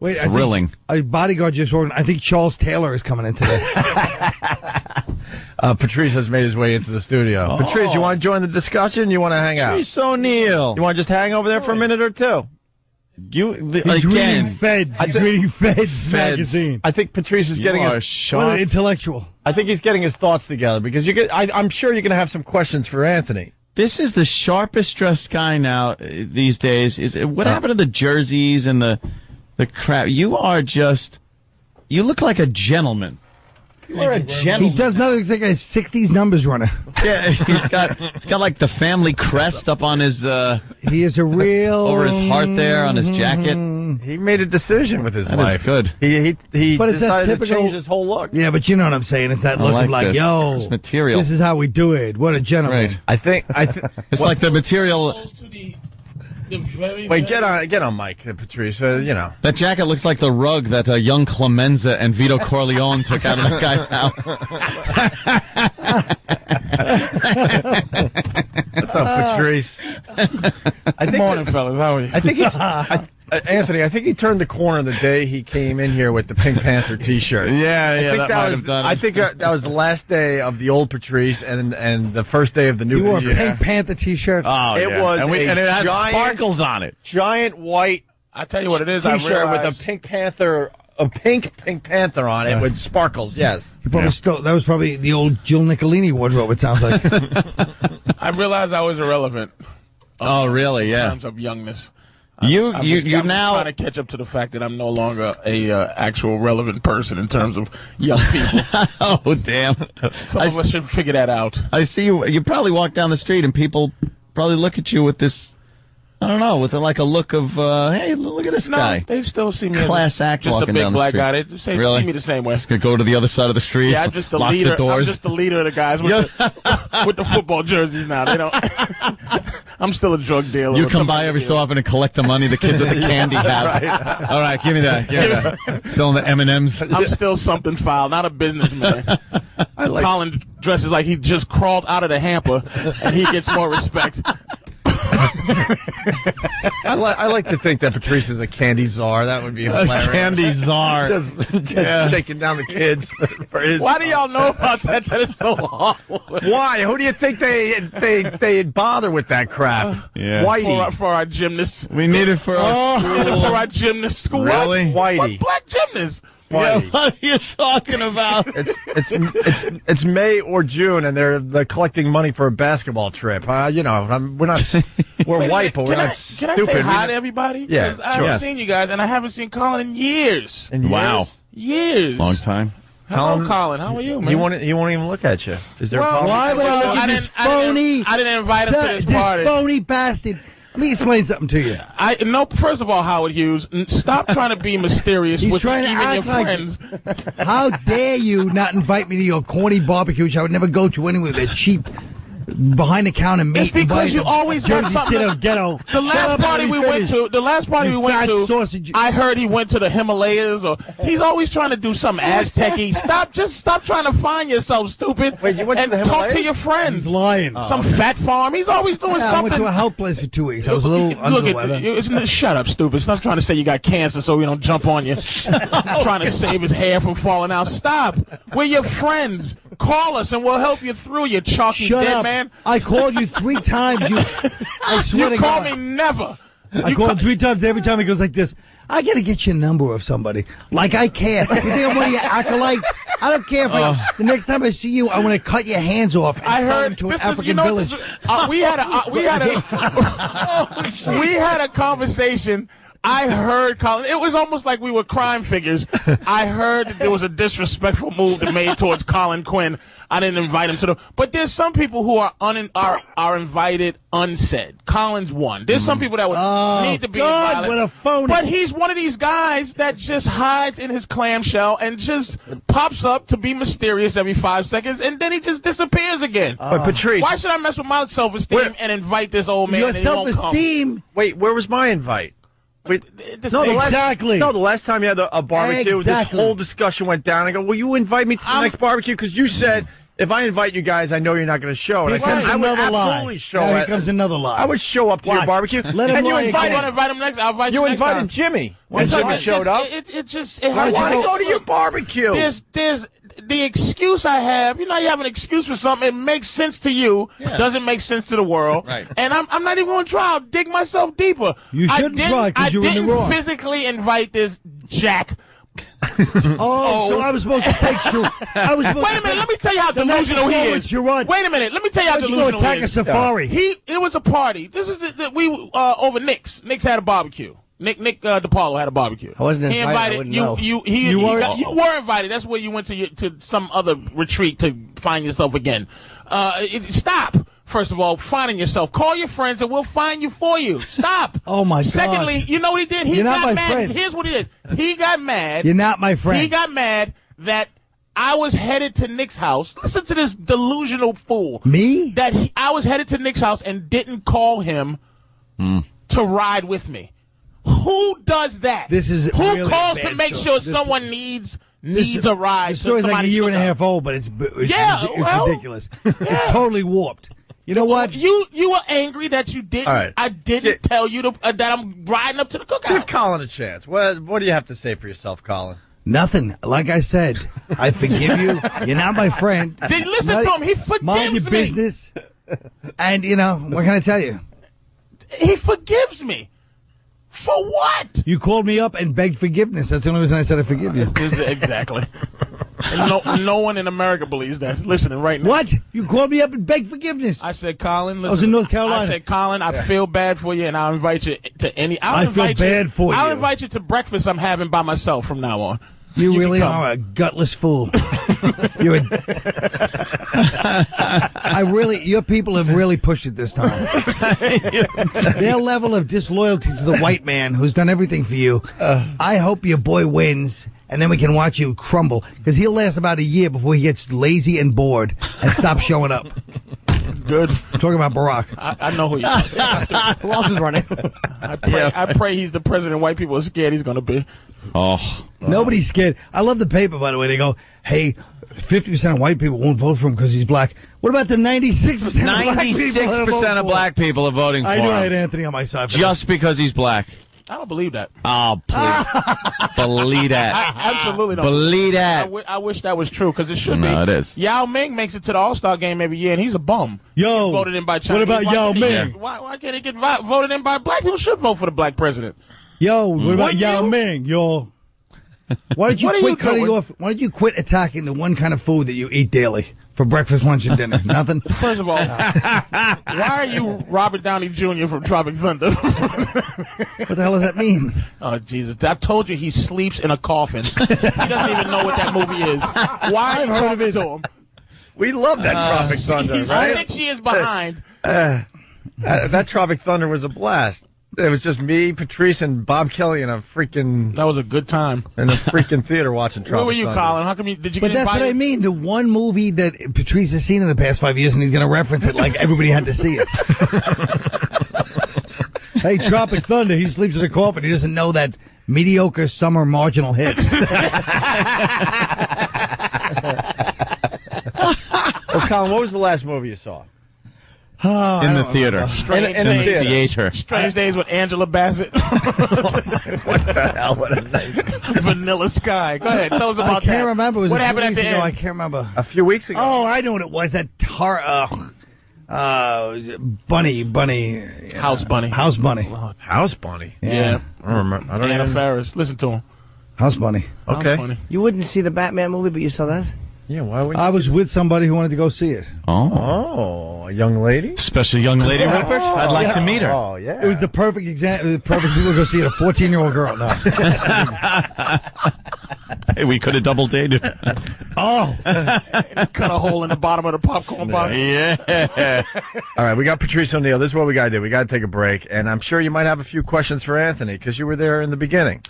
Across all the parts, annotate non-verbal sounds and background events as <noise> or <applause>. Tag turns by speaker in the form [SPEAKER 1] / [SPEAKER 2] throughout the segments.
[SPEAKER 1] Wait, I think
[SPEAKER 2] Thrilling.
[SPEAKER 1] a bodyguard just ordered. I think Charles Taylor is coming in today.
[SPEAKER 3] <laughs>
[SPEAKER 4] Uh, Patrice has made his way into the studio.
[SPEAKER 2] Oh.
[SPEAKER 4] Patrice, you want to join the discussion? You want to hang out?
[SPEAKER 2] Patrice O'Neill.
[SPEAKER 4] You want to just hang over there for a minute or two?
[SPEAKER 2] You the,
[SPEAKER 1] He's reading
[SPEAKER 2] again.
[SPEAKER 1] Feds. He's reading Feds, magazine.
[SPEAKER 4] I think Patrice is
[SPEAKER 2] You
[SPEAKER 4] getting
[SPEAKER 2] are
[SPEAKER 4] his.
[SPEAKER 1] What an
[SPEAKER 2] sharp.
[SPEAKER 1] intellectual.
[SPEAKER 4] I think he's getting his thoughts together because you get. I, I'm sure you're going to have some questions for Anthony.
[SPEAKER 2] This is the sharpest dressed guy now uh, these days. Is what
[SPEAKER 4] Uh.
[SPEAKER 2] happened to the jerseys and the the crap? You are just. You look like
[SPEAKER 4] <laughs>
[SPEAKER 2] a gentleman. You are a
[SPEAKER 1] He
[SPEAKER 2] gentleman.
[SPEAKER 1] does not look like a 60s numbers runner.
[SPEAKER 2] Yeah, he's got he's got like the family crest up on his uh
[SPEAKER 1] He is a real.
[SPEAKER 2] over his heart there on his jacket.
[SPEAKER 4] He made a decision with his
[SPEAKER 2] That is
[SPEAKER 4] life.
[SPEAKER 2] good.
[SPEAKER 4] He he he
[SPEAKER 1] But it's that
[SPEAKER 4] decided to
[SPEAKER 1] typical-
[SPEAKER 4] change his whole look.
[SPEAKER 1] Yeah, but you know what I'm saying. It's that look
[SPEAKER 2] like
[SPEAKER 1] of like,
[SPEAKER 2] this.
[SPEAKER 1] yo,
[SPEAKER 2] This is material.
[SPEAKER 1] This is how we do it. What a gentleman.
[SPEAKER 2] Right.
[SPEAKER 4] I think I. <laughs> Th-
[SPEAKER 2] It's like the material.
[SPEAKER 3] to the, the very
[SPEAKER 4] wait, get
[SPEAKER 3] very-
[SPEAKER 4] on get on, Mike uh, Patrice. Uh, you know.
[SPEAKER 2] That jacket looks like the rug that uh, young Clemenza and Vito Corleone took out of that guy's house.
[SPEAKER 4] What's up, Patrice? I think
[SPEAKER 3] Morning, fellas. How are you?
[SPEAKER 4] I think
[SPEAKER 2] <laughs>
[SPEAKER 4] he's I, uh, Anthony. I think he turned the corner the day he came in here with the Pink Panther T-shirt.
[SPEAKER 2] Yeah,
[SPEAKER 4] I
[SPEAKER 2] yeah,
[SPEAKER 4] think
[SPEAKER 2] that
[SPEAKER 4] that,
[SPEAKER 2] might
[SPEAKER 4] was.
[SPEAKER 2] have done it.
[SPEAKER 4] I think uh, that was the last day of the old Patrice and and the first day of the new.
[SPEAKER 1] He wore a
[SPEAKER 4] Patrice.
[SPEAKER 1] Pink Panther t-shirt.
[SPEAKER 2] Oh,
[SPEAKER 4] It was
[SPEAKER 2] and, we,
[SPEAKER 4] a
[SPEAKER 2] and it had
[SPEAKER 4] giant-
[SPEAKER 2] sparkles on it.
[SPEAKER 4] Giant white
[SPEAKER 3] I tell you what it is. I
[SPEAKER 4] T-shirt
[SPEAKER 3] realized
[SPEAKER 4] with a Pink Panther, a pink Pink Panther on it with sparkles. Yes.
[SPEAKER 1] He probably stole, that was probably the old Jill Nicolini wardrobe, it sounds
[SPEAKER 3] <laughs>
[SPEAKER 1] like.
[SPEAKER 3] I realized I was irrelevant
[SPEAKER 2] Oh, really?
[SPEAKER 3] in
[SPEAKER 2] Yeah.
[SPEAKER 3] terms of youngness.
[SPEAKER 2] You
[SPEAKER 3] I'm
[SPEAKER 2] you
[SPEAKER 3] just-
[SPEAKER 2] you
[SPEAKER 3] I'm
[SPEAKER 2] now
[SPEAKER 3] trying to catch up to the fact that I'm no longer a uh, actual relevant person in terms of young people.
[SPEAKER 2] <laughs> Oh, damn.
[SPEAKER 3] Some of us should figure that out.
[SPEAKER 2] I see you you probably walk down the street and people probably look at you with this I don't know, with like a look of uh, hey, look at this guy.
[SPEAKER 3] they still see me as
[SPEAKER 2] Class act
[SPEAKER 3] just a
[SPEAKER 2] walking
[SPEAKER 3] big
[SPEAKER 2] down the
[SPEAKER 3] black
[SPEAKER 2] street.
[SPEAKER 3] guy. They just say,
[SPEAKER 2] Really?
[SPEAKER 3] see me the same
[SPEAKER 2] <laughs>
[SPEAKER 3] way.
[SPEAKER 2] Just gonna go to the other side of the street.
[SPEAKER 3] Yeah, I'm just the
[SPEAKER 2] lock
[SPEAKER 3] leader.
[SPEAKER 2] the doors.
[SPEAKER 3] I'm just the leader of the guys
[SPEAKER 2] <laughs>
[SPEAKER 3] with, the, with the football jerseys now. They don't. <laughs> I'm still a drug dealer.
[SPEAKER 2] you
[SPEAKER 3] or
[SPEAKER 2] come
[SPEAKER 3] something.
[SPEAKER 2] by every so often and collect the money the kids at
[SPEAKER 3] <laughs>
[SPEAKER 2] the candy have. All right, give me that. Give me that. Selling the M and M's.
[SPEAKER 3] I'm still something foul, not a businessman. <laughs> Colin dresses like he just crawled out of the hamper, and he gets more respect.
[SPEAKER 4] I like. I like to think that Patrice is a candy czar. That would be hilarious.
[SPEAKER 2] Candy
[SPEAKER 4] <laughs>
[SPEAKER 2] czar.
[SPEAKER 4] Just, just shaking down the kids for his.
[SPEAKER 3] Why do y'all know about that? That is so awful.
[SPEAKER 4] <laughs> Why? Who do you think they they they bother with that crap?
[SPEAKER 2] Yeah.
[SPEAKER 3] For our,
[SPEAKER 4] Whitey.
[SPEAKER 3] for our Oh. gymnasts.
[SPEAKER 2] we need it for our
[SPEAKER 3] For our gymnast school.
[SPEAKER 2] Really?
[SPEAKER 3] What?
[SPEAKER 4] Whitey.
[SPEAKER 3] What black gymnast?
[SPEAKER 2] Yeah,
[SPEAKER 4] Whitey.
[SPEAKER 2] what are you talking about?
[SPEAKER 4] It's it's it's it's May or June, and they're they're collecting money for a basketball trip. Uh, you know, I'm, we're not
[SPEAKER 3] <laughs>
[SPEAKER 4] we're white, but we're
[SPEAKER 3] can
[SPEAKER 4] not
[SPEAKER 3] I,
[SPEAKER 4] stupid.
[SPEAKER 3] Can I say
[SPEAKER 4] We
[SPEAKER 3] hi to
[SPEAKER 4] don't-
[SPEAKER 3] everybody?
[SPEAKER 4] Yeah,
[SPEAKER 3] 'Cause I haven't
[SPEAKER 4] sure. Yes.
[SPEAKER 3] seen you guys, and I haven't seen Colin in years.
[SPEAKER 4] And
[SPEAKER 2] Wow.
[SPEAKER 4] yes,
[SPEAKER 3] Years.
[SPEAKER 2] Long time.
[SPEAKER 3] Hello,
[SPEAKER 4] Colin-
[SPEAKER 3] Colin. How are you, man?
[SPEAKER 4] He won't he won't even look at you. Is there a
[SPEAKER 3] Well,
[SPEAKER 4] problem?
[SPEAKER 1] Why would I
[SPEAKER 3] Well,
[SPEAKER 1] look
[SPEAKER 3] I
[SPEAKER 1] at this
[SPEAKER 3] didn't- I didn't-
[SPEAKER 1] phony?
[SPEAKER 3] I didn't invite him to
[SPEAKER 1] son-
[SPEAKER 3] this party.
[SPEAKER 1] phony bastard. Let me explain something to you.
[SPEAKER 3] I no. First of all, Howard Hughes, n- stop trying to be mysterious
[SPEAKER 1] He's
[SPEAKER 3] with
[SPEAKER 1] trying to
[SPEAKER 3] even your
[SPEAKER 1] act like-
[SPEAKER 3] friends.
[SPEAKER 1] How dare you not invite me to your corny barbecue, which I would never go to anyway. They're cheap, behind the counter meat.
[SPEAKER 3] It's because
[SPEAKER 1] invited
[SPEAKER 3] you
[SPEAKER 1] to
[SPEAKER 3] always have
[SPEAKER 1] Jersey
[SPEAKER 3] something-
[SPEAKER 1] City of ghetto.
[SPEAKER 3] The last party we went to, the last party we
[SPEAKER 1] You
[SPEAKER 3] went
[SPEAKER 1] fat
[SPEAKER 3] to,
[SPEAKER 1] sausage.
[SPEAKER 3] I heard he went to the Himalayas,
[SPEAKER 1] <laughs>
[SPEAKER 3] or he's always trying to do some Aztec-y. Stop, just stop trying to find yourself, stupid,
[SPEAKER 4] Wait, you went to
[SPEAKER 3] and
[SPEAKER 4] the
[SPEAKER 3] talk to
[SPEAKER 4] Himalayas?
[SPEAKER 3] your friends.
[SPEAKER 1] He's lying.
[SPEAKER 3] Some fat farm. He's always doing
[SPEAKER 1] Oh. Yeah, I
[SPEAKER 3] something.
[SPEAKER 1] went to a health place for two weeks. I was a little under
[SPEAKER 3] Look
[SPEAKER 1] the
[SPEAKER 3] at
[SPEAKER 1] weather.
[SPEAKER 3] you- it's- shut up, stupid. Stop trying to say you got cancer so we don't jump on
[SPEAKER 1] <laughs>
[SPEAKER 3] you. trying to save his hair from falling out. Stop. We're your friends. Call us and we'll help you through. You chalky
[SPEAKER 1] Shut
[SPEAKER 3] dead
[SPEAKER 1] up,
[SPEAKER 3] man.
[SPEAKER 1] I called you three
[SPEAKER 3] <laughs>
[SPEAKER 1] times. You, I swear
[SPEAKER 3] You
[SPEAKER 1] to
[SPEAKER 3] call
[SPEAKER 1] God.
[SPEAKER 3] me never.
[SPEAKER 1] I call him three times. Every time he goes like this. I gotta get your number of somebody. Like I care. You think I'm one of your acolytes? I don't care. If I, the next time I see you, I want to cut your hands off and
[SPEAKER 3] Uh. I
[SPEAKER 1] sell
[SPEAKER 3] heard
[SPEAKER 1] them to an
[SPEAKER 3] this
[SPEAKER 1] African
[SPEAKER 3] is you know
[SPEAKER 1] village.
[SPEAKER 3] this is- uh, we had a uh,
[SPEAKER 1] <laughs>
[SPEAKER 3] we had a <laughs> we had a conversation. I heard Colin. It was almost like we were crime figures. I heard that there was a disrespectful move that made towards Colin Quinn. I didn't invite him to the. But there's some people who are un are are invited unsaid. Colin's one. There's some people that would
[SPEAKER 1] Oh,
[SPEAKER 3] need to be
[SPEAKER 1] God,
[SPEAKER 3] invited.
[SPEAKER 1] what a phony.
[SPEAKER 3] But he's one of these guys that just hides in his clamshell and just pops up to be mysterious every five seconds, and then he just disappears again.
[SPEAKER 4] But Patrice,
[SPEAKER 3] Why should I mess with my self esteem
[SPEAKER 4] Where-
[SPEAKER 3] and invite this old man?
[SPEAKER 1] Your
[SPEAKER 3] and he won't come?
[SPEAKER 1] self-esteem.
[SPEAKER 4] wait, where was my invite? Wait,
[SPEAKER 3] This
[SPEAKER 4] no, the
[SPEAKER 3] thing-
[SPEAKER 4] last,
[SPEAKER 1] Exactly.
[SPEAKER 4] No, the last time you had a, a barbecue, this
[SPEAKER 1] Exactly.
[SPEAKER 4] whole discussion went down. I go, "Will you invite me to the
[SPEAKER 3] I'm-
[SPEAKER 4] next barbecue?" Because you said if I invite you guys, I know you're not going to show. And I
[SPEAKER 1] Here
[SPEAKER 4] said,
[SPEAKER 1] comes
[SPEAKER 4] I would
[SPEAKER 1] another lie.
[SPEAKER 4] absolutely show
[SPEAKER 1] now
[SPEAKER 4] it.
[SPEAKER 1] here comes another lie.
[SPEAKER 4] I would show up to your
[SPEAKER 1] Watch.
[SPEAKER 4] barbecue.
[SPEAKER 1] Let him
[SPEAKER 4] and you
[SPEAKER 1] lie
[SPEAKER 3] I want to
[SPEAKER 4] invited
[SPEAKER 3] invite him next. I'll invite you,
[SPEAKER 4] you
[SPEAKER 3] next
[SPEAKER 4] invited
[SPEAKER 3] time.
[SPEAKER 4] Jimmy.
[SPEAKER 1] Why
[SPEAKER 4] And
[SPEAKER 1] don't you
[SPEAKER 4] Jimmy
[SPEAKER 1] go-
[SPEAKER 4] showed
[SPEAKER 3] just,
[SPEAKER 4] up.
[SPEAKER 3] It, it, it just.
[SPEAKER 4] I
[SPEAKER 1] don't you
[SPEAKER 4] want to
[SPEAKER 1] go-
[SPEAKER 4] go to your barbecue.
[SPEAKER 3] There's, there's the excuse I have. You know, you have an excuse for something. It makes sense to you. Doesn't make sense to the world.
[SPEAKER 2] Right.
[SPEAKER 3] And I'm, I'm not even going to try. I'll dig myself deeper.
[SPEAKER 1] You
[SPEAKER 3] I
[SPEAKER 1] shouldn't
[SPEAKER 3] didn't-
[SPEAKER 1] try 'cause
[SPEAKER 3] I
[SPEAKER 1] you were in the
[SPEAKER 3] didn't
[SPEAKER 1] wrong.
[SPEAKER 3] physically invite this jack.
[SPEAKER 1] <laughs> oh, so I was supposed to take you.
[SPEAKER 3] <laughs>
[SPEAKER 1] I was supposed
[SPEAKER 3] Wait a
[SPEAKER 1] to
[SPEAKER 3] minute. Let me tell you how
[SPEAKER 1] night
[SPEAKER 3] delusional he
[SPEAKER 1] before
[SPEAKER 3] is.
[SPEAKER 1] was your run.
[SPEAKER 3] Wait a minute. Let me tell you how
[SPEAKER 1] Why don't you go
[SPEAKER 3] delusional
[SPEAKER 1] attack
[SPEAKER 3] he
[SPEAKER 1] a
[SPEAKER 3] is.
[SPEAKER 1] safari?
[SPEAKER 3] He it was a party. This is the, the, we uh, over Nick's. Nick's had a barbecue. Nick Nick uh, DePaulo had a barbecue. I
[SPEAKER 1] wasn't invited, I wouldn't
[SPEAKER 3] you
[SPEAKER 1] know.
[SPEAKER 3] you he,
[SPEAKER 1] You
[SPEAKER 3] he
[SPEAKER 1] were-
[SPEAKER 3] got- you were invited. That's where you went to your, to some other retreat to find yourself again. Uh, it, stop. First of all, finding yourself. Call your friends and we'll find you for you. Stop.
[SPEAKER 1] <laughs> Oh, my God.
[SPEAKER 3] Secondly, you know what he did? He
[SPEAKER 1] You're not
[SPEAKER 3] got
[SPEAKER 1] my
[SPEAKER 3] mad.
[SPEAKER 1] friend.
[SPEAKER 3] Here's what he did. He got mad.
[SPEAKER 1] You're not my friend.
[SPEAKER 3] He got mad that I was headed to Nick's house. Listen to this delusional fool.
[SPEAKER 1] Me?
[SPEAKER 3] That he, I was headed to Nick's house and didn't call him
[SPEAKER 2] Mm.
[SPEAKER 5] <laughs>
[SPEAKER 3] to ride with me. Who does that?
[SPEAKER 1] This is
[SPEAKER 3] who
[SPEAKER 1] really a
[SPEAKER 3] calls
[SPEAKER 1] bad
[SPEAKER 3] to make
[SPEAKER 1] story.
[SPEAKER 3] sure
[SPEAKER 1] This-
[SPEAKER 3] someone needs
[SPEAKER 1] This-
[SPEAKER 3] needs a ride.
[SPEAKER 1] The
[SPEAKER 3] so
[SPEAKER 1] story's like a
[SPEAKER 3] somebody's
[SPEAKER 1] year and a
[SPEAKER 3] gonna-
[SPEAKER 1] half old, but it's, b- it's,
[SPEAKER 3] Yeah,
[SPEAKER 1] it's
[SPEAKER 3] well,
[SPEAKER 1] ridiculous. <laughs>
[SPEAKER 3] yeah.
[SPEAKER 1] It's totally warped. You know what?
[SPEAKER 3] You you were angry that you didn't.
[SPEAKER 4] All right.
[SPEAKER 3] I didn't
[SPEAKER 4] Yeah.
[SPEAKER 3] tell you to, uh, that I'm riding up to the
[SPEAKER 4] Give
[SPEAKER 3] cookout.
[SPEAKER 4] Colin a chance. What, what do you have to say for yourself, Colin?
[SPEAKER 1] Nothing. Like I said, I forgive you. You're not my friend.
[SPEAKER 3] Did- listen to him. He forgives
[SPEAKER 1] Mind your
[SPEAKER 3] me.
[SPEAKER 1] business. And you know what can I tell you?
[SPEAKER 3] He forgives me. For what?
[SPEAKER 1] You called me up and begged forgiveness. That's the only reason I said I forgive you.
[SPEAKER 3] Is it- <laughs> exactly. And no, no one in America believes that. Listening right now.
[SPEAKER 1] What? You called me up and begged forgiveness.
[SPEAKER 3] I said, Colin. Listen,
[SPEAKER 1] was in North Carolina.
[SPEAKER 3] I said, Colin, I feel bad for you, and I'll invite you to any. I'll
[SPEAKER 1] I feel
[SPEAKER 3] invite you,
[SPEAKER 1] bad for
[SPEAKER 3] I'll
[SPEAKER 1] you.
[SPEAKER 3] invite you to breakfast I'm having by myself from now on.
[SPEAKER 1] you,
[SPEAKER 3] can
[SPEAKER 1] really
[SPEAKER 3] come.
[SPEAKER 1] are a gutless fool. <laughs> you a, <laughs> I really, your people have really pushed it this <laughs> time. Their level of disloyalty to the white man who's done everything for you. I hope your boy wins. And then we can watch you crumble because he'll last about a year before he gets lazy and bored and stop showing up.
[SPEAKER 3] Good.
[SPEAKER 1] Talking about Barack.
[SPEAKER 3] I, I know who you.
[SPEAKER 1] <laughs>
[SPEAKER 3] Are.
[SPEAKER 1] Who else is running?
[SPEAKER 3] <laughs> I pray. I pray he's the president. White people are scared he's going to be.
[SPEAKER 2] Oh,
[SPEAKER 1] Nobody's scared. I love the paper, by the way. They go, hey, 50% of white people won't vote for him because he's black. What about the 96% of black people? that
[SPEAKER 2] ninety-six
[SPEAKER 1] don't vote
[SPEAKER 2] percent
[SPEAKER 1] for
[SPEAKER 2] of
[SPEAKER 1] him?
[SPEAKER 2] black people are voting for
[SPEAKER 1] I knew I had
[SPEAKER 2] him
[SPEAKER 1] Anthony on my side. for
[SPEAKER 2] just because he's black.
[SPEAKER 3] I don't believe that.
[SPEAKER 2] Oh,
[SPEAKER 1] <laughs>
[SPEAKER 2] please, believe that.
[SPEAKER 3] Absolutely not.
[SPEAKER 2] Believe
[SPEAKER 3] I,
[SPEAKER 2] that.
[SPEAKER 3] w- I wish that was true because it should be.
[SPEAKER 2] No, it is.
[SPEAKER 3] Yao Ming makes it to the All Star game every year, and he's a bum.
[SPEAKER 1] Yo,
[SPEAKER 3] He's voted in by Chinese.
[SPEAKER 1] what about
[SPEAKER 3] Why
[SPEAKER 1] Yao
[SPEAKER 3] can't he-
[SPEAKER 1] Ming?
[SPEAKER 3] Why, why can't he get vi- voted in by black people? Should vote for the black
[SPEAKER 2] <laughs>
[SPEAKER 3] president.
[SPEAKER 1] that. Yo, what about
[SPEAKER 3] What,
[SPEAKER 1] Yao
[SPEAKER 3] you?
[SPEAKER 1] Ming? Yo. Why don't
[SPEAKER 3] <laughs>
[SPEAKER 1] you
[SPEAKER 3] What are
[SPEAKER 1] quit
[SPEAKER 3] you
[SPEAKER 1] cutting
[SPEAKER 3] doing?
[SPEAKER 1] off? Why don't you quit attacking the one kind of food that you eat daily for breakfast, lunch,
[SPEAKER 3] <laughs>
[SPEAKER 1] and dinner? Nothing.
[SPEAKER 3] First of
[SPEAKER 1] <laughs>
[SPEAKER 3] all, why are you Robert Downey Jr. from Tropic Thunder? <laughs>
[SPEAKER 1] What the hell does that mean?
[SPEAKER 3] oh Jesus! I told you he sleeps in a coffin. <laughs> he doesn't even know what that movie is. Why are you talking to him?
[SPEAKER 4] We love that
[SPEAKER 2] Uh,
[SPEAKER 4] Tropic Thunder,
[SPEAKER 3] He's
[SPEAKER 4] right?
[SPEAKER 3] six years behind.
[SPEAKER 4] Uh, that Tropic Thunder was a blast. It was just me, Patrice, and Bob Kelly in a freaking
[SPEAKER 3] That was a good time. <laughs>
[SPEAKER 4] in a freaking theater watching Tropic
[SPEAKER 3] Where were you,
[SPEAKER 4] Thunder.
[SPEAKER 3] Colin? How come you did you
[SPEAKER 1] But
[SPEAKER 3] get
[SPEAKER 1] that's what I
[SPEAKER 3] invited?
[SPEAKER 1] mean. The one movie that Patrice has seen in the past five years, and he's going to reference it like everybody had
[SPEAKER 3] <laughs>
[SPEAKER 1] to see it. hey, Tropic Thunder. He sleeps in a coffin. He doesn't know that mediocre summer marginal hit.
[SPEAKER 3] <laughs>
[SPEAKER 4] Well, Colin, what was the last movie you saw? Ah,
[SPEAKER 2] In the theater.
[SPEAKER 4] In, in the
[SPEAKER 3] Strange
[SPEAKER 4] theater.
[SPEAKER 1] <laughs>
[SPEAKER 2] Theater.
[SPEAKER 3] Strange Days with Angela Bassett. <laughs>
[SPEAKER 4] Hell, what a night.
[SPEAKER 3] Vanilla Sky. Go ahead. Tell us about
[SPEAKER 1] I can't
[SPEAKER 3] that.
[SPEAKER 1] remember. It was
[SPEAKER 3] what
[SPEAKER 1] a few
[SPEAKER 3] happened at
[SPEAKER 1] weeks
[SPEAKER 3] the
[SPEAKER 1] ago. I
[SPEAKER 3] end?
[SPEAKER 1] can't remember.
[SPEAKER 4] A few weeks ago.
[SPEAKER 1] Oh, I know what it was. That tar. Uh, uh, bunny, bunny, uh,
[SPEAKER 3] House Bunny.
[SPEAKER 1] house bunny.
[SPEAKER 4] House Bunny.
[SPEAKER 1] Yeah,
[SPEAKER 3] Yeah.
[SPEAKER 4] I don't remember. I don't
[SPEAKER 3] Anna
[SPEAKER 4] even-
[SPEAKER 3] Faris. Listen to him.
[SPEAKER 1] house bunny.
[SPEAKER 3] House
[SPEAKER 4] Okay.
[SPEAKER 3] Bunny.
[SPEAKER 6] You wouldn't see the Batman movie, but you saw that.
[SPEAKER 4] Yeah. Why would? You?
[SPEAKER 1] I was with somebody who wanted to go see it.
[SPEAKER 2] Oh,
[SPEAKER 4] oh, a young lady.
[SPEAKER 2] special young lady Rupert. I'd like to meet her.
[SPEAKER 4] Oh yeah.
[SPEAKER 1] It was the perfect example. The perfect people to go see it. A fourteen-year-old
[SPEAKER 2] <laughs>
[SPEAKER 1] girl. <laughs> No.
[SPEAKER 2] Hey, we could have double dated.
[SPEAKER 1] <laughs> Oh,
[SPEAKER 3] <laughs> Cut a hole in the bottom of the popcorn box.
[SPEAKER 2] yeah.
[SPEAKER 4] <laughs> All right, we got Patrice O'Neill. This is what we got to do. We got to take a break, and I'm sure you might have a few questions for Anthony because you were there in the beginning.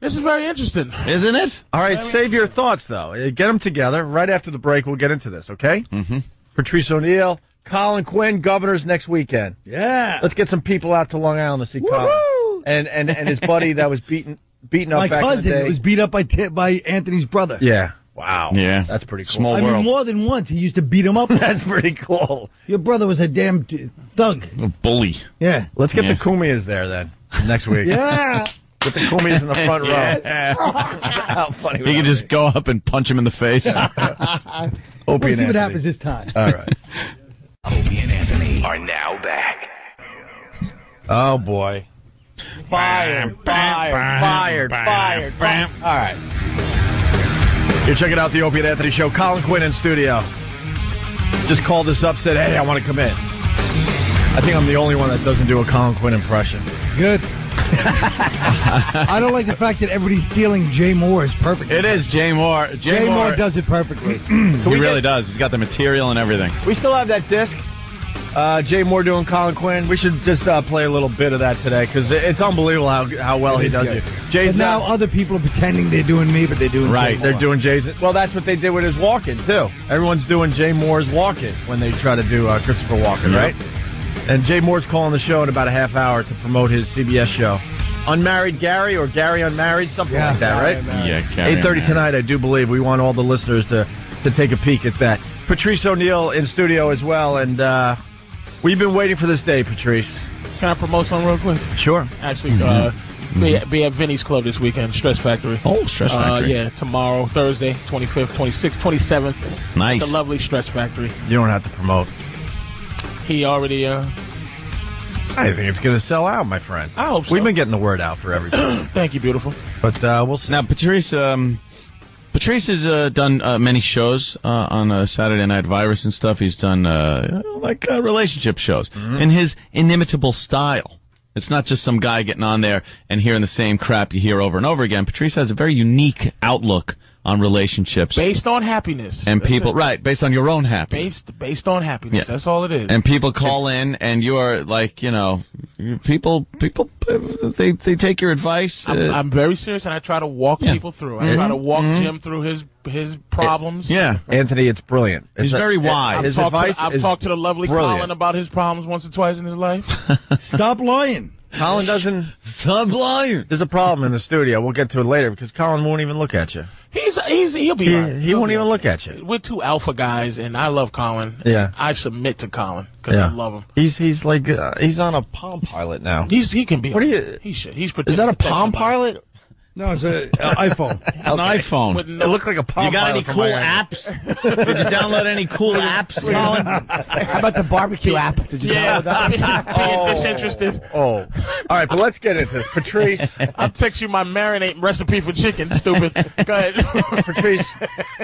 [SPEAKER 3] This is very interesting.
[SPEAKER 2] Isn't it?
[SPEAKER 4] All right, save your thoughts though. Uh, Get them together right after the break. We'll get into this, okay? Mm-hmm. Patrice O'Neill, Colin Quinn, governors next weekend.
[SPEAKER 1] yeah.
[SPEAKER 4] Let's get some people out to Long Island to see Colin and and and his buddy that was beaten beaten up
[SPEAKER 1] my
[SPEAKER 4] back in
[SPEAKER 1] cousin
[SPEAKER 4] the day.
[SPEAKER 1] was beat up by t- by Anthony's brother.
[SPEAKER 4] yeah, Wow.
[SPEAKER 2] Yeah.
[SPEAKER 4] That's pretty cool.
[SPEAKER 2] Small
[SPEAKER 1] I mean,
[SPEAKER 2] world.
[SPEAKER 1] more than once he used to beat
[SPEAKER 2] <laughs>
[SPEAKER 1] him up.
[SPEAKER 4] That's pretty cool.
[SPEAKER 1] Your brother was a damn d- thug.
[SPEAKER 2] bully.
[SPEAKER 1] Yeah.
[SPEAKER 4] Let's get
[SPEAKER 2] Yeah.
[SPEAKER 4] the Kumias there then next week.
[SPEAKER 1] Yeah.
[SPEAKER 4] <laughs> Get the Kumias in the front row.
[SPEAKER 1] <laughs>
[SPEAKER 4] How funny.
[SPEAKER 2] You can just go up and punch him in the face.
[SPEAKER 1] <laughs>
[SPEAKER 4] Opie
[SPEAKER 1] We'll
[SPEAKER 4] and
[SPEAKER 1] see what
[SPEAKER 4] Anthony.
[SPEAKER 1] happens this time.
[SPEAKER 4] All
[SPEAKER 1] <laughs>
[SPEAKER 4] right.
[SPEAKER 7] Opie and Anthony are now back.
[SPEAKER 4] Oh boy.
[SPEAKER 3] Fired,
[SPEAKER 4] Fired. Fired. All right. You're checking out the Opie and Anthony show. Colin Quinn in studio. Just called us up, said, "Hey, I want to come in." I think I'm the only one that doesn't do a Colin Quinn impression.
[SPEAKER 1] Good.
[SPEAKER 4] <laughs>
[SPEAKER 1] I don't like the fact that everybody's stealing Jay Moore's perfect.
[SPEAKER 2] it is Jay Moore. Jay,
[SPEAKER 1] Jay
[SPEAKER 2] Moore,
[SPEAKER 1] Moore does it
[SPEAKER 2] <clears throat>
[SPEAKER 1] perfectly.
[SPEAKER 2] He really does. He's got the material and everything.
[SPEAKER 4] We still have that disc. Uh, Jay Moore doing Colin Quinn. We should just uh, play a little bit of that today because it's unbelievable how, how well he
[SPEAKER 1] is
[SPEAKER 4] does
[SPEAKER 1] good.
[SPEAKER 4] it. Jay's
[SPEAKER 1] But now
[SPEAKER 4] now
[SPEAKER 1] other people are pretending they're doing me, but they're doing
[SPEAKER 4] right.
[SPEAKER 1] Jay
[SPEAKER 4] They're
[SPEAKER 1] Moore.
[SPEAKER 4] doing Jay's. Well, that's what they did with his walk-in too. Everyone's doing Jay Moore's walk-in when they try to do uh, Christopher Walken,
[SPEAKER 2] Yeah.
[SPEAKER 4] right? And Jay Moore's calling the show in about a half hour to promote his CBS show, Unmarried Gary or Gary Unmarried, something
[SPEAKER 1] Yeah.
[SPEAKER 4] like that, right?
[SPEAKER 2] Yeah, carry
[SPEAKER 4] Eight thirty
[SPEAKER 2] on, man.
[SPEAKER 4] tonight, I do believe. We want all the listeners to to take a peek at that. Patrice O'Neill in studio as well, and uh, we've been waiting for this day, Patrice.
[SPEAKER 3] Can I promote something real quick?
[SPEAKER 4] Sure.
[SPEAKER 3] Actually,
[SPEAKER 2] Mm-hmm.
[SPEAKER 3] uh, be, be at Vinny's Club this weekend, Stress Factory.
[SPEAKER 2] Oh, Stress
[SPEAKER 3] Uh,
[SPEAKER 2] Factory.
[SPEAKER 3] yeah, tomorrow, Thursday, 25th, 26th, 27th.
[SPEAKER 2] Nice.
[SPEAKER 3] The lovely Stress Factory.
[SPEAKER 4] You don't have to promote.
[SPEAKER 3] He already, uh,
[SPEAKER 4] I think it's going to sell out, my friend.
[SPEAKER 3] I hope so.
[SPEAKER 4] We've been getting the word out for everybody,
[SPEAKER 3] <clears throat> thank you, beautiful.
[SPEAKER 4] but uh, we'll see.
[SPEAKER 2] Now, Patrice, um, Patrice has uh, done uh, many shows uh, on uh, Saturday Night Virus and stuff. He's done uh, like uh, relationship shows
[SPEAKER 4] Mm-hmm.
[SPEAKER 2] in his inimitable style. It's not just some guy getting on there and hearing the same crap you hear over and over again. Patrice has a very unique outlook on relationships
[SPEAKER 3] Based on happiness.
[SPEAKER 2] and people, right? Based on your own happiness.
[SPEAKER 3] Based, based on happiness.
[SPEAKER 2] Yeah.
[SPEAKER 3] That's all it is.
[SPEAKER 2] And people call in, and you are like, you know, people, people, uh, they they take your advice.
[SPEAKER 3] I'm,
[SPEAKER 2] uh,
[SPEAKER 3] I'm very serious, and I try to walk
[SPEAKER 2] Yeah. Mm-hmm.
[SPEAKER 3] people through. I try to walk Jim through his his problems.
[SPEAKER 2] yeah.
[SPEAKER 4] Anthony, it's brilliant. It's
[SPEAKER 2] He's very wise.
[SPEAKER 3] I've,
[SPEAKER 4] His
[SPEAKER 3] talked
[SPEAKER 4] advice
[SPEAKER 3] to, I've
[SPEAKER 4] is
[SPEAKER 3] talked to the lovely
[SPEAKER 4] brilliant.
[SPEAKER 3] Colin about his problems once or twice in his
[SPEAKER 2] <laughs>
[SPEAKER 3] life.
[SPEAKER 4] <laughs>
[SPEAKER 1] Stop lying.
[SPEAKER 4] Colin doesn't.
[SPEAKER 2] Stop lying.
[SPEAKER 4] There's a problem in the studio. We'll get to it later because Colin won't even look at you.
[SPEAKER 3] He's he's he'll be.
[SPEAKER 4] He,
[SPEAKER 3] all right.
[SPEAKER 4] he
[SPEAKER 3] He'll
[SPEAKER 4] won't
[SPEAKER 3] be
[SPEAKER 4] even
[SPEAKER 3] all
[SPEAKER 4] look at
[SPEAKER 3] right.
[SPEAKER 4] you.
[SPEAKER 3] We're two alpha guys, and I love Colin.
[SPEAKER 4] Yeah.
[SPEAKER 3] I submit to Colin because
[SPEAKER 4] Yeah,
[SPEAKER 3] I love him.
[SPEAKER 4] He's he's like uh, he's on a Palm Pilot now.
[SPEAKER 3] He's he can be.
[SPEAKER 4] What are you-
[SPEAKER 3] He should. He's
[SPEAKER 4] Is that a
[SPEAKER 3] pretending to text
[SPEAKER 4] Palm
[SPEAKER 3] somebody.
[SPEAKER 4] Pilot?
[SPEAKER 1] No, it's an
[SPEAKER 4] <laughs>
[SPEAKER 1] iPhone.
[SPEAKER 2] An iPhone.
[SPEAKER 3] With no,
[SPEAKER 4] like a Palm
[SPEAKER 2] You got any
[SPEAKER 4] from
[SPEAKER 2] cool
[SPEAKER 4] my angle.
[SPEAKER 2] apps?
[SPEAKER 4] <laughs>
[SPEAKER 2] Did you download
[SPEAKER 3] <laughs>
[SPEAKER 2] any cool apps,
[SPEAKER 8] <laughs>
[SPEAKER 2] Colin?
[SPEAKER 8] How about the barbecue app? Did you
[SPEAKER 3] yeah,
[SPEAKER 8] download that?
[SPEAKER 3] <laughs> being disinterested.
[SPEAKER 4] Oh. All right, but let's get into this. Patrice,
[SPEAKER 3] <laughs> I'll text you my marinade recipe for chicken.
[SPEAKER 4] <laughs>
[SPEAKER 3] Stupid. Go ahead. <laughs>
[SPEAKER 4] Patrice,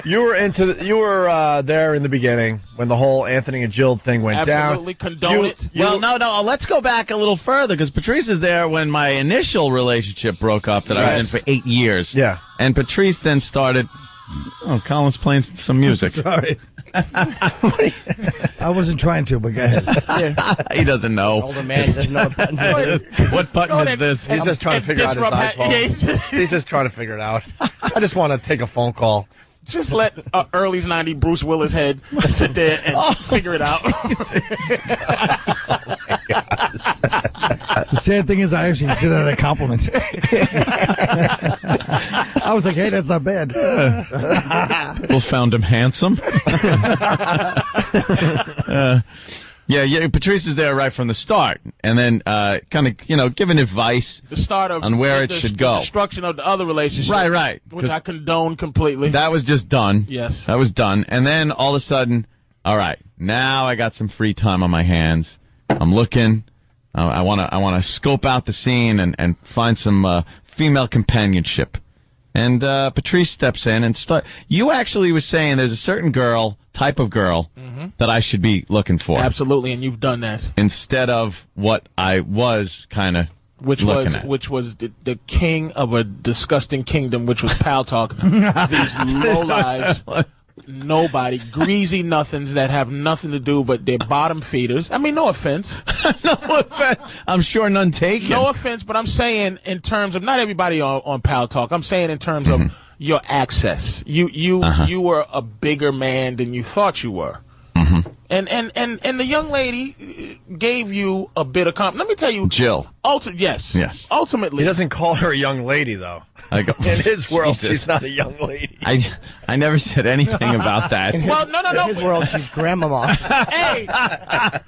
[SPEAKER 4] you were into the, you were uh, there in the beginning when the whole Anthony and Jill thing went
[SPEAKER 3] Absolutely
[SPEAKER 4] down.
[SPEAKER 3] condone
[SPEAKER 4] You-
[SPEAKER 3] it.
[SPEAKER 4] you-
[SPEAKER 2] well, no, no. Let's go back a little further because Patrice is there when my initial relationship broke up that I
[SPEAKER 4] Right.
[SPEAKER 2] was in for eight years.
[SPEAKER 4] Yeah.
[SPEAKER 2] And Patrice then started. Oh, Colin's playing s-
[SPEAKER 4] <laughs>
[SPEAKER 2] some music.
[SPEAKER 1] Sorry. I wasn't trying to, but go ahead.
[SPEAKER 2] he doesn't know.
[SPEAKER 8] Older man, he doesn't
[SPEAKER 4] <laughs>
[SPEAKER 8] know what buttons are.
[SPEAKER 2] <laughs> What button is this?
[SPEAKER 4] He's just trying to
[SPEAKER 3] and
[SPEAKER 4] figure out his
[SPEAKER 3] disrupt ha- yeah, he's
[SPEAKER 4] iPhone.
[SPEAKER 3] just-
[SPEAKER 4] He's just trying to figure it out. I just want to take a phone call.
[SPEAKER 3] Just let uh, early's ninety Bruce Willis head sit there and figure it
[SPEAKER 4] <laughs>
[SPEAKER 3] out.
[SPEAKER 1] The sad thing is, I actually consider that a
[SPEAKER 2] <laughs>
[SPEAKER 1] compliment. <laughs> I was like, hey, that's not bad.
[SPEAKER 2] People found
[SPEAKER 3] <laughs>
[SPEAKER 2] him handsome. Uh, yeah, yeah. Patrice is there right from the start, and then uh, kind of you know giving advice.
[SPEAKER 3] the start of
[SPEAKER 2] On where it
[SPEAKER 3] the-
[SPEAKER 2] should
[SPEAKER 3] the
[SPEAKER 2] go.
[SPEAKER 3] destruction of the other relationship.
[SPEAKER 2] Right, right.
[SPEAKER 3] Which I condone completely.
[SPEAKER 2] That was just done.
[SPEAKER 3] Yes.
[SPEAKER 2] That was done. And then all of a sudden, all right, now I got some free time on my hands. I'm looking. Uh, I want to I want to scope out the scene and, and find some uh, female companionship. And uh, Patrice steps in and start. You actually was saying there's a certain girl, type of girl,
[SPEAKER 3] Mm-hmm.
[SPEAKER 2] that I should be looking for
[SPEAKER 3] Absolutely, and you've done that.
[SPEAKER 2] instead of what I was kind of
[SPEAKER 3] Which
[SPEAKER 2] looking
[SPEAKER 3] was
[SPEAKER 2] at.
[SPEAKER 3] which was the, the king of a disgusting kingdom, which was pal
[SPEAKER 2] <laughs>
[SPEAKER 3] talk. These low lives, nobody, greasy nothings that have nothing to do but they're bottom feeders. I mean, no
[SPEAKER 2] <laughs>
[SPEAKER 3] offense,
[SPEAKER 2] I'm sure none taken.
[SPEAKER 3] no offense, but I'm saying in terms of not everybody on, on pal talk. I'm saying in terms
[SPEAKER 2] Mm-hmm.
[SPEAKER 3] of your access. You you
[SPEAKER 2] Uh-huh.
[SPEAKER 3] you were a bigger man than you thought you were.
[SPEAKER 9] Mm-hmm.
[SPEAKER 3] And, and and and the young lady uh, gave you a bit of comp. Let me tell you,
[SPEAKER 2] Jill.
[SPEAKER 3] Ulti- yes.
[SPEAKER 2] Yes.
[SPEAKER 3] Ultimately,
[SPEAKER 4] He doesn't call her a young lady though.
[SPEAKER 2] I go,
[SPEAKER 3] <laughs>
[SPEAKER 4] In his world,
[SPEAKER 2] <laughs> Jesus.
[SPEAKER 4] she's not a young lady.
[SPEAKER 2] I, I never said anything
[SPEAKER 4] <laughs>
[SPEAKER 2] about
[SPEAKER 3] <laughs>
[SPEAKER 2] that.
[SPEAKER 3] Well, no, no, no.
[SPEAKER 8] In his world, she's grandmama.
[SPEAKER 3] hey,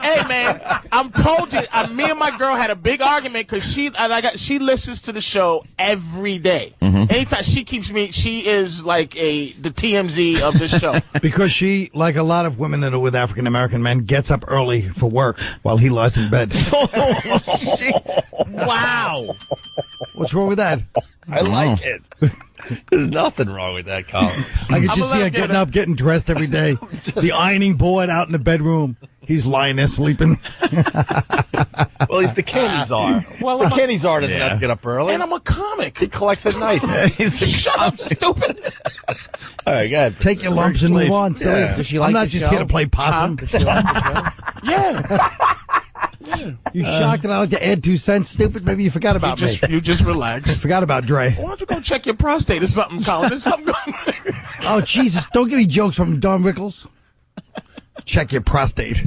[SPEAKER 3] hey, man! I'm told you. I, me and my girl had a big argument because she, I, I got, she listens to the show every day.
[SPEAKER 4] Mm-hmm.
[SPEAKER 3] Anytime she keeps me, she is like a the TMZ of this
[SPEAKER 1] <laughs>
[SPEAKER 3] show.
[SPEAKER 1] Because she, like a lot of women that are with African American men, gets up early for work while he lies in bed.
[SPEAKER 3] wow!
[SPEAKER 1] What's wrong with that?
[SPEAKER 4] I like it. There's nothing wrong with that, Colin.
[SPEAKER 1] <laughs> I could
[SPEAKER 3] I'm
[SPEAKER 1] just
[SPEAKER 3] allowed
[SPEAKER 1] see her
[SPEAKER 3] to
[SPEAKER 1] getting
[SPEAKER 3] get a-
[SPEAKER 1] up, getting dressed every day. The ironing board out in the bedroom. He's lying there sleeping.
[SPEAKER 4] well, he's the candy czar.
[SPEAKER 3] Uh, Well,
[SPEAKER 4] the
[SPEAKER 3] I'm a-
[SPEAKER 4] candy czar doesn't
[SPEAKER 2] Yeah.
[SPEAKER 4] have to get up early.
[SPEAKER 3] And I'm a comic.
[SPEAKER 4] he collects
[SPEAKER 1] <laughs>
[SPEAKER 4] at night. he's a
[SPEAKER 3] Shut up, <laughs> stupid!
[SPEAKER 4] All right, go ahead.
[SPEAKER 1] Take your lumps and move on. Silly.
[SPEAKER 4] Yeah.
[SPEAKER 8] Does she like
[SPEAKER 1] I'm not
[SPEAKER 8] the
[SPEAKER 1] just
[SPEAKER 8] show?
[SPEAKER 1] here to play possum.
[SPEAKER 3] Yeah,
[SPEAKER 1] <laughs> You shocked that I like to add two cents? Stupid. Maybe you forgot
[SPEAKER 3] you
[SPEAKER 1] about me.
[SPEAKER 3] just, you just relax.
[SPEAKER 1] Forgot about Dre.
[SPEAKER 3] Why don't you go check your prostate or something, Colin? There's something going.
[SPEAKER 1] Oh Jesus! Don't give me jokes from Don Rickles. Check your prostate.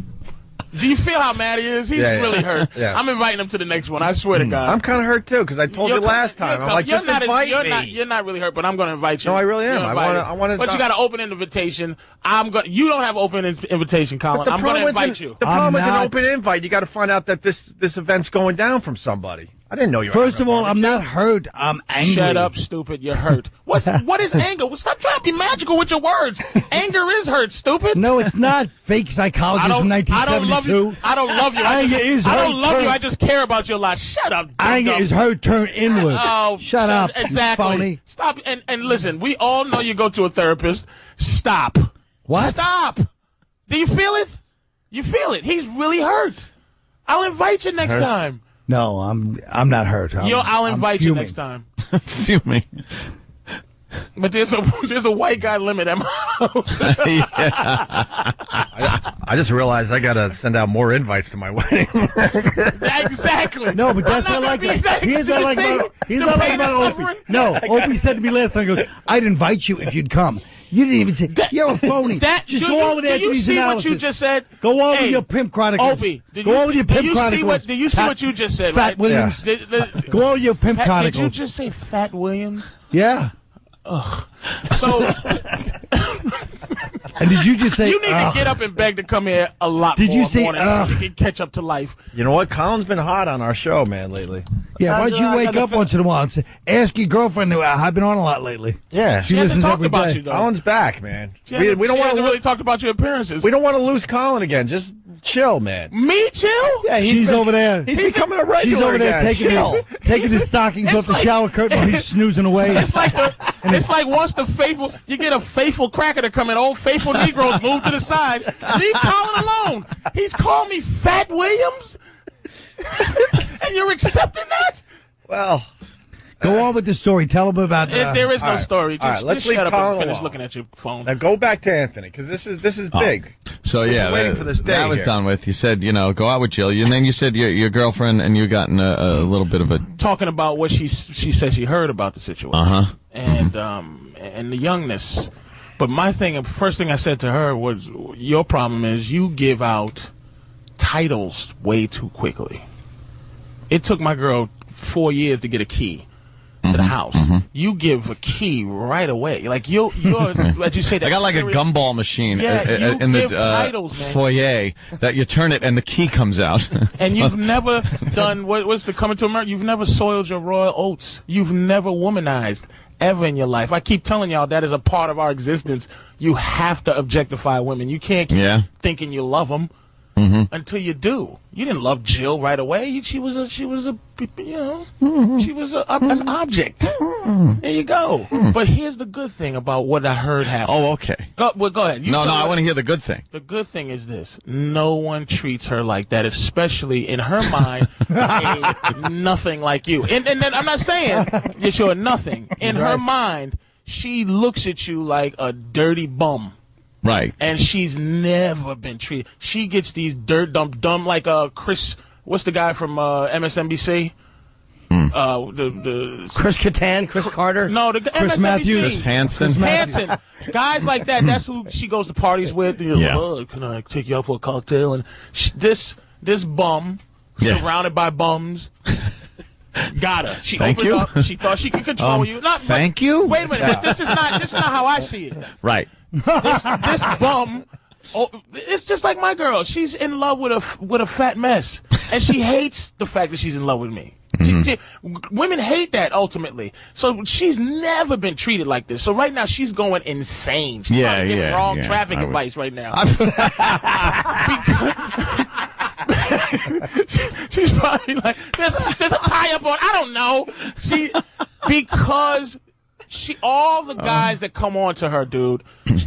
[SPEAKER 3] Do you feel how mad he is? He's
[SPEAKER 4] Yeah, yeah.
[SPEAKER 3] really hurt.
[SPEAKER 4] <laughs> Yeah. Mm.
[SPEAKER 3] I'm inviting him to the next one. I swear to God.
[SPEAKER 4] I'm kind of hurt too because I told you
[SPEAKER 3] You're
[SPEAKER 4] last
[SPEAKER 3] com-
[SPEAKER 4] time.
[SPEAKER 3] you're
[SPEAKER 4] I'm like,
[SPEAKER 3] com- you're
[SPEAKER 4] just
[SPEAKER 3] not-
[SPEAKER 4] invite
[SPEAKER 3] you're
[SPEAKER 4] me.
[SPEAKER 3] Not, you're not really hurt, but I'm going to invite you.
[SPEAKER 4] No, I really am.
[SPEAKER 3] You're
[SPEAKER 4] I
[SPEAKER 3] invited.
[SPEAKER 4] wanna- I wanna
[SPEAKER 3] But
[SPEAKER 4] talk-
[SPEAKER 3] you got an open invitation. I'm going. You don't have open in- invitation, Colin.
[SPEAKER 4] the
[SPEAKER 3] I'm going
[SPEAKER 4] problem
[SPEAKER 3] to
[SPEAKER 4] with
[SPEAKER 3] invite
[SPEAKER 4] an,
[SPEAKER 3] you.
[SPEAKER 4] The problem
[SPEAKER 1] I'm
[SPEAKER 4] with
[SPEAKER 1] not-
[SPEAKER 4] an open invite, you got to find out that this this event's going down from somebody. I didn't know you. were
[SPEAKER 1] First
[SPEAKER 4] having
[SPEAKER 1] of
[SPEAKER 4] a
[SPEAKER 1] all,
[SPEAKER 4] party.
[SPEAKER 1] I'm not hurt. I'm angry.
[SPEAKER 3] Shut
[SPEAKER 1] <laughs>
[SPEAKER 3] up, stupid. You're
[SPEAKER 4] <laughs>
[SPEAKER 3] hurt. What's what is anger? Well, Stop trying to be magical with your <laughs> words. Anger is hurt, stupid.
[SPEAKER 1] No, it's not fake psychology
[SPEAKER 3] I
[SPEAKER 1] from
[SPEAKER 3] don't. I
[SPEAKER 1] 1972.
[SPEAKER 3] don't love you. I don't love you. I,
[SPEAKER 1] Anger
[SPEAKER 3] just,
[SPEAKER 1] is
[SPEAKER 3] I
[SPEAKER 1] hurt,
[SPEAKER 3] don't love
[SPEAKER 1] too.
[SPEAKER 3] you. I just care about you a lot. Shut up.
[SPEAKER 1] Anger
[SPEAKER 3] dum-dum.
[SPEAKER 1] is hurt turned inward.
[SPEAKER 3] <laughs> Oh,
[SPEAKER 1] shut up, you
[SPEAKER 3] Exactly.
[SPEAKER 1] phony.
[SPEAKER 3] Stop and and listen. We all know you go to a therapist. Stop.
[SPEAKER 1] What?
[SPEAKER 3] Stop. Do you feel it? You feel it. He's really hurt. I'll invite you next time.
[SPEAKER 1] No, I'm I'm not hurt. I'm,
[SPEAKER 3] Yo, I'll
[SPEAKER 1] I'm
[SPEAKER 3] invite you
[SPEAKER 1] fuming.
[SPEAKER 3] next
[SPEAKER 1] <laughs>
[SPEAKER 3] time.
[SPEAKER 2] Fuming.
[SPEAKER 3] But there's a <laughs> there's a white guy limit at my <laughs>
[SPEAKER 1] <laughs>
[SPEAKER 3] house.
[SPEAKER 4] I just realized I got to send out more invites to my wedding.
[SPEAKER 3] exactly.
[SPEAKER 1] No, but that's
[SPEAKER 3] I'm not
[SPEAKER 1] not like
[SPEAKER 3] gonna be there.
[SPEAKER 1] here's
[SPEAKER 3] You
[SPEAKER 1] not like
[SPEAKER 3] see?
[SPEAKER 1] about, here's
[SPEAKER 3] The
[SPEAKER 1] not
[SPEAKER 3] pain
[SPEAKER 1] like
[SPEAKER 3] and
[SPEAKER 1] about
[SPEAKER 3] suffering.
[SPEAKER 1] Opie. No, Opie said to me last time, he goes, "I'd invite you if you'd come." You didn't even say you're a phony.
[SPEAKER 3] <laughs> That
[SPEAKER 1] just
[SPEAKER 3] do
[SPEAKER 1] go
[SPEAKER 3] you,
[SPEAKER 1] on with
[SPEAKER 3] do you
[SPEAKER 1] Anthony's
[SPEAKER 3] see
[SPEAKER 1] analysis.
[SPEAKER 3] what you just said?
[SPEAKER 1] Go on
[SPEAKER 3] Hey,
[SPEAKER 1] with your pimp chronicles.
[SPEAKER 3] Opie, did
[SPEAKER 1] go
[SPEAKER 3] you,
[SPEAKER 1] on with your
[SPEAKER 3] did
[SPEAKER 1] pimp
[SPEAKER 3] you
[SPEAKER 1] chronicles.
[SPEAKER 3] See what, do you see
[SPEAKER 1] Fat-
[SPEAKER 3] what you just said?
[SPEAKER 1] Fat
[SPEAKER 3] right?
[SPEAKER 1] Williams.
[SPEAKER 3] Did- did-
[SPEAKER 1] Go on with your pimp
[SPEAKER 3] Pat, did you
[SPEAKER 1] chronicles.
[SPEAKER 3] just say Fat Williams?
[SPEAKER 1] yeah.
[SPEAKER 4] <laughs>
[SPEAKER 3] So
[SPEAKER 1] And did you just say?
[SPEAKER 3] you need
[SPEAKER 4] uh,
[SPEAKER 3] to
[SPEAKER 1] "Ugh."
[SPEAKER 3] get up and beg to come here a lot
[SPEAKER 1] <laughs> Did
[SPEAKER 3] more
[SPEAKER 1] you say,
[SPEAKER 3] mornings so
[SPEAKER 1] "Ugh"?
[SPEAKER 3] you can catch up to life.
[SPEAKER 4] you know what? Colin's been hot on our show, man, lately.
[SPEAKER 1] Yeah, why don't you wake up once in a while and say, ask your girlfriend? who- I've been on a lot lately.
[SPEAKER 4] Yeah.
[SPEAKER 1] she
[SPEAKER 3] She hasn't
[SPEAKER 1] listens
[SPEAKER 3] talked
[SPEAKER 1] every
[SPEAKER 3] about
[SPEAKER 1] day.
[SPEAKER 3] you though.
[SPEAKER 4] Colin's back, man.
[SPEAKER 3] She
[SPEAKER 4] We,
[SPEAKER 3] hasn't-
[SPEAKER 4] we don't
[SPEAKER 3] she
[SPEAKER 4] want to
[SPEAKER 3] hasn't
[SPEAKER 4] lo-
[SPEAKER 3] really talk about your appearances. Mm.
[SPEAKER 4] we don't want to lose Colin again. Just chill, man.
[SPEAKER 3] Me too.
[SPEAKER 4] Yeah, he's,
[SPEAKER 1] She's
[SPEAKER 4] been-
[SPEAKER 1] over there.
[SPEAKER 4] He's, becoming a regular
[SPEAKER 1] She's over there
[SPEAKER 4] again.
[SPEAKER 1] taking
[SPEAKER 4] chill.
[SPEAKER 1] his, taking his stockings
[SPEAKER 3] It's
[SPEAKER 1] off the
[SPEAKER 3] like-
[SPEAKER 1] shower curtain while he's snoozing
[SPEAKER 3] <laughs>
[SPEAKER 1] away.
[SPEAKER 3] It's like the, it's like once the faithful you get a faithful cracker to come in, old faithful
[SPEAKER 1] <laughs>
[SPEAKER 3] Negroes move to the side. Leave Colin alone. He's called me Fat Williams, <laughs> and you're accepting that?
[SPEAKER 4] Well,
[SPEAKER 1] Go on with the story. Tell him about
[SPEAKER 3] It-
[SPEAKER 1] uh,
[SPEAKER 3] there is no
[SPEAKER 4] all right.
[SPEAKER 3] story. Just,
[SPEAKER 4] All right, let's
[SPEAKER 3] just
[SPEAKER 4] leave
[SPEAKER 3] shut up
[SPEAKER 4] Colin
[SPEAKER 3] and finish
[SPEAKER 4] alone.
[SPEAKER 3] looking at your phone.
[SPEAKER 4] now go back to Anthony because this is this is big.
[SPEAKER 2] Oh. So yeah,
[SPEAKER 4] waiting
[SPEAKER 2] that,
[SPEAKER 4] for this day
[SPEAKER 2] that was
[SPEAKER 4] here.
[SPEAKER 2] done with. You said you know go out with Jill, and then you said your your girlfriend and you got in a, a little bit of a
[SPEAKER 3] talking about what she she said she heard about the situation
[SPEAKER 2] uh huh.
[SPEAKER 3] and um and the youngness. But my thing, first thing I said to her was, your problem is you give out titles way too quickly. It took my girl four years to get a key
[SPEAKER 2] Mm-hmm.
[SPEAKER 3] to the house. You give a key right away, like you
[SPEAKER 2] <laughs>
[SPEAKER 3] you're as you say that.
[SPEAKER 2] Mm-hmm. I got like a
[SPEAKER 3] serious-
[SPEAKER 2] gumball machine
[SPEAKER 3] Yeah,
[SPEAKER 2] uh, uh,
[SPEAKER 3] you
[SPEAKER 2] in
[SPEAKER 3] give
[SPEAKER 2] the uh,
[SPEAKER 3] titles, man.
[SPEAKER 2] foyer that you turn it and the key comes out.
[SPEAKER 3] <laughs> And
[SPEAKER 2] <laughs>
[SPEAKER 3] you've never done what, what's the coming to America? You've never soiled your royal oats. You've never womanized ever in your life. I keep telling y'all that is a part of our existence. You have to objectify women. You can't keep
[SPEAKER 2] Yeah.
[SPEAKER 3] thinking you love them
[SPEAKER 2] Mm-hmm.
[SPEAKER 3] until you do. You didn't love Jill right away. You- She was a she was a you know
[SPEAKER 2] Mm-hmm.
[SPEAKER 3] she was a, a- an object. There you go. But here's the good thing about what I heard happen.
[SPEAKER 2] Mm. oh, okay.
[SPEAKER 3] go, well, go ahead. You
[SPEAKER 2] No,
[SPEAKER 3] tell
[SPEAKER 2] no,
[SPEAKER 3] me
[SPEAKER 2] I
[SPEAKER 3] what-
[SPEAKER 2] want to hear the good thing.
[SPEAKER 3] the good thing is this: no one treats her like that, especially in her mind, a nothing like you. And, and then I'm not saying that you're a nothing. In her mind, she looks at you like a dirty bum,
[SPEAKER 2] Right.
[SPEAKER 3] and she's never been treated. She gets these dirt dump dumb like uh Chris. What's the guy from uh, MSNBC?
[SPEAKER 10] Hmm.
[SPEAKER 3] Uh, the the
[SPEAKER 8] Chris Catan, Chris Carter.
[SPEAKER 3] no the MSNBC.
[SPEAKER 1] Matthews.
[SPEAKER 2] Chris Hansen.
[SPEAKER 3] Hanson. Guys like that, that's who she goes to parties with. You know,
[SPEAKER 2] Yeah.
[SPEAKER 3] "Oh, can I take you out for a cocktail? And sh- this this bum,
[SPEAKER 2] Yeah.
[SPEAKER 3] surrounded by bums, Got her. She
[SPEAKER 2] Thank
[SPEAKER 3] opened
[SPEAKER 2] you.
[SPEAKER 3] up. She thought she could control
[SPEAKER 2] Um,
[SPEAKER 3] you. Not, but-
[SPEAKER 2] thank you?
[SPEAKER 3] Wait a minute. But this is not. This is not how I see it.
[SPEAKER 2] Right.
[SPEAKER 3] This, this bum. Oh, it's just like my girl. She's in love with a f- with a fat mess, and
[SPEAKER 2] <laughs>
[SPEAKER 3] she hates the fact that she's in love with me. She-
[SPEAKER 2] Mm-hmm.
[SPEAKER 3] she- w- women hate that ultimately. So she's never been treated like this. So right now she's going insane. She's
[SPEAKER 2] Yeah,
[SPEAKER 3] trying to give
[SPEAKER 2] yeah,
[SPEAKER 3] wrong
[SPEAKER 2] yeah,
[SPEAKER 3] traffic
[SPEAKER 2] I would-
[SPEAKER 3] advice right now. She's probably like, there's, there's a tie up on, I don't know. She, because she, all
[SPEAKER 2] Uh-huh.
[SPEAKER 3] the guys that come on to her, dude,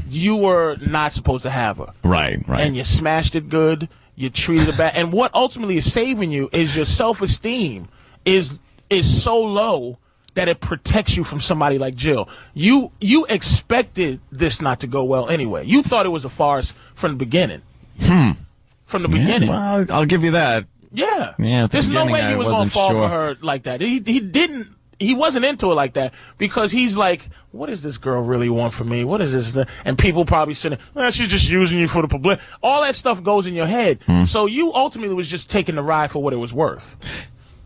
[SPEAKER 3] you were not supposed to have her.
[SPEAKER 2] Right, right.
[SPEAKER 3] And you smashed it good, you treated it bad. And what ultimately is saving you is your self esteem is, is so low that it protects you from somebody like Jill. You, you expected this not to go well anyway. You thought it was a farce from the beginning. From the
[SPEAKER 2] Yeah,
[SPEAKER 3] beginning.
[SPEAKER 2] Hmm. well, I'll give you that.
[SPEAKER 3] Yeah.
[SPEAKER 2] Yeah, at the
[SPEAKER 3] There's no
[SPEAKER 2] beginning,
[SPEAKER 3] way
[SPEAKER 2] I
[SPEAKER 3] he was gonna
[SPEAKER 2] wasn't
[SPEAKER 3] fall
[SPEAKER 2] sure.
[SPEAKER 3] for her like that. He he didn't. He wasn't into it like that because he's like, what does this girl really want from me? What is this? And people probably sitting, well, she's just using you for the public. All that stuff goes in your head.
[SPEAKER 2] Hmm.
[SPEAKER 3] So you ultimately was just taking the ride for what it was worth.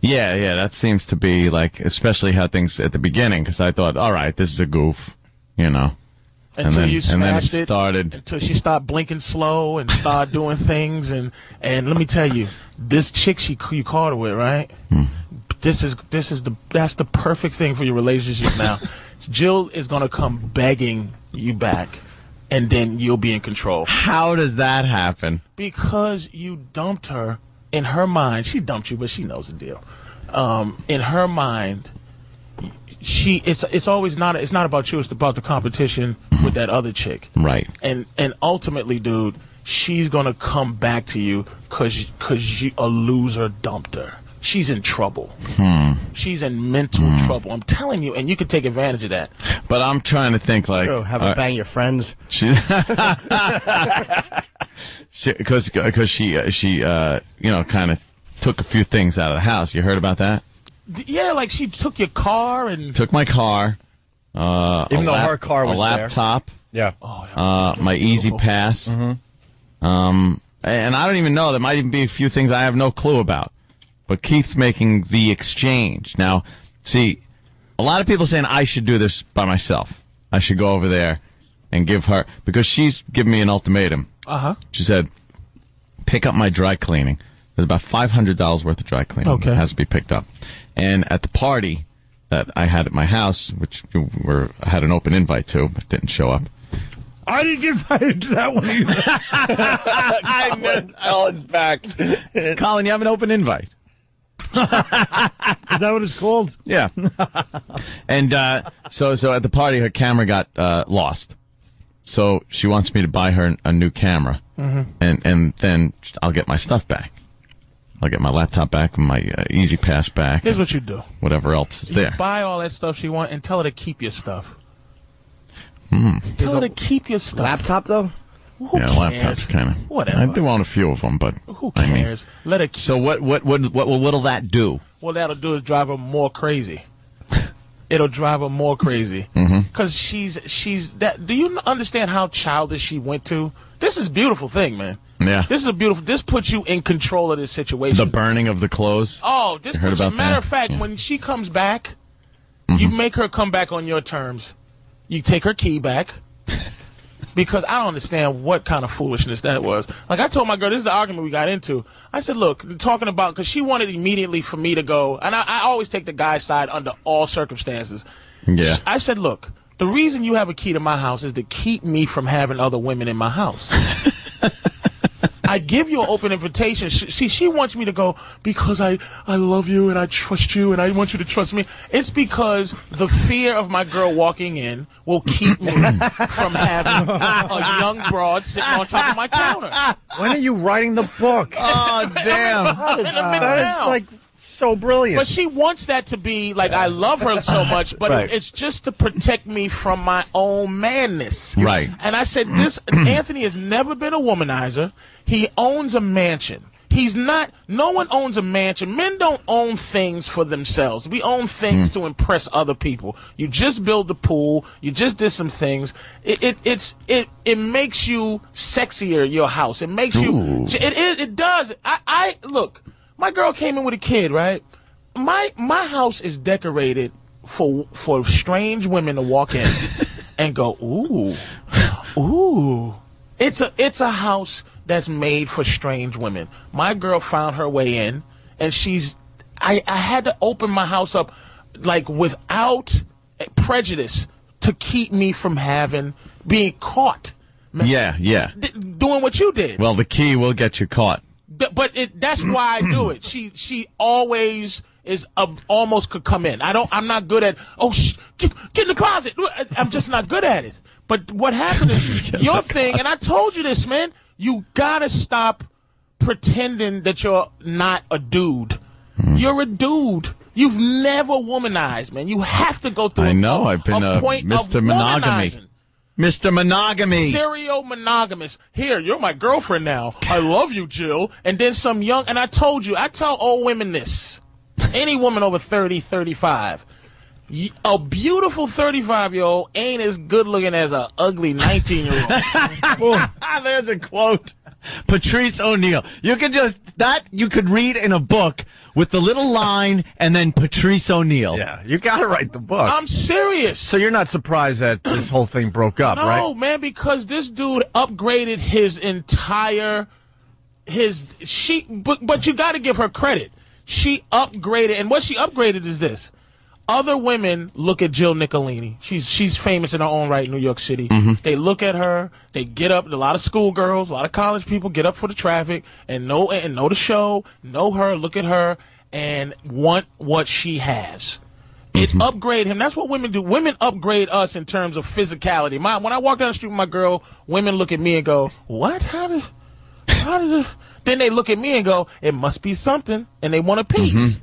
[SPEAKER 2] Yeah, yeah, that seems to be like, especially how things at the beginning, because I thought, all right, this is a goof, you know.
[SPEAKER 3] Until
[SPEAKER 2] then-
[SPEAKER 3] you
[SPEAKER 2] and then it
[SPEAKER 3] smashed it.
[SPEAKER 2] started.
[SPEAKER 3] Until she stopped blinking slow and
[SPEAKER 2] <laughs>
[SPEAKER 3] started doing things. And, and let me tell you, this chick she you caught her with, right?
[SPEAKER 2] Hmm.
[SPEAKER 3] This is this is the that's the perfect thing for your relationship
[SPEAKER 2] <laughs>
[SPEAKER 3] now. Jill is gonna come begging you back, and then you'll be in control
[SPEAKER 2] How does that happen?
[SPEAKER 3] because you dumped her. In her mind, she dumped you, but she knows the deal. Um, in her mind, she it's it's always not it's not about you. It's about the competition
[SPEAKER 2] Mm-hmm.
[SPEAKER 3] with that other chick
[SPEAKER 2] Right.
[SPEAKER 3] and and ultimately, dude, she's gonna come back to you because cause you a loser dumped her. She's in trouble.
[SPEAKER 2] Hmm.
[SPEAKER 3] She's in mental trouble. I'm telling you, and you can take advantage of that.
[SPEAKER 2] But I'm trying to think like,
[SPEAKER 8] True. Have
[SPEAKER 2] all
[SPEAKER 8] her
[SPEAKER 2] right,
[SPEAKER 8] bang your friends.
[SPEAKER 2] She, <laughs> because because she uh, she uh, you know kind of took a few things out of the house. You heard about that?
[SPEAKER 3] D- Yeah, like she took your car and
[SPEAKER 2] Took my car, uh,
[SPEAKER 4] Even
[SPEAKER 2] a
[SPEAKER 4] though her car was
[SPEAKER 2] a
[SPEAKER 4] there.
[SPEAKER 2] laptop,
[SPEAKER 4] Yeah. Mm-hmm.
[SPEAKER 2] uh, my Easy Pass, um, and I don't even know. There might even be a few things I have no clue about. But Keith's making the exchange now. See, a lot of people saying I should do this by myself. I should go over there and give her because she's giving me an ultimatum.
[SPEAKER 3] uh huh.
[SPEAKER 2] She said, "Pick up my dry cleaning. There's about five hundred dollars worth of dry cleaning
[SPEAKER 3] Okay.
[SPEAKER 2] that has to be picked up." And at the party that I had at my house, which you were I had an open invite to, but didn't show up.
[SPEAKER 1] I didn't get fired to that
[SPEAKER 4] <laughs>
[SPEAKER 1] one either.
[SPEAKER 2] I meant Colin's back. Colin, you have an
[SPEAKER 4] <laughs>
[SPEAKER 2] open invite.
[SPEAKER 1] Is that what it's called?
[SPEAKER 2] <laughs> Yeah. and uh, so, so at the party, her camera got uh, lost. So she wants me to buy her a new camera, and and then I'll get my stuff back. I'll get my laptop back, my uh, Easy Pass back,
[SPEAKER 3] Here's
[SPEAKER 2] and
[SPEAKER 3] what you do:
[SPEAKER 2] whatever else is there.
[SPEAKER 3] you buy all that stuff she wants and tell her to keep your stuff.
[SPEAKER 2] Hmm.
[SPEAKER 3] Tell her to keep your stuff.
[SPEAKER 8] Laptop though.
[SPEAKER 3] Who
[SPEAKER 2] yeah,
[SPEAKER 3] cares?
[SPEAKER 2] laptops kind of.
[SPEAKER 3] Whatever.
[SPEAKER 2] I do own a few of them, but
[SPEAKER 3] Who
[SPEAKER 2] I mean.
[SPEAKER 3] cares? Let her. Keep.
[SPEAKER 2] So what what what what will what'll that do?
[SPEAKER 3] What that'll do is drive her more crazy. <laughs> It'll drive her more crazy
[SPEAKER 2] Mm-hmm.
[SPEAKER 3] because she's she's that. Do you n- understand how childish she went to? This is a beautiful thing, man.
[SPEAKER 2] Yeah.
[SPEAKER 3] This is a beautiful. This puts you in control of this
[SPEAKER 2] The
[SPEAKER 3] situation.
[SPEAKER 2] burning of the clothes.
[SPEAKER 3] oh, this.
[SPEAKER 2] heard
[SPEAKER 3] Puts you,
[SPEAKER 2] about
[SPEAKER 3] matter
[SPEAKER 2] that?
[SPEAKER 3] of fact,
[SPEAKER 2] Yeah. Mm-hmm.
[SPEAKER 3] when she comes back, you make her come back on your terms. You take her key
[SPEAKER 2] <laughs>
[SPEAKER 3] back. Because I don't understand what kind of foolishness that was. Like I told my girl, this is the argument we got into. I said, look, talking about because she wanted immediately for me to go, and I, I always take the guy's side under all circumstances.
[SPEAKER 2] Yeah.
[SPEAKER 3] I said, look, the reason you have a key to my house is to keep me from having other women in my
[SPEAKER 4] <laughs>
[SPEAKER 3] house. I give you an open invitation. She, see, she wants me to go because I, I love you and I trust you and I want you to trust me. It's because the fear of my girl walking in will keep
[SPEAKER 4] <laughs>
[SPEAKER 3] me from having a young broad sitting on top of my counter.
[SPEAKER 4] When are you writing the
[SPEAKER 3] <laughs>
[SPEAKER 4] book?
[SPEAKER 2] Oh damn!
[SPEAKER 3] In the
[SPEAKER 4] <laughs> that is uh,
[SPEAKER 3] midtown.
[SPEAKER 4] like so brilliant.
[SPEAKER 3] But she wants that to be like I love her so much, but
[SPEAKER 4] Right.
[SPEAKER 3] it's just to protect me from my own madness.
[SPEAKER 2] Right.
[SPEAKER 3] And I said,
[SPEAKER 2] <clears throat>
[SPEAKER 3] this Anthony has never been a womanizer. He owns a mansion. He's not. No one owns a mansion. Men don't own things for themselves. We own things
[SPEAKER 2] Hmm.
[SPEAKER 3] to impress other people. You just build the pool. You just did some things. It it it's, it it makes you sexier. Your house. It makes you.
[SPEAKER 2] Ooh.
[SPEAKER 3] It it, it does. I I look. My girl came in with a kid, right? my my house is decorated for for strange women to walk
[SPEAKER 2] <laughs>
[SPEAKER 3] in and go ooh ooh. It's a it's a house that's made for strange women. My girl found her way in, and she's I I had to open my house up like without prejudice to keep me from having being caught
[SPEAKER 2] Yeah, yeah.
[SPEAKER 3] d- doing what you did.
[SPEAKER 2] Well, the key will get you caught.
[SPEAKER 3] Th- but it, that's why I do it. She she always is of almost could come in. I don't. I'm not good at. Oh, sh- get, get in the closet. I- I'm just not good at it. But what happened
[SPEAKER 2] <laughs>
[SPEAKER 3] is your thing, and I told you this, man. You gotta stop pretending that you're not a dude.
[SPEAKER 2] Hmm.
[SPEAKER 3] You're a dude. You've never womanized, man. You have to go through.
[SPEAKER 2] I know. I've been a
[SPEAKER 3] point of
[SPEAKER 2] Mr. Monogamy.
[SPEAKER 3] womanizing.
[SPEAKER 2] Mr. Monogamy.
[SPEAKER 3] Serial monogamous. Here, you're my girlfriend now. I love you, Jill. And then some young, and I told you, I tell old women this. Any woman over 30, 35. Y- A beautiful 35 year old ain't as good looking as a ugly 19 year old.
[SPEAKER 2] <laughs> There's a quote. Patrice O'Neill. You could just that you could read in a book with the little <laughs> line and then Patrice O'Neill.
[SPEAKER 4] Yeah, you got to write the book.
[SPEAKER 3] I'm serious.
[SPEAKER 4] so you're not surprised that this whole thing broke up,
[SPEAKER 3] No,
[SPEAKER 4] right?
[SPEAKER 3] man, because this dude upgraded his entire his she but but you got to give her credit. She upgraded and what she upgraded is this. Other women look at Jill Nicolini. She's she's famous in her own right in New York City.
[SPEAKER 2] Mm-hmm.
[SPEAKER 3] They look at her, they get up, a lot of schoolgirls, a lot of college people get up for the traffic and know and know the show, know her, look at her and want what she has. It upgrade him. That's what women do. Women upgrade us in terms of physicality. My when I walk down the street with my girl, women look at me and go, "What? How did? How did?" it-" Then they look at me and go, "It must be something," and they want a piece.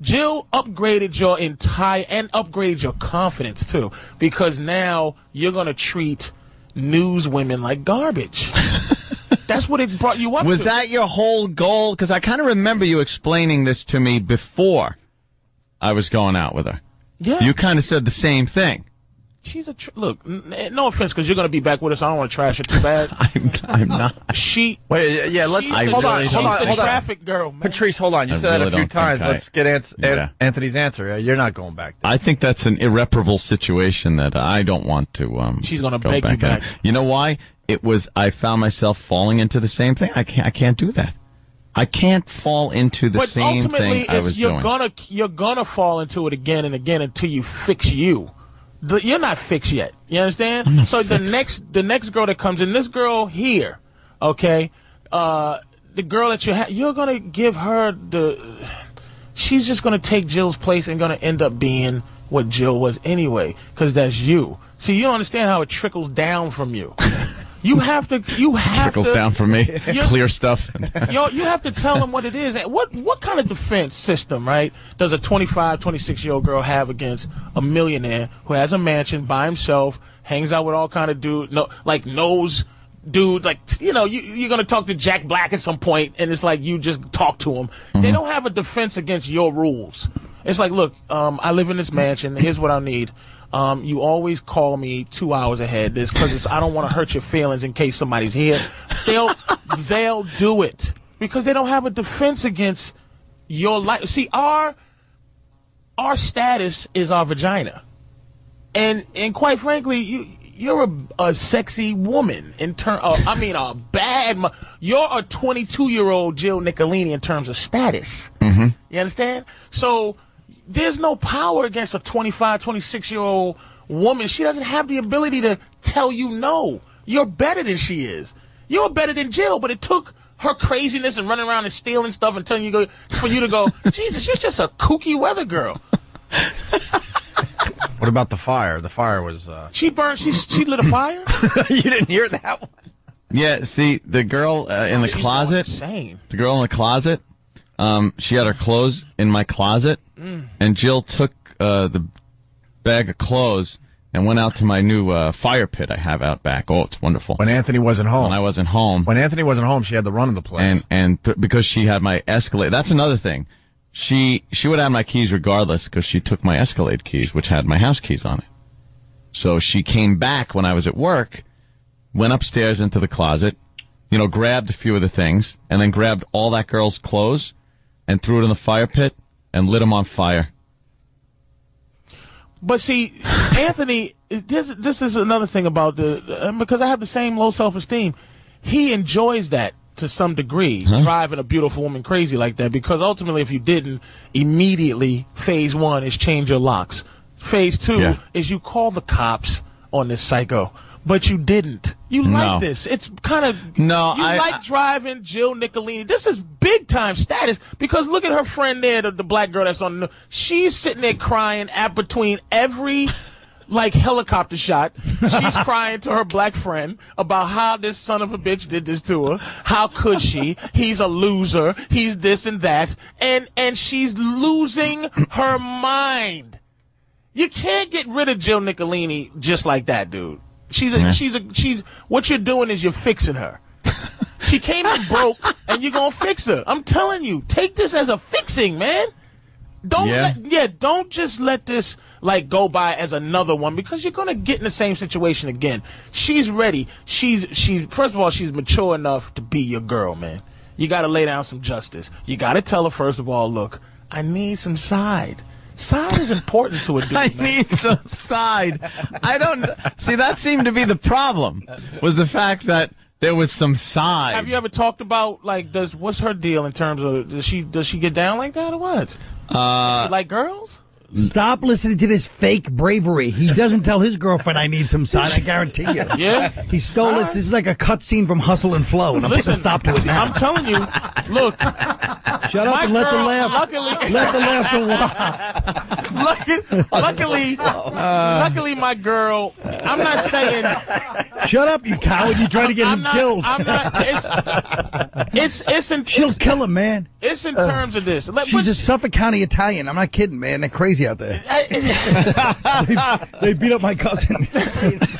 [SPEAKER 3] Jill upgraded your entire and upgraded your confidence too, because now you're gonna treat news women like garbage. That's what it brought you up.
[SPEAKER 2] Was
[SPEAKER 3] to.
[SPEAKER 2] that your whole goal? Because I kind of remember you explaining this to me before I was going out with her.
[SPEAKER 3] Yeah.
[SPEAKER 2] You kind of said the same thing.
[SPEAKER 3] She's a tr- look. N- no offense, because you're gonna be back with us. I don't want to trash her too bad.
[SPEAKER 2] I'm, <laughs> I'm not.
[SPEAKER 3] She
[SPEAKER 4] Wait, yeah, let's
[SPEAKER 3] She's
[SPEAKER 2] I
[SPEAKER 3] the-
[SPEAKER 4] hold on,
[SPEAKER 2] really
[SPEAKER 3] she's
[SPEAKER 4] hold
[SPEAKER 2] don't
[SPEAKER 4] on,
[SPEAKER 3] the
[SPEAKER 4] hold on.
[SPEAKER 3] traffic girl, man.
[SPEAKER 4] Patrice, hold on. You
[SPEAKER 2] I
[SPEAKER 4] said
[SPEAKER 2] really
[SPEAKER 4] that a few
[SPEAKER 2] don't think
[SPEAKER 4] times.
[SPEAKER 2] I-
[SPEAKER 4] Let's get Ant- An-
[SPEAKER 2] Yeah.
[SPEAKER 4] Anthony's answer. Yeah, You're not going back. There.
[SPEAKER 2] I think that's an irreparable situation that I don't want to. Um,
[SPEAKER 3] She's gonna
[SPEAKER 2] go
[SPEAKER 3] beg you
[SPEAKER 2] in.
[SPEAKER 3] back.
[SPEAKER 2] You know why? It was I found myself falling into the same thing. I can't. I can't do that. I can't fall into the
[SPEAKER 3] but
[SPEAKER 2] same
[SPEAKER 3] ultimately,
[SPEAKER 2] thing I
[SPEAKER 3] it's-
[SPEAKER 2] was
[SPEAKER 3] you're
[SPEAKER 2] doing.
[SPEAKER 3] gonna you're gonna fall into it again and again until you fix you. The- you're not fixed yet. You understand? so the next the next girl that comes in, this girl here, okay, uh, the girl that you ha- you're gonna give her the. She's just gonna take Jill's place and gonna end up being what Jill was anyway, because that's you. See, you don't understand how it trickles down from
[SPEAKER 2] <laughs>
[SPEAKER 3] you. You have to. You have
[SPEAKER 2] trickles
[SPEAKER 3] to,
[SPEAKER 2] down for me.
[SPEAKER 3] <laughs> You're-
[SPEAKER 2] Clear stuff. <laughs>
[SPEAKER 3] Yo, you have to tell them what it is. And What what kind of defense system, right, does a 25, 26 year old girl have against a millionaire who has a mansion by himself, hangs out with all kind of dude, no, like knows dude, like t- you know, you you're gonna talk to Jack Black at some point, and it's like you just talk to him. They don't have a defense against your rules. It's like, look, um, I live in this mansion. Here's what I need. Um, you always call me two hours ahead. This because I don't want to hurt your feelings in case somebody's here. They'll they'll do it because they don't have a defense against your life. See, our our status is our vagina, and and quite frankly, you you're a, a sexy woman in term. Uh, I mean, a bad. Mo- you're a 22 year old Jill Nicolini in terms of status. You understand? So there's no power against a 25, 26 year old woman. She doesn't have the ability to tell you no. You're better than she is. You're better than Jill, but it took her craziness and running around and stealing stuff and telling you go for you to go, <laughs> Jesus, you're just a kooky weather girl.
[SPEAKER 4] What about the fire? The fire
[SPEAKER 3] <laughs>
[SPEAKER 4] was. Uh...
[SPEAKER 3] She burned she she lit a fire?
[SPEAKER 4] <laughs> you didn't hear that one.
[SPEAKER 2] yeah. See, the girl uh, in the
[SPEAKER 3] She's going
[SPEAKER 2] closet.
[SPEAKER 3] Insane.
[SPEAKER 2] the girl in the closet. Um, she had her clothes in my closet,
[SPEAKER 3] Mm.
[SPEAKER 2] and Jill took uh, the bag of clothes and went out to my new uh, fire pit I have out back. Oh, it's wonderful.
[SPEAKER 4] When Anthony wasn't home.
[SPEAKER 2] When I wasn't home,
[SPEAKER 4] when Anthony wasn't home, she had the run of the place.
[SPEAKER 2] and and th- because she had my Escalade, that's another thing. She she would have my keys regardless because she took my Escalade keys, which had my house keys on it. So she came back when I was at work, went upstairs into the closet, you know, grabbed a few of the things, and then grabbed all that girl's clothes and threw it in the fire pit and lit him on fire.
[SPEAKER 3] But see, Anthony, this this is another thing about the uh, because I have the same low self esteem. He enjoys that to some degree, driving a beautiful woman crazy like that. Because ultimately, if you didn't immediately, phase one is change your locks. Phase two
[SPEAKER 2] Yeah.
[SPEAKER 3] is you call the cops on this psycho. But you didn't. You
[SPEAKER 2] No.
[SPEAKER 3] like this. It's kind of
[SPEAKER 2] No,
[SPEAKER 3] You
[SPEAKER 2] I-
[SPEAKER 3] like
[SPEAKER 2] I-
[SPEAKER 3] driving Jill Nicolini. This is big time status because look at her friend there, the, the black girl that's on. the She's sitting there crying at between every like helicopter shot.
[SPEAKER 2] <laughs>
[SPEAKER 3] She's crying to her black friend about how this son of a bitch did this to her. How could she? He's a loser. He's this and that, and and she's losing her mind. You can't get rid of Jill Nicolini just like that, dude. She's a, she's a, she's what you're doing is you're fixing her. She came in broke, and you're gonna fix her. I'm telling you, take this as a fixing, man. Don't
[SPEAKER 2] Yeah.
[SPEAKER 3] let, yeah, don't just let this like go by as another one because you're gonna get in the same situation again. She's ready. She's she's first of all she's mature enough to be your girl, man. You gotta lay down some justice. You gotta tell her first of all, look, I need some side. Side is important
[SPEAKER 2] <laughs>
[SPEAKER 3] to a dude.
[SPEAKER 2] I
[SPEAKER 3] man.
[SPEAKER 2] need some side. I don't see that seemed to be the problem was the fact that there was some side.
[SPEAKER 3] Have you ever talked about like does what's her deal in terms of does she does she get down like that or what? Uh, like girls?
[SPEAKER 1] Stop listening to this fake bravery. He doesn't tell his girlfriend I need some sign. I guarantee you.
[SPEAKER 3] <laughs> Yeah.
[SPEAKER 1] He stole this. This is like a cutscene from Hustle and Flow, and I'm going to stop to it now.
[SPEAKER 3] I'm telling you, look,
[SPEAKER 1] Shut up
[SPEAKER 3] my
[SPEAKER 1] and let the
[SPEAKER 3] girl,
[SPEAKER 1] laugh.
[SPEAKER 3] luckily,
[SPEAKER 1] Let the <laughs> laughter walk.
[SPEAKER 3] luckily, <laughs> luckily, <laughs> luckily, my girl. I'm not
[SPEAKER 1] <laughs>
[SPEAKER 3] saying
[SPEAKER 1] Shut up, Oh, you coward. You're trying to get
[SPEAKER 3] I'm
[SPEAKER 1] him
[SPEAKER 3] not.
[SPEAKER 1] killed.
[SPEAKER 3] I'm not. It's it's it's in
[SPEAKER 1] She'll
[SPEAKER 3] it's,
[SPEAKER 1] kill him, man.
[SPEAKER 3] it's in terms of this. Let,
[SPEAKER 1] She's
[SPEAKER 3] but-
[SPEAKER 1] a Suffolk County Italian. I'm not kidding, man. They're crazy out there.
[SPEAKER 3] I,
[SPEAKER 1] <laughs> They beat up my cousin.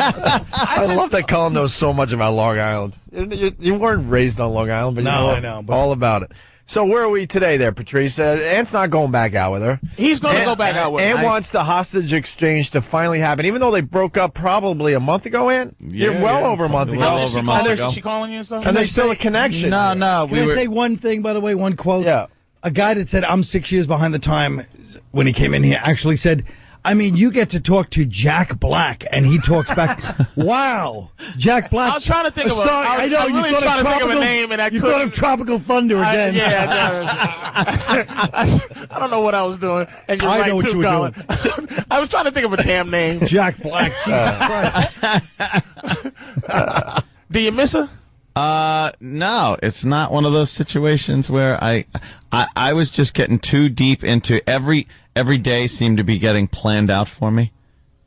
[SPEAKER 4] I love that Colin knows so much about Long Island. You, you- you weren't raised on Long Island, but
[SPEAKER 1] No,
[SPEAKER 4] you know,
[SPEAKER 1] I know, but-
[SPEAKER 4] all about it. So where are we today, there, Patrice? Uh, Ant's not going back out with her.
[SPEAKER 3] he's gonna go back out with.
[SPEAKER 4] Ant
[SPEAKER 3] her.
[SPEAKER 4] wants the hostage exchange to finally happen, even though they broke up probably a month ago. Ant,
[SPEAKER 2] Yeah,
[SPEAKER 4] yeah, well
[SPEAKER 2] yeah.
[SPEAKER 4] over a month ago,
[SPEAKER 2] Well
[SPEAKER 3] Is
[SPEAKER 2] over a
[SPEAKER 3] she
[SPEAKER 4] and
[SPEAKER 2] month
[SPEAKER 3] calling-
[SPEAKER 4] there's
[SPEAKER 2] ago.
[SPEAKER 3] is she calling you and stuff?
[SPEAKER 4] and there's still a connection.
[SPEAKER 2] no, no, we
[SPEAKER 1] Can
[SPEAKER 2] were
[SPEAKER 1] I say one thing, by the way, one quote?
[SPEAKER 4] Yeah.
[SPEAKER 1] A guy that said, I'm six years behind the time when he came in here actually said, I mean, you get to talk to Jack Black, and he talks
[SPEAKER 3] <laughs>
[SPEAKER 1] back. wow, Jack Black.
[SPEAKER 3] I was trying to think of a-
[SPEAKER 1] Sorry,
[SPEAKER 3] I was-
[SPEAKER 1] I know
[SPEAKER 3] I was
[SPEAKER 1] you
[SPEAKER 3] really
[SPEAKER 1] thought
[SPEAKER 3] trying
[SPEAKER 1] of
[SPEAKER 3] to think of a
[SPEAKER 1] tropical,
[SPEAKER 3] name, and I
[SPEAKER 1] you thought of
[SPEAKER 3] couldn't.
[SPEAKER 1] Tropical Thunder
[SPEAKER 3] I-
[SPEAKER 1] again. <laughs>
[SPEAKER 3] yeah, I, I, I don't know what I was doing. And you're
[SPEAKER 1] I
[SPEAKER 3] right
[SPEAKER 1] know what
[SPEAKER 3] too,
[SPEAKER 1] you were
[SPEAKER 3] Colin. <laughs> I was trying to think of a damn name. Uh,
[SPEAKER 1] Jack Black. Jesus Christ.
[SPEAKER 3] <laughs> Do you miss her?
[SPEAKER 2] Uh, no, it's not one of those situations where I, I, I was just getting too deep into every every day seemed to be getting planned out for me.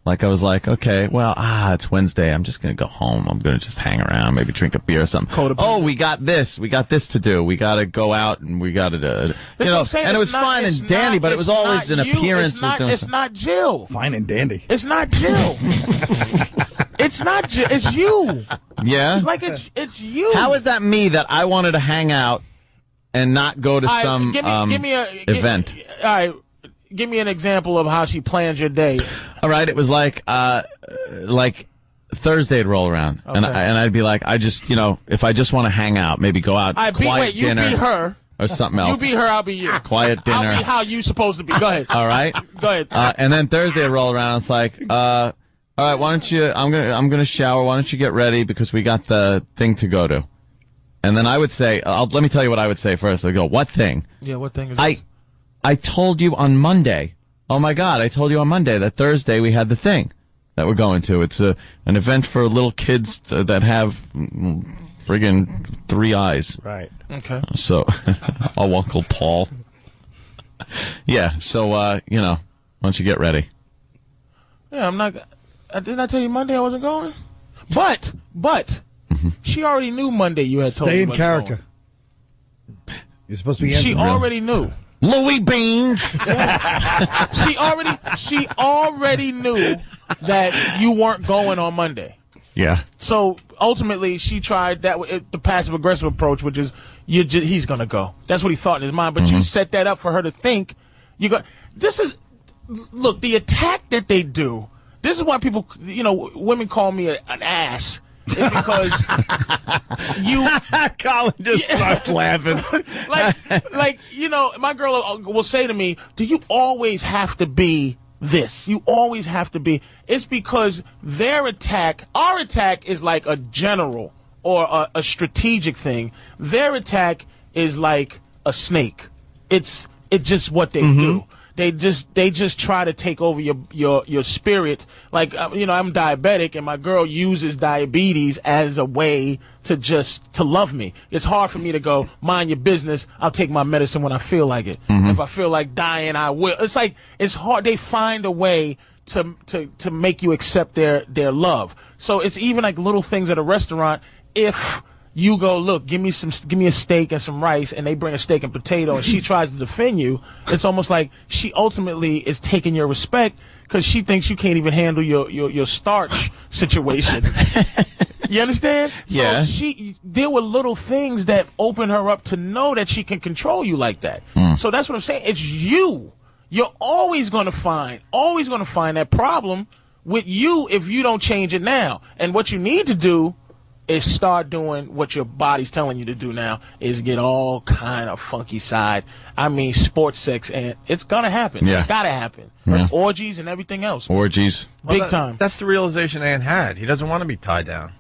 [SPEAKER 2] Like I was like, okay, well, ah, it's Wednesday. I'm just gonna go home. I'm gonna just hang around, maybe drink a beer or something.
[SPEAKER 3] Cold
[SPEAKER 2] oh, we got this. We got this to do. We gotta go out and we gotta, uh, you
[SPEAKER 3] That's what
[SPEAKER 2] know.
[SPEAKER 3] I'm saying.
[SPEAKER 2] And it
[SPEAKER 3] It's
[SPEAKER 2] was
[SPEAKER 3] not-
[SPEAKER 2] fine
[SPEAKER 3] it's
[SPEAKER 2] and dandy,
[SPEAKER 3] not-
[SPEAKER 2] but it
[SPEAKER 3] it's
[SPEAKER 2] was always
[SPEAKER 3] not
[SPEAKER 2] an
[SPEAKER 3] you.
[SPEAKER 2] appearance.
[SPEAKER 3] It's
[SPEAKER 2] was
[SPEAKER 3] not,
[SPEAKER 2] doing
[SPEAKER 3] it's
[SPEAKER 2] something.
[SPEAKER 3] not Jill.
[SPEAKER 1] Fine and dandy.
[SPEAKER 3] It's not Jill. it's not Jill. It's you.
[SPEAKER 2] <laughs> yeah.
[SPEAKER 3] Like it's it's you.
[SPEAKER 2] How is that me that I wanted to hang out and not go to
[SPEAKER 3] All right,
[SPEAKER 2] some
[SPEAKER 3] give me,
[SPEAKER 2] um,
[SPEAKER 3] give me a, gi-
[SPEAKER 2] event?
[SPEAKER 3] all right, give me an example of how she plans your day.
[SPEAKER 2] All right, it was like uh like Thursday'd roll around, and
[SPEAKER 3] Okay.
[SPEAKER 2] I, and I'd be like, I just you know, if I just want to hang out, maybe go out,
[SPEAKER 3] I be
[SPEAKER 2] quiet
[SPEAKER 3] wait, you
[SPEAKER 2] dinner
[SPEAKER 3] be her.
[SPEAKER 2] or something else, Ah,
[SPEAKER 3] You be her. I'll be you.
[SPEAKER 2] quiet dinner.
[SPEAKER 3] I'll be how you supposed to be. Go ahead.
[SPEAKER 2] All right,
[SPEAKER 3] <laughs> Go ahead.
[SPEAKER 2] uh, and then Thursday roll around. It's like, uh, all right, why don't you? I'm gonna I'm gonna shower. Why don't you get ready because we got the thing to go to. And then I would say, I'll, let me tell you what I would say first. I'd go, what thing?
[SPEAKER 3] yeah. What thing is
[SPEAKER 2] I I told you on Monday. Oh my God, I told you on Monday that Thursday we had the thing that we're going to. It's a an event for little kids th- that have mm, friggin' three eyes.
[SPEAKER 4] Right.
[SPEAKER 3] Okay.
[SPEAKER 2] So, <laughs> oh Uncle Paul. yeah. So uh, you know, why don't you get ready?
[SPEAKER 3] Yeah, I'm not. I didn't I tell you Monday I wasn't going? But
[SPEAKER 2] <laughs>
[SPEAKER 3] but she already knew Monday you had told me
[SPEAKER 1] Stay in
[SPEAKER 3] wasn't
[SPEAKER 1] character. You're supposed to be.
[SPEAKER 3] going. She
[SPEAKER 1] Anthony.
[SPEAKER 3] already knew.
[SPEAKER 2] Louis Beans.
[SPEAKER 3] <laughs> She already she already knew that you weren't going on Monday.
[SPEAKER 2] yeah.
[SPEAKER 3] So ultimately, she tried that it, the passive aggressive approach, which is you ju- he's gonna go. That's what he thought in his mind. But you
[SPEAKER 2] Mm-hmm.
[SPEAKER 3] set that up for her to think you go. This is look the attack that they do. This is why people, you know, women call me a, an ass is
[SPEAKER 2] <laughs>
[SPEAKER 3] because you
[SPEAKER 2] Colin
[SPEAKER 3] <laughs>
[SPEAKER 2] just starts laughing.
[SPEAKER 3] like <laughs> like you know my girl uh, will say to me do you always have to be this you always have to be it's because their attack our attack is like a general or a, a strategic thing their attack is like a snake it's it's just what they do they just they just try to take over your your your spirit like uh, you know i'm diabetic and my girl uses diabetes as a way to just to love me it's hard for me to go mind your business i'll take my medicine when i feel like it if i feel like dying i will it's like it's hard they find a way to to to make you accept their their love so it's even like little things at a restaurant if you go look give me some give me a steak and some rice and they bring a steak and potato and she tries to defend you it's almost like she ultimately is taking your respect because she thinks you can't even handle your your, your starch situation you understand so
[SPEAKER 2] Yeah.
[SPEAKER 3] she there were little things that open her up to know that she can control you like that
[SPEAKER 2] Mm.
[SPEAKER 3] so that's what i'm saying it's you you're always going to find always going to find that problem with you if you don't change it now and what you need to do is start doing what your body's telling you to do now is get all kind of funky side i mean sports sex and it's gonna happen
[SPEAKER 2] Yeah.
[SPEAKER 3] it's gotta happen
[SPEAKER 2] Yeah.
[SPEAKER 3] orgies and everything else
[SPEAKER 2] Orgies.
[SPEAKER 3] big
[SPEAKER 4] Well, that-
[SPEAKER 3] time
[SPEAKER 4] That's the realization Ann had. He doesn't want to be tied down.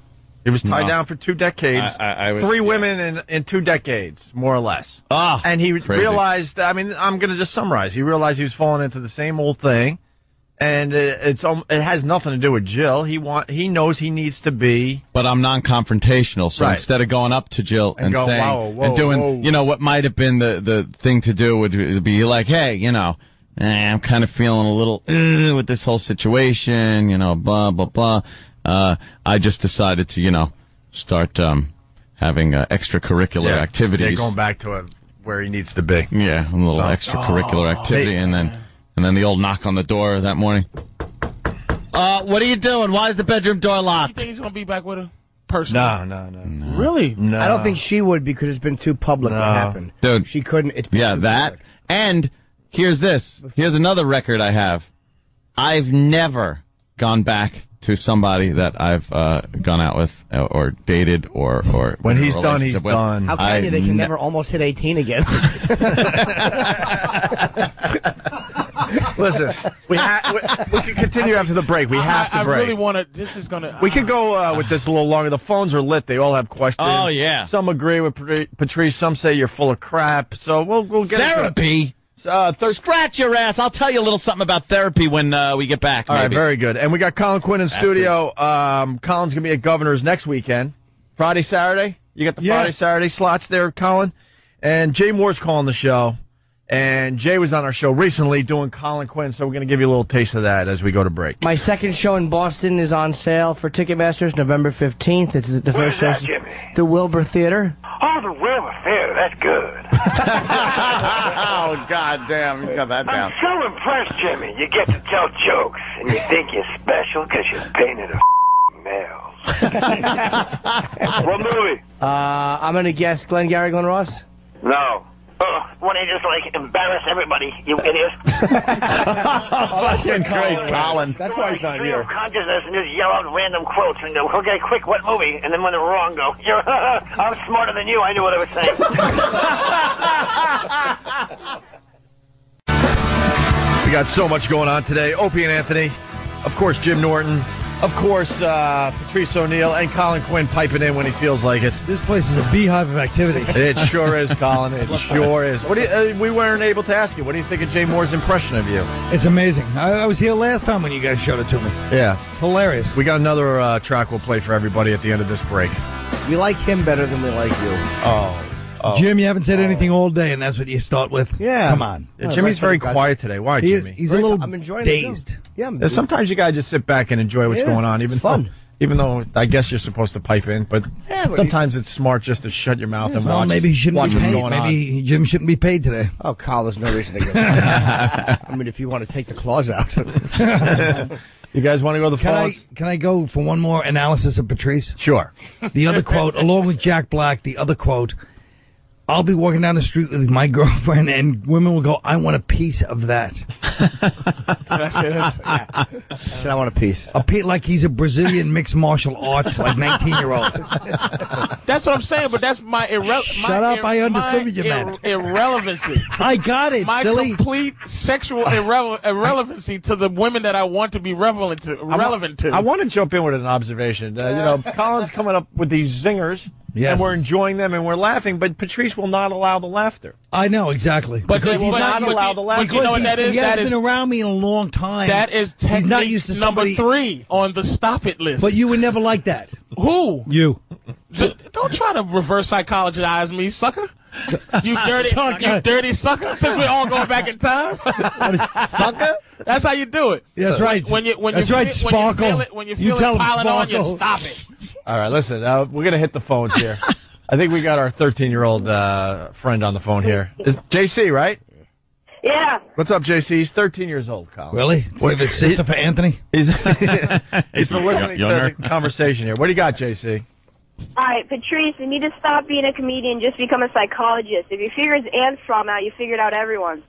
[SPEAKER 4] He was tied
[SPEAKER 2] No.
[SPEAKER 4] down for two decades.
[SPEAKER 2] I- I- I was-
[SPEAKER 4] three
[SPEAKER 2] yeah.
[SPEAKER 4] women in, in two decades, more or less.
[SPEAKER 2] Ah,
[SPEAKER 4] and he
[SPEAKER 2] crazy.
[SPEAKER 4] realized, I mean, I'm going to just summarize. He realized he was falling into the same old thing. And it, it's um, it has nothing to do with Jill. He want he knows he needs to be
[SPEAKER 2] But I'm non-confrontational, so
[SPEAKER 4] Right.
[SPEAKER 2] instead of going up to Jill and,
[SPEAKER 4] And go,
[SPEAKER 2] saying
[SPEAKER 4] "Whoa, whoa,
[SPEAKER 2] and doing,
[SPEAKER 4] whoa."
[SPEAKER 2] you know, what might have been the the thing to do would be like, hey, you know, eh, I'm kind of feeling a little eh, with this whole situation, you know, blah blah blah. Uh, I just decided to, you know, start um, having uh, extracurricular
[SPEAKER 4] Yeah.
[SPEAKER 2] activities.
[SPEAKER 4] Yeah, going back to a, where he needs to be. oh,
[SPEAKER 2] Yeah, a little extracurricular activity,
[SPEAKER 4] Hey.
[SPEAKER 2] and then and then the old knock on the door that morning. Uh, what are you doing? Why is the bedroom door
[SPEAKER 3] you
[SPEAKER 2] locked?
[SPEAKER 3] think he's gonna be back with her person
[SPEAKER 4] No, no, no, no.
[SPEAKER 3] really
[SPEAKER 4] no.
[SPEAKER 8] I don't think she would because it's been too public what happened.
[SPEAKER 2] Dude.
[SPEAKER 8] She couldn't. It's been
[SPEAKER 2] Yeah,
[SPEAKER 8] too
[SPEAKER 2] that.
[SPEAKER 8] public.
[SPEAKER 2] And here's this. Here's another record I have. I've never gone back to somebody that I've uh, gone out with uh, or dated or or
[SPEAKER 4] When
[SPEAKER 2] been in a
[SPEAKER 4] he's done, he's
[SPEAKER 2] relationship with.
[SPEAKER 4] done.
[SPEAKER 8] How can
[SPEAKER 2] I
[SPEAKER 8] you? They can
[SPEAKER 2] ne-
[SPEAKER 8] never almost hit 18 again.
[SPEAKER 4] Listen, we, ha- we, we can continue after the break. We have to
[SPEAKER 3] I, I
[SPEAKER 4] break.
[SPEAKER 3] really want to. This is gonna.
[SPEAKER 4] We could go uh, with this a little longer. The phones are lit. They all have questions.
[SPEAKER 2] Oh, yeah.
[SPEAKER 4] Some agree with Patri- Patrice. Some say you're full of crap. So we'll we'll get into it.
[SPEAKER 2] Therapy.
[SPEAKER 4] Uh, thir-
[SPEAKER 2] Scratch your ass. I'll tell you a little something about therapy when uh, we get back.
[SPEAKER 4] all right,
[SPEAKER 2] maybe.
[SPEAKER 4] very good. And we got Colin Quinn in studio. Um, Colin's gonna be at Governor's next weekend, Friday, Saturday. You got the
[SPEAKER 1] Yeah.
[SPEAKER 4] Friday, Saturday slots there, Colin. And Jay Moore's calling the show. And Jay was on our show recently doing Colin Quinn, so we're gonna give you a little taste of that as we go to break.
[SPEAKER 8] <laughs> My second show in Boston is on sale for Ticketmasters November 15th. It's the, the
[SPEAKER 11] Where's
[SPEAKER 8] first show.
[SPEAKER 11] that, Jimmy?
[SPEAKER 8] The Wilbur Theater.
[SPEAKER 11] Oh, the Wilbur Theater. That's
[SPEAKER 1] <laughs>
[SPEAKER 11] good.
[SPEAKER 2] Oh God damn, he's got that
[SPEAKER 11] I'm so impressed, Jimmy. You get to tell jokes, and you think you're special because you're painted a nails.
[SPEAKER 1] <laughs>
[SPEAKER 11] what movie?
[SPEAKER 8] Uh, I'm going to guess Glenn Gary, Glenn Ross.
[SPEAKER 11] No. Uh, when they just like embarrass everybody, you idiot.
[SPEAKER 4] Fucking great, Colin.
[SPEAKER 11] That's why he's not here. Of consciousness and just yell out random quotes and go, okay, quick, what movie? And then when they're wrong, go, <laughs> you're, I'm smarter than you. I knew what I was saying.
[SPEAKER 4] We got so much going on today. Opie and Anthony, of course, Jim Norton, of course, uh, Patrice O'Neill, and Colin Quinn piping in when he feels like it.
[SPEAKER 1] This place is a beehive of activity.
[SPEAKER 4] <laughs> It sure is, Colin. It sure is. What do you, uh, we weren't able to ask you. What do you think of Jay Moore's impression of you?
[SPEAKER 1] It's amazing. I, I was here last time when you guys showed it to me.
[SPEAKER 4] Yeah.
[SPEAKER 1] It's hilarious.
[SPEAKER 4] We got another uh, track we'll play for everybody at the end of this break.
[SPEAKER 8] We like him better than we like you.
[SPEAKER 4] Oh. oh.
[SPEAKER 1] Jim, you haven't said anything all day, and that's what you start with.
[SPEAKER 8] Yeah.
[SPEAKER 1] come on.
[SPEAKER 4] Yeah, Jimmy's very quiet today. Why,
[SPEAKER 1] He is,
[SPEAKER 4] Jimmy?
[SPEAKER 1] he's a little
[SPEAKER 8] I'm enjoying the show.
[SPEAKER 1] dazed.
[SPEAKER 8] Yeah, I'm
[SPEAKER 4] Yeah, Sometimes you gotta just sit back and enjoy what's
[SPEAKER 8] Yeah,
[SPEAKER 4] going on, even
[SPEAKER 8] it's fun.
[SPEAKER 4] though, even though I guess you're supposed to pipe in, but
[SPEAKER 8] Yeah, but
[SPEAKER 4] sometimes it's smart just to shut your mouth and
[SPEAKER 1] Well,
[SPEAKER 4] watch.
[SPEAKER 1] maybe he shouldn't
[SPEAKER 4] watch
[SPEAKER 1] be
[SPEAKER 4] what's
[SPEAKER 1] paid.
[SPEAKER 4] going on.
[SPEAKER 1] Maybe Jim shouldn't be paid today.
[SPEAKER 8] Oh, Kyle, there's no reason to
[SPEAKER 1] <laughs>
[SPEAKER 8] go. I mean, if you want to take the claws out.
[SPEAKER 4] You guys want to go to the
[SPEAKER 1] Can I
[SPEAKER 4] phones?
[SPEAKER 1] can I go for one more analysis of Patrice?
[SPEAKER 4] Sure.
[SPEAKER 1] The other quote, along with Jack Black, the other quote. I'll be walking down the street with my girlfriend, and women will go, "I want a piece of that." <laughs>
[SPEAKER 12] Said I want a piece.
[SPEAKER 1] A Pete like he's a Brazilian mixed martial arts, like 19 year old.
[SPEAKER 3] That's what I'm saying, but that's my irre- my
[SPEAKER 1] Shut up, I understood
[SPEAKER 3] my
[SPEAKER 1] what you meant.
[SPEAKER 3] ir- irrelevancy.
[SPEAKER 1] I got it,
[SPEAKER 3] My
[SPEAKER 1] silly.
[SPEAKER 3] complete sexual irrele- irrelevancy to the women that I want to be relevant to. Relevant to.
[SPEAKER 4] I want to jump in with an observation. Uh, you know,
[SPEAKER 1] <laughs>
[SPEAKER 4] Colin's coming up with these zingers,
[SPEAKER 1] Yes.
[SPEAKER 4] and we're enjoying them and we're laughing, but Patrice will not allow the laughter.
[SPEAKER 1] I know, exactly.
[SPEAKER 3] but
[SPEAKER 4] because he's
[SPEAKER 3] but-
[SPEAKER 4] not
[SPEAKER 3] but-
[SPEAKER 4] allowed to laugh.
[SPEAKER 3] But you know what that is?
[SPEAKER 1] He
[SPEAKER 3] That
[SPEAKER 1] hasn't
[SPEAKER 3] is
[SPEAKER 1] been around me in a long time.
[SPEAKER 3] that is
[SPEAKER 1] He's
[SPEAKER 3] technique
[SPEAKER 1] not used to
[SPEAKER 3] number
[SPEAKER 1] somebody-
[SPEAKER 3] three on the stop it list.
[SPEAKER 1] But you would never like that.
[SPEAKER 3] who?
[SPEAKER 1] You.
[SPEAKER 3] D- don't try to reverse psychologize me, sucker. You dirty, you dirty sucker. Since we're all going back in time, sucker. That's how you do it.
[SPEAKER 1] Yeah, that's right.
[SPEAKER 3] When you when
[SPEAKER 1] That's
[SPEAKER 3] you
[SPEAKER 1] right,
[SPEAKER 3] feel, when you
[SPEAKER 1] Sparkle.
[SPEAKER 3] feel it when you
[SPEAKER 1] You
[SPEAKER 3] feel
[SPEAKER 1] tell
[SPEAKER 3] it
[SPEAKER 1] 'em,
[SPEAKER 3] piling on you,
[SPEAKER 1] Sparkle.
[SPEAKER 3] stop it.
[SPEAKER 4] <laughs> All right, listen, uh, we're going to hit the phones
[SPEAKER 3] <laughs>
[SPEAKER 4] here. I think we got our 13 year old uh, friend on the phone here. Is JC, right?
[SPEAKER 9] Yeah.
[SPEAKER 4] What's up, JC? He's 13 years old, Colin.
[SPEAKER 1] Really? What if it's sister for Anthony?
[SPEAKER 4] <laughs> He's,
[SPEAKER 1] <laughs>
[SPEAKER 4] he's been listening
[SPEAKER 2] Younger.
[SPEAKER 4] to the conversation here. What do you got, JC?
[SPEAKER 9] All right, Patrice, you need to stop being a comedian. Just become a psychologist. If you figure his ants problem out, you figured out everyone.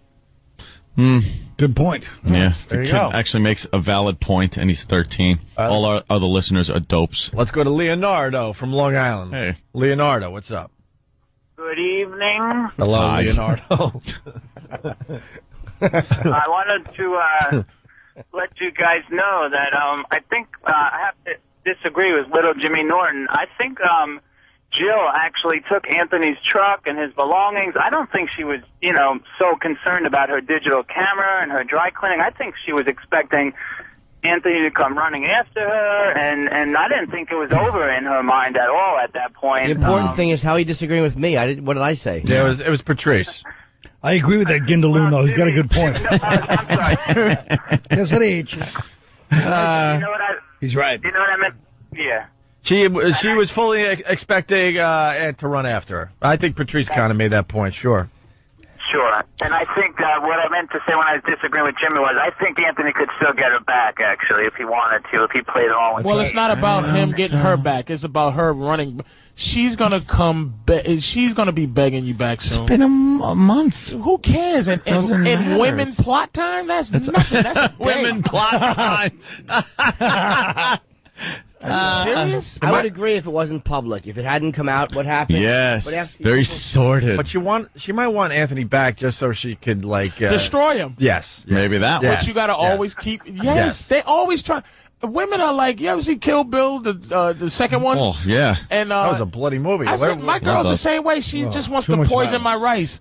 [SPEAKER 1] Hmm. Good point.
[SPEAKER 2] Yeah,
[SPEAKER 4] There
[SPEAKER 2] the
[SPEAKER 4] you
[SPEAKER 2] kid
[SPEAKER 4] go.
[SPEAKER 2] actually makes a valid point, and he's 13. All our other listeners are dopes.
[SPEAKER 4] Let's go to Leonardo from Long Island.
[SPEAKER 2] Hey.
[SPEAKER 4] Leonardo, what's up?
[SPEAKER 11] Good evening.
[SPEAKER 4] Hello,
[SPEAKER 2] Hi.
[SPEAKER 1] <laughs>
[SPEAKER 11] Oh. <laughs>
[SPEAKER 4] Leonardo.
[SPEAKER 11] I wanted to uh, let you guys know that um, I think uh, I have to disagree with little Jimmy Norton. I think um, Jill actually took Anthony's truck and his belongings. I don't think she was, you know, so concerned about her digital camera and her dry cleaning. I think she was expecting Anthony to come running after her, and and I didn't think it was over in her mind at all at that point.
[SPEAKER 8] The important
[SPEAKER 11] Um,
[SPEAKER 8] thing is how he disagreeing with me. I didn't. What did I say?
[SPEAKER 4] yeah, it was, it was Patrice.
[SPEAKER 3] <laughs>
[SPEAKER 1] I agree with that Gindaloon, though. He's got a good point.
[SPEAKER 11] No, I'm sorry.
[SPEAKER 1] Yes, it is.
[SPEAKER 3] Uh,
[SPEAKER 11] you know what I?
[SPEAKER 1] Uh, He's right.
[SPEAKER 11] You know what I meant? Yeah.
[SPEAKER 4] She she was fully ex- expecting uh, Ed to run after her. I think Patrice kind of made that point. Sure.
[SPEAKER 11] Sure. And I think uh, what I meant to say when I was disagreeing with Jimmy was I think Anthony could still get her back, actually, if he wanted to, if he played along with
[SPEAKER 3] Well,
[SPEAKER 11] her.
[SPEAKER 3] it's
[SPEAKER 4] <laughs>
[SPEAKER 3] not about him getting her back. It's about her running. b- She's gonna come. Be- she's gonna be begging you back soon.
[SPEAKER 2] Been a, m- a month.
[SPEAKER 3] Who cares? And, and,
[SPEAKER 2] Doesn't matter.
[SPEAKER 3] and women plot time. That's nothing. That's a day.
[SPEAKER 2] Women plot
[SPEAKER 8] <laughs>
[SPEAKER 2] time.
[SPEAKER 3] Uh, Serious?
[SPEAKER 8] I would agree if it wasn't public. If it hadn't come out, what happened?
[SPEAKER 2] yes,
[SPEAKER 8] But <laughs> after-
[SPEAKER 2] very sordid.
[SPEAKER 4] But she want she might want Anthony back just so she could like uh,
[SPEAKER 3] Destroy him.
[SPEAKER 4] Yes.
[SPEAKER 2] Maybe that
[SPEAKER 4] Yeah.
[SPEAKER 2] one.
[SPEAKER 3] But you got to
[SPEAKER 4] yes.
[SPEAKER 3] always keep. Yes,
[SPEAKER 4] Yes.
[SPEAKER 3] they always try. Women are like, you ever see Kill Bill, the uh, the second one?
[SPEAKER 2] Oh yeah.
[SPEAKER 3] And uh,
[SPEAKER 4] That was a bloody movie.
[SPEAKER 3] I said,
[SPEAKER 4] What-
[SPEAKER 3] my girl's
[SPEAKER 2] Well,
[SPEAKER 3] the same way. She just wants
[SPEAKER 1] too
[SPEAKER 3] to
[SPEAKER 1] much
[SPEAKER 3] poison my rice.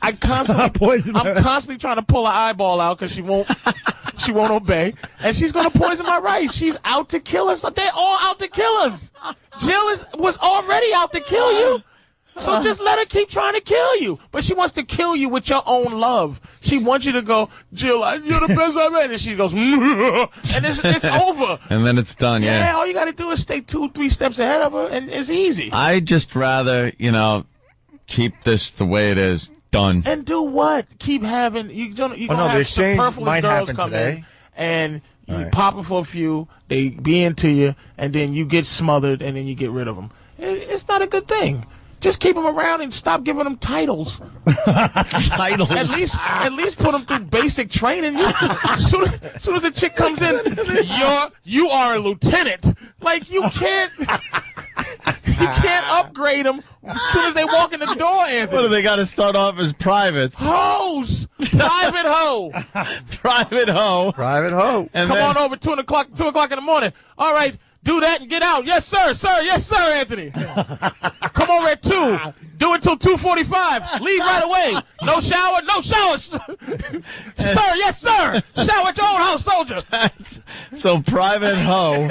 [SPEAKER 3] I constantly
[SPEAKER 1] Poison my
[SPEAKER 3] I'm
[SPEAKER 1] rice.
[SPEAKER 3] constantly trying to pull her eyeball out because she won't. she won't obey, and she's gonna poison my rice. She's out to kill us. They're all out to kill us. Jill is was already out to kill you.
[SPEAKER 4] Uh.
[SPEAKER 3] So just let her keep trying to kill you. But she wants to kill you with your own love. She wants you to go, Jill, I- you're the
[SPEAKER 4] <laughs>
[SPEAKER 3] best I've had. And she goes, <laughs> and it's, it's over.
[SPEAKER 2] And then it's done.
[SPEAKER 3] Yeah.
[SPEAKER 2] Yeah.
[SPEAKER 3] all you got to do is stay two, three steps ahead of her, and it's
[SPEAKER 4] Uh.
[SPEAKER 3] easy.
[SPEAKER 2] I just rather you know keep this the way it is. Done.
[SPEAKER 3] And do what? Keep having you don't you
[SPEAKER 4] Oh,
[SPEAKER 3] gonna
[SPEAKER 4] no, the
[SPEAKER 3] have
[SPEAKER 4] exchange
[SPEAKER 3] superfluous
[SPEAKER 4] might
[SPEAKER 3] girls
[SPEAKER 4] happen
[SPEAKER 3] come
[SPEAKER 4] today.
[SPEAKER 3] in and you pop 'em for a few, they be into you, and then you get smothered, and then you get rid of them. It's not a good thing. Just keep them around and stop giving them titles.
[SPEAKER 2] <laughs> Titles.
[SPEAKER 3] At least, at least put them through basic training. You, soon, soon as the chick comes in, you're you are a lieutenant. Like you can't, you can't upgrade them as soon as they walk in the door. Anthony.
[SPEAKER 2] What do they got to start off as private? <laughs>
[SPEAKER 3] hoes, private hoe.
[SPEAKER 2] Private hoe.
[SPEAKER 4] Private Ho.
[SPEAKER 2] And
[SPEAKER 3] Come
[SPEAKER 2] then,
[SPEAKER 3] on over two o'clock, two o'clock in the morning. All right, do that and get out. Yes, sir, sir. Yes, sir, <laughs> Anthony. Come over at two. Do it till two forty-five. Leave right away. No shower, no shower, sir. Yes, sir. Shower at your own house, soldier.
[SPEAKER 2] So private hoe.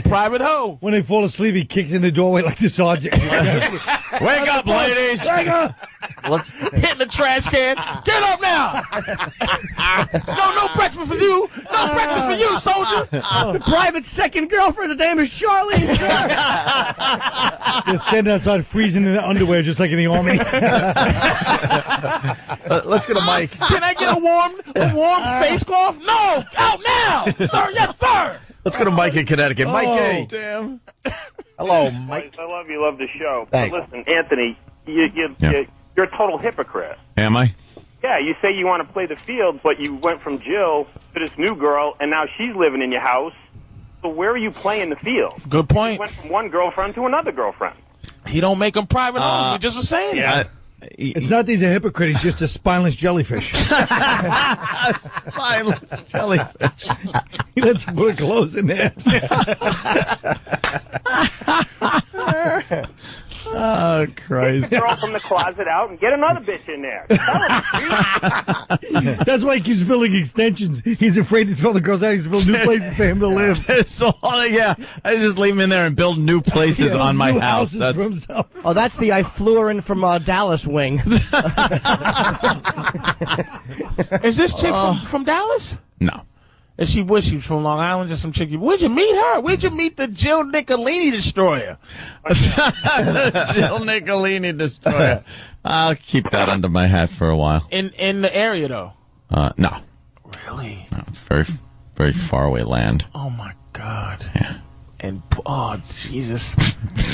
[SPEAKER 3] Private hoe.
[SPEAKER 1] When they fall asleep, he kicks in the doorway like
[SPEAKER 3] <laughs>
[SPEAKER 1] the sergeant.
[SPEAKER 2] Wake up, ladies.
[SPEAKER 4] Let's
[SPEAKER 3] Hitting the trash can. Get up now. no, no breakfast for you. No breakfast for you, soldier.
[SPEAKER 8] The private second girlfriend. The name is
[SPEAKER 3] <laughs>
[SPEAKER 8] Charlene.
[SPEAKER 1] They're standing outside freezing in their underwear just like in the
[SPEAKER 3] <laughs>
[SPEAKER 1] army.
[SPEAKER 4] uh, let's go to Mike.
[SPEAKER 3] Can I get a warm, a warm face cloth? No, out now, sir. Yes, sir.
[SPEAKER 4] Let's go to Mike in Connecticut. Mike,
[SPEAKER 3] Oh.
[SPEAKER 4] hey.
[SPEAKER 3] Damn.
[SPEAKER 4] Oh, <laughs> hello, Mike.
[SPEAKER 13] I love you, love the show.
[SPEAKER 4] Thanks.
[SPEAKER 13] But listen, Anthony, you, you,
[SPEAKER 2] Yeah. <laughs>
[SPEAKER 13] you, you're a total hypocrite.
[SPEAKER 2] Am I?
[SPEAKER 14] Yeah, you say you want to play the field, but you went from Jill to this new girl, and now she's living in your
[SPEAKER 4] <laughs>
[SPEAKER 14] house. So where are you playing the field?
[SPEAKER 3] Good point.
[SPEAKER 14] You went from one <laughs>
[SPEAKER 3] <laughs>
[SPEAKER 14] girlfriend to another girlfriend.
[SPEAKER 3] He don't make them private homes. We just were saying that.
[SPEAKER 1] It's not these are hypocrite. He's just a spineless <laughs> jellyfish.
[SPEAKER 15] Spineless
[SPEAKER 1] jellyfish. he lets you put clothes in there.
[SPEAKER 15] oh,
[SPEAKER 2] <laughs>
[SPEAKER 15] Christ.
[SPEAKER 14] Girl from the closet out and get another bitch in
[SPEAKER 4] <laughs>
[SPEAKER 14] there.
[SPEAKER 1] That's why he keeps building extensions. He's afraid to throw the girls out. He's building new places for him to
[SPEAKER 2] <laughs>
[SPEAKER 1] live.
[SPEAKER 2] so, yeah, I just leave him in there and build
[SPEAKER 4] <laughs>
[SPEAKER 2] new places
[SPEAKER 1] Yeah,
[SPEAKER 2] on my
[SPEAKER 1] new
[SPEAKER 2] house.
[SPEAKER 1] houses
[SPEAKER 2] That's
[SPEAKER 1] for himself.
[SPEAKER 8] Oh, that's the I flew her in from uh, Dallas wing. <laughs>
[SPEAKER 3] Is this chick from, from Dallas?
[SPEAKER 2] Uh. No.
[SPEAKER 3] Is she wish she was from Long Island or some chick? you- Where'd you meet her? Where'd you meet the Jill Nicolini destroyer?
[SPEAKER 2] <laughs>
[SPEAKER 3] <laughs>
[SPEAKER 2] Jill Nicolini destroyer. <laughs> I'll keep that under my hat for a while.
[SPEAKER 3] In in the area though.
[SPEAKER 2] Uh, no,
[SPEAKER 3] Really?
[SPEAKER 2] no, very, very far away land.
[SPEAKER 3] Oh my God. And oh
[SPEAKER 2] <laughs>
[SPEAKER 3] Jesus.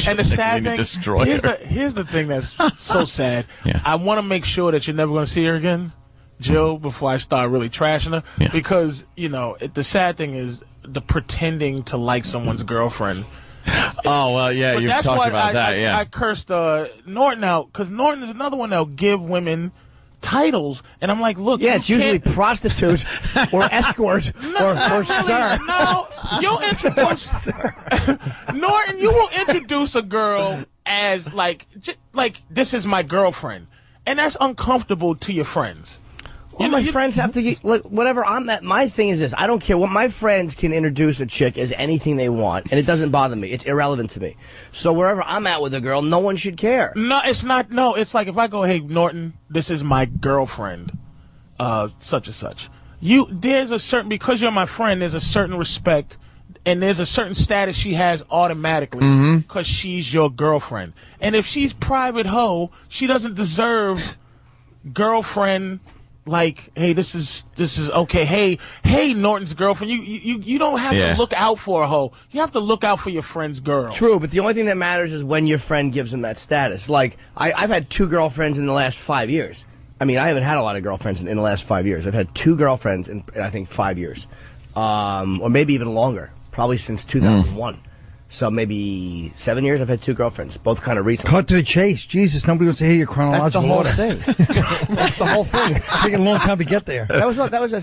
[SPEAKER 3] and the sad
[SPEAKER 2] Nicolini
[SPEAKER 3] thing.
[SPEAKER 2] destroyer.
[SPEAKER 3] Here's the here's the thing that's
[SPEAKER 2] <laughs>
[SPEAKER 3] so sad.
[SPEAKER 2] Yeah.
[SPEAKER 3] I want to make sure that you're never going to see her again, Jill, before I start really trashing her. Because you know it, the sad thing is the pretending to like someone's girlfriend.
[SPEAKER 2] Oh well, yeah,
[SPEAKER 3] But
[SPEAKER 2] you've
[SPEAKER 3] that's
[SPEAKER 2] talked
[SPEAKER 3] why
[SPEAKER 2] about
[SPEAKER 3] I,
[SPEAKER 2] that.
[SPEAKER 3] I,
[SPEAKER 2] yeah,
[SPEAKER 3] I cursed uh, Norton out because Norton is another one that'll give women titles, and I'm like, look,
[SPEAKER 8] Yeah,
[SPEAKER 3] you
[SPEAKER 8] it's usually
[SPEAKER 3] can't- <laughs>
[SPEAKER 8] prostitute or escort or,
[SPEAKER 3] not
[SPEAKER 8] or
[SPEAKER 3] really.
[SPEAKER 8] sir.
[SPEAKER 3] No, you'll
[SPEAKER 8] <laughs>
[SPEAKER 3] introduce <laughs> Norton. You will introduce a girl as like, j- like this is my girlfriend, and that's uncomfortable to your friends.
[SPEAKER 8] Well, my friends have to get, look, whatever I'm that. My thing is this: I don't care what my friends can introduce a chick as anything they want, and it doesn't bother me. It's irrelevant to me. So wherever I'm at with a girl, no one should care.
[SPEAKER 3] No, it's not. No, it's like if I go, hey Norton, this is my girlfriend, uh, such and such. You there's a certain because you're my friend. There's a certain respect, and there's a certain status she has automatically
[SPEAKER 15] Mhm.
[SPEAKER 3] because she's your girlfriend. And if she's private hoe, she doesn't deserve girlfriend. Like, hey, this is this is okay. Hey, hey, Norton's girlfriend. You you you- you don't have
[SPEAKER 8] Yeah.
[SPEAKER 3] to look out for a hoe. You have to look out for your friend's girl.
[SPEAKER 8] True, but the only thing that matters is when your friend gives them that status. Like I, I've had two girlfriends in the last five years. I mean, I haven't had a lot of girlfriends in, in the last five years. I've had two girlfriends in, in, I think five years, um, or maybe even longer. Probably since 2001. So maybe seven years. I've had two girlfriends, both kind of recent.
[SPEAKER 1] <laughs> Cut to the chase. Jesus, nobody wants to hear your
[SPEAKER 8] That's the
[SPEAKER 1] chronological
[SPEAKER 8] whole
[SPEAKER 1] order. <laughs>
[SPEAKER 8] thing. That's the whole thing.
[SPEAKER 1] Taking a long time to get there.
[SPEAKER 8] That was not. That was a.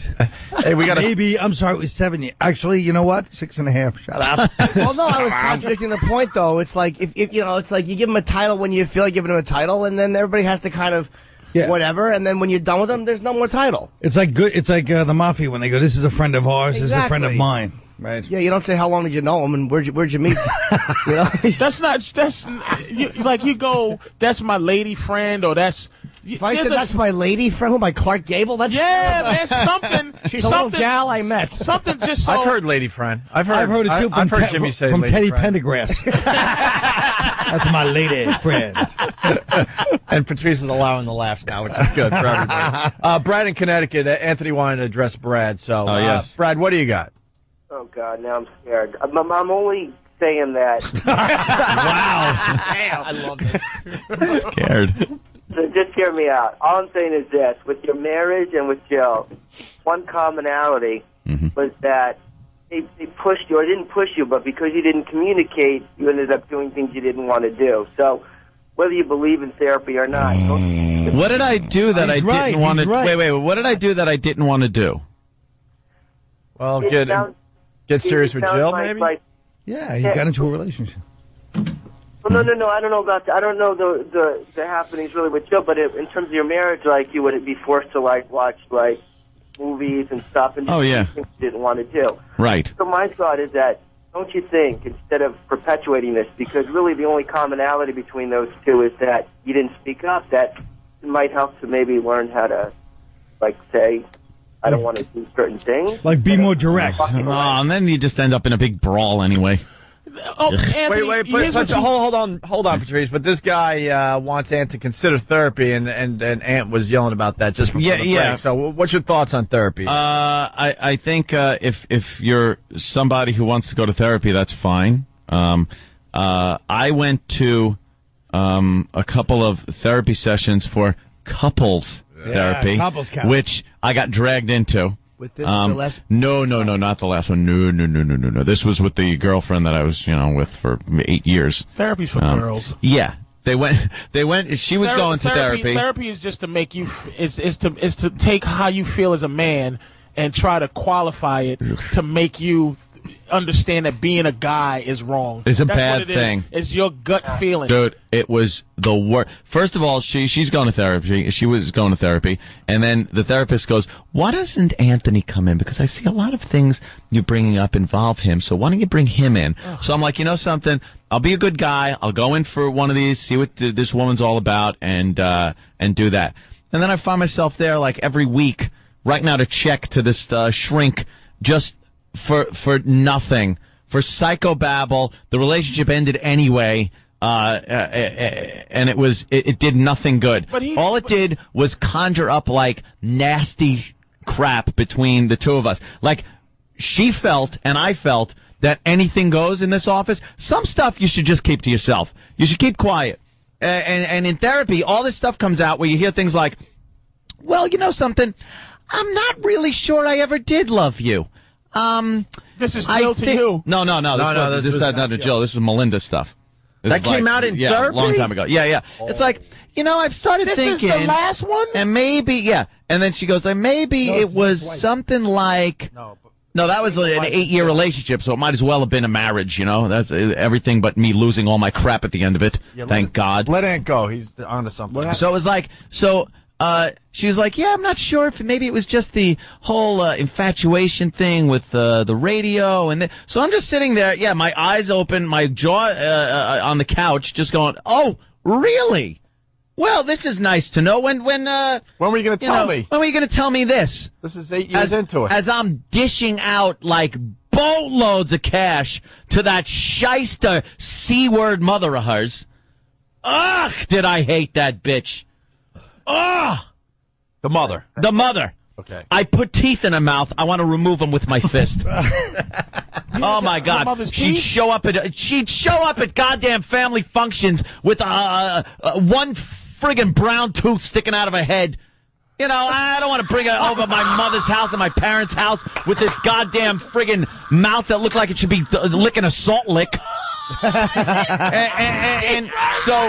[SPEAKER 1] Hey, we got maybe. I'm sorry, it was seven years. Actually, you know what? Six and a half. Shut <laughs> up.
[SPEAKER 8] well, no,
[SPEAKER 2] <laughs>
[SPEAKER 8] I was contradicting the point though. It's like if, if you know, it's like you give them a title when you feel like giving them a title, and then everybody has to kind of whatever, and then when you're done with them, there's no more title.
[SPEAKER 1] It's like good. It's like uh, the mafia when they go, "This is a friend of ours. This is a friend of
[SPEAKER 8] Exactly.
[SPEAKER 1] mine."
[SPEAKER 8] Right. Yeah, you don't say how long did you know them and where'd you where'd you
[SPEAKER 2] <laughs>
[SPEAKER 8] meet? <laughs> you know?
[SPEAKER 3] That's not. That's you, like you go. That's my lady friend, or that's.
[SPEAKER 8] If I said that's my lady friend, who am I, Clark Gable? That's <laughs>
[SPEAKER 3] Yeah, man, something.
[SPEAKER 8] She's a
[SPEAKER 3] something,
[SPEAKER 8] little gal I met.
[SPEAKER 3] Something just
[SPEAKER 8] <laughs>
[SPEAKER 3] so.
[SPEAKER 4] I've
[SPEAKER 2] <laughs>
[SPEAKER 4] heard Lady Friend. I've heard,
[SPEAKER 1] I've heard it too
[SPEAKER 4] I,
[SPEAKER 1] from,
[SPEAKER 4] have heard
[SPEAKER 1] Te-
[SPEAKER 4] Jimmy say
[SPEAKER 1] from
[SPEAKER 4] Lady
[SPEAKER 1] Teddy
[SPEAKER 4] Friend.
[SPEAKER 1] Pendergrass.
[SPEAKER 4] <laughs>
[SPEAKER 1] That's my lady friend.
[SPEAKER 4] and Patrice is allowing the laughs now, which is good
[SPEAKER 1] <laughs>
[SPEAKER 4] for everybody. Uh, Brad in Connecticut, uh, Anthony wanted to address Brad. So,
[SPEAKER 2] Oh,
[SPEAKER 4] uh,
[SPEAKER 2] yes.
[SPEAKER 4] Brad, what do you got?
[SPEAKER 14] Oh God, now I'm scared. I'm, I'm only saying that. wow. I love it.
[SPEAKER 2] scared.
[SPEAKER 14] So just hear me out. All I'm saying is this: with your marriage and with Jill, one commonality was that they, they pushed you, or didn't push you, but because you didn't communicate, you ended up doing things you didn't want to do. So, whether you believe in therapy or not,
[SPEAKER 2] What did I do that
[SPEAKER 14] He's
[SPEAKER 2] I
[SPEAKER 14] right,
[SPEAKER 2] didn't want to?
[SPEAKER 14] he's right.
[SPEAKER 2] Wait, wait. What did I do that I didn't want to do?
[SPEAKER 4] Well,
[SPEAKER 14] It
[SPEAKER 4] get
[SPEAKER 14] sounds-
[SPEAKER 4] Oh, get serious with Jill,
[SPEAKER 14] like,
[SPEAKER 4] maybe.
[SPEAKER 14] Like,
[SPEAKER 1] yeah, you got into a relationship.
[SPEAKER 14] Well, no, no, no. I don't know about that. I don't know the the, the happenings really with Jill, but it, in terms of your marriage, like you would be forced to like watch like movies and stuff, and just
[SPEAKER 2] Oh, yeah.
[SPEAKER 14] do things you didn't want to do.
[SPEAKER 2] Right.
[SPEAKER 14] So my thought is that don't you think instead of perpetuating this, because really the only commonality between those two is that you didn't speak up. That might help to maybe learn how to like say, I don't want to do certain things.
[SPEAKER 1] Like, be more direct.
[SPEAKER 2] Oh, and then you just end up in a big brawl anyway.
[SPEAKER 3] Oh,
[SPEAKER 4] wait, wait, but, but hold, hold on, hold on, Patrice. But this guy uh, wants Ant to consider therapy, and, and, and Ant was yelling about that just before
[SPEAKER 2] Yeah,
[SPEAKER 4] the break.
[SPEAKER 2] yeah.
[SPEAKER 4] So, wh- what's your thoughts on therapy?
[SPEAKER 2] Uh, I, I think uh, if if you're somebody who wants to go to therapy, that's fine. Um, uh, I went to um, a couple of therapy sessions for couples Yeah,
[SPEAKER 1] Yeah,
[SPEAKER 2] therapy,
[SPEAKER 1] couples counseling.
[SPEAKER 2] which I got dragged into. Um,
[SPEAKER 1] With this, the last-
[SPEAKER 2] No, no, no, not the last one. No, no, no, no, no, no. This was with the girlfriend that I was, you know, with for eight years. Um,
[SPEAKER 3] Therapy's for girls.
[SPEAKER 2] Yeah, they went. <laughs> They went. She was
[SPEAKER 3] Thera-
[SPEAKER 2] going to therapy.
[SPEAKER 3] Therapy is just to make you. f- It's is to is to take how you feel as a man and try to qualify it to make you understand that being a guy is wrong.
[SPEAKER 2] It's a
[SPEAKER 3] That's
[SPEAKER 2] bad
[SPEAKER 3] what it is.
[SPEAKER 2] thing.
[SPEAKER 3] It's your gut feeling.
[SPEAKER 2] Dude, it was the worst. First of all, she she's going to therapy. She was going to therapy, and then the therapist goes, "Why doesn't Anthony come in? Because I see a lot of things you're bringing up involve him. So why don't you bring him in?" So I'm like, you know something? I'll be a good guy. I'll go in for one of these, see what th- this woman's all about, and uh, and do that. And then I find myself there like every week writing out a check to this uh, shrink just for for nothing for psychobabble. The relationship ended anyway, uh, uh, uh, and it was it, it did nothing good.
[SPEAKER 3] But he-
[SPEAKER 2] All it did was conjure up like nasty crap between the two of us. Like she felt and I felt that anything goes in this office. Some stuff you should just keep to yourself. You should keep quiet. A- And and in therapy, all this stuff comes out where you hear things like, "Well, you know something." I'm not really sure I ever did love you. Um,
[SPEAKER 3] this is
[SPEAKER 2] I
[SPEAKER 3] Jill to
[SPEAKER 2] thi-
[SPEAKER 3] you.
[SPEAKER 2] No, no, no. This
[SPEAKER 3] No, no, this
[SPEAKER 2] was- this,
[SPEAKER 3] was
[SPEAKER 2] is not a Jill. This is Melinda stuff. This
[SPEAKER 4] That
[SPEAKER 2] is
[SPEAKER 4] came out in
[SPEAKER 2] yeah,
[SPEAKER 4] therapy?
[SPEAKER 2] a long time ago. Yeah, yeah. It's like you know, I've started
[SPEAKER 4] This is the
[SPEAKER 2] thinking.
[SPEAKER 4] last
[SPEAKER 3] one,
[SPEAKER 2] and maybe yeah. And then she goes, "And maybe it was something like." No, that was an eight-year relationship, so it might as well have been a marriage. You know, that's uh, everything but me losing all my crap at the end of it. Thank God.
[SPEAKER 4] Let Ant go. He's onto something.
[SPEAKER 2] So it was like, so uh, she was like, yeah, I'm not sure if maybe it was just the whole uh, infatuation thing with uh, the radio. And th- so I'm just sitting there, yeah, my eyes open, my jaw uh, uh, on the couch, just going, oh, really? Well, this is nice to know. When when uh,
[SPEAKER 4] when were you going
[SPEAKER 2] to
[SPEAKER 4] tell me?
[SPEAKER 2] When were you going to tell me this?
[SPEAKER 4] This is eight years
[SPEAKER 2] as,
[SPEAKER 4] into it.
[SPEAKER 2] As I'm dishing out like boatloads of cash to that shyster c-word mother of hers. Ugh, did I hate that bitch. Ugh.
[SPEAKER 4] The mother.
[SPEAKER 2] The mother.
[SPEAKER 4] Okay.
[SPEAKER 2] I put teeth in her mouth. I want to remove them with my
[SPEAKER 4] <laughs>
[SPEAKER 2] fist. oh my God!
[SPEAKER 3] mother's
[SPEAKER 2] She'd
[SPEAKER 3] teeth?
[SPEAKER 2] show up at she'd show up at goddamn family functions with uh, uh, uh, one friggin' brown tooth sticking out of her head. You know, I don't want to bring her over my mother's house and my parents' house with this goddamn friggin' mouth that looked like it should be uh, licking a
[SPEAKER 4] <laughs>
[SPEAKER 2] salt lick. and, and- and so,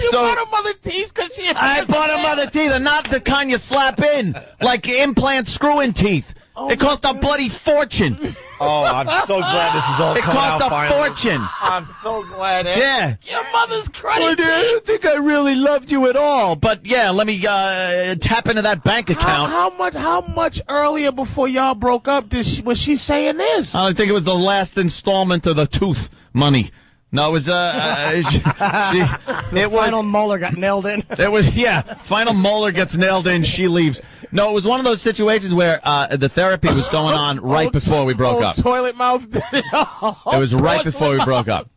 [SPEAKER 3] You
[SPEAKER 2] so
[SPEAKER 3] bought a mother teeth because she.
[SPEAKER 2] I bought a mother teeth, and not the kind you slap in, like implant screw-in teeth.
[SPEAKER 3] Oh
[SPEAKER 2] it cost a bloody <laughs> fortune.
[SPEAKER 4] Oh, I'm so glad this is all
[SPEAKER 2] It
[SPEAKER 4] coming
[SPEAKER 2] cost
[SPEAKER 4] out
[SPEAKER 2] a
[SPEAKER 4] finally.
[SPEAKER 2] fortune.
[SPEAKER 4] I'm so glad. Ant-
[SPEAKER 2] Yeah.
[SPEAKER 3] Your mother's
[SPEAKER 2] Well, dude,
[SPEAKER 3] credit.
[SPEAKER 2] I don't think I really loved you at all, but yeah, let me uh, tap into that bank
[SPEAKER 3] How,
[SPEAKER 2] account.
[SPEAKER 3] how much? How much earlier before y'all broke up? Did she, was she saying this?
[SPEAKER 2] I think it was the last installment of the tooth money. No, it was uh, uh <laughs> she, she- it was
[SPEAKER 8] Final molar got nailed in.
[SPEAKER 2] It was yeah. Final molar gets nailed in. She leaves. No, it was one of those situations where uh, the therapy was going on right before we broke
[SPEAKER 3] Old
[SPEAKER 2] up.
[SPEAKER 3] Toilet mouth. did it all.
[SPEAKER 2] It was right before we broke up.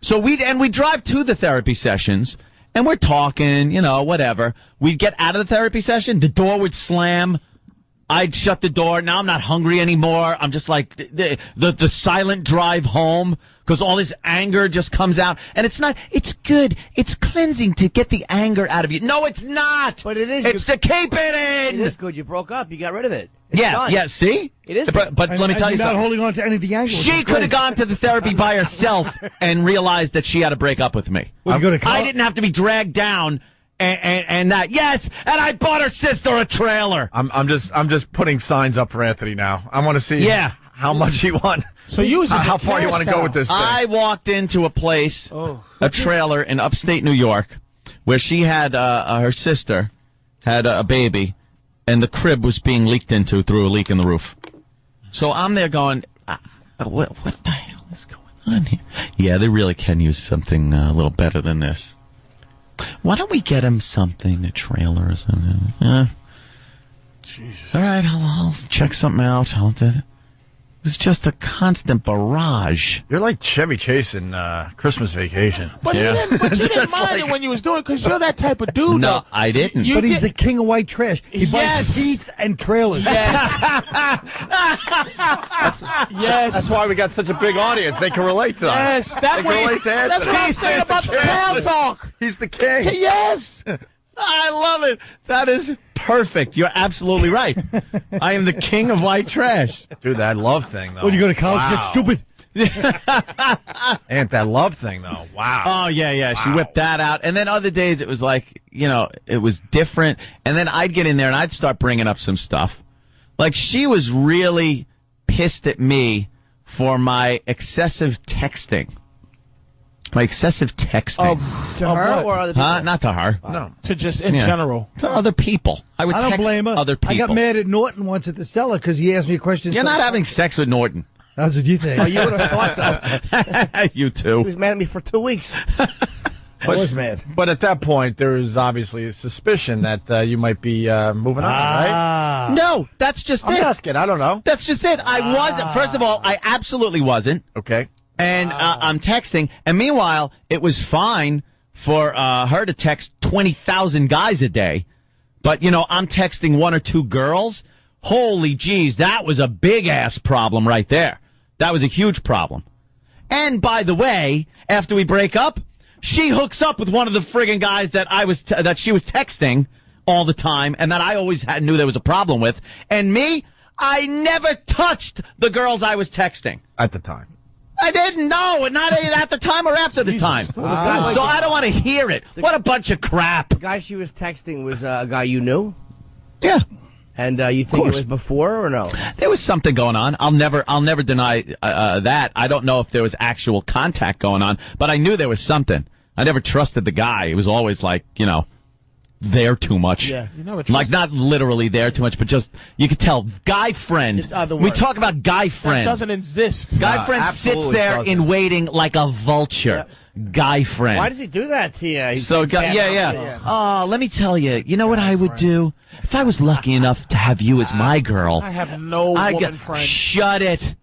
[SPEAKER 2] So we and we drive to the therapy sessions and we're talking, you know, whatever. We'd get out of the therapy session, the door would slam. I'd shut the door. Now I'm not hungry anymore. I'm just like the the, the silent drive home because all this anger just comes out. And it's not. It's good. It's cleansing to get the anger out of you. No, it's not.
[SPEAKER 8] But it is
[SPEAKER 2] It's to
[SPEAKER 8] good.
[SPEAKER 2] keep it
[SPEAKER 8] It
[SPEAKER 2] in.
[SPEAKER 8] is good. You broke up. You got rid of it. It's
[SPEAKER 2] yeah.
[SPEAKER 8] done.
[SPEAKER 2] Yeah. See.
[SPEAKER 8] It is
[SPEAKER 2] But, but
[SPEAKER 1] And-
[SPEAKER 2] let me
[SPEAKER 1] and
[SPEAKER 2] tell you
[SPEAKER 1] you're not
[SPEAKER 2] something.
[SPEAKER 1] holding on to any of the angle.
[SPEAKER 2] She could have gone to the therapy
[SPEAKER 1] <laughs>
[SPEAKER 2] by herself and realized that she had to break up with me.
[SPEAKER 1] Would you go to
[SPEAKER 2] I
[SPEAKER 1] coun-
[SPEAKER 2] didn't have to be dragged down and, and, and that. Yes, and I bought her sister a trailer.
[SPEAKER 4] I'm, I'm just, I'm just putting signs up for Anthony now. I want to see.
[SPEAKER 2] Yeah.
[SPEAKER 4] How much he want?
[SPEAKER 3] So you was
[SPEAKER 4] how,
[SPEAKER 3] just
[SPEAKER 4] how
[SPEAKER 3] a
[SPEAKER 4] far you
[SPEAKER 3] cash
[SPEAKER 4] want to go
[SPEAKER 3] cow.
[SPEAKER 4] with this thing?
[SPEAKER 2] I walked into a place,
[SPEAKER 3] Oh.
[SPEAKER 2] a trailer in upstate New York, where she had uh, uh, her sister had a, a baby, and the crib was being leaked into through a leak in the roof. So I'm there going, uh, uh, what, what the hell is going on here? Yeah, they really can use something uh, a little better than this. Why don't we get him something, a trailer or something? Uh, All right, I'll, I'll check something out. I'll, it's just a constant barrage.
[SPEAKER 4] You're like Chevy Chase in uh, Christmas Vacation.
[SPEAKER 3] But, you didn't, but
[SPEAKER 2] <laughs>
[SPEAKER 3] you didn't mind it when you was doing because you're that type of dude.
[SPEAKER 2] No, I didn't.
[SPEAKER 3] You
[SPEAKER 1] But he's
[SPEAKER 3] did-
[SPEAKER 1] the king of white trash. He
[SPEAKER 3] Yes.
[SPEAKER 1] buys teeth and trailers. <laughs>
[SPEAKER 3] though. yes.
[SPEAKER 4] That's why we got such a big audience. They can relate to us.
[SPEAKER 3] Yes, that's
[SPEAKER 4] They
[SPEAKER 3] what,
[SPEAKER 4] relate to <laughs>
[SPEAKER 3] that's what I'm
[SPEAKER 4] Anthony.
[SPEAKER 3] saying about the pal talk.
[SPEAKER 4] He's the king.
[SPEAKER 3] Yes.
[SPEAKER 2] I love it. That is perfect. You're
[SPEAKER 4] <laughs>
[SPEAKER 2] absolutely right. I am the king of white trash.
[SPEAKER 4] Dude, that love thing, though.
[SPEAKER 2] When you go to college, get stupid.
[SPEAKER 4] Ain't that love thing, though. Wow.
[SPEAKER 2] Oh yeah, yeah. She whipped that out, and then other days it was like you know it was different, and then I'd get in there and I'd start bringing up some stuff. Like she was really pissed at me for my excessive texting. My excessive texting.
[SPEAKER 8] to
[SPEAKER 2] Of
[SPEAKER 8] her
[SPEAKER 2] what?
[SPEAKER 8] or other
[SPEAKER 2] Huh?
[SPEAKER 8] people?
[SPEAKER 2] Not to her.
[SPEAKER 1] No.
[SPEAKER 3] To just
[SPEAKER 1] in general.
[SPEAKER 2] To other people. I would
[SPEAKER 1] don't
[SPEAKER 2] text
[SPEAKER 1] blame her.
[SPEAKER 2] other people.
[SPEAKER 1] I got mad at Norton once at the cellar because he asked me a question.
[SPEAKER 2] You're not having sex with Norton.
[SPEAKER 1] That's what you think.
[SPEAKER 8] Oh, you would have thought so.
[SPEAKER 2] <laughs> so. <laughs> you
[SPEAKER 8] He
[SPEAKER 2] too.
[SPEAKER 8] was mad at me for two weeks.
[SPEAKER 1] I was mad.
[SPEAKER 4] But at that point, there is obviously a suspicion that uh, you might be uh, moving on, right?
[SPEAKER 2] No, that's just
[SPEAKER 4] Ah. I'm
[SPEAKER 2] it.
[SPEAKER 4] asking. I don't know. Ah.
[SPEAKER 2] That's just it. I wasn't. First of all, I absolutely wasn't.
[SPEAKER 4] Okay. Ah.
[SPEAKER 2] And uh, I'm texting. And meanwhile, it was fine for uh, her to text 20,000 guys a day. But, you know, I'm texting one or two girls. Holy jeez, that was a big ass problem right there. That was a huge problem. And by the way, after we break up, she hooks up with one of the friggin' guys that I was that she was texting all the time, and that I always had, knew there was a problem with. And me, I never touched the girls I was texting.
[SPEAKER 4] At the time.
[SPEAKER 2] I didn't know, and not at the time or after the time. Uh,
[SPEAKER 8] guy-
[SPEAKER 2] Ah. so I don't want to hear it. What a bunch of crap.
[SPEAKER 8] The guy she was texting was uh, a guy you knew,
[SPEAKER 2] Yeah,
[SPEAKER 8] and uh, you think it
[SPEAKER 2] course.
[SPEAKER 8] was before or no?
[SPEAKER 2] there was something going on. I'll never, I'll never deny uh, uh, that. I don't know if there was actual contact going on, but I knew there was something. I never trusted the guy. It was always like, you know, there too much.
[SPEAKER 8] Yeah. You never
[SPEAKER 2] like not literally there too much, but just you could tell. Guy friend.
[SPEAKER 8] Just other
[SPEAKER 2] we
[SPEAKER 8] words.
[SPEAKER 2] talk about guy friend.
[SPEAKER 3] doesn't exist.
[SPEAKER 2] guy
[SPEAKER 4] No,
[SPEAKER 2] friend sits
[SPEAKER 4] absolutely
[SPEAKER 2] there
[SPEAKER 4] doesn't.
[SPEAKER 2] in waiting like a vulture. Guy friend.
[SPEAKER 12] Why does he do that to you? He's
[SPEAKER 2] So, gu- yeah, yeah. Oh, let me tell you. You know what I would do if I was lucky enough to have you as my girl.
[SPEAKER 3] I have no
[SPEAKER 2] I
[SPEAKER 3] woman
[SPEAKER 2] got
[SPEAKER 3] friend.
[SPEAKER 2] shut it.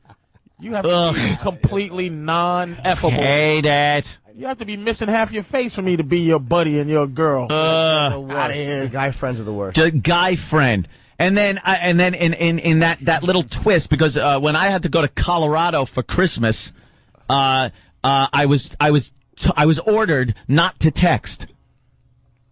[SPEAKER 3] you have to be completely non-effable.
[SPEAKER 2] Hate it.
[SPEAKER 3] You have to be missing half your face for me to be your buddy and your girl.
[SPEAKER 2] Uh,
[SPEAKER 3] Out of here.
[SPEAKER 8] Guy friends are the worst.
[SPEAKER 2] ju- guy friend. And then, I and then in, in, in that, that little twist, because uh, when I had to go to Colorado for Christmas, uh, uh, I was I was t- I was ordered not to text.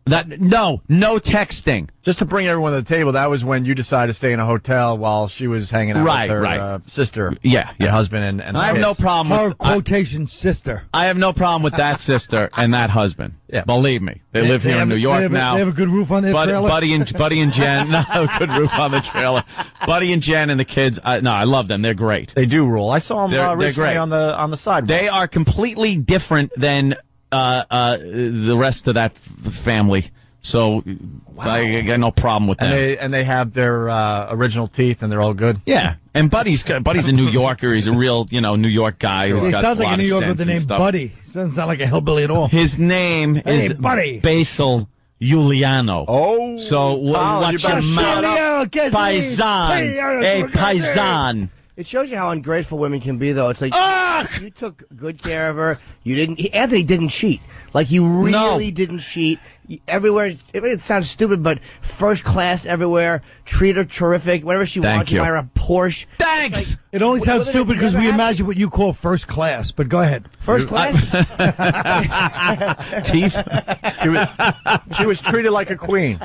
[SPEAKER 2] That no no texting.
[SPEAKER 4] Just to bring everyone to the table, that was when you decided to stay in a hotel while she was hanging out
[SPEAKER 2] Right,
[SPEAKER 4] with her
[SPEAKER 2] right.
[SPEAKER 4] Uh, sister,
[SPEAKER 2] Yeah,
[SPEAKER 4] and
[SPEAKER 2] yeah.
[SPEAKER 4] husband, and, and
[SPEAKER 2] I have no
[SPEAKER 4] kids.
[SPEAKER 2] problem.
[SPEAKER 1] Her
[SPEAKER 2] With, I-
[SPEAKER 1] quotation sister.
[SPEAKER 2] I have no problem with that sister and that husband.
[SPEAKER 4] Yeah.
[SPEAKER 2] Believe me. They, live
[SPEAKER 1] They
[SPEAKER 2] here in
[SPEAKER 1] have-
[SPEAKER 2] New
[SPEAKER 1] they
[SPEAKER 2] York
[SPEAKER 1] have a-
[SPEAKER 2] now.
[SPEAKER 1] They have a good roof on their
[SPEAKER 2] Buddy,
[SPEAKER 1] trailer.
[SPEAKER 2] Buddy and Buddy and Jen, <laughs> no good roof on the trailer. Buddy and Jen and the kids, I, no, I love them. They're great.
[SPEAKER 4] They do rule. I saw them
[SPEAKER 2] They're-
[SPEAKER 4] uh,
[SPEAKER 2] they're
[SPEAKER 4] recently
[SPEAKER 2] great.
[SPEAKER 4] on the on the sidewalk.
[SPEAKER 2] They are completely different than uh, uh, the rest of that f- family. So I, I got no problem with
[SPEAKER 4] and
[SPEAKER 2] them.
[SPEAKER 4] they and they have their uh, original teeth, and they're all good.
[SPEAKER 2] yeah, and Buddy's Buddy's a New Yorker. He's a real, you know, New York guy. who's
[SPEAKER 1] He
[SPEAKER 2] got
[SPEAKER 1] sounds
[SPEAKER 2] a
[SPEAKER 1] like
[SPEAKER 2] lot
[SPEAKER 1] a New
[SPEAKER 2] of
[SPEAKER 1] Yorker with
[SPEAKER 2] sense
[SPEAKER 1] the
[SPEAKER 2] and
[SPEAKER 1] name
[SPEAKER 2] stuff.
[SPEAKER 1] Buddy. Doesn't sound like a hillbilly at all.
[SPEAKER 2] His name
[SPEAKER 1] Hey,
[SPEAKER 2] is
[SPEAKER 1] buddy.
[SPEAKER 2] Basil Giuliano.
[SPEAKER 4] Oh,
[SPEAKER 2] So
[SPEAKER 4] Colin, you
[SPEAKER 2] wh- watch
[SPEAKER 4] better
[SPEAKER 2] your
[SPEAKER 4] shut up.
[SPEAKER 2] mouth, paisan. Hey, paisan. Oh.
[SPEAKER 8] It shows you how ungrateful women can be, though. It's like
[SPEAKER 4] Ah!
[SPEAKER 8] you took good care of her. You didn't. he- Anthony didn't cheat. Like you
[SPEAKER 2] No.
[SPEAKER 8] really didn't cheat. You- Everywhere. It, it sounds stupid, but first class everywhere. Treat her terrific. Whatever she
[SPEAKER 2] Thank
[SPEAKER 8] wants, you
[SPEAKER 2] you.
[SPEAKER 8] buy her a Porsche.
[SPEAKER 2] Thanks.
[SPEAKER 1] It only
[SPEAKER 8] Wh-
[SPEAKER 1] sounds
[SPEAKER 8] whether it
[SPEAKER 1] stupid because
[SPEAKER 8] never
[SPEAKER 1] we
[SPEAKER 8] happened-
[SPEAKER 1] imagine what you call first class. But go ahead.
[SPEAKER 8] First class.
[SPEAKER 2] <laughs> <laughs> Teeth.
[SPEAKER 4] She was, she was treated like a queen.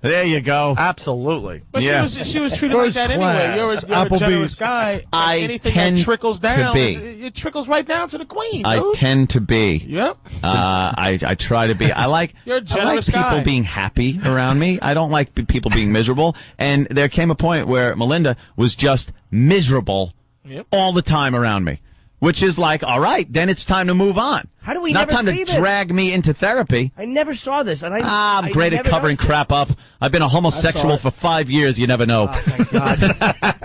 [SPEAKER 2] There you go.
[SPEAKER 4] Absolutely.
[SPEAKER 3] But
[SPEAKER 2] Yeah.
[SPEAKER 3] she was she was treated
[SPEAKER 1] First
[SPEAKER 3] like that
[SPEAKER 1] class,
[SPEAKER 3] anyway. You're a, you're a
[SPEAKER 1] Applebee's.
[SPEAKER 3] generous guy. and
[SPEAKER 2] I
[SPEAKER 3] anything
[SPEAKER 2] tend
[SPEAKER 3] that trickles
[SPEAKER 2] to
[SPEAKER 3] down,
[SPEAKER 2] be.
[SPEAKER 3] It, it trickles right down to the queen.
[SPEAKER 2] I
[SPEAKER 3] dude.
[SPEAKER 2] tend to be.
[SPEAKER 3] Yep.
[SPEAKER 2] Uh, I I try
[SPEAKER 8] <laughs>
[SPEAKER 2] to be. I like
[SPEAKER 3] You're a
[SPEAKER 2] I like
[SPEAKER 3] generous
[SPEAKER 2] people
[SPEAKER 3] guy. <laughs>
[SPEAKER 2] being happy around me. I don't like be- people being miserable. And there came a point where Melinda was just miserable
[SPEAKER 3] Yep.
[SPEAKER 2] all the time around me, which is like, all right, then it's time to move on.
[SPEAKER 8] How do we
[SPEAKER 2] Not
[SPEAKER 8] never
[SPEAKER 2] time to
[SPEAKER 8] see this?
[SPEAKER 2] drag me into therapy.
[SPEAKER 8] I never saw this, and I.
[SPEAKER 2] Ah, I'm
[SPEAKER 8] I
[SPEAKER 2] great at
[SPEAKER 8] never
[SPEAKER 2] covering
[SPEAKER 8] noticed it.
[SPEAKER 2] crap up. I've been a homosexual for five years. You never
[SPEAKER 8] Ah.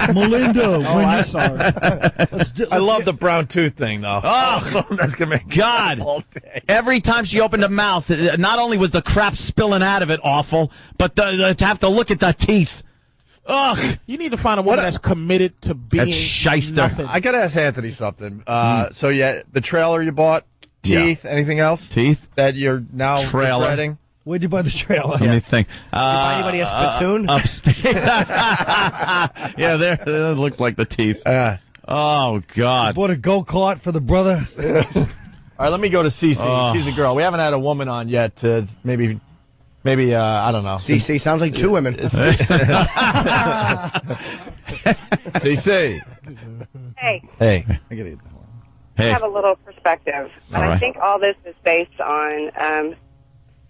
[SPEAKER 2] know.
[SPEAKER 1] Melinda,
[SPEAKER 3] Oh,
[SPEAKER 1] when you-
[SPEAKER 4] I love the brown tooth thing, though.
[SPEAKER 2] Oh,
[SPEAKER 4] <laughs> that's gonna make
[SPEAKER 2] God. Every time she opened her mouth, uh, not only was the crap spilling out of it awful, but the, the, to have to look at the teeth. Ugh.
[SPEAKER 3] You need to find a woman that's committed to being
[SPEAKER 2] That's shyster. Hmm.
[SPEAKER 3] nothing.
[SPEAKER 4] I gotta ask Anthony something. Uh, So yeah, the trailer you bought,
[SPEAKER 2] Yeah.
[SPEAKER 4] teeth, anything else
[SPEAKER 2] Teeth?
[SPEAKER 4] that you're now
[SPEAKER 2] Trailer.
[SPEAKER 4] regretting?
[SPEAKER 1] where'd you buy the trailer?
[SPEAKER 2] Let me think. Uh,
[SPEAKER 8] Anybody a spittoon?
[SPEAKER 4] <laughs>
[SPEAKER 2] upstate. <laughs> yeah, there. That looks like the teeth.
[SPEAKER 4] Uh,
[SPEAKER 2] Oh, God.
[SPEAKER 1] Bought a go kart for the
[SPEAKER 2] <laughs>
[SPEAKER 1] brother.
[SPEAKER 4] all right, let me go to Cece.
[SPEAKER 2] Oh. Uh,
[SPEAKER 4] She's a girl. We haven't had a woman on yet to maybe Maybe uh, I don't know.
[SPEAKER 8] CC sounds like two
[SPEAKER 2] <laughs>
[SPEAKER 8] women.
[SPEAKER 4] CC.
[SPEAKER 14] Hey,
[SPEAKER 4] Hey.
[SPEAKER 14] I
[SPEAKER 4] Hey.
[SPEAKER 14] have a little perspective, and
[SPEAKER 4] All
[SPEAKER 14] I
[SPEAKER 4] right.
[SPEAKER 14] think all this is based on um,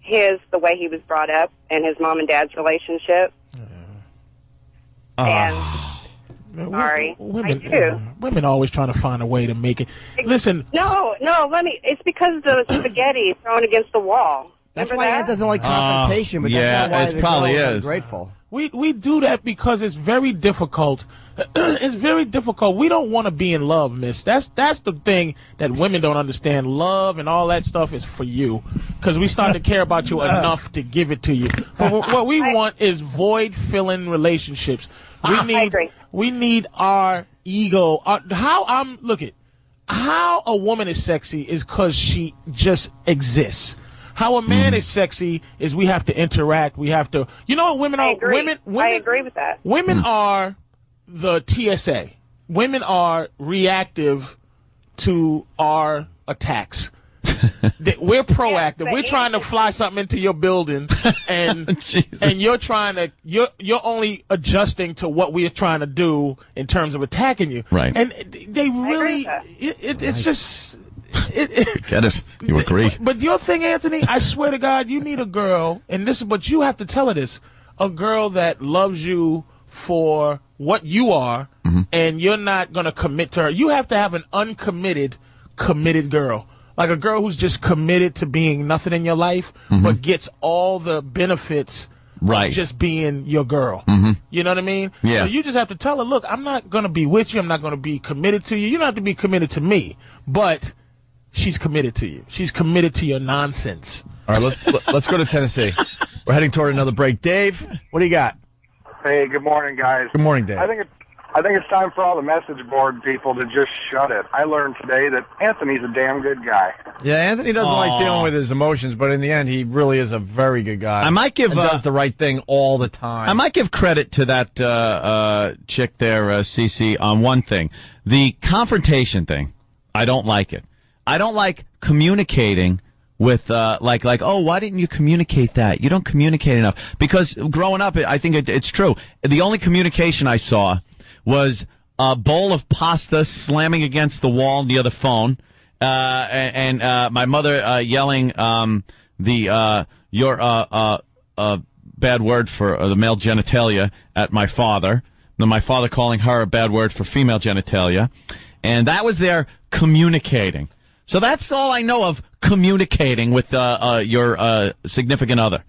[SPEAKER 14] his the way he was brought up and his mom and dad's relationship.
[SPEAKER 2] Ah.
[SPEAKER 14] Sorry,
[SPEAKER 3] women,
[SPEAKER 14] I do.
[SPEAKER 3] women always trying to find a way to make it. Listen,
[SPEAKER 14] No, no, let me. It's because of
[SPEAKER 4] <coughs>
[SPEAKER 14] the spaghetti thrown against the wall.
[SPEAKER 8] That's
[SPEAKER 14] Remember
[SPEAKER 8] why
[SPEAKER 14] that?
[SPEAKER 8] Ant doesn't like
[SPEAKER 4] Ah.
[SPEAKER 8] confrontation, but that's not why the girl is grateful.
[SPEAKER 3] We we do that because it's very difficult. <clears throat> it's very difficult. We don't want to be in love, miss. That's that's the thing that women don't understand. Love and all that stuff is for you because we start to care about you enough to give it to you. But wh- what we want is void filling relationships. We need we need our ego. Our, how I'm look it. How a woman is sexy is because she just exists. How a man is sexy is we have to interact. We have to. You know what women are? Women. Women. I agree Hmm.
[SPEAKER 14] with that.
[SPEAKER 3] Women are the TSA. Women are reactive to our <laughs> attacks. That We're proactive. We're trying to fly something into your <laughs> building, and and you're trying to you're you're only adjusting to what we're trying to do in terms of attacking you.
[SPEAKER 2] Right.
[SPEAKER 3] And they really, it, it, it's just
[SPEAKER 2] Get it? You agree?
[SPEAKER 3] But your thing, Anthony,
[SPEAKER 2] <laughs>
[SPEAKER 3] I swear to God, you need a girl, and this is what you have to tell her this a girl that loves you for what you are,
[SPEAKER 2] Mm-hmm.
[SPEAKER 3] and you're not going to commit to her. You have to have an uncommitted, committed girl. Like a girl who's just committed to being nothing in your life, but gets all the benefits
[SPEAKER 2] Mm-hmm. Right.
[SPEAKER 3] of just being your girl.
[SPEAKER 4] Mm-hmm.
[SPEAKER 8] <laughs>
[SPEAKER 2] Mhm.
[SPEAKER 3] You know what I mean?
[SPEAKER 2] Yeah.
[SPEAKER 3] So you just have to tell her, look, I'm not going to be with you. I'm not going to be committed to you. You don't have to be committed to me, but she's committed to you. She's committed to your nonsense.
[SPEAKER 4] All right, let's let's go to Tennessee. We're heading toward another break. Dave, what do you got?
[SPEAKER 16] Hey, good morning, guys.
[SPEAKER 4] Good morning, Dave.
[SPEAKER 16] I think it, I think it's time for all the message board people to just shut it. I learned today that Anthony's a damn good guy.
[SPEAKER 4] Yeah, Anthony doesn't
[SPEAKER 16] Aw.
[SPEAKER 4] like dealing with his emotions, but in the end, he really is a very good guy.
[SPEAKER 2] I might give,
[SPEAKER 4] and
[SPEAKER 2] uh,
[SPEAKER 4] does the right thing all the time.
[SPEAKER 2] I might give credit to that uh, uh, chick there, uh, CC, on one thing: the confrontation thing. I don't like it. I don't like communicating with uh, like like oh why didn't you communicate that you don't communicate enough because growing up I think it, it's true the only communication I saw was a bowl of pasta slamming against the wall near the phone uh, and, and uh, my mother uh, yelling um, the uh, your uh, uh, uh, bad word for uh, the male genitalia at my father. Then my father calling her a bad word for female genitalia, and that was their communicating. So that's all I know of communicating with uh, uh, your uh, significant other.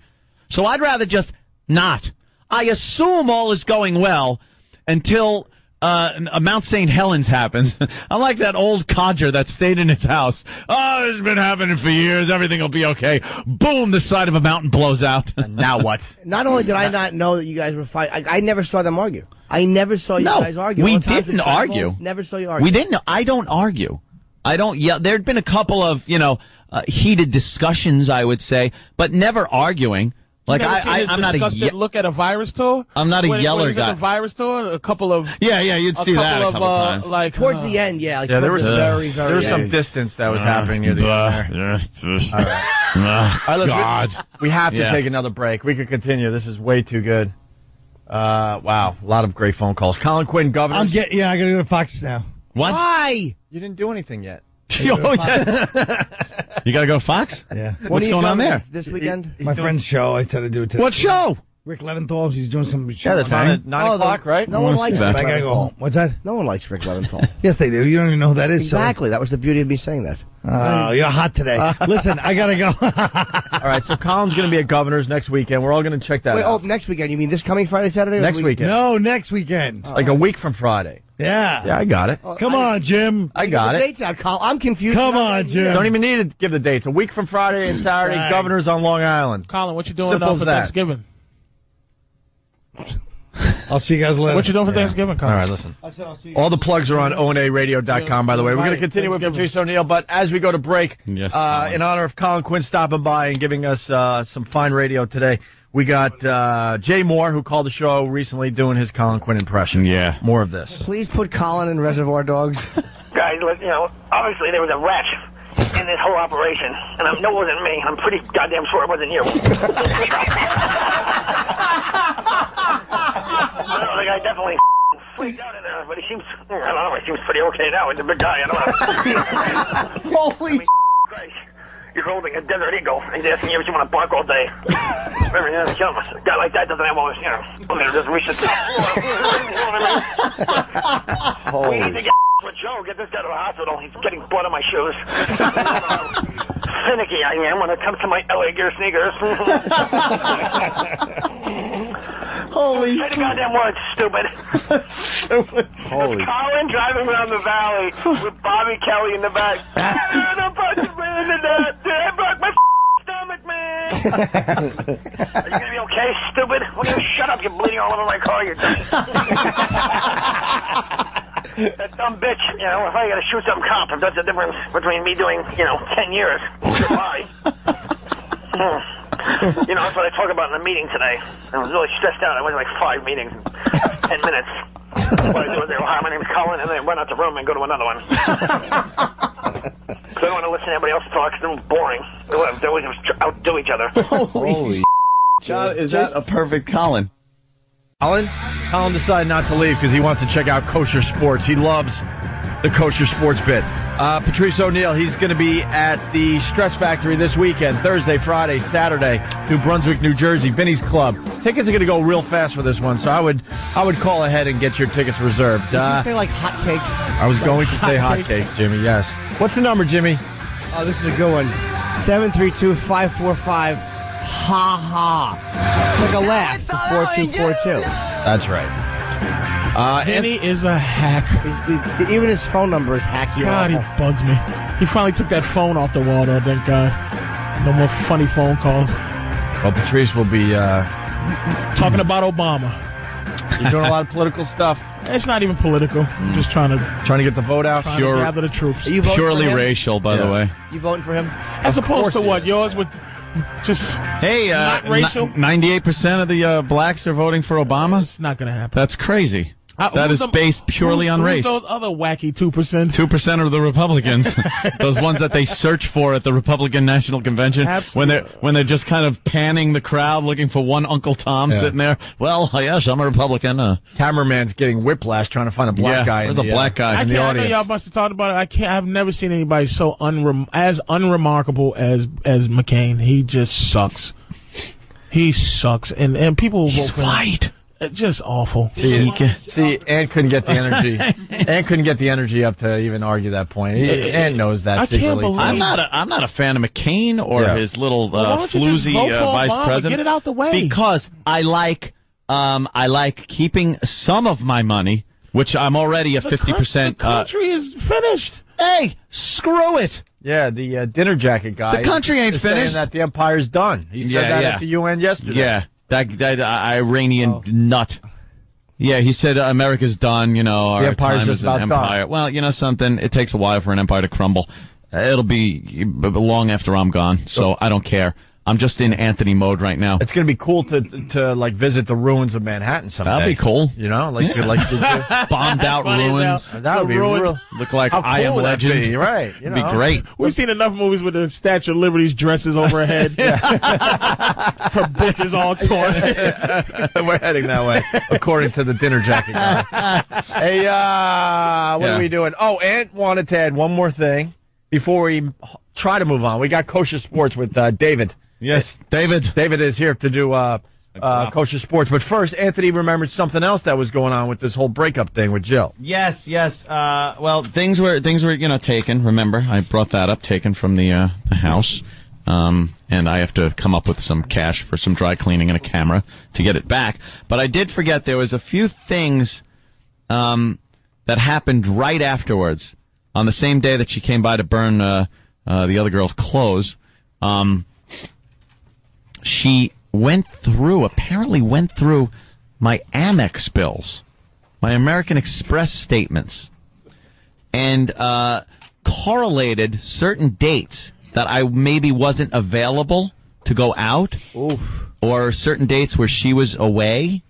[SPEAKER 2] So I'd rather just not. I assume all is going well until uh, n- uh, Mount St. Helens happens. <laughs> I'm like that old conjure that stayed in his house. Oh, it's been happening for years. Everything will be okay. Boom, the side of a mountain blows out. now <laughs> what?
[SPEAKER 8] Not only did I not know that you guys were fighting, I, I never saw them argue. I never saw you
[SPEAKER 2] No,
[SPEAKER 8] guys argue.
[SPEAKER 2] we
[SPEAKER 8] All the times
[SPEAKER 2] didn't
[SPEAKER 8] we traveled,
[SPEAKER 2] argue.
[SPEAKER 8] Never saw you argue.
[SPEAKER 2] We didn't. I don't argue. I don't yell. There'd been a couple of, you know, uh, heated discussions, I would say, but never arguing. Like,
[SPEAKER 3] You never
[SPEAKER 2] I,
[SPEAKER 3] seen
[SPEAKER 2] I,
[SPEAKER 3] this
[SPEAKER 2] I'm not a.
[SPEAKER 3] disgusted
[SPEAKER 2] Ye-
[SPEAKER 3] look at a virus tour.
[SPEAKER 2] I'm not a
[SPEAKER 3] When- when
[SPEAKER 2] yeller
[SPEAKER 3] you got
[SPEAKER 2] guy.
[SPEAKER 3] A virus tour, a couple of
[SPEAKER 2] Yeah, yeah, you'd
[SPEAKER 3] a
[SPEAKER 2] see that
[SPEAKER 3] couple
[SPEAKER 2] a
[SPEAKER 3] of,
[SPEAKER 2] couple
[SPEAKER 3] uh,
[SPEAKER 2] times.
[SPEAKER 3] Like
[SPEAKER 8] Towards
[SPEAKER 3] uh,
[SPEAKER 8] the end, yeah. Like
[SPEAKER 4] yeah, there
[SPEAKER 8] towards
[SPEAKER 4] was
[SPEAKER 8] the
[SPEAKER 4] there
[SPEAKER 8] very, very
[SPEAKER 4] was some
[SPEAKER 8] end.
[SPEAKER 4] distance that was happening near the end there. All
[SPEAKER 2] <laughs>
[SPEAKER 4] right. All right, let's- we- We, have to
[SPEAKER 2] Yeah.
[SPEAKER 4] take another break. We could continue. This is way too good. Uh, wow, a lot of great phone calls. Colin Quinn, governor.
[SPEAKER 1] I'm get yeah. I gotta go to Fox now.
[SPEAKER 2] What?
[SPEAKER 4] Why? You didn't do anything
[SPEAKER 2] <laughs>
[SPEAKER 4] yet.
[SPEAKER 2] Oh, yeah. you got to go to Fox? <laughs>
[SPEAKER 1] Yeah.
[SPEAKER 2] What's going on there?
[SPEAKER 1] My friend's show. I said to do it today.
[SPEAKER 2] What show?
[SPEAKER 1] Rick Leventhal. He's doing some show.
[SPEAKER 8] Yeah, that's on at nine Oh, the- o'clock, right? no I one wanna likes see that.
[SPEAKER 1] I gotta go home. What's that?
[SPEAKER 8] No one likes Rick
[SPEAKER 1] <laughs>
[SPEAKER 8] Leventhal.
[SPEAKER 1] yes, they do. You don't even know who that is. silly.
[SPEAKER 8] exactly. That was the beauty of me saying that.
[SPEAKER 1] Oh, you're hot
[SPEAKER 4] Uh,
[SPEAKER 1] today. Listen, I gotta go.
[SPEAKER 4] <laughs> All right, so Colin's going to be at Governor's next weekend. We're all going to check that
[SPEAKER 8] Wait,
[SPEAKER 4] out.
[SPEAKER 8] oh, next weekend. You mean this coming Friday, Saturday? or the
[SPEAKER 4] Next
[SPEAKER 8] week-
[SPEAKER 4] weekend.
[SPEAKER 1] No, next weekend.
[SPEAKER 4] Like a week from Friday.
[SPEAKER 1] Yeah.
[SPEAKER 4] <laughs> Yeah, I got it.
[SPEAKER 1] Come on, Jim.
[SPEAKER 4] I got
[SPEAKER 8] The
[SPEAKER 4] it.
[SPEAKER 8] dates out, Kyle. I'm confused.
[SPEAKER 1] Come
[SPEAKER 8] Not
[SPEAKER 1] on,
[SPEAKER 8] that-
[SPEAKER 1] Jim.
[SPEAKER 4] Don't even need to give the dates. A week from Friday and Saturday,
[SPEAKER 3] Thanks.
[SPEAKER 4] Governor's on Long Island.
[SPEAKER 3] Colin, what you doing
[SPEAKER 4] Simple
[SPEAKER 3] uh,
[SPEAKER 4] as
[SPEAKER 3] for
[SPEAKER 4] that.
[SPEAKER 3] Thanksgiving?
[SPEAKER 1] I'll see you guys later.
[SPEAKER 3] What you doing for Thanksgiving, Colin?
[SPEAKER 4] All right, listen. All the plugs are on onaradio.com, by the way. We're going to continue with Patrice O'Neill, but as we go to break,
[SPEAKER 2] Yes,
[SPEAKER 4] uh, in honor of Colin Quinn stopping by and giving us uh, some fine radio today, we got uh, Jay Moore, who called the show recently doing his Colin Quinn impression.
[SPEAKER 2] Yeah.
[SPEAKER 4] More of
[SPEAKER 8] <laughs>
[SPEAKER 4] this.
[SPEAKER 2] <laughs>
[SPEAKER 8] Please put Colin in Reservoir Dogs.
[SPEAKER 15] guys, let- you know, obviously there was a wreck. in this whole operation. And I know it wasn't me. I'm pretty goddamn sure it wasn't you. <laughs> I know the guy definitely <laughs> freaked out in there, but he seems, I don't know, he seems pretty okay now. He's a big guy. I don't know. Holy Christ. You're holding a desert eagle, and he's asking you if you want to bark all day. Remember, you know, kill him. A guy like that doesn't have all this, you know, I mean, just reach the <laughs> We need to get with Joe. Get this guy to the hospital. He's getting blood on my shoes. Finicky I am when it comes to my LA Gear sneakers. Holy Say the goddamn words, stupid.
[SPEAKER 17] Holy.
[SPEAKER 15] <laughs> Colin driving around the valley with Bobby Kelly in the back. Dude, I'm fucking running to death. Dude, I broke my stomach, man.
[SPEAKER 8] <laughs>
[SPEAKER 15] Are you gonna be okay, stupid? Will you shut up? You're bleeding all over my car. You're dumb. that dumb bitch. You know, if I gotta shoot some cop, if that's the difference between me doing, you know, ten years. Goodbye. Hmm. you know, that's what I talk about in the meeting today. I was really stressed out. I went to like five meetings, in ten minutes. What I do is they go, hi, my name's Colin, and then run out the room and go to another one. Because I don't want to listen to everybody else talk. 'cause They're boring. They want to always outdo each
[SPEAKER 2] <laughs>
[SPEAKER 15] other.
[SPEAKER 2] Holy.
[SPEAKER 4] John,
[SPEAKER 2] is that a perfect Colin?
[SPEAKER 4] Colin? Colin decided not to leave because he wants to check out kosher sports. He loves the kosher sports bit. Uh, Patrice O'Neill, he's going to be at the Stress Factory this weekend, Thursday, Friday, Saturday, New Brunswick, New Jersey, Vinny's Club. Tickets are going to go real fast for this one, so I would I would call ahead and get your tickets reserved. uh,
[SPEAKER 12] say like hotcakes?
[SPEAKER 4] I was going to say hotcakes, Jimmy. Yes. What's the number, Jimmy?
[SPEAKER 12] Oh, this is a good one. 732-545. Ha ha. It's like a laugh for 4242.
[SPEAKER 4] That's right. Uh,
[SPEAKER 3] Vinny is a hack.
[SPEAKER 12] even his phone number is hacky.
[SPEAKER 3] God, he bugs me. He finally took that phone off the wall, though, thank God. No more funny phone calls.
[SPEAKER 4] Well, Patrice will be uh,
[SPEAKER 3] Talking about Obama.
[SPEAKER 4] You're doing a lot of political stuff.
[SPEAKER 3] <laughs>
[SPEAKER 4] Mm.
[SPEAKER 3] It's not even political. I'm just trying to
[SPEAKER 4] trying to get the vote out.
[SPEAKER 3] Trying to gather the troops. Are you voting
[SPEAKER 2] purely
[SPEAKER 3] for him?
[SPEAKER 2] racial, by the
[SPEAKER 3] Yeah.
[SPEAKER 2] way.
[SPEAKER 12] You voting for him?
[SPEAKER 3] As opposed to what? Yours with just
[SPEAKER 2] hey,
[SPEAKER 4] uh,
[SPEAKER 3] not racial.
[SPEAKER 2] Ninety-eight percent of the uh, blacks are voting for Obama. It's
[SPEAKER 3] not going to happen.
[SPEAKER 2] That's crazy.
[SPEAKER 3] Uh,
[SPEAKER 2] that
[SPEAKER 3] who's
[SPEAKER 2] is
[SPEAKER 3] the-
[SPEAKER 2] based purely
[SPEAKER 3] who's-
[SPEAKER 2] on
[SPEAKER 3] who's
[SPEAKER 2] race.
[SPEAKER 3] Those other wacky two percent.
[SPEAKER 2] Two percent
[SPEAKER 3] <laughs>
[SPEAKER 2] are
[SPEAKER 4] <laughs>
[SPEAKER 2] the Republicans. those ones that they search for at the Republican National Convention when they're when they're just kind of panning the crowd, looking for one Uncle Tom
[SPEAKER 4] Yeah.
[SPEAKER 2] sitting there. Well, yes, I'm a Republican. Uh,
[SPEAKER 4] Cameraman's getting whiplash trying to find a black
[SPEAKER 2] Yeah,
[SPEAKER 4] guy.
[SPEAKER 2] where's
[SPEAKER 4] in
[SPEAKER 2] a
[SPEAKER 4] the, uh,
[SPEAKER 2] black guy
[SPEAKER 3] I,
[SPEAKER 4] in
[SPEAKER 3] can't,
[SPEAKER 4] the
[SPEAKER 3] I know
[SPEAKER 4] audience.
[SPEAKER 3] y'all must have talked about it. I can't. I've never seen anybody so unrem- as unremarkable as as McCain. He just sucks. He sucks, and and people who vote for him- It's just awful.
[SPEAKER 4] See, see, Ant couldn't get the
[SPEAKER 2] <laughs>
[SPEAKER 4] energy. Ant couldn't get the energy up to even argue that point. He, Ant knows that secretly.
[SPEAKER 2] I'm not. A, I'm not a fan of McCain or
[SPEAKER 4] Yeah.
[SPEAKER 2] his little
[SPEAKER 4] Well, why
[SPEAKER 2] uh,
[SPEAKER 4] don't you just
[SPEAKER 2] floozy
[SPEAKER 4] vote
[SPEAKER 2] uh,
[SPEAKER 4] for
[SPEAKER 2] vice
[SPEAKER 4] Obama?
[SPEAKER 2] president.
[SPEAKER 4] Get it out the way.
[SPEAKER 2] Because I like. Um, I like keeping some of my money, which I'm already a
[SPEAKER 3] The
[SPEAKER 2] fifty percent. uh,
[SPEAKER 3] coun- the country is finished.
[SPEAKER 2] Hey, screw it.
[SPEAKER 4] Yeah, the uh, dinner jacket guy.
[SPEAKER 2] The country ain't
[SPEAKER 4] is saying
[SPEAKER 2] finished.
[SPEAKER 4] That the empire's done. He said
[SPEAKER 2] Yeah,
[SPEAKER 4] that
[SPEAKER 2] yeah.
[SPEAKER 4] at the UN yesterday. Oh.
[SPEAKER 2] Yeah, that that uh, Iranian nut. Yeah, he said uh, America's done. You know, our
[SPEAKER 4] empire's
[SPEAKER 2] time
[SPEAKER 4] just
[SPEAKER 2] is an
[SPEAKER 4] about done.
[SPEAKER 2] empire. Well, you know something. It takes a while for an empire to crumble. Uh, It'll be uh, long after I'm gone,
[SPEAKER 4] Oh.
[SPEAKER 2] so I don't care. I'm just in Anthony mode right now.
[SPEAKER 4] It's gonna be cool to to like visit the ruins of Manhattan someday.
[SPEAKER 2] That'd be cool.
[SPEAKER 4] You know, like like the,
[SPEAKER 2] <laughs> bombed out ruins.
[SPEAKER 4] That would be real.
[SPEAKER 2] Look like
[SPEAKER 4] How
[SPEAKER 2] I am
[SPEAKER 4] cool would that
[SPEAKER 2] legend.
[SPEAKER 4] be? Right. You
[SPEAKER 2] It'd be
[SPEAKER 4] know.
[SPEAKER 2] great.
[SPEAKER 3] We've seen enough movies with the Statue of Liberty's
[SPEAKER 2] <laughs>
[SPEAKER 3] dresses over her head. her book is all torn.
[SPEAKER 4] <laughs> <laughs> We're heading that way, according to the dinner jacket guy. hey, uh, what
[SPEAKER 3] Yeah.
[SPEAKER 4] are we doing? Oh, Ant wanted to add one more thing before we h- try to move on. We got kosher sports with uh, David.
[SPEAKER 2] Yes, David.
[SPEAKER 4] David is here to do uh, uh, kosher sports. But first, Anthony remembered something else that was going on with this whole breakup thing with Jill.
[SPEAKER 2] Yes, yes. Uh, well, things were things were you know taken. Remember, I brought that up, taken from the uh, the house, um, and I have to come up with some cash for some dry cleaning and a camera to get it back. But I did forget there was a few things um, that happened right afterwards on the same day that she came by to burn uh, uh, the other girl's clothes. Um, she went through apparently went through my Amex bills, my American Express statements, and uh, correlated certain dates that I maybe wasn't available to go out, or certain dates where she was away,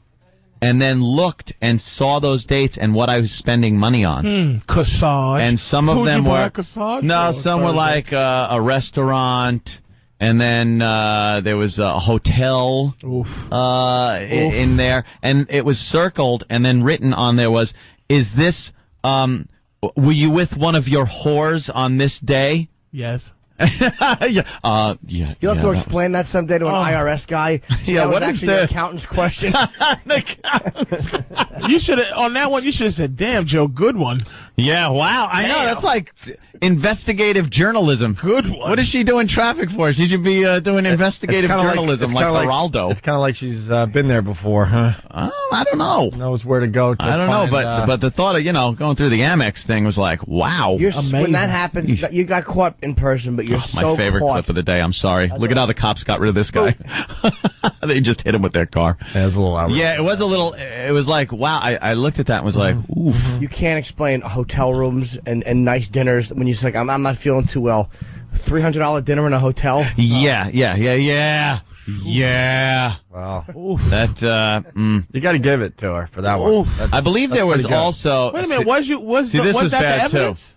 [SPEAKER 2] and then looked and saw those dates and what I was spending money on.
[SPEAKER 3] Hmm, Cassage.
[SPEAKER 2] And some of
[SPEAKER 3] Who'd
[SPEAKER 2] them
[SPEAKER 3] you buy
[SPEAKER 2] were
[SPEAKER 3] a Cassage?
[SPEAKER 2] no,
[SPEAKER 3] Oh,
[SPEAKER 2] some were
[SPEAKER 3] sorry.
[SPEAKER 2] like uh, a restaurant, and then uh, there was a hotel Uh, i-
[SPEAKER 3] Oof.
[SPEAKER 2] in there, and it was circled, and then written on there was, "Is this? Um, w- were you with one of your whores on this day?"
[SPEAKER 3] Yes.
[SPEAKER 2] yeah, uh, yeah.
[SPEAKER 8] You'll have
[SPEAKER 2] yeah,
[SPEAKER 8] to
[SPEAKER 2] that-
[SPEAKER 8] explain that someday to an IRS guy. that
[SPEAKER 2] Yeah,
[SPEAKER 8] was
[SPEAKER 2] what is
[SPEAKER 8] actually your
[SPEAKER 2] this?
[SPEAKER 8] accountant's
[SPEAKER 2] <laughs>
[SPEAKER 8] question.
[SPEAKER 3] you should have on that one. You should have said, "Damn, Joe, good one."
[SPEAKER 2] Yeah, wow. I know that's like investigative journalism. Good one. What is she doing traffic for? She should be uh, doing investigative
[SPEAKER 4] kinda
[SPEAKER 2] journalism
[SPEAKER 4] it's
[SPEAKER 2] like,
[SPEAKER 4] kinda
[SPEAKER 2] Geraldo. Oh,
[SPEAKER 4] It's kind of like she's uh, been there before, huh?
[SPEAKER 2] I don't know.
[SPEAKER 4] Knows where to go. To
[SPEAKER 2] I don't know,
[SPEAKER 4] find,
[SPEAKER 2] but
[SPEAKER 4] uh,
[SPEAKER 2] but the thought of you know going through the Amex thing was like, wow. Oh,
[SPEAKER 8] You're, s- when that happens, you got caught in person, but you're
[SPEAKER 2] My
[SPEAKER 8] so
[SPEAKER 2] favorite
[SPEAKER 8] caught.
[SPEAKER 2] clip of the day. I'm sorry. Look at how the cops got rid of this guy. <laughs> they just hit him with their car.
[SPEAKER 4] That was a little
[SPEAKER 2] Yeah, it was a little. It was like, wow. I, I looked at that and was like,
[SPEAKER 4] Mm-hmm.
[SPEAKER 8] You can't explain hotel rooms and, and nice dinners when you're just like, I'm, I'm not feeling too well. $300 dinner in a hotel?
[SPEAKER 2] yeah, yeah, yeah, yeah, yeah.
[SPEAKER 4] Wow.
[SPEAKER 2] That uh, mm.
[SPEAKER 4] you got to give it to her for that one. That's-
[SPEAKER 2] I believe
[SPEAKER 4] that's
[SPEAKER 2] there was
[SPEAKER 4] pretty good.
[SPEAKER 2] also.
[SPEAKER 3] Wait a minute, was you- was
[SPEAKER 2] see,
[SPEAKER 3] the-
[SPEAKER 2] this
[SPEAKER 3] was
[SPEAKER 2] was
[SPEAKER 3] that the
[SPEAKER 2] bad too?
[SPEAKER 3] evidence?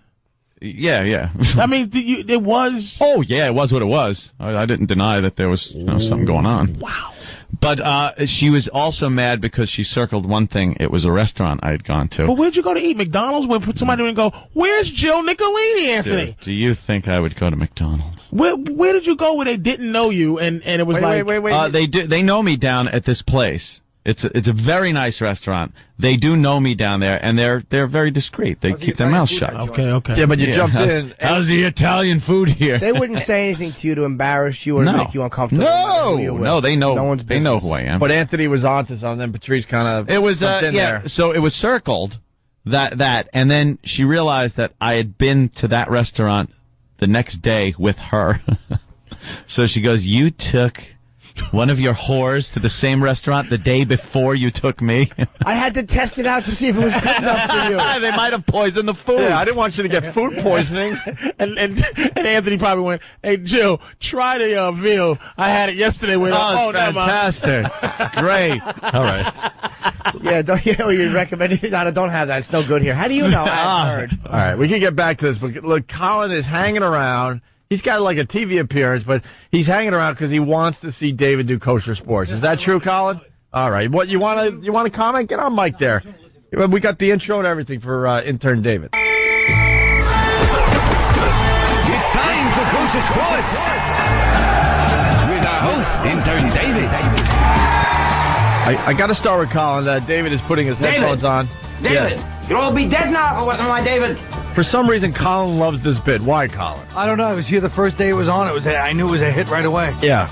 [SPEAKER 2] Yeah, yeah.
[SPEAKER 3] I mean, did you, there was.
[SPEAKER 2] Oh yeah, it was what it was. I, I didn't deny that there was you know, something going on. Wow. But uh, she was also mad because she circled one thing. It was a restaurant I had gone to.
[SPEAKER 3] But where'd you go to eat? McDonald's? When
[SPEAKER 2] Mm.
[SPEAKER 3] somebody would go, "Where's Joe Nicolini, Anthony?"
[SPEAKER 2] Do, do you think I would go to McDonald's?
[SPEAKER 3] Where Where did you go where they didn't know you and and it was like
[SPEAKER 2] Uh, they do. They know me down at this place. It's a, it's a very nice restaurant. They do know me down there, and they're they're very discreet. They keep their mouths shut.
[SPEAKER 3] Okay, okay.
[SPEAKER 8] Yeah, but you
[SPEAKER 2] <laughs>
[SPEAKER 8] jumped
[SPEAKER 2] how's-
[SPEAKER 8] in.
[SPEAKER 2] How's the Italian food here?
[SPEAKER 8] They wouldn't say anything to you to embarrass you or
[SPEAKER 2] No.
[SPEAKER 8] make you uncomfortable.
[SPEAKER 2] No.
[SPEAKER 8] matter who you're with.
[SPEAKER 2] No, they know-
[SPEAKER 8] No one's
[SPEAKER 2] they know
[SPEAKER 8] business.
[SPEAKER 2] who I am.
[SPEAKER 4] But Anthony was onto something. Then Patrice kind of
[SPEAKER 2] It was uh,
[SPEAKER 4] jumped
[SPEAKER 2] yeah.
[SPEAKER 4] in there.
[SPEAKER 2] So it was circled that that, and then she realized that I had been to that restaurant the next day with her. <laughs> so she goes, "You took one of your whores to the same restaurant the day before you took me." <laughs>
[SPEAKER 8] I had to test it out to see if it was good enough for you.
[SPEAKER 3] <laughs>
[SPEAKER 2] they might have poisoned the food.
[SPEAKER 4] Yeah, I didn't want you to get food poisoning.
[SPEAKER 3] and, and and Anthony probably went, "Hey Jill, try the uh, veal. I had it yesterday with.
[SPEAKER 2] Oh,
[SPEAKER 3] oh,
[SPEAKER 2] it's
[SPEAKER 3] never mind."
[SPEAKER 2] fantastic.
[SPEAKER 3] <laughs>
[SPEAKER 2] it's <laughs> great. All right.
[SPEAKER 8] Yeah, don't, you know, you recommend it. I don't have that. It's no good here. How do you know? I
[SPEAKER 2] Ah.
[SPEAKER 8] heard.
[SPEAKER 4] All right, we can get back to this, but look, Colin is hanging around. He's got like a TV appearance, but he's hanging around because he wants to see David do kosher sports. Is that true, Colin? All right. What you want to you want to comment? Get on Mike there. We got the intro and everything for uh, intern David.
[SPEAKER 18] It's time for Kosher Sports with our host, intern David.
[SPEAKER 4] I, I got to start with Colin. Uh, David is putting his
[SPEAKER 18] David!
[SPEAKER 4] headphones on.
[SPEAKER 18] David!
[SPEAKER 4] you'll all be dead now if it wasn't my David. For some reason, Colin loves this bit. Why, Colin?
[SPEAKER 1] I don't know. I was here the first day it was on. It was a, I knew it was a hit right away.
[SPEAKER 4] Yeah.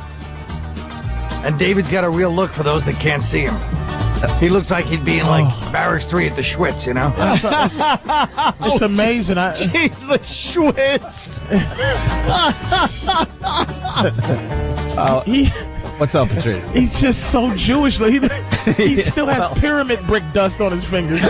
[SPEAKER 1] And David's got a real look for those that can't see him. He looks like he'd be in like barracks three at the Schwitz, you know. <laughs>
[SPEAKER 3] It's amazing.
[SPEAKER 4] <laughs>
[SPEAKER 3] I,
[SPEAKER 4] the
[SPEAKER 3] <laughs> Schwitz.
[SPEAKER 4] <laughs> Uh, What's up, Patrice?
[SPEAKER 3] He's just so Jewish. Like, he,
[SPEAKER 2] <laughs>
[SPEAKER 3] he still has pyramid brick dust on his fingers.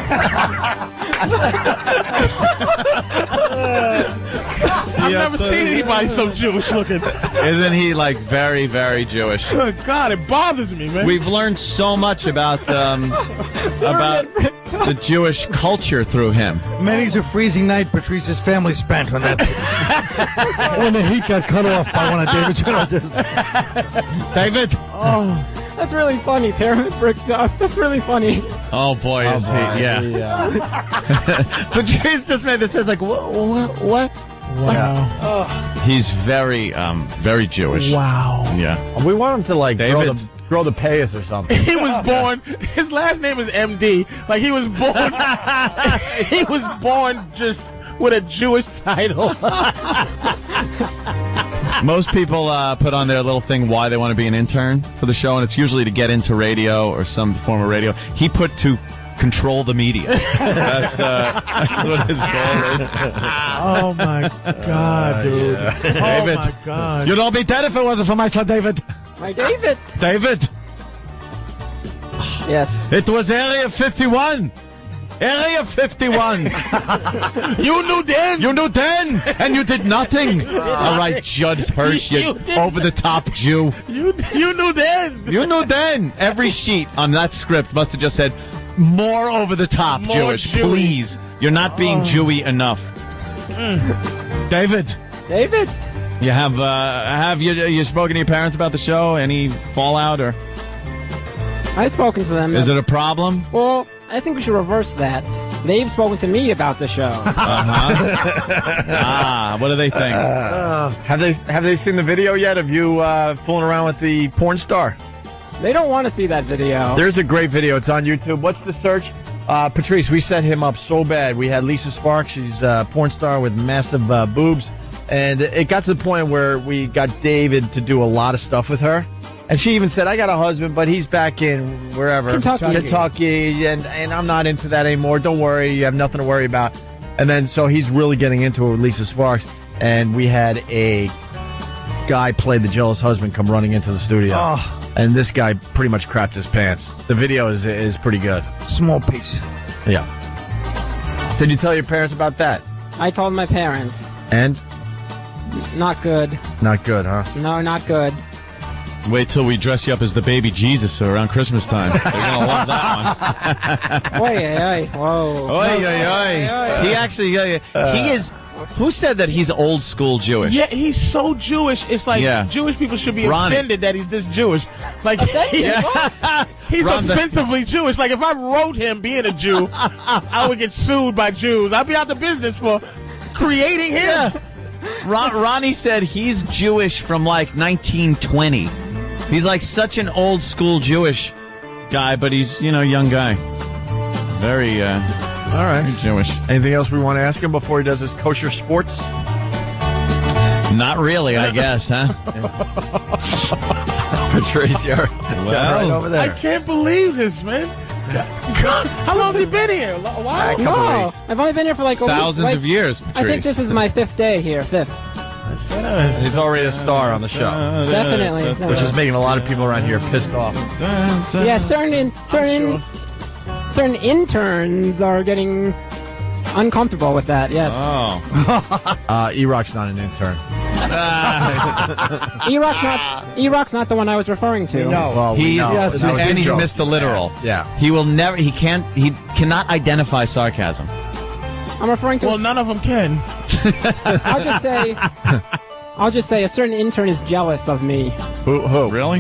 [SPEAKER 3] I've
[SPEAKER 2] Yeah,
[SPEAKER 3] never
[SPEAKER 2] but-
[SPEAKER 3] seen anybody so Jewish looking.
[SPEAKER 2] Isn't he like very, very Jewish?
[SPEAKER 3] Good God, it bothers me, man.
[SPEAKER 2] We've learned so much about um, about the Jewish culture through him.
[SPEAKER 1] Many's a freezing night Patrice's family spent when that <laughs> when the heat got cut off by one of <laughs> David's relatives.
[SPEAKER 2] David.
[SPEAKER 19] Oh, that's really funny. Pyramid brick dust. That's
[SPEAKER 2] <laughs>
[SPEAKER 19] really funny.
[SPEAKER 2] Oh boy, is he? Yeah. Patrice just made this face like, what? What? what? <laughs> Oh.
[SPEAKER 3] Wow.
[SPEAKER 2] He's very, um, very Jewish.
[SPEAKER 3] Wow.
[SPEAKER 2] Yeah.
[SPEAKER 4] We want him to like
[SPEAKER 2] David.
[SPEAKER 4] grow the grow the payas or something.
[SPEAKER 2] <laughs>
[SPEAKER 3] He was born. His last name is MD. Like he was
[SPEAKER 2] <laughs>
[SPEAKER 3] born. he was born just with a Jewish
[SPEAKER 2] <laughs>
[SPEAKER 3] title.
[SPEAKER 2] Most people uh, put on their little thing why they want to be an intern for the show, and it's usually to get into radio or some form of radio. He put to control the media. that's, uh, that's what his
[SPEAKER 8] <laughs>
[SPEAKER 2] goal is.
[SPEAKER 3] oh my <laughs> God, dude.
[SPEAKER 2] David.
[SPEAKER 3] Oh my God.
[SPEAKER 2] You'd all be dead if it wasn't for my son, David. <laughs>
[SPEAKER 19] My David.
[SPEAKER 2] David.
[SPEAKER 19] Yes.
[SPEAKER 2] It was Area 51.
[SPEAKER 4] Area 51. <laughs> you knew then. You knew then, and you
[SPEAKER 3] <laughs>
[SPEAKER 4] did nothing. All right, Judd Hirsch,
[SPEAKER 3] You
[SPEAKER 4] you
[SPEAKER 3] did-
[SPEAKER 4] over the top Jew.
[SPEAKER 3] You you knew then.
[SPEAKER 4] You knew then. Every sheet on that script must have just said, more over the top
[SPEAKER 3] More
[SPEAKER 4] Jewish,
[SPEAKER 3] Jewy.
[SPEAKER 4] please. You're not being
[SPEAKER 3] Oh.
[SPEAKER 4] Jewy enough. David.
[SPEAKER 19] David.
[SPEAKER 4] You have uh, have you you spoken to your parents about the show? Any fallout or
[SPEAKER 19] I've spoken to them.
[SPEAKER 4] is it a problem?
[SPEAKER 19] Well, I think we should reverse that. They've spoken to me about
[SPEAKER 2] <laughs>
[SPEAKER 19] the show.
[SPEAKER 4] Uh-huh. ah, what do they think? Uh,
[SPEAKER 20] have they have they seen the video yet of you uh, fooling around with the porn star?
[SPEAKER 19] They don't want to see that video.
[SPEAKER 4] There's a great video. It's on YouTube. What's the search? Uh, Patrice, we set him up so bad. We had Lisa Sparks. She's a porn star with massive uh, boobs. And it got to the point where we got David to do a lot of stuff with her. And she even said, I got a husband, but he's back in wherever.
[SPEAKER 19] Kentucky.
[SPEAKER 4] Kentucky. And, and I'm not into that anymore. Don't worry. You have nothing to worry about. And then so he's really getting into it with Lisa Sparks. And we had a guy played the jealous husband come running into the studio.
[SPEAKER 1] Oh.
[SPEAKER 4] And this guy pretty much crapped his pants. The video is is pretty good.
[SPEAKER 1] Small piece.
[SPEAKER 4] Yeah. Did you tell your parents about that?
[SPEAKER 19] I told my parents.
[SPEAKER 4] And
[SPEAKER 19] Not good.
[SPEAKER 4] not good, huh?
[SPEAKER 19] No, not good.
[SPEAKER 2] Wait till we dress you up as the baby Jesus around Christmas time. They're gonna Oh, love
[SPEAKER 19] <laughs>
[SPEAKER 2] that
[SPEAKER 19] Oi,
[SPEAKER 2] one.
[SPEAKER 19] oi,
[SPEAKER 3] <laughs>
[SPEAKER 19] oi. Whoa.
[SPEAKER 2] Oi, oi, oi.
[SPEAKER 4] He actually yeah, yeah. he is who said that he's old school Jewish?
[SPEAKER 3] Yeah, he's so Jewish. It's like
[SPEAKER 4] Yeah.
[SPEAKER 3] Jewish people should be
[SPEAKER 4] Ronnie.
[SPEAKER 3] offended that he's this Jewish. Like <laughs>
[SPEAKER 4] you.
[SPEAKER 3] he's
[SPEAKER 4] Ron, the-
[SPEAKER 3] offensively Jewish. Like if I wrote him being a
[SPEAKER 4] <laughs>
[SPEAKER 3] Jew, I would get sued by Jews. I'd be out the business for creating him.
[SPEAKER 4] Ron, Ronnie said he's Jewish from like 1920. He's like such an old school Jewish guy, but he's you know young guy. Very uh, all right, Jewish. Anything else we want to ask him before he does his kosher sports? Not really, I guess, huh? Patrice, you're
[SPEAKER 2] Well.
[SPEAKER 4] right over there.
[SPEAKER 3] I can't believe this, man. God, how long's he been here? A while.
[SPEAKER 4] couple
[SPEAKER 19] no,
[SPEAKER 4] weeks.
[SPEAKER 19] I've only been here for like a week,
[SPEAKER 4] Thousands
[SPEAKER 19] like-
[SPEAKER 4] of years,
[SPEAKER 19] I think
[SPEAKER 4] Patrice.
[SPEAKER 19] this is my fifth day here. Fifth.
[SPEAKER 1] Uh,
[SPEAKER 4] He's already a star on the show.
[SPEAKER 19] Definitely.
[SPEAKER 4] Which is making a
[SPEAKER 1] uh,
[SPEAKER 4] lot of people around here pissed off.
[SPEAKER 19] Yeah, certain in, certain certain interns are getting uncomfortable with that. Yes. <laughs>
[SPEAKER 4] Oh. uh, E-Rock's not an intern.
[SPEAKER 19] E-Rock's not E-Rock's not the one I was referring to.
[SPEAKER 4] Well, he's, yes, and he's missed the literal. Yeah. He will never, he can't, he cannot identify sarcasm.
[SPEAKER 19] I'm referring to.
[SPEAKER 3] Well, none of them can.
[SPEAKER 19] <laughs> I'll just say. I'll just say a certain intern is jealous of me.
[SPEAKER 4] Who? who? Really?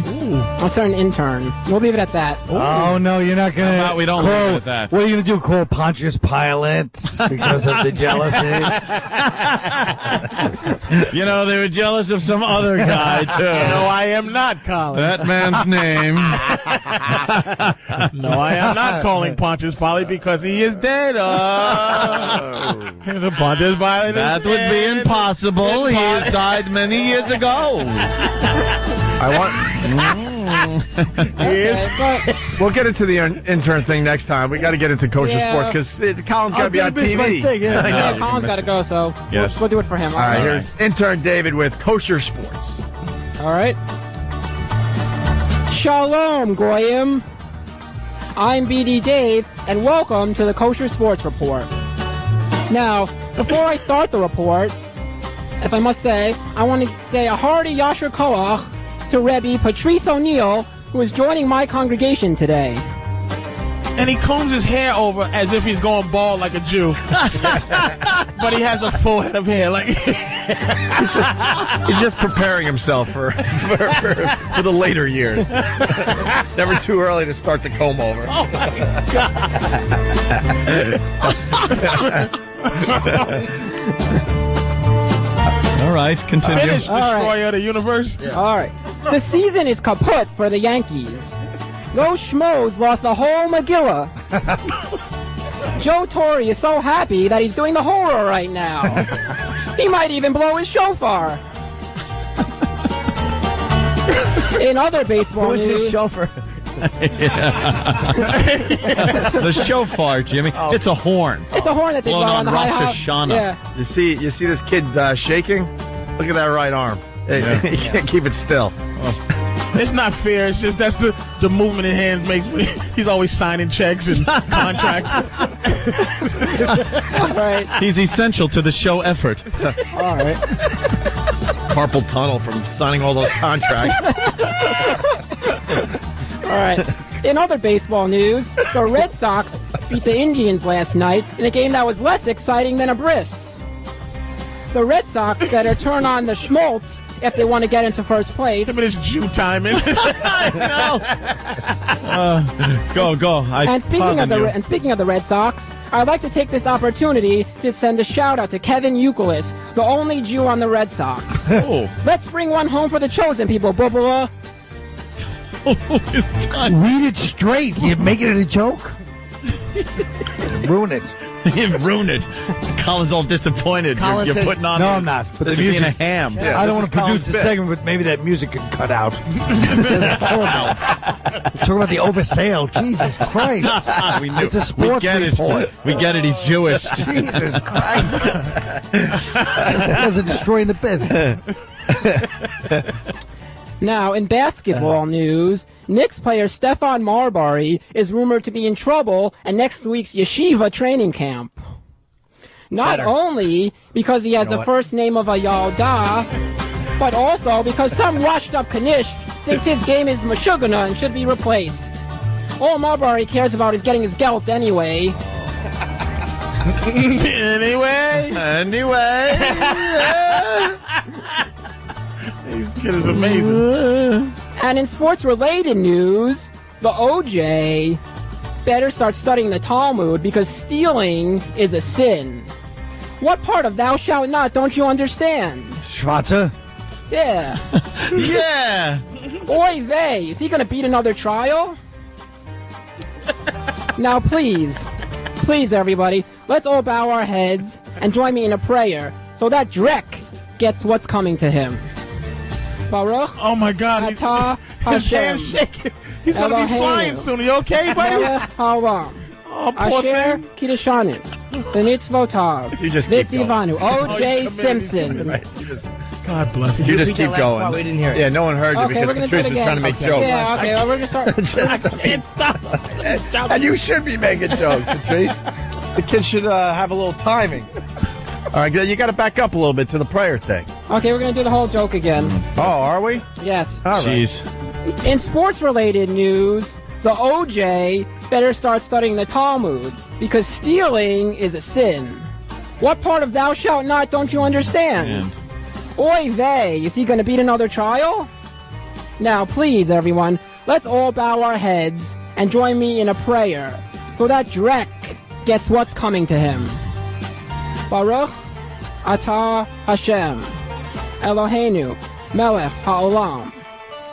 [SPEAKER 19] A certain intern. We'll leave it at that.
[SPEAKER 1] Oh no, you're not gonna.
[SPEAKER 19] How about we don't leave
[SPEAKER 1] call,
[SPEAKER 19] it at that?
[SPEAKER 1] What are you gonna do? Call Pontius Pilate because of <laughs> the jealousy?
[SPEAKER 2] <laughs> you know, they were jealous of some other guy,
[SPEAKER 1] <laughs>
[SPEAKER 2] too.
[SPEAKER 3] No, I am not, Colin. <laughs>
[SPEAKER 2] That man's name.
[SPEAKER 3] no, I am not calling Pontius Pilate because he is dead.
[SPEAKER 4] <laughs>
[SPEAKER 3] Oh. the <laughs> Pontius Pilate.
[SPEAKER 2] That would be impossible. He has died many
[SPEAKER 1] <laughs>
[SPEAKER 2] years ago.
[SPEAKER 20] I want. we'll get into the in- intern thing next time. We got to get into kosher
[SPEAKER 19] Yeah.
[SPEAKER 20] sports because Colin's got to be on TV. <laughs> I know,
[SPEAKER 19] Yeah,
[SPEAKER 20] you
[SPEAKER 19] Colin's
[SPEAKER 20] miss
[SPEAKER 19] got to
[SPEAKER 20] it.
[SPEAKER 19] go, so
[SPEAKER 20] Yes.
[SPEAKER 19] we'll, we'll do it for him.
[SPEAKER 20] All right, here's intern David with kosher sports.
[SPEAKER 19] All right. Shalom, Goyim. I'm BD Dave, and welcome to the Kosher Sports Report. Now, before I start the report, if I must say, I want to say a hearty Yasher Koach to Rebbe Patrice O'Neill, who is joining my congregation today.
[SPEAKER 3] And he combs his hair over as if he's going bald like a
[SPEAKER 19] <laughs>
[SPEAKER 3] Jew. but he has a full head of hair. Like <laughs>
[SPEAKER 20] He's just preparing himself for <laughs> for, for, for the later
[SPEAKER 19] <laughs>
[SPEAKER 20] years. Never too early to start the comb over.
[SPEAKER 3] Oh my
[SPEAKER 20] <laughs>
[SPEAKER 19] <laughs>
[SPEAKER 3] god.
[SPEAKER 2] All right, continue.
[SPEAKER 3] Finish, destroyer of the universe.
[SPEAKER 19] All right. The season is kaput for the Yankees. Those schmoes lost the
[SPEAKER 3] <laughs>
[SPEAKER 19] whole Megillah. Joe Torre is so happy that he's doing the horror right
[SPEAKER 3] <laughs>
[SPEAKER 19] now. he might even blow his shofar. In other baseball
[SPEAKER 8] Who's
[SPEAKER 19] news,
[SPEAKER 8] this chauffeur?
[SPEAKER 2] <laughs> the shofar, Jimmy.
[SPEAKER 20] Oh.
[SPEAKER 2] It's a horn.
[SPEAKER 19] it's a horn that they
[SPEAKER 2] Blown
[SPEAKER 19] blow
[SPEAKER 2] on
[SPEAKER 19] the high
[SPEAKER 2] Rosh
[SPEAKER 19] house.
[SPEAKER 2] Hashanah.
[SPEAKER 19] Yeah.
[SPEAKER 20] You see, you see this kid uh, shaking. Look at that right arm. Hey,
[SPEAKER 2] Yeah.
[SPEAKER 4] Oh,
[SPEAKER 20] he can't keep it still.
[SPEAKER 3] It's not fair. It's just that's the the movement in hands makes me. <laughs> He's always signing checks
[SPEAKER 19] <laughs>
[SPEAKER 3] and contracts.
[SPEAKER 19] right.
[SPEAKER 2] He's essential to the show effort.
[SPEAKER 19] All right.
[SPEAKER 4] Carpal tunnel from signing all those contracts.
[SPEAKER 19] All right. In other baseball news, the Red Sox beat the Indians last night in a game that was less exciting than a bris. The Red Sox better turn on the Schmaltz if they want to get into first place.
[SPEAKER 3] Some of this Jew timing.
[SPEAKER 2] Uh, go, go. I
[SPEAKER 19] and speaking of
[SPEAKER 2] pardon
[SPEAKER 19] the
[SPEAKER 2] you.
[SPEAKER 19] and speaking of the Red Sox, I'd like to take this opportunity to send a shout out to Kevin Euclid, the only Jew on the Red Sox. Let's bring one home for the chosen people, blah blah.
[SPEAKER 1] Read it straight. You're making it a joke. Ruin
[SPEAKER 2] <laughs>
[SPEAKER 1] it.
[SPEAKER 4] you ruined it. Colin's all disappointed. You're-
[SPEAKER 1] Colin
[SPEAKER 4] you're,
[SPEAKER 1] says-
[SPEAKER 4] putting on.
[SPEAKER 1] No, I'm not. But
[SPEAKER 4] But this
[SPEAKER 1] the
[SPEAKER 4] is being a
[SPEAKER 1] music-
[SPEAKER 4] ham.
[SPEAKER 1] Yeah, I don't want to produce the segment, but maybe that music can cut
[SPEAKER 4] <laughs>
[SPEAKER 1] out. That's horrible. Talk about the oversale. Jesus Christ.
[SPEAKER 4] <laughs> we knew.
[SPEAKER 1] It's a sports
[SPEAKER 4] we get
[SPEAKER 1] report.
[SPEAKER 4] it. We get it. He's Jewish.
[SPEAKER 1] Jesus Christ. That's a destroying the business.
[SPEAKER 19] <laughs> Now, in basketball
[SPEAKER 21] Uh-huh.
[SPEAKER 19] news, Knicks player Stefan Marbury is rumored to be in trouble at next week's yeshiva training camp. Not
[SPEAKER 21] Better.
[SPEAKER 19] only because he has
[SPEAKER 21] know
[SPEAKER 19] the
[SPEAKER 21] what?
[SPEAKER 19] first name of a Yalda, but also because some washed up Kanish thinks his game is Meshuggah and should be replaced. All Marbury cares about is getting his gelt anyway.
[SPEAKER 3] anyway.
[SPEAKER 4] Anyway.
[SPEAKER 2] <laughs>
[SPEAKER 3] this kid is amazing.
[SPEAKER 19] And in sports related news, the OJ better start studying the Talmud because stealing is a sin. What part of thou shalt not don't you understand?
[SPEAKER 1] Schwarzer?
[SPEAKER 19] Yeah.
[SPEAKER 3] <laughs>
[SPEAKER 4] yeah.
[SPEAKER 19] <laughs> Oy vey, is he gonna beat another trial? <laughs> now please, please everybody, let's all bow our heads and join me in a prayer so that Drek gets what's coming to him. Baruch.
[SPEAKER 3] Oh my God.
[SPEAKER 19] Atah
[SPEAKER 3] <laughs> His
[SPEAKER 19] Hashem.
[SPEAKER 3] hand's shaking. He's gonna be flying soon. Are you okay, buddy?
[SPEAKER 19] Haram.
[SPEAKER 3] Oh, poor
[SPEAKER 19] Asher Kiddushanim. The
[SPEAKER 4] <laughs>
[SPEAKER 19] Nitzvotav.
[SPEAKER 4] You just keep
[SPEAKER 19] This Ivanu.
[SPEAKER 4] going. <laughs>
[SPEAKER 19] O.J.
[SPEAKER 4] Oh,
[SPEAKER 19] Simpson.
[SPEAKER 4] Right. You just,
[SPEAKER 3] God bless
[SPEAKER 4] <laughs> you just keep going.
[SPEAKER 8] part? We didn't hear it.
[SPEAKER 4] Yeah, no one heard you
[SPEAKER 19] Okay, we're
[SPEAKER 4] because
[SPEAKER 19] gonna do
[SPEAKER 4] Patrice was
[SPEAKER 19] it again.
[SPEAKER 4] trying to make
[SPEAKER 19] Okay.
[SPEAKER 4] jokes.
[SPEAKER 19] Yeah, okay, well, we're
[SPEAKER 4] <laughs>
[SPEAKER 19] gonna start.
[SPEAKER 3] can't stop.
[SPEAKER 4] and you should be making jokes, Patrice. The kids should uh, have a little timing. All right, you got to back up a little bit to the prayer thing.
[SPEAKER 19] Okay, we're gonna do the whole joke again.
[SPEAKER 4] Oh, are we?
[SPEAKER 19] Yes.
[SPEAKER 4] All right. Jeez.
[SPEAKER 19] In sports related news, the OJ better start studying the Talmud because stealing is a sin. What part of thou shalt not don't you understand? Oy vey, is he going to beat another trial? Now, please, everyone, let's all bow our heads and join me in a prayer so that Drek gets what's coming to him. Baruch Atah Hashem, Eloheinu, Melech Ha'olam,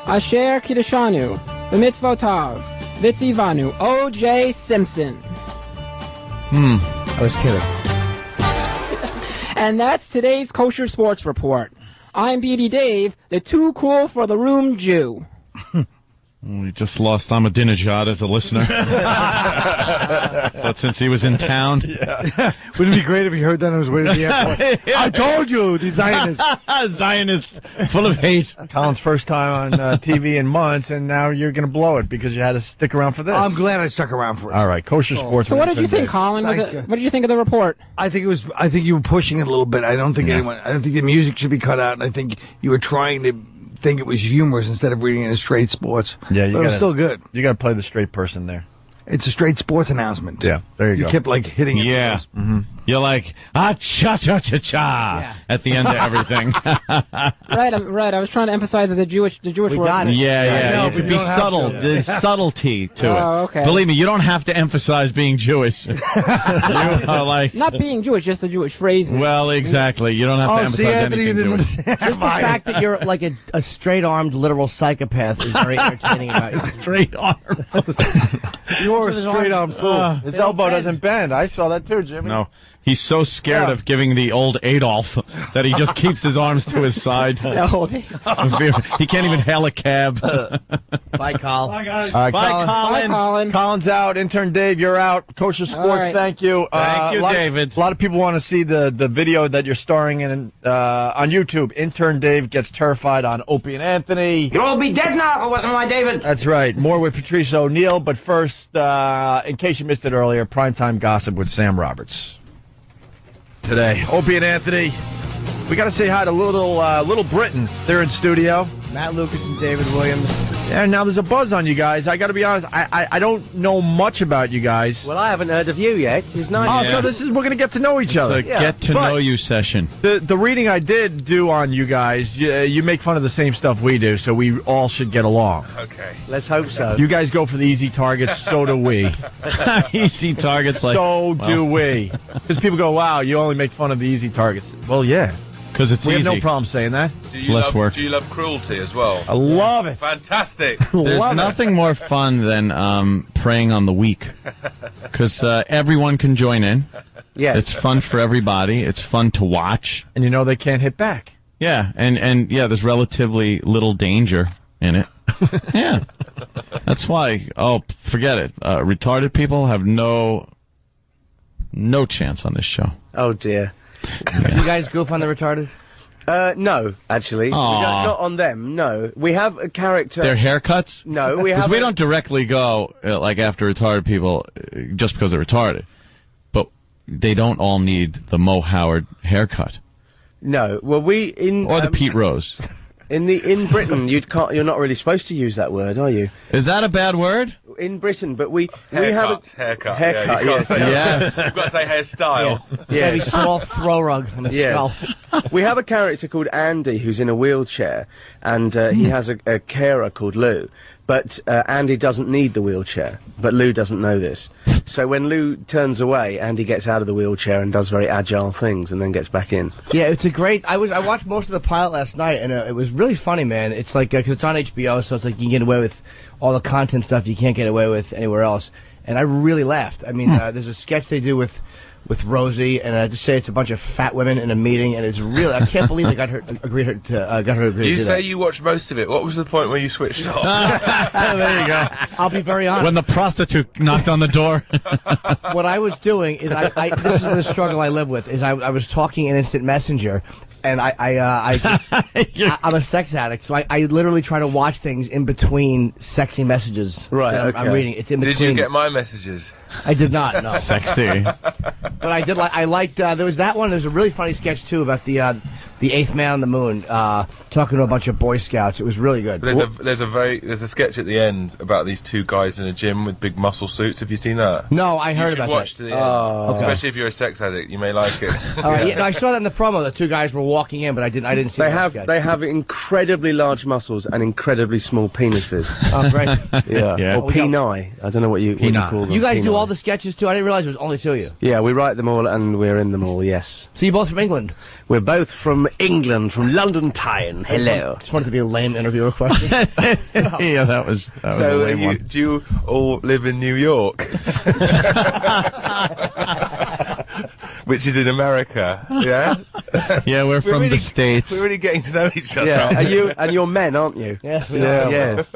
[SPEAKER 19] Asher Kiddishanu, V'mitzvotav, Vitzivanu, O.J. Simpson.
[SPEAKER 1] Hmm. I was kidding.
[SPEAKER 19] And that's today's Kosher Sports Report. I'm BD Dave, the too cool for the room Jew.
[SPEAKER 2] We Mm, just lost Ahmadinejad as
[SPEAKER 4] <laughs>
[SPEAKER 2] a listener. but since he was
[SPEAKER 4] <laughs>
[SPEAKER 2] in
[SPEAKER 1] <laughs>
[SPEAKER 2] town,
[SPEAKER 1] Wouldn't it be great if you heard that on his way to the
[SPEAKER 2] <laughs>
[SPEAKER 1] airport? I told you, the
[SPEAKER 4] <laughs>
[SPEAKER 1] Zionists.
[SPEAKER 4] Zionists full of hate. Colin's first time on uh, TV in months, and now you're going to blow it because you had to stick around for this.
[SPEAKER 1] I'm
[SPEAKER 8] <laughs>
[SPEAKER 1] glad I stuck around for it.
[SPEAKER 4] All right, kosher sports.
[SPEAKER 19] Oh. So what did you think, Colin? Was
[SPEAKER 1] Nice
[SPEAKER 19] it-
[SPEAKER 1] guy.
[SPEAKER 19] what did you think of the report?
[SPEAKER 1] I think it was. I think you were pushing it a little bit. I don't think anyone. I don't think the music should be cut out. And I think you were trying to think it was humorous instead of reading it as straight sports.
[SPEAKER 4] Yeah, you
[SPEAKER 1] but it was
[SPEAKER 4] gotta-
[SPEAKER 1] still good.
[SPEAKER 4] You got to play the straight person there.
[SPEAKER 1] It's a straight sports announcement.
[SPEAKER 4] Yeah, there you
[SPEAKER 1] You
[SPEAKER 4] go.
[SPEAKER 1] kept like hitting it. <laughs>
[SPEAKER 2] yeah,
[SPEAKER 4] mm-hmm.
[SPEAKER 2] you're like ah cha cha cha cha at the end
[SPEAKER 4] <laughs>
[SPEAKER 2] of everything.
[SPEAKER 19] right, I'm, right. I was trying to emphasize the Jewish, the Jewish word.
[SPEAKER 2] Yeah, yeah.
[SPEAKER 4] No,
[SPEAKER 2] you
[SPEAKER 4] but
[SPEAKER 2] could
[SPEAKER 4] you
[SPEAKER 2] be
[SPEAKER 4] don't have
[SPEAKER 2] subtle.
[SPEAKER 4] to.
[SPEAKER 2] There's subtlety to it.
[SPEAKER 19] Oh, okay.
[SPEAKER 2] Believe me, you don't have to emphasize
[SPEAKER 4] <laughs>
[SPEAKER 2] being Jewish. you are like,
[SPEAKER 19] Not being Jewish, just the Jewish phrase.
[SPEAKER 2] well, exactly. You
[SPEAKER 8] Oh,
[SPEAKER 2] don't have to emphasize anything.
[SPEAKER 8] <laughs> Just
[SPEAKER 2] Jewish.
[SPEAKER 8] the fact that you're like a, a straight armed literal psychopath is
[SPEAKER 2] <laughs>
[SPEAKER 8] very entertaining about you.
[SPEAKER 2] straight arm.
[SPEAKER 4] <laughs> you are
[SPEAKER 8] a straight-armed fool. Uh,
[SPEAKER 4] His
[SPEAKER 8] They don't
[SPEAKER 4] elbow
[SPEAKER 8] bend.
[SPEAKER 4] doesn't bend. I saw that too, Jimmy.
[SPEAKER 2] No, He's so scared of giving the old Adolf that he just keeps his arms to his
[SPEAKER 4] <laughs>
[SPEAKER 2] side.
[SPEAKER 22] No.
[SPEAKER 2] <laughs> he can't even hail a cab.
[SPEAKER 23] Bye, Col. Bye,
[SPEAKER 4] All right, Colin. Colin's out. Intern Dave, you're out. Kosher
[SPEAKER 23] All
[SPEAKER 4] Sports,
[SPEAKER 23] right.
[SPEAKER 4] thank you.
[SPEAKER 23] Thank you,
[SPEAKER 4] lot-
[SPEAKER 2] David.
[SPEAKER 4] a lot of people want to see the, the video that you're starring in uh, on YouTube. Intern Dave gets terrified on Opie and Anthony.
[SPEAKER 19] You'll all be dead now if it wasn't my David.
[SPEAKER 4] That's right. More with Patrice O'Neill, but first, uh, in case you missed it earlier, primetime gossip with Sam Roberts. Today, Opie and Anthony. We got to say hi to little uh, Little Britain. They're in studio.
[SPEAKER 23] Matt Lucas and David Williams.
[SPEAKER 4] And now there's a buzz on you guys. I got to be honest. I, I I don't know much about you guys.
[SPEAKER 23] Well, I haven't heard of you yet. It's
[SPEAKER 4] Oh,
[SPEAKER 23] nice.
[SPEAKER 4] so this is we're gonna get to know each
[SPEAKER 2] It's
[SPEAKER 4] other.
[SPEAKER 2] a get to
[SPEAKER 4] But
[SPEAKER 2] know
[SPEAKER 4] <laughs>
[SPEAKER 2] you session.
[SPEAKER 4] The the reading I did do on you guys, you, you make fun of the same stuff we do, so we all should get along.
[SPEAKER 23] Okay. Let's hope so.
[SPEAKER 4] You guys go for the easy targets, so do <laughs> we.
[SPEAKER 2] easy targets, like-
[SPEAKER 4] so do
[SPEAKER 2] well.
[SPEAKER 4] we? Because people go, "Wow, you only make fun of the easy targets." Well, yeah,
[SPEAKER 2] 'Cause it's
[SPEAKER 4] we have no
[SPEAKER 2] easy.
[SPEAKER 4] problem saying that.
[SPEAKER 5] Do you love, Do you love cruelty as well?
[SPEAKER 4] I love it.
[SPEAKER 5] Fantastic.
[SPEAKER 2] <laughs> There's nothing more fun than um, preying on
[SPEAKER 4] <laughs>
[SPEAKER 2] the weak, because uh, everyone can join in.
[SPEAKER 4] Yes.
[SPEAKER 2] it's fun for everybody. It's fun to watch,
[SPEAKER 4] and you know they can't hit back.
[SPEAKER 2] Yeah, and and yeah, there's relatively little danger
[SPEAKER 4] <laughs>
[SPEAKER 2] in it. yeah, that's why. Oh, forget it. Uh, retarded people have no no chance on this show.
[SPEAKER 23] Oh dear. you guys goof on the retarded? Uh, no, actually. We
[SPEAKER 2] Aw.
[SPEAKER 23] don't- Not on them, no. We have a character.
[SPEAKER 2] Their haircuts?
[SPEAKER 23] No, we
[SPEAKER 2] Because
[SPEAKER 23] have.
[SPEAKER 2] we don't directly go uh, like after retarded people uh, just because they're retarded, but they don't all need the Mo Howard haircut
[SPEAKER 23] No, well, we in.
[SPEAKER 2] or the
[SPEAKER 23] um,
[SPEAKER 2] Pete Rose.
[SPEAKER 23] <laughs> In the in Britain, you can't. You're not really supposed to use that word, are you?
[SPEAKER 2] Is that a bad word?
[SPEAKER 23] In Britain, but we we have a
[SPEAKER 5] Haircut. Haircut.
[SPEAKER 23] Haircut,
[SPEAKER 5] Yeah, you
[SPEAKER 23] yes.
[SPEAKER 5] can't say- <laughs>
[SPEAKER 23] Yes.
[SPEAKER 5] You've got to say hairstyle.
[SPEAKER 23] Yeah.
[SPEAKER 8] Maybe small throw rug and a skull.
[SPEAKER 23] <laughs> we have a character called Andy who's in a wheelchair, and uh,
[SPEAKER 8] Hmm.
[SPEAKER 23] he has a, a carer called Lou. But uh, Andy doesn't need the wheelchair, but Lou doesn't know this. So when Lou turns away, Andy gets out of the wheelchair and does very agile things, and then gets back in.
[SPEAKER 8] Yeah, it's a great. I was I watched most of the pilot last night, and uh, it was really funny, man. It's like because it's on HBO, so it's like you can get away with all the content stuff you can't get away with anywhere else. And I really laughed. I mean, uh, there's a sketch they do with with Rosie, and I just say it's a bunch of fat women in a meeting, and it's really I can't believe they got her agreed her to uh, got her to agree to
[SPEAKER 5] You
[SPEAKER 8] do
[SPEAKER 5] say
[SPEAKER 8] that.
[SPEAKER 5] you watch most of it. What was the point where you switched off?
[SPEAKER 2] <laughs> there you go.
[SPEAKER 8] I'll be very honest.
[SPEAKER 2] When the prostitute knocked on the door.
[SPEAKER 8] <laughs> what I was doing is I, I this is the struggle I live with is I, I was talking in instant messenger and I I, uh, I, just,
[SPEAKER 2] <laughs>
[SPEAKER 8] I I'm a sex addict so I, I literally try to watch things in between sexy messages
[SPEAKER 5] Right,
[SPEAKER 8] that I'm, I'm reading it's in
[SPEAKER 5] Did
[SPEAKER 8] between
[SPEAKER 5] you get my messages?
[SPEAKER 8] I did not no
[SPEAKER 2] <laughs> Sexy.
[SPEAKER 8] <laughs> but I did like I liked uh, there was that one there was a really funny sketch too about the uh, the eighth man on the moon uh, talking to a bunch of boy scouts it was really good
[SPEAKER 5] There's a, there's a very there's a sketch at the end about these two guys in a gym with big muscle suits. Have you seen that?
[SPEAKER 8] No, I heard
[SPEAKER 5] you should
[SPEAKER 8] about
[SPEAKER 5] watch
[SPEAKER 8] that.
[SPEAKER 5] To the end.
[SPEAKER 8] Oh. Okay.
[SPEAKER 5] Especially if you're a sex addict, you may like
[SPEAKER 8] <laughs>
[SPEAKER 5] it.
[SPEAKER 8] all right, uh, yeah,
[SPEAKER 5] <laughs>
[SPEAKER 8] no, I saw that in the promo. The two guys were walking in, but I didn't. I didn't see.
[SPEAKER 23] They
[SPEAKER 8] that
[SPEAKER 23] have
[SPEAKER 8] sketch.
[SPEAKER 23] they have incredibly large muscles and incredibly small penises.
[SPEAKER 8] <laughs> Oh, great.
[SPEAKER 23] yeah.
[SPEAKER 8] Yeah.
[SPEAKER 23] Or peni. I don't know what you, what you call them.
[SPEAKER 8] You guys do
[SPEAKER 23] Peni.
[SPEAKER 8] all the sketches too. I didn't realize it was only two of
[SPEAKER 2] <laughs>
[SPEAKER 8] you.
[SPEAKER 23] Yeah, we write them all and we're in them all. Yes.
[SPEAKER 8] So you're both from England.
[SPEAKER 23] We're both from England, from London Tyne. Hello.
[SPEAKER 8] Just wanted to be a lame
[SPEAKER 23] <laughs>
[SPEAKER 8] interviewer question. <laughs>
[SPEAKER 2] yeah, that was that was a
[SPEAKER 5] so, are
[SPEAKER 2] lame
[SPEAKER 5] you,
[SPEAKER 2] one.
[SPEAKER 5] do you all live in New
[SPEAKER 8] <laughs>
[SPEAKER 5] York? <laughs> Which is in America, yeah?
[SPEAKER 23] <laughs>
[SPEAKER 2] Yeah, we're from
[SPEAKER 5] really-
[SPEAKER 2] the states.
[SPEAKER 5] We're really getting to know each other.
[SPEAKER 23] Yeah. Are <laughs> you and you're men, aren't you?
[SPEAKER 8] yes, we
[SPEAKER 23] Yeah.
[SPEAKER 8] are.
[SPEAKER 23] Yes.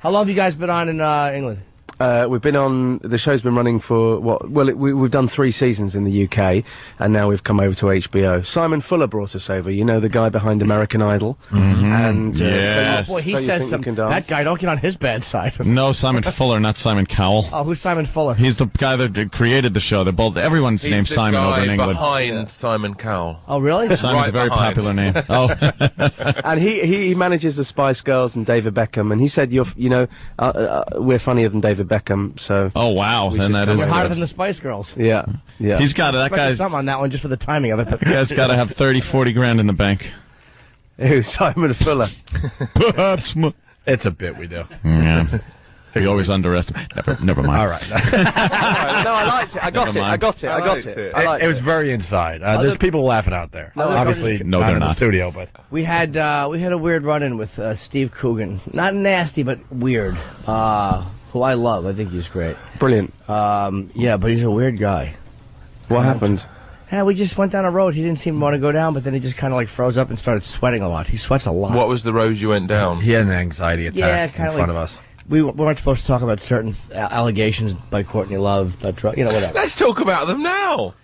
[SPEAKER 8] How long have you guys been on in uh, England?
[SPEAKER 23] Uh, we've been on. The show's been running for what? Well, it, we, we've done three seasons in the UK, and now we've come over to HBO. Simon Fuller brought us over. You know the guy behind American Idol. And uh,
[SPEAKER 2] Mm-hmm. Yes.
[SPEAKER 23] so,
[SPEAKER 8] Oh, boy, he
[SPEAKER 23] so you
[SPEAKER 8] says
[SPEAKER 23] think
[SPEAKER 8] some.
[SPEAKER 23] You can dance?
[SPEAKER 8] That guy, don't get on his bad side.
[SPEAKER 23] <laughs>
[SPEAKER 2] No, Simon Fuller, not Simon Cowell.
[SPEAKER 8] Oh, who's Simon Fuller?
[SPEAKER 2] He's the guy that did- created the show. They're both everyone's
[SPEAKER 5] He's
[SPEAKER 2] named
[SPEAKER 5] the
[SPEAKER 2] Simon
[SPEAKER 5] guy
[SPEAKER 2] over in England.
[SPEAKER 5] behind Simon Cowell.
[SPEAKER 8] oh, really?
[SPEAKER 2] Simon's
[SPEAKER 5] Right
[SPEAKER 2] a very
[SPEAKER 5] behind. <laughs>
[SPEAKER 2] popular name. Oh,
[SPEAKER 23] <laughs> and he, he, he manages the Spice Girls and David Beckham, and he said, "You're f- you know uh, uh, uh, we're funnier than David Beckham." So
[SPEAKER 2] oh wow.
[SPEAKER 23] We
[SPEAKER 2] Then
[SPEAKER 23] should
[SPEAKER 2] that
[SPEAKER 23] come
[SPEAKER 2] is.
[SPEAKER 8] You're hotter
[SPEAKER 2] Good.
[SPEAKER 8] than the Spice Girls.
[SPEAKER 23] yeah, yeah.
[SPEAKER 2] He's got it. That
[SPEAKER 8] Expected
[SPEAKER 2] guy's,
[SPEAKER 8] some on that one just for the timing of it. but-
[SPEAKER 2] that guy's got to
[SPEAKER 8] <laughs>
[SPEAKER 2] have 30, 40 grand in the bank.
[SPEAKER 23] Who, <laughs> Simon Fuller.
[SPEAKER 2] Perhaps. mo-
[SPEAKER 4] It's a bit
[SPEAKER 23] <laughs>
[SPEAKER 4] we do.
[SPEAKER 2] Yeah. We always underestimate. Never, never mind.
[SPEAKER 4] All right.
[SPEAKER 23] <laughs> no, I liked it. I got
[SPEAKER 2] Never
[SPEAKER 23] it. I
[SPEAKER 2] mind.
[SPEAKER 23] got it. I,
[SPEAKER 5] I
[SPEAKER 23] got
[SPEAKER 5] liked
[SPEAKER 23] it.
[SPEAKER 5] it.
[SPEAKER 23] I liked
[SPEAKER 4] It was very inside. Uh, there's people laughing out there. Obviously,
[SPEAKER 2] No,
[SPEAKER 4] not
[SPEAKER 2] they're
[SPEAKER 4] in the
[SPEAKER 2] not.
[SPEAKER 4] studio, but
[SPEAKER 8] We had uh, we had a weird run-in with uh, Steve Coogan. Not nasty, but weird. Uh, who I love. I think he's great.
[SPEAKER 23] Brilliant.
[SPEAKER 8] Um, yeah, but he's a weird guy.
[SPEAKER 23] What happened?
[SPEAKER 8] Yeah, we just went down a road. He didn't seem to want to go down, but then he just kind of like froze up and started sweating a lot. He sweats a lot.
[SPEAKER 5] What was the road you went down?
[SPEAKER 4] He had an anxiety
[SPEAKER 8] yeah, kind of like, We w- weren't supposed to talk about certain uh, allegations by Courtney Love about drug, you know, whatever.
[SPEAKER 5] Let's talk about them now.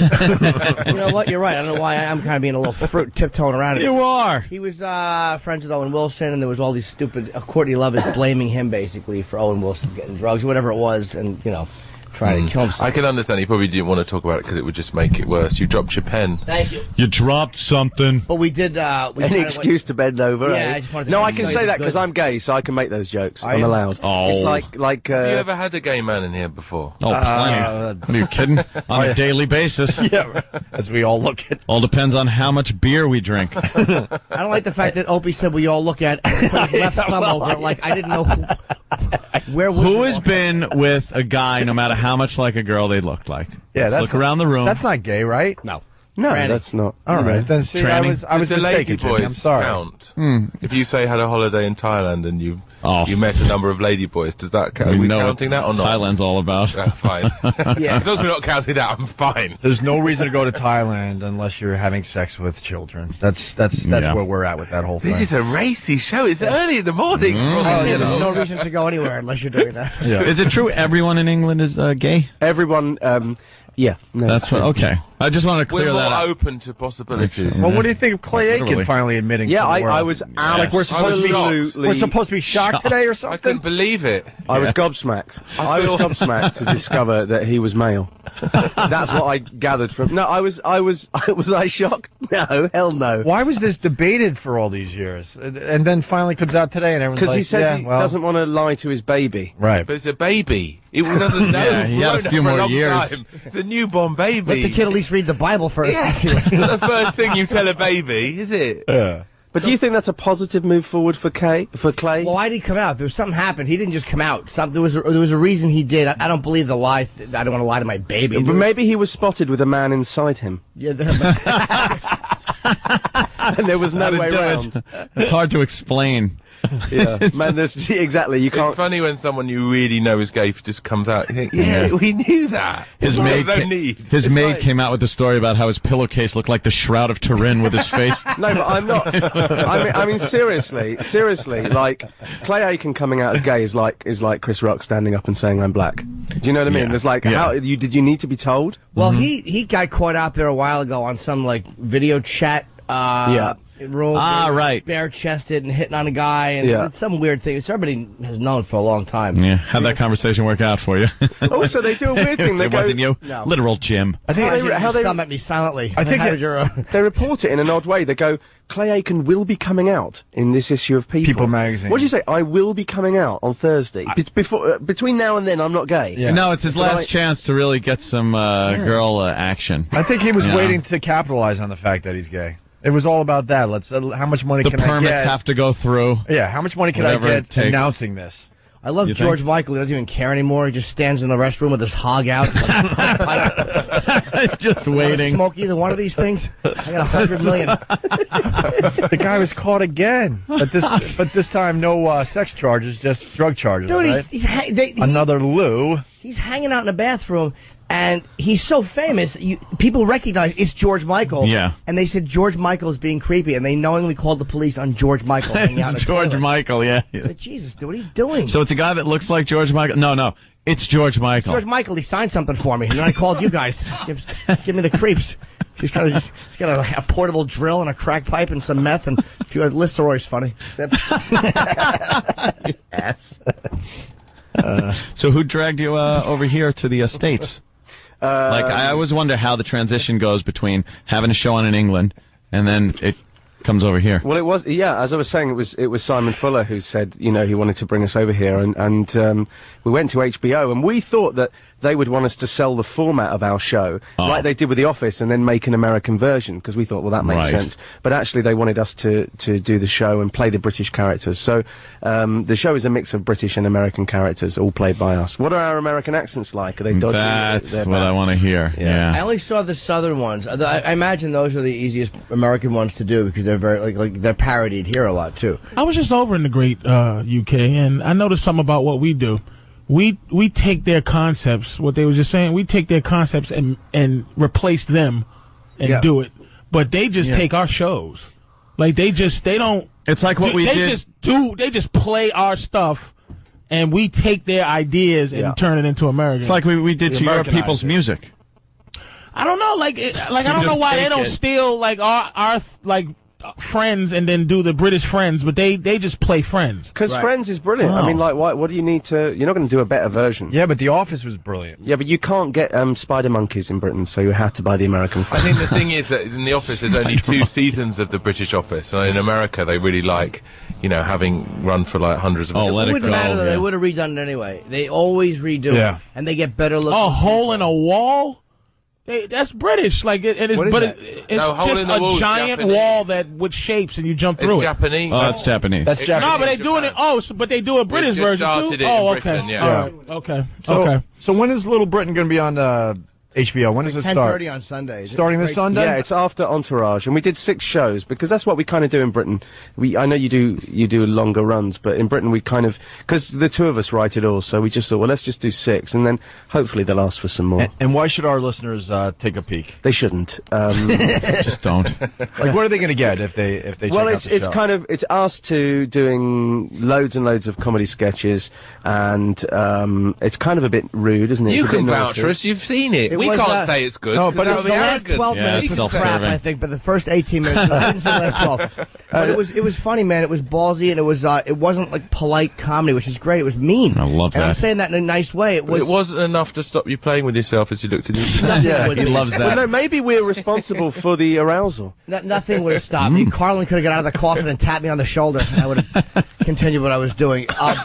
[SPEAKER 8] Well, you know what? You're right. I don't know why I- I'm kind of being a little fruit tiptoeing around. it.
[SPEAKER 4] You are.
[SPEAKER 8] He was uh, friends with Owen Wilson, and there was all these stupid. Uh, Courtney Love is blaming him basically for Owen Wilson getting drugs or whatever it was, and you know, trying
[SPEAKER 4] Hmm.
[SPEAKER 5] Mm.
[SPEAKER 8] to kill himself.
[SPEAKER 5] I can understand. He probably didn't want to talk about it because it would just make it worse. You dropped your pen.
[SPEAKER 8] Thank you.
[SPEAKER 5] You dropped something.
[SPEAKER 8] But we did. Uh, we
[SPEAKER 23] Any
[SPEAKER 8] kinda went-
[SPEAKER 23] excuse to bend over.
[SPEAKER 8] Yeah,
[SPEAKER 23] eh?
[SPEAKER 8] I just wanted to
[SPEAKER 23] no,
[SPEAKER 8] make
[SPEAKER 23] I
[SPEAKER 8] you
[SPEAKER 23] can
[SPEAKER 8] know
[SPEAKER 23] say
[SPEAKER 8] you're
[SPEAKER 23] that because
[SPEAKER 8] good.
[SPEAKER 23] I'm gay, so I can make those jokes.
[SPEAKER 8] Are
[SPEAKER 23] I'm
[SPEAKER 8] you?
[SPEAKER 23] allowed.
[SPEAKER 2] Oh.
[SPEAKER 23] It's like like. Uh,
[SPEAKER 5] Have you ever had a gay man in here before?
[SPEAKER 2] Oh, plenty. Are you kidding?
[SPEAKER 4] Oh,
[SPEAKER 2] On
[SPEAKER 4] <laughs>
[SPEAKER 2] a daily basis.
[SPEAKER 4] yeah, as we all look at.
[SPEAKER 2] All depends on how much beer we drink.
[SPEAKER 8] I don't like the fact that Opie said we all look at
[SPEAKER 4] <laughs>
[SPEAKER 8] everybody's left thumb over. Like I didn't know who, where we
[SPEAKER 2] Who has been with a guy, no matter how much like a girl they looked like?
[SPEAKER 4] Yeah,
[SPEAKER 2] Let's
[SPEAKER 4] that's
[SPEAKER 2] look around the room.
[SPEAKER 4] That's not gay, right?
[SPEAKER 8] No.
[SPEAKER 23] No, that's not.
[SPEAKER 4] All right. Then see, I
[SPEAKER 2] Tranny?
[SPEAKER 4] was I was
[SPEAKER 5] Did the
[SPEAKER 4] mistaken.
[SPEAKER 5] lady boys
[SPEAKER 4] Jimmy. I'm sorry. Hmm.
[SPEAKER 5] count? If you say you had a holiday in Thailand and you
[SPEAKER 4] Oh.
[SPEAKER 5] you met a number of lady boys, does that count?
[SPEAKER 2] We
[SPEAKER 5] Are we
[SPEAKER 2] know what
[SPEAKER 5] counting that or not?
[SPEAKER 2] Thailand's all about.
[SPEAKER 5] Yeah, fine.
[SPEAKER 4] <laughs> Yeah.
[SPEAKER 5] As long as we're not counting that, I'm fine.
[SPEAKER 4] There's no reason to go to Thailand unless you're having sex with children. That's that's that's
[SPEAKER 5] Yeah.
[SPEAKER 4] where we're at with that whole thing.
[SPEAKER 5] This is a racy show. It's early in the morning.
[SPEAKER 4] Mm.
[SPEAKER 8] I
[SPEAKER 4] <laughs> Oh,
[SPEAKER 8] say
[SPEAKER 4] you
[SPEAKER 8] there's no
[SPEAKER 4] know.
[SPEAKER 8] reason to go anywhere unless you're doing
[SPEAKER 4] <laughs>
[SPEAKER 8] that.
[SPEAKER 2] Is it true everyone in England is uh, gay?
[SPEAKER 23] Everyone, um, yeah. No,
[SPEAKER 2] That's what. Okay. I just want to
[SPEAKER 5] We're
[SPEAKER 2] clear
[SPEAKER 5] more
[SPEAKER 2] that up.
[SPEAKER 5] open to possibilities.
[SPEAKER 4] Well, what do you think of Clay Aiken
[SPEAKER 2] Literally.
[SPEAKER 4] finally admitting?
[SPEAKER 23] Yeah,
[SPEAKER 4] to the
[SPEAKER 23] I-
[SPEAKER 4] world?
[SPEAKER 23] I was
[SPEAKER 4] like we're supposed to be
[SPEAKER 23] absolutely
[SPEAKER 4] we're supposed to be shocked, today or something.
[SPEAKER 5] I couldn't believe it.
[SPEAKER 23] I was
[SPEAKER 5] Yeah.
[SPEAKER 23] gobsmacked.
[SPEAKER 5] I
[SPEAKER 23] I was
[SPEAKER 5] feel-
[SPEAKER 23] gobsmacked to discover that he was male. That's what I gathered from. No, I was, I was, <laughs> I was I shocked. <laughs> No, hell no.
[SPEAKER 4] Why was this debated for all these years, and and then finally comes out today, and everyone's
[SPEAKER 23] Because
[SPEAKER 4] like,
[SPEAKER 23] he says
[SPEAKER 4] yeah,
[SPEAKER 23] he
[SPEAKER 4] well,
[SPEAKER 23] doesn't want to lie to his baby.
[SPEAKER 4] Right.
[SPEAKER 5] But it's a baby. It doesn't know.
[SPEAKER 23] Yeah, he
[SPEAKER 5] It
[SPEAKER 23] had a
[SPEAKER 5] won't
[SPEAKER 23] few
[SPEAKER 5] for
[SPEAKER 23] more
[SPEAKER 5] long
[SPEAKER 23] years.
[SPEAKER 5] time. It's a newborn baby.
[SPEAKER 8] Let the kid at least read the Bible first.
[SPEAKER 5] Not the first thing you tell a baby, is it?
[SPEAKER 23] But do you think that's a positive move forward for Kay, for Clay?
[SPEAKER 8] Well, why did he come out? There was something happened. He didn't just come out. Some, there was a, there was a reason he did. I, I don't believe the lie. Th- I don't want to lie to my baby.
[SPEAKER 23] But maybe he was spotted with a man inside him,
[SPEAKER 8] yeah, there- <laughs>
[SPEAKER 23] and <laughs> there was
[SPEAKER 2] How
[SPEAKER 23] no
[SPEAKER 2] to
[SPEAKER 23] way
[SPEAKER 2] do it.
[SPEAKER 23] around.
[SPEAKER 5] <laughs>
[SPEAKER 2] It's hard to explain.
[SPEAKER 23] Yeah, man, there's <laughs> exactly. You
[SPEAKER 5] It's
[SPEAKER 23] can't.
[SPEAKER 5] funny when someone you really know is gay just comes out. You think, yeah, we knew that.
[SPEAKER 2] His
[SPEAKER 5] There's
[SPEAKER 2] maid,
[SPEAKER 5] no
[SPEAKER 2] ca-
[SPEAKER 5] need.
[SPEAKER 2] his maid came out with the story about how his pillowcase looked like the Shroud of Turin with
[SPEAKER 23] <laughs>
[SPEAKER 2] his face.
[SPEAKER 23] No, but I'm not. I mean, I mean, seriously, seriously. Like Clay Aiken coming out as gay is like is like Chris Rock standing up and saying I'm black. Do you know what I mean?
[SPEAKER 8] Yeah.
[SPEAKER 23] There's like,
[SPEAKER 8] Yeah.
[SPEAKER 23] how you did you need to be told?
[SPEAKER 8] well, he he got caught out there a while ago on some like video chat. Uh, yeah. Rule
[SPEAKER 23] Ah, right.
[SPEAKER 8] Bare chested and hitting on a guy and
[SPEAKER 23] Yeah.
[SPEAKER 8] it's some weird thing. Somebody has known for a long time.
[SPEAKER 2] Yeah, how'd that conversation work out for you?
[SPEAKER 23] <laughs> Also, they do a weird
[SPEAKER 2] <laughs>
[SPEAKER 23] thing. They
[SPEAKER 2] it
[SPEAKER 23] go-
[SPEAKER 2] wasn't you.
[SPEAKER 23] No.
[SPEAKER 2] Literal Jim.
[SPEAKER 8] I think
[SPEAKER 23] How
[SPEAKER 8] they,
[SPEAKER 23] they-
[SPEAKER 8] how
[SPEAKER 23] how
[SPEAKER 8] they
[SPEAKER 23] they-
[SPEAKER 8] thumb at me silently.
[SPEAKER 23] I think
[SPEAKER 8] How
[SPEAKER 23] it-
[SPEAKER 8] did your, uh,
[SPEAKER 23] <laughs> They report it in an odd way. They go, Clay Aiken will be coming out in this issue of People. People
[SPEAKER 4] magazine.
[SPEAKER 23] What do you say? I will be coming out on Thursday. Be- before, uh, between now and then, I'm not gay.
[SPEAKER 2] No, it's his
[SPEAKER 23] But
[SPEAKER 2] last
[SPEAKER 23] I-
[SPEAKER 2] chance to really get some uh, girl uh, action.
[SPEAKER 4] I think he was
[SPEAKER 2] You know?
[SPEAKER 4] waiting to capitalize on the fact that he's gay. It was all about that. Let's uh, how much money
[SPEAKER 2] The
[SPEAKER 4] can
[SPEAKER 2] permits
[SPEAKER 4] I get?
[SPEAKER 2] have to go through.
[SPEAKER 4] yeah, how much money can I
[SPEAKER 2] Whatever it
[SPEAKER 4] get
[SPEAKER 2] takes.
[SPEAKER 4] announcing this?
[SPEAKER 8] I love
[SPEAKER 2] You think?
[SPEAKER 8] George Michael. He doesn't even care anymore. He just stands in the restroom with his hog <laughs> out.
[SPEAKER 2] just
[SPEAKER 8] Wanna Smoke either one of these
[SPEAKER 4] <laughs>
[SPEAKER 8] things. I got a hundred million.
[SPEAKER 4] the guy was caught again, but this but this time no uh, sex charges, just drug
[SPEAKER 8] <laughs>
[SPEAKER 4] charges.
[SPEAKER 8] Dude,
[SPEAKER 4] right?
[SPEAKER 8] he's, he's, ha- they, he-
[SPEAKER 4] another Lou.
[SPEAKER 8] he's hanging out in the bathroom, and he's so famous. You, people recognize it's George Michael.
[SPEAKER 2] Yeah.
[SPEAKER 8] And they said George Michael is being creepy, and they knowingly called the police on George <laughs> Michael hanging out. in
[SPEAKER 2] <laughs> it's
[SPEAKER 8] the
[SPEAKER 2] George
[SPEAKER 8] toilet.
[SPEAKER 2] Michael, yeah.
[SPEAKER 8] But Jesus, dude, what are you doing?
[SPEAKER 2] So it's a guy that looks like George Michael. No, no, it's George Michael.
[SPEAKER 8] George Michael, he signed something for me, and then I called you guys. Give, give me the creeps. She's got a, she's got a, a portable drill and a crack pipe and some meth and a few Listeroy's funny.
[SPEAKER 2] So who dragged you uh, over here to the uh, states? like I always wonder how the transition goes between having a show on in England and then it comes over here.
[SPEAKER 23] <laughs> Well, it was yeah. As I was saying, it was it was Simon Fuller who said you know he wanted to bring us over here, and and um, we went to HBO, and we thought that they would want us to sell the format of our show
[SPEAKER 2] Oh.
[SPEAKER 23] like they did with The Office, and then make an American version because we thought well that makes
[SPEAKER 2] Right.
[SPEAKER 23] sense. But actually, they wanted us to to do the show and play the British characters. So um, the show is a mix of British and American characters, all played by us. What are our American accents like? Are they dodgy?
[SPEAKER 2] That's
[SPEAKER 23] They're
[SPEAKER 2] what
[SPEAKER 23] bad.
[SPEAKER 2] I want to hear.
[SPEAKER 8] I
[SPEAKER 2] Yeah.
[SPEAKER 8] only saw the southern ones. Uh, the- I, I imagine those are the easiest American ones to do because they're very like, like they're parodied here a lot too.
[SPEAKER 24] I was just over in the great uh, UK, and I noticed something about what we do.
[SPEAKER 3] we we take their concepts, what they were just saying, we take their concepts and and replace them and
[SPEAKER 20] Yeah.
[SPEAKER 3] do it. But they just
[SPEAKER 20] Yeah.
[SPEAKER 3] take our shows. Like they just they don't
[SPEAKER 20] It's like what
[SPEAKER 3] do-
[SPEAKER 20] we
[SPEAKER 3] they
[SPEAKER 20] did-
[SPEAKER 3] just do they just play our stuff and we take their ideas and
[SPEAKER 2] Yeah.
[SPEAKER 3] turn it into American.
[SPEAKER 2] It's like we, we did to your people's music.
[SPEAKER 3] I don't know, like, it, like
[SPEAKER 2] You
[SPEAKER 3] I don't know
[SPEAKER 2] just
[SPEAKER 3] why they
[SPEAKER 2] take
[SPEAKER 3] don't
[SPEAKER 2] it.
[SPEAKER 3] steal like our our like friends and then do the British friends, but they they just play friends.
[SPEAKER 23] Because Friends is brilliant. I mean, like, why, what do you need to? You're not going to do a better version. Yeah, but The Office was brilliant. Yeah, but you can't get um, Spider Monkeys in Britain, so you had to buy the American.
[SPEAKER 5] I
[SPEAKER 23] Version.
[SPEAKER 5] think the thing is that in the office, there's only two seasons of the British office, and in America, they really like, you know, having run for like hundreds of. Oh,
[SPEAKER 8] it wouldn't matter though. They would have redone it anyway. They always redo
[SPEAKER 5] Yeah.
[SPEAKER 8] it, and they get better looking.
[SPEAKER 3] a hole in a wall. They, that's British, like it, it is,
[SPEAKER 8] What is
[SPEAKER 3] but
[SPEAKER 8] that?
[SPEAKER 3] it, it's
[SPEAKER 5] No, hole
[SPEAKER 3] just
[SPEAKER 5] in the
[SPEAKER 3] a
[SPEAKER 5] wall's
[SPEAKER 3] giant
[SPEAKER 5] Japanese.
[SPEAKER 3] wall that with shapes, and you jump
[SPEAKER 5] It's
[SPEAKER 3] through it.
[SPEAKER 5] Japanese. Oh, that's
[SPEAKER 2] It's Japanese.
[SPEAKER 5] That's
[SPEAKER 3] No, but they doing it. Oh, so, but they do a British
[SPEAKER 5] just
[SPEAKER 3] version
[SPEAKER 5] started
[SPEAKER 3] too.
[SPEAKER 5] it in
[SPEAKER 3] oh,
[SPEAKER 5] Britain,
[SPEAKER 3] okay.
[SPEAKER 5] yeah.
[SPEAKER 3] All right. Okay.
[SPEAKER 20] <laughs> So,
[SPEAKER 3] okay.
[SPEAKER 20] So when is Little Britain going to be on uh, HBO? When does it start?
[SPEAKER 12] 10:30 on Sundays.
[SPEAKER 20] Starting this Sunday?
[SPEAKER 23] Yeah, it's after Entourage, and we did six shows because that's what we kind of do in Britain. We, I know you do, you do longer runs, but in Britain we kind of because the two of us write it all, so we just thought, well, let's just do six, and then hopefully they'll ask for some more.
[SPEAKER 20] And, and why should our listeners uh, take a peek?
[SPEAKER 23] They shouldn't.
[SPEAKER 20] <laughs>
[SPEAKER 23] Um,
[SPEAKER 2] just don't.
[SPEAKER 20] Like, what are they going to get if they if they?
[SPEAKER 23] well,
[SPEAKER 20] check
[SPEAKER 23] it's
[SPEAKER 20] out the
[SPEAKER 23] it's
[SPEAKER 20] show?
[SPEAKER 23] kind of it's us two doing loads and loads of comedy sketches, and um, it's kind of a bit rude, isn't it?
[SPEAKER 5] You
[SPEAKER 23] It's a bit
[SPEAKER 5] can vouch
[SPEAKER 23] naughty.
[SPEAKER 5] for us. You've seen it. we can't say it's good. 'cause that would be arrogant.
[SPEAKER 8] I think, but the first 18 minutes, I didn't see the last 12. But Uh, it was it was funny, man. It was ballsy, and it was uh, it wasn't like polite comedy, which is great. It was mean. I
[SPEAKER 2] love
[SPEAKER 8] And I'm
[SPEAKER 5] that.
[SPEAKER 8] saying that in a nice way. It
[SPEAKER 5] But
[SPEAKER 8] was.
[SPEAKER 5] it wasn't enough to stop you playing with yourself as you looked at
[SPEAKER 8] <laughs>
[SPEAKER 5] it. <laughs>
[SPEAKER 23] Well, no, maybe we're responsible for the arousal.
[SPEAKER 8] no- nothing would have stopped
[SPEAKER 20] Mm.
[SPEAKER 8] me. Carlin could have got out of the coffin and tapped me on the shoulder, and I would
[SPEAKER 20] <laughs>
[SPEAKER 8] have continued what I was doing. Uh,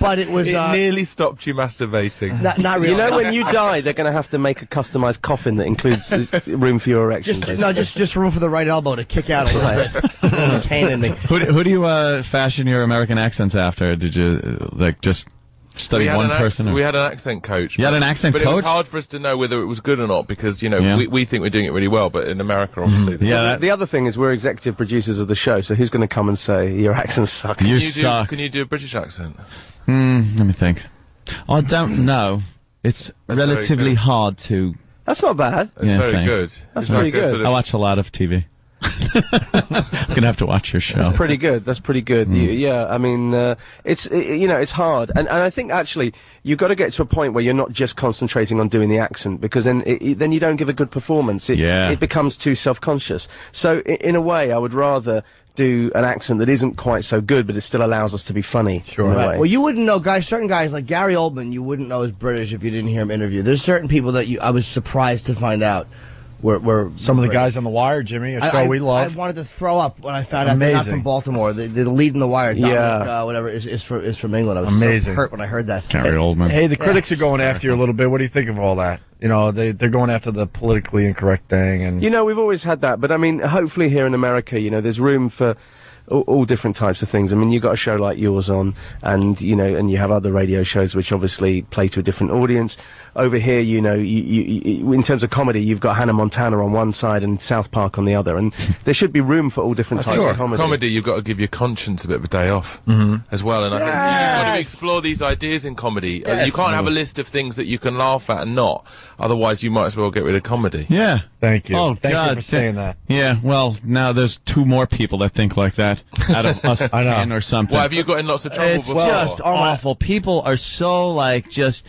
[SPEAKER 8] but it was
[SPEAKER 5] It
[SPEAKER 8] uh,
[SPEAKER 5] nearly stopped you masturbating.
[SPEAKER 8] Not- not really.
[SPEAKER 23] You know, when you die, they're going to have to make a customized coffin that includes uh,
[SPEAKER 5] <laughs>
[SPEAKER 23] room for your erection.
[SPEAKER 8] just no, just just room for the right elbow to kick out a
[SPEAKER 20] <laughs>
[SPEAKER 8] little bit. Kane and me.
[SPEAKER 2] Who, do- who do you uh, fashion your American accents after? Did you uh, like just study
[SPEAKER 5] we had
[SPEAKER 2] one
[SPEAKER 5] an ac-
[SPEAKER 2] person? or-
[SPEAKER 5] we had an accent coach.
[SPEAKER 2] You had an
[SPEAKER 5] but-
[SPEAKER 2] accent
[SPEAKER 5] but it
[SPEAKER 2] coach?
[SPEAKER 5] was hard for us to know whether it was good or not because you know
[SPEAKER 2] Yeah. Mm-hmm.
[SPEAKER 5] we, we think we're doing it really well, but in America, <laughs> obviously, they-
[SPEAKER 23] The- the other thing is we're executive producers of the show, so who's going to come and say your accents suck?
[SPEAKER 5] Can do, Can you do a British accent?
[SPEAKER 2] Hmm, let me think. I don't know. It's
[SPEAKER 5] very
[SPEAKER 2] relatively
[SPEAKER 5] good.
[SPEAKER 2] hard to.
[SPEAKER 23] That's not bad.
[SPEAKER 5] That's very good.
[SPEAKER 23] That's It's pretty like a good. sort of-
[SPEAKER 2] I watch a lot of <laughs> TV. I'm gonna have to watch your show.
[SPEAKER 23] That's pretty good. That's pretty good. You- yeah, I mean, uh, it's i you know, it's hard, and and I think actually you've got to get to a point where you're not just concentrating on doing the accent because then it, it- then you don't give a good performance. It,
[SPEAKER 2] Yeah.
[SPEAKER 23] it becomes too self conscious. So i in a way, I would rather do an accent that isn't quite so good, but it still allows us to be funny. Sure.
[SPEAKER 8] Right. Well, you wouldn't know guys. Certain guys like Gary Oldman, you wouldn't know is British if you didn't hear him interview. There's certain people that you I was surprised to find out were, were
[SPEAKER 20] Some of the
[SPEAKER 8] British.
[SPEAKER 20] guys on the wire, Jimmy, a show
[SPEAKER 8] I, I-
[SPEAKER 20] we love.
[SPEAKER 8] I wanted to throw up when I found out they're not
[SPEAKER 20] Amazing.
[SPEAKER 8] from Baltimore. The, the lead in the wire, Dominic,
[SPEAKER 20] Yeah.
[SPEAKER 8] uh, whatever, is, is from is from England. I was
[SPEAKER 20] Amazing.
[SPEAKER 8] so hurt when I heard that.
[SPEAKER 2] Gary Oldman.
[SPEAKER 20] Hey, the critics are going after you a little bit. What do you think of all that? You know, they they're going after the politically incorrect thing, and
[SPEAKER 23] You know, we've always had that, but I mean, hopefully here in America, you know, there's room for all, all different types of things. I mean, you've got a show like yours on, and, you know, and you have other radio shows which obviously play to a different audience. Over here, you know, you, you, you, in terms of comedy, you've got Hannah Montana on one side and South Park on the
[SPEAKER 20] <laughs>
[SPEAKER 23] other, and there should be room for all different types of comedy.
[SPEAKER 5] you've got to give your conscience a bit of a day off
[SPEAKER 2] Mm-hmm.
[SPEAKER 5] as well, and I think you've got to explore these ideas in comedy. Uh,
[SPEAKER 2] Yes.
[SPEAKER 5] you can't
[SPEAKER 2] Mm-hmm.
[SPEAKER 5] have a list of things that you can laugh at and not, otherwise, you might as well get rid of comedy.
[SPEAKER 2] Yeah.
[SPEAKER 20] Thank you.
[SPEAKER 2] Oh,
[SPEAKER 20] Thank you
[SPEAKER 2] God.
[SPEAKER 20] for saying that.
[SPEAKER 2] Yeah. Well, now there's two more people that think like that out of <laughs> us
[SPEAKER 20] I know.
[SPEAKER 2] ten or something.
[SPEAKER 5] Well, have you got in lots of trouble
[SPEAKER 2] It's
[SPEAKER 5] before?
[SPEAKER 2] just awful. People are so like just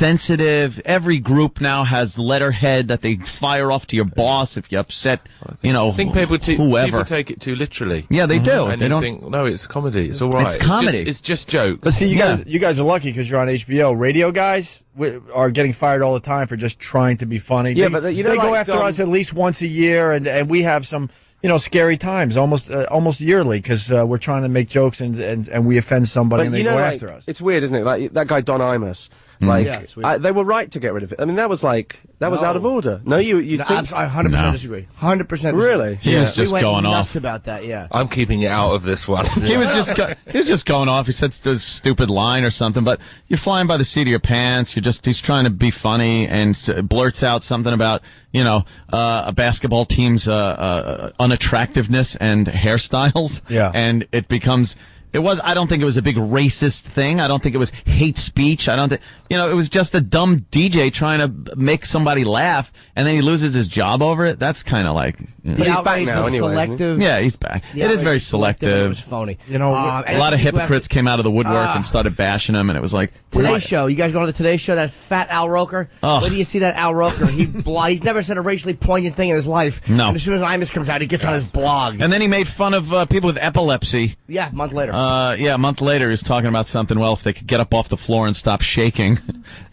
[SPEAKER 2] sensitive. Every group now has letterhead that they fire off to your boss if you upset. You know,
[SPEAKER 5] I think Oh, people, t-
[SPEAKER 2] whoever.
[SPEAKER 5] people take it too literally. Mm-hmm.
[SPEAKER 2] Yeah, they do.
[SPEAKER 5] And
[SPEAKER 2] They
[SPEAKER 5] you
[SPEAKER 2] don't-
[SPEAKER 5] think, no, it's comedy. It's all right.
[SPEAKER 20] It's
[SPEAKER 5] just-
[SPEAKER 20] comedy.
[SPEAKER 5] It's just, jokes.
[SPEAKER 20] But see, you guys, you guys are lucky because you're on HBO. Radio guys w- are getting fired all the time for just trying to be funny.
[SPEAKER 23] Yeah,
[SPEAKER 20] They-
[SPEAKER 23] but the- you know,
[SPEAKER 20] they go
[SPEAKER 23] like,
[SPEAKER 20] after
[SPEAKER 23] um,
[SPEAKER 20] us at least once a year, and and we have some. You know, scary times, almost uh, almost yearly, because uh, we're trying to make jokes and, and, and we offend somebody and they go
[SPEAKER 23] like,
[SPEAKER 20] after us. Mm.
[SPEAKER 23] It's weird, isn't it? Like that guy Don Imus. Like
[SPEAKER 20] Yeah, it's
[SPEAKER 23] I, they were right to get rid of it. I mean, that was like that was
[SPEAKER 8] No.
[SPEAKER 23] out of order. No, you you
[SPEAKER 8] No,
[SPEAKER 23] think?
[SPEAKER 8] I'm- I 100% No. disagree. 100% disagree.
[SPEAKER 23] Really?
[SPEAKER 8] He was Yeah. just We went going nuts off. about that, yeah.
[SPEAKER 5] I'm keeping it out of this one.
[SPEAKER 2] <laughs> He was
[SPEAKER 5] <laughs>
[SPEAKER 2] just go- he was just going off. He said st- stupid line or something, but you're flying by the seat of your pants. You're just he's trying to be funny and s- blurts out something about you know uh, a basketball team's uh, uh, unattractiveness and hairstyles.
[SPEAKER 20] Yeah.
[SPEAKER 2] and it becomes. It was. I don't think it was a big racist thing. I don't think it was hate speech. I don't think you know. It was just a dumb DJ trying to b- make somebody laugh, and then he loses his job over it. That's kind of like. you know.
[SPEAKER 8] The outrage was selective.
[SPEAKER 2] Yeah, he's back.
[SPEAKER 8] The
[SPEAKER 2] it is very
[SPEAKER 8] outrage was selective and
[SPEAKER 2] selective.
[SPEAKER 8] It was phony.
[SPEAKER 2] You know,
[SPEAKER 8] Uh,
[SPEAKER 2] a lot of hypocrites came out of the woodwork and
[SPEAKER 8] Ah.
[SPEAKER 2] started bashing him, and it was like
[SPEAKER 8] Today
[SPEAKER 2] <laughs> what?
[SPEAKER 8] Show. You guys going to the Today Show? That fat Al Roker.
[SPEAKER 2] Ugh.
[SPEAKER 8] Where do you see that Al Roker? He blah, he's never said a racially poignant thing in his life.
[SPEAKER 2] No.
[SPEAKER 8] And as soon as Imus comes out, he gets on his blog.
[SPEAKER 2] And then he made fun of uh, people with epilepsy.
[SPEAKER 8] Yeah, a month later.
[SPEAKER 2] Uh, yeah, a month later, he's talking about something. Well, if they could get up off the floor and stop shaking. <laughs>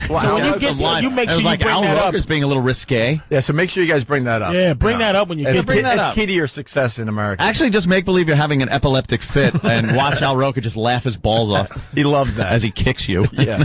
[SPEAKER 3] Well,
[SPEAKER 2] That
[SPEAKER 3] when you
[SPEAKER 2] was
[SPEAKER 3] get
[SPEAKER 2] the
[SPEAKER 3] there,
[SPEAKER 2] line.
[SPEAKER 3] you make
[SPEAKER 2] It was
[SPEAKER 3] sure you
[SPEAKER 2] like
[SPEAKER 3] bring
[SPEAKER 2] Al
[SPEAKER 3] that up.
[SPEAKER 2] Roker's being a little risque.
[SPEAKER 4] Yeah, so make sure you guys bring that up.
[SPEAKER 3] Yeah, bring that up when you
[SPEAKER 4] It's
[SPEAKER 3] get
[SPEAKER 4] key-
[SPEAKER 3] there.
[SPEAKER 4] it's key to your success in America.
[SPEAKER 2] Actually, just make believe you're having an epileptic <laughs> fit and watch Al Roker just laugh his balls off. he loves that as he kicks you. <laughs> Yeah.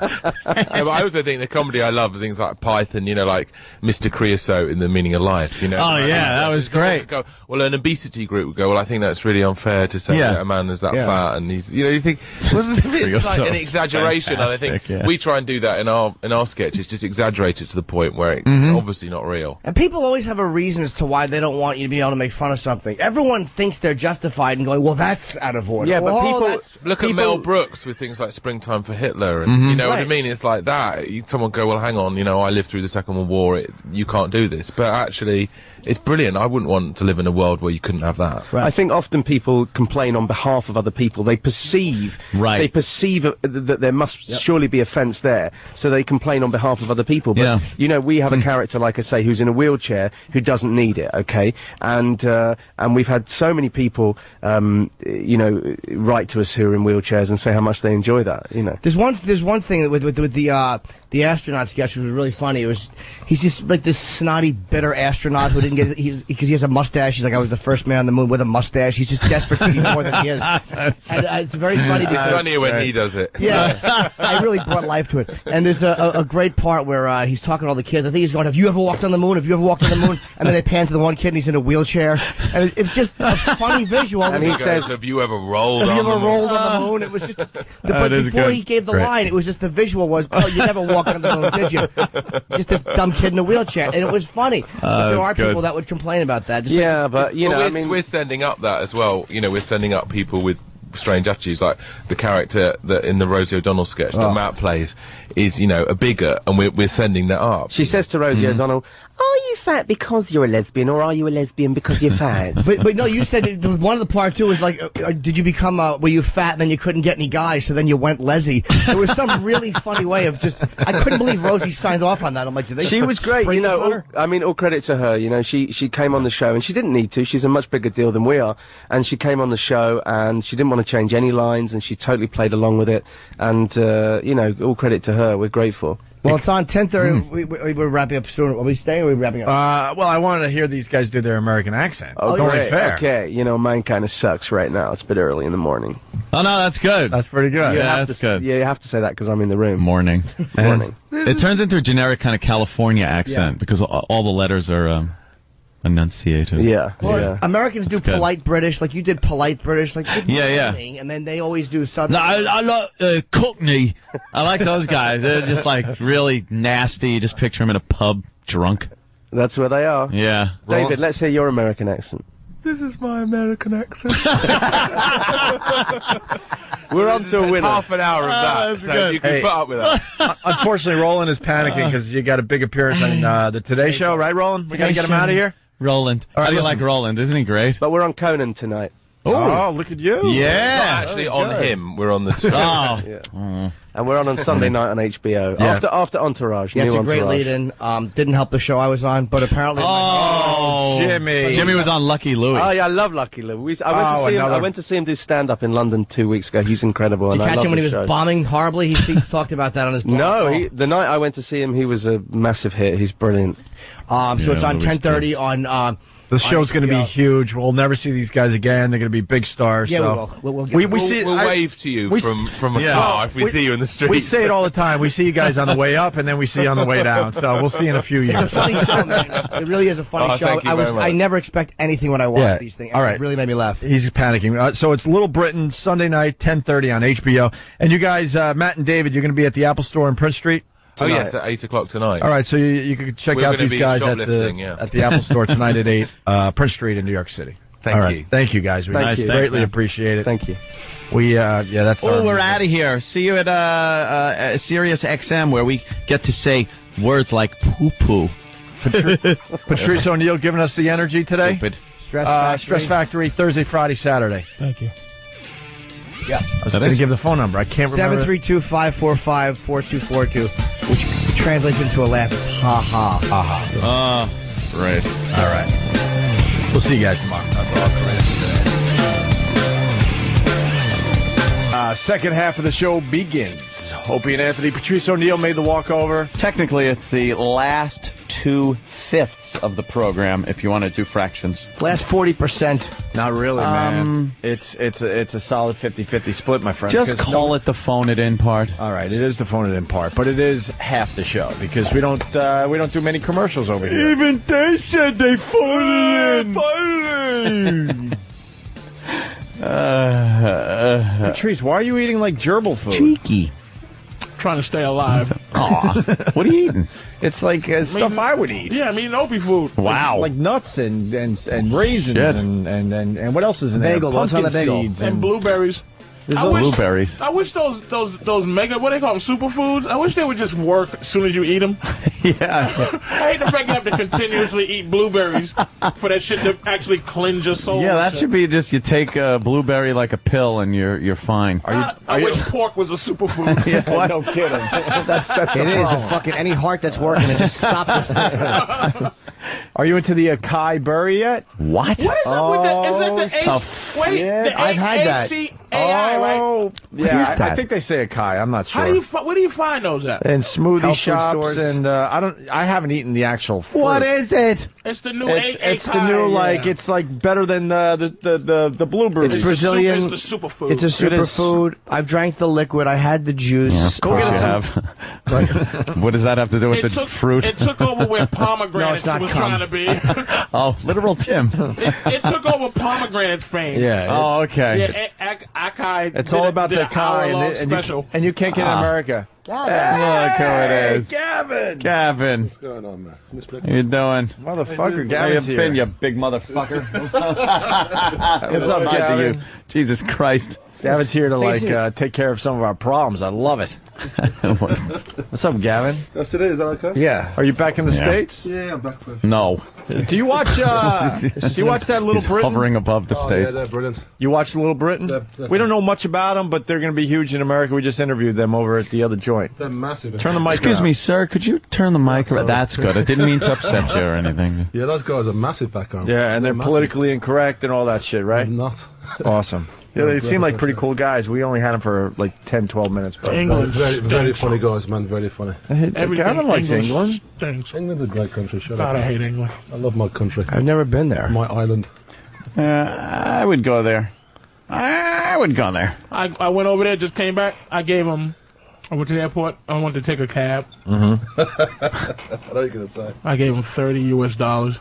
[SPEAKER 5] yeah, but I also think the comedy I love are things like Python, you know, like Mr. Creosote in The Meaning of Life, you know.
[SPEAKER 2] Oh,
[SPEAKER 5] Like,
[SPEAKER 2] yeah, that was
[SPEAKER 5] someone would Go, well, an obesity group would go, well, I think that's really unfair to say
[SPEAKER 2] Yeah.
[SPEAKER 5] that a man is that
[SPEAKER 2] Yeah.
[SPEAKER 5] fat. And he's, you know, you think, well, it's like
[SPEAKER 2] Creosote's
[SPEAKER 5] an exaggeration. And I think
[SPEAKER 2] fantastic, yeah.
[SPEAKER 5] we try and do that in our, in our sketch. It's just exaggerated to the point where it's
[SPEAKER 2] Mm-hmm.
[SPEAKER 8] Mhm.
[SPEAKER 5] obviously not real.
[SPEAKER 8] And people always have a reason as to why they don't want you to be able to make fun of something. Everyone thinks they're justified in going, well, that's out of order. Well, that's-
[SPEAKER 5] Oh, look at
[SPEAKER 8] people-
[SPEAKER 5] Mel Brooks with things like "Springtime for Hitler," and
[SPEAKER 8] Mhm.
[SPEAKER 5] you know what I
[SPEAKER 8] Right.
[SPEAKER 5] mean. It's like that. You- Someone go, "Well, hang on, you know, I lived through the Second World War. It, you can't do this." But actually, it's brilliant. I wouldn't want to live in a world where you couldn't have that.
[SPEAKER 23] I think often people complain on behalf of other people. They perceive,
[SPEAKER 5] Right.
[SPEAKER 23] They perceive uh, th- that there must surely be offence there, so they complain on behalf of other people. But
[SPEAKER 2] Yeah.
[SPEAKER 23] you know, we have
[SPEAKER 8] Hmm.
[SPEAKER 23] a character, like I say, who's in a wheelchair who doesn't need it. Okay, and uh, and we've had so many people, um, you know, write to us who are in wheelchairs and say how much they enjoy that. You know.
[SPEAKER 8] There's one. There's one thing with with, with the uh, the astronaut sketch which was really funny. It was he's just like this snotty, bitter astronaut who didn't get <laughs> he's because he has a mustache. He's like I was the first man on the moon with a mustache. He's just desperate to be more than
[SPEAKER 5] <laughs>
[SPEAKER 8] he is.
[SPEAKER 5] That's-
[SPEAKER 8] And, uh, it's very funny.
[SPEAKER 5] It's
[SPEAKER 8] because-
[SPEAKER 5] funnier when he does it.
[SPEAKER 8] Yeah, I really brought life to it. And there's a, a, a great part where uh, he's talking to all the kids. I think he's going, "Have you ever walked on the moon? Have you ever walked on the moon?" And then they pan to the one kid, and he's in a wheelchair, and it- it's just a funny visual.
[SPEAKER 5] And he says, "Have you ever rolled
[SPEAKER 8] Have you
[SPEAKER 5] on the
[SPEAKER 8] ever
[SPEAKER 5] moon?"
[SPEAKER 8] rolled on the moon? It was just.
[SPEAKER 5] That
[SPEAKER 8] but
[SPEAKER 5] is
[SPEAKER 8] before
[SPEAKER 5] good.
[SPEAKER 8] he gave the
[SPEAKER 5] Great.
[SPEAKER 8] line, it was just the visual was, "Oh, you never walked on the moon, did you?" <laughs> Just this dumb kid in a wheelchair, and it
[SPEAKER 5] <laughs>
[SPEAKER 8] was funny. But there
[SPEAKER 5] Oh, that's
[SPEAKER 8] are people
[SPEAKER 5] good.
[SPEAKER 8] that would complain about that. Just like- "Oh,
[SPEAKER 5] Well, we're, we're sending up that as well. You know, we're sending up people with strange attitudes, like the character that in the Rosie O'Donnell sketch that
[SPEAKER 4] Ah.
[SPEAKER 23] Oh.
[SPEAKER 5] Matt plays is, you know, a bigot, and we're we're sending that up.
[SPEAKER 23] She says to Rosie
[SPEAKER 5] Mhm.
[SPEAKER 23] O'Donnell, "Are you fat because you're a lesbian, or are you a lesbian because you're fat?"
[SPEAKER 8] <laughs> But, but no, you said it- one of the part two was like, uh, uh, did you become uh, were you fat and then you couldn't get any guys, so then you went lesy. There was some really funny way of just. I couldn't believe Rosie signed off on that. I'm like, did they?
[SPEAKER 23] she was great. You
[SPEAKER 8] spring this
[SPEAKER 23] know,
[SPEAKER 8] on
[SPEAKER 23] all,
[SPEAKER 8] her?
[SPEAKER 23] I mean, all credit to her. You know, she she came on the show and she didn't need to. She's a much bigger deal than we are. And she came on the show and she didn't want to change any lines and she totally played along with it. And uh, you know, all credit to her. We're grateful.
[SPEAKER 8] Well, it's on 10:30.
[SPEAKER 5] Hmm.
[SPEAKER 8] We, we, we're wrapping up soon. Are we staying? or Are we wrapping up?
[SPEAKER 4] Uh, well, I wanted to hear these guys do their American accent.
[SPEAKER 23] Oh,
[SPEAKER 4] it's only
[SPEAKER 23] great.
[SPEAKER 4] fair.
[SPEAKER 23] Okay, you know, mine kind of sucks right now. It's a bit early in the morning.
[SPEAKER 2] Oh no, that's good. That's
[SPEAKER 23] pretty good. You
[SPEAKER 2] Yeah,
[SPEAKER 23] have
[SPEAKER 2] that's
[SPEAKER 23] to, s-
[SPEAKER 2] good.
[SPEAKER 23] Yeah, you have to say that because I'm in the room.
[SPEAKER 2] Morning.
[SPEAKER 23] Morning.
[SPEAKER 2] It turns into a generic kind of California accent because all, all the letters are um, enunciated.
[SPEAKER 23] Yeah.
[SPEAKER 8] Well, Americans do
[SPEAKER 2] That's good.
[SPEAKER 8] polite British, like you did polite British, like good
[SPEAKER 2] Yeah, yeah.
[SPEAKER 8] morning, and then they always do Southern.
[SPEAKER 2] No, I, I like uh, Cockney. I like those guys. They're just like really nasty. You Just picture them in a pub, drunk.
[SPEAKER 23] That's where they are.
[SPEAKER 2] Yeah.
[SPEAKER 23] David, let's hear your American accent.
[SPEAKER 16] This is my American accent.
[SPEAKER 23] We're on to a winner.
[SPEAKER 5] half an
[SPEAKER 3] Ah,
[SPEAKER 5] hour of that, so you can put up with
[SPEAKER 4] <laughs>
[SPEAKER 5] that.
[SPEAKER 4] Unfortunately, Roland is
[SPEAKER 3] Ah.
[SPEAKER 4] panicking because you got a big appearance on uh, the Today Show, right, Roland? We got to get him out of here.
[SPEAKER 2] Roland.
[SPEAKER 4] All right,
[SPEAKER 2] How do you
[SPEAKER 4] listen.
[SPEAKER 2] like Roland? Isn't he great?
[SPEAKER 23] But we're on Conan tonight.
[SPEAKER 4] Oh, look at you.
[SPEAKER 2] Yeah.
[SPEAKER 5] Not actually on him. We're on
[SPEAKER 8] <laughs>
[SPEAKER 5] the two.
[SPEAKER 2] Oh.
[SPEAKER 23] Yeah. And we're on on Sunday night on HBO.
[SPEAKER 8] Mm. Yeah.
[SPEAKER 23] After after Entourage.
[SPEAKER 8] Yeah,
[SPEAKER 23] new
[SPEAKER 8] it's a great
[SPEAKER 23] Entourage.
[SPEAKER 8] lead-in. Um, didn't help the show I was on, but apparently.
[SPEAKER 2] Oh,
[SPEAKER 23] Jimmy.
[SPEAKER 2] Jimmy was on Lucky Louie.
[SPEAKER 23] Oh yeah, I love Lucky Lou. We, I, went
[SPEAKER 8] Oh,
[SPEAKER 23] to see him, I
[SPEAKER 8] another-
[SPEAKER 23] went to see him do stand up in London two weeks ago. He's incredible. and
[SPEAKER 8] Did you
[SPEAKER 23] I
[SPEAKER 8] catch
[SPEAKER 23] love
[SPEAKER 8] him when
[SPEAKER 23] the
[SPEAKER 8] he was Oh.
[SPEAKER 23] show.
[SPEAKER 8] bombing horribly? He, he talked about that on his
[SPEAKER 23] <laughs>
[SPEAKER 8] blog.
[SPEAKER 23] No, he, the night I went to see him, he was a massive hit. He's brilliant.
[SPEAKER 8] Um, so it's on 10:30 on.
[SPEAKER 4] <laughs>
[SPEAKER 3] uh,
[SPEAKER 8] Um,
[SPEAKER 4] This show's going to be huge. We'll never see these guys again. They're going to be big stars.
[SPEAKER 8] Yeah, we
[SPEAKER 4] so.
[SPEAKER 8] will. We'll- we'll get
[SPEAKER 4] we,
[SPEAKER 8] them.
[SPEAKER 4] we
[SPEAKER 8] We'll-
[SPEAKER 4] see.
[SPEAKER 8] we'll
[SPEAKER 4] I-
[SPEAKER 8] wave to you
[SPEAKER 4] we s-
[SPEAKER 5] from- from a car if we see you in the
[SPEAKER 4] We
[SPEAKER 5] street.
[SPEAKER 4] say it all the time. We see you guys on the way up, and then we see
[SPEAKER 5] <laughs>
[SPEAKER 4] you on the way down. So we'll see in a few
[SPEAKER 8] Oh. It's
[SPEAKER 4] years.
[SPEAKER 8] a funny show, man. It really is a funny
[SPEAKER 4] Oh,
[SPEAKER 8] show.
[SPEAKER 4] thank you
[SPEAKER 8] I was
[SPEAKER 4] very much.
[SPEAKER 8] I never expect anything when I watch these things.
[SPEAKER 4] All right.
[SPEAKER 8] It really made me laugh.
[SPEAKER 4] He's panicking. Uh, so it's Little Britain Sunday night, ten thirty on HBO. And you guys, uh, Matt and David, you're going to be at the Apple Store in Prince Street.
[SPEAKER 5] Oh
[SPEAKER 4] Tonight.
[SPEAKER 5] yes, at eight o'clock tonight.
[SPEAKER 4] All right, so you, you can check
[SPEAKER 5] We're
[SPEAKER 4] out
[SPEAKER 5] gonna
[SPEAKER 4] these
[SPEAKER 5] be
[SPEAKER 4] guys at the
[SPEAKER 5] shoplifting, yeah. <laughs>
[SPEAKER 4] at the Apple Store tonight at eight, uh, Prince Street in New York City.
[SPEAKER 20] Thank
[SPEAKER 4] All right.
[SPEAKER 20] you.
[SPEAKER 4] Thank you, guys. We
[SPEAKER 20] Thank Nice, you. thanks,
[SPEAKER 4] greatly
[SPEAKER 20] man.
[SPEAKER 4] appreciate it. Thank you. We, uh, yeah, that's
[SPEAKER 2] Oh,
[SPEAKER 4] our
[SPEAKER 2] we're out of here. See you at uh, uh, uh, Sirius XM where we get to say words like poo poo.
[SPEAKER 8] Oh.
[SPEAKER 4] <laughs> Patrice O'Neill giving us the energy today.
[SPEAKER 2] Stupid.
[SPEAKER 4] Stress, uh, Stress Factory Thursday, Friday, Saturday.
[SPEAKER 12] Thank you.
[SPEAKER 4] Yeah, I was
[SPEAKER 12] That
[SPEAKER 4] going to
[SPEAKER 12] is-
[SPEAKER 4] give the phone number. I can't remember.
[SPEAKER 12] Seven three two five four five four two four two, which translates into a laugh. It's ha ha ha ha.
[SPEAKER 2] Ah, right.
[SPEAKER 4] All right. We'll see you guys tomorrow. That's all correct. Uh, second half of the show begins. Opie and Anthony, Patrice O'Neill made the walk over.
[SPEAKER 2] Technically, it's the last two fifths of the program if you want to do fractions.
[SPEAKER 12] Last forty percent.
[SPEAKER 4] Not really,
[SPEAKER 2] Um,
[SPEAKER 4] man. It's it's a, it's a solid 50-50 split, my friend.
[SPEAKER 2] Just call it the phone it in part.
[SPEAKER 4] All right, it is the phone it in part, but it is half the show because we don't uh, we don't do many commercials over here.
[SPEAKER 18] Even they said they phoned
[SPEAKER 4] in. Uh, Patrice, why are you eating like gerbil food? uh. Cheeky.
[SPEAKER 3] Trying to stay alive.
[SPEAKER 2] what are you eating?
[SPEAKER 4] It's like uh, stuff I would eat.
[SPEAKER 3] Yeah, I'm eating Opie food.
[SPEAKER 4] Like, like nuts and and, and raisins
[SPEAKER 3] Shit.
[SPEAKER 4] and, and, and and what else is in
[SPEAKER 3] Bagel,
[SPEAKER 4] there?
[SPEAKER 3] what's on
[SPEAKER 4] Pumpkin
[SPEAKER 3] the bagel?
[SPEAKER 4] seeds
[SPEAKER 3] And blueberries.
[SPEAKER 4] There's
[SPEAKER 3] I
[SPEAKER 4] no
[SPEAKER 3] wish-
[SPEAKER 4] blueberries.
[SPEAKER 3] I wish those those those mega what do they call them superfoods. I wish they would just work as soon as you eat them.
[SPEAKER 4] yeah.
[SPEAKER 3] I hate the fact you have to continuously eat blueberries for that shit to actually cleanse your soul.
[SPEAKER 2] Yeah,
[SPEAKER 3] and
[SPEAKER 2] that
[SPEAKER 3] shit.
[SPEAKER 2] should be just you take a blueberry like a pill and you're you're fine. Are
[SPEAKER 3] I, I <laughs> wish pork was a
[SPEAKER 8] <laughs>
[SPEAKER 3] superfood.
[SPEAKER 2] <laughs> Yeah, why- No
[SPEAKER 4] kidding.
[SPEAKER 2] That's- that's the
[SPEAKER 12] It is a
[SPEAKER 2] problem.
[SPEAKER 12] fucking any heart that's working it just
[SPEAKER 2] <laughs>
[SPEAKER 12] stops it.
[SPEAKER 4] Are you into the acai berry yet?
[SPEAKER 2] What?
[SPEAKER 3] What is up with that? Is that the
[SPEAKER 4] Oh,
[SPEAKER 3] AC?
[SPEAKER 4] tough.
[SPEAKER 3] wait,
[SPEAKER 4] Yeah,
[SPEAKER 3] the
[SPEAKER 4] I've had that.
[SPEAKER 3] AI, right?
[SPEAKER 4] Oh, yeah,
[SPEAKER 3] is
[SPEAKER 4] I- I,
[SPEAKER 3] that?
[SPEAKER 4] think they say acai. I'm not sure.
[SPEAKER 3] How do you fi- where do you find those at?
[SPEAKER 4] and smoothie
[SPEAKER 3] Health food
[SPEAKER 4] shops
[SPEAKER 3] stores.
[SPEAKER 4] and uh, I don't. I haven't eaten the actual. Fruit.
[SPEAKER 3] What is
[SPEAKER 4] it?
[SPEAKER 3] It's the new
[SPEAKER 4] It's,
[SPEAKER 3] A-
[SPEAKER 4] it's the
[SPEAKER 3] acai,
[SPEAKER 4] new like.
[SPEAKER 3] yeah.
[SPEAKER 4] It's like better than uh, the the the the blueberry.
[SPEAKER 12] It's Brazilian.
[SPEAKER 3] It's the superfood.
[SPEAKER 12] It's a
[SPEAKER 3] It is-
[SPEAKER 12] superfood. I've drank the liquid. I had the juice.
[SPEAKER 2] Go
[SPEAKER 8] <laughs>
[SPEAKER 2] get <laughs> have. what does that have to do with
[SPEAKER 3] It
[SPEAKER 2] the
[SPEAKER 3] took,
[SPEAKER 2] fruit?
[SPEAKER 3] It took over
[SPEAKER 2] <laughs>
[SPEAKER 3] where
[SPEAKER 2] No,
[SPEAKER 3] pomegranates
[SPEAKER 2] it's not
[SPEAKER 3] was
[SPEAKER 2] cum.
[SPEAKER 3] trying to be. it,
[SPEAKER 2] <laughs> oh, literal Jim.
[SPEAKER 3] it took over pomegranate fame. Uh,
[SPEAKER 4] Yeah.
[SPEAKER 2] Oh, okay.
[SPEAKER 3] Yeah, a- ac- acai
[SPEAKER 4] It's
[SPEAKER 3] did
[SPEAKER 4] all
[SPEAKER 3] a-
[SPEAKER 4] about
[SPEAKER 3] did
[SPEAKER 4] the
[SPEAKER 3] an hour
[SPEAKER 4] acai and,
[SPEAKER 3] long
[SPEAKER 4] it- and you-
[SPEAKER 3] special.
[SPEAKER 4] and you can't get it in
[SPEAKER 2] Ah.
[SPEAKER 4] America.
[SPEAKER 2] Gavin. Look who it is.
[SPEAKER 4] Gavin.
[SPEAKER 2] Gavin. What's
[SPEAKER 4] going on, man?
[SPEAKER 2] How you doing?
[SPEAKER 4] Motherfucker,
[SPEAKER 2] Where you
[SPEAKER 4] Gavin's
[SPEAKER 2] been, you
[SPEAKER 4] here.
[SPEAKER 2] big motherfucker? <laughs>
[SPEAKER 4] What's up,
[SPEAKER 2] Size of
[SPEAKER 4] Gavin?
[SPEAKER 2] you. Jesus Christ.
[SPEAKER 4] Gavin's here to like
[SPEAKER 2] Thank you.
[SPEAKER 4] uh, take care of some of our problems. I love <laughs> it. What's up, Gavin?
[SPEAKER 17] Yes, it is. Is that okay?
[SPEAKER 4] Yeah. Are you back in the
[SPEAKER 2] Yeah.
[SPEAKER 4] states?
[SPEAKER 17] Yeah, I'm back with.
[SPEAKER 2] No.
[SPEAKER 4] Do you watch?
[SPEAKER 2] <laughs>
[SPEAKER 4] Uh, do you watch that Little
[SPEAKER 2] He's
[SPEAKER 4] Britain?
[SPEAKER 2] hovering above the
[SPEAKER 17] Oh,
[SPEAKER 2] states.
[SPEAKER 17] yeah, they're brilliant.
[SPEAKER 4] You watch Little Britain?
[SPEAKER 17] They're- they're-
[SPEAKER 4] We don't know much about them, but they're going to be huge in America. We just interviewed them over at the other joint.
[SPEAKER 17] They're massive.
[SPEAKER 4] Turn the mic.
[SPEAKER 2] Excuse
[SPEAKER 4] around.
[SPEAKER 2] me, sir. Could you turn the mic around? That's good. I didn't mean to upset you
[SPEAKER 3] <laughs>
[SPEAKER 2] or anything.
[SPEAKER 17] Yeah, those guys are massive back home.
[SPEAKER 4] Yeah, and they're,
[SPEAKER 17] massive.
[SPEAKER 4] politically incorrect and all that shit, right?
[SPEAKER 17] Not. <laughs>
[SPEAKER 4] Awesome. Yeah, they seem like pretty cool guys. We only had them for like 10, 12 minutes. But
[SPEAKER 17] England. Very, very funny guys, man. Very funny.
[SPEAKER 4] Gavin likes England.
[SPEAKER 3] Stinks.
[SPEAKER 17] England's a great country. Shut
[SPEAKER 3] God,
[SPEAKER 17] up.
[SPEAKER 3] I hate England.
[SPEAKER 17] I love my country.
[SPEAKER 12] I've never been there.
[SPEAKER 17] My island.
[SPEAKER 2] Uh, I would go there. I would
[SPEAKER 4] <laughs>
[SPEAKER 2] go there.
[SPEAKER 3] I, I went over there, just came back. I gave him. I went to the airport. I wanted to take a cab.
[SPEAKER 17] Mm-hmm. <laughs> I know you're gonna say.
[SPEAKER 3] I gave him thirty U.S. dollars.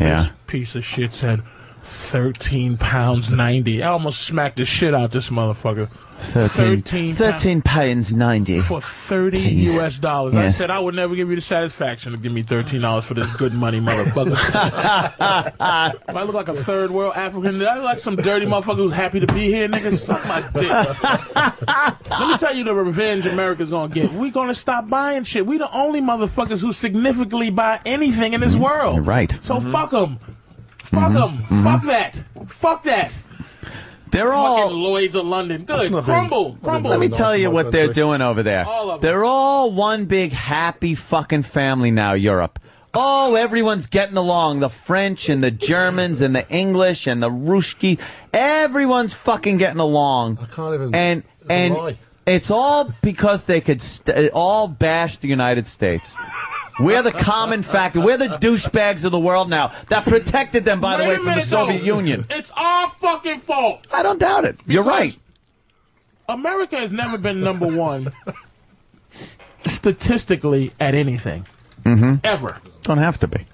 [SPEAKER 2] Yeah.
[SPEAKER 3] This piece of shit said thirteen pounds ninety. I almost smacked the shit out this motherfucker. 13
[SPEAKER 2] 13 pounds 90.
[SPEAKER 3] for thirty
[SPEAKER 2] Jeez.
[SPEAKER 3] U.S. dollars. I
[SPEAKER 2] Yeah.
[SPEAKER 3] said I would never give you the satisfaction to give me thirteen dollars for this good money,
[SPEAKER 2] <laughs>
[SPEAKER 3] motherfucker. if I look like a third world African, did I look like some dirty motherfucker who's happy to be here, nigga? Suck my
[SPEAKER 2] <laughs>
[SPEAKER 3] dick. Let me tell you the revenge America's gonna get. We're gonna stop buying shit. We the only motherfuckers who significantly buy anything in this
[SPEAKER 2] Mm-hmm.
[SPEAKER 3] world.
[SPEAKER 2] You're right.
[SPEAKER 3] So fuck 'em.
[SPEAKER 2] Mm-hmm.
[SPEAKER 3] fuck them. Fuck them. Fuck that. Fuck that.
[SPEAKER 2] They're all.
[SPEAKER 3] Fucking Lloyd's of London. Good.
[SPEAKER 17] not
[SPEAKER 3] Crumble.
[SPEAKER 17] been-
[SPEAKER 3] Crumble.
[SPEAKER 2] Let me tell you what they're doing over there.
[SPEAKER 3] All of them.
[SPEAKER 2] They're all one big happy fucking family now, Europe. Oh, everyone's getting along. The French and the Germans and the English and the Ruski. Everyone's fucking getting along. I
[SPEAKER 17] can't even-
[SPEAKER 2] And
[SPEAKER 17] it's a
[SPEAKER 2] and
[SPEAKER 17] lie.
[SPEAKER 2] it's all because they could st- all bash the United States. We're the common factor. We're the douchebags of the world now that protected them, by the
[SPEAKER 3] Wait
[SPEAKER 2] way,
[SPEAKER 3] a
[SPEAKER 2] from the
[SPEAKER 3] minute,
[SPEAKER 2] Soviet
[SPEAKER 3] though.
[SPEAKER 2] Union.
[SPEAKER 3] It's our fucking fault.
[SPEAKER 2] I don't doubt it. You're right.
[SPEAKER 3] America has never been number one <laughs> statistically at anything.
[SPEAKER 2] Mm-hmm.
[SPEAKER 3] Ever.
[SPEAKER 2] Don't have to be.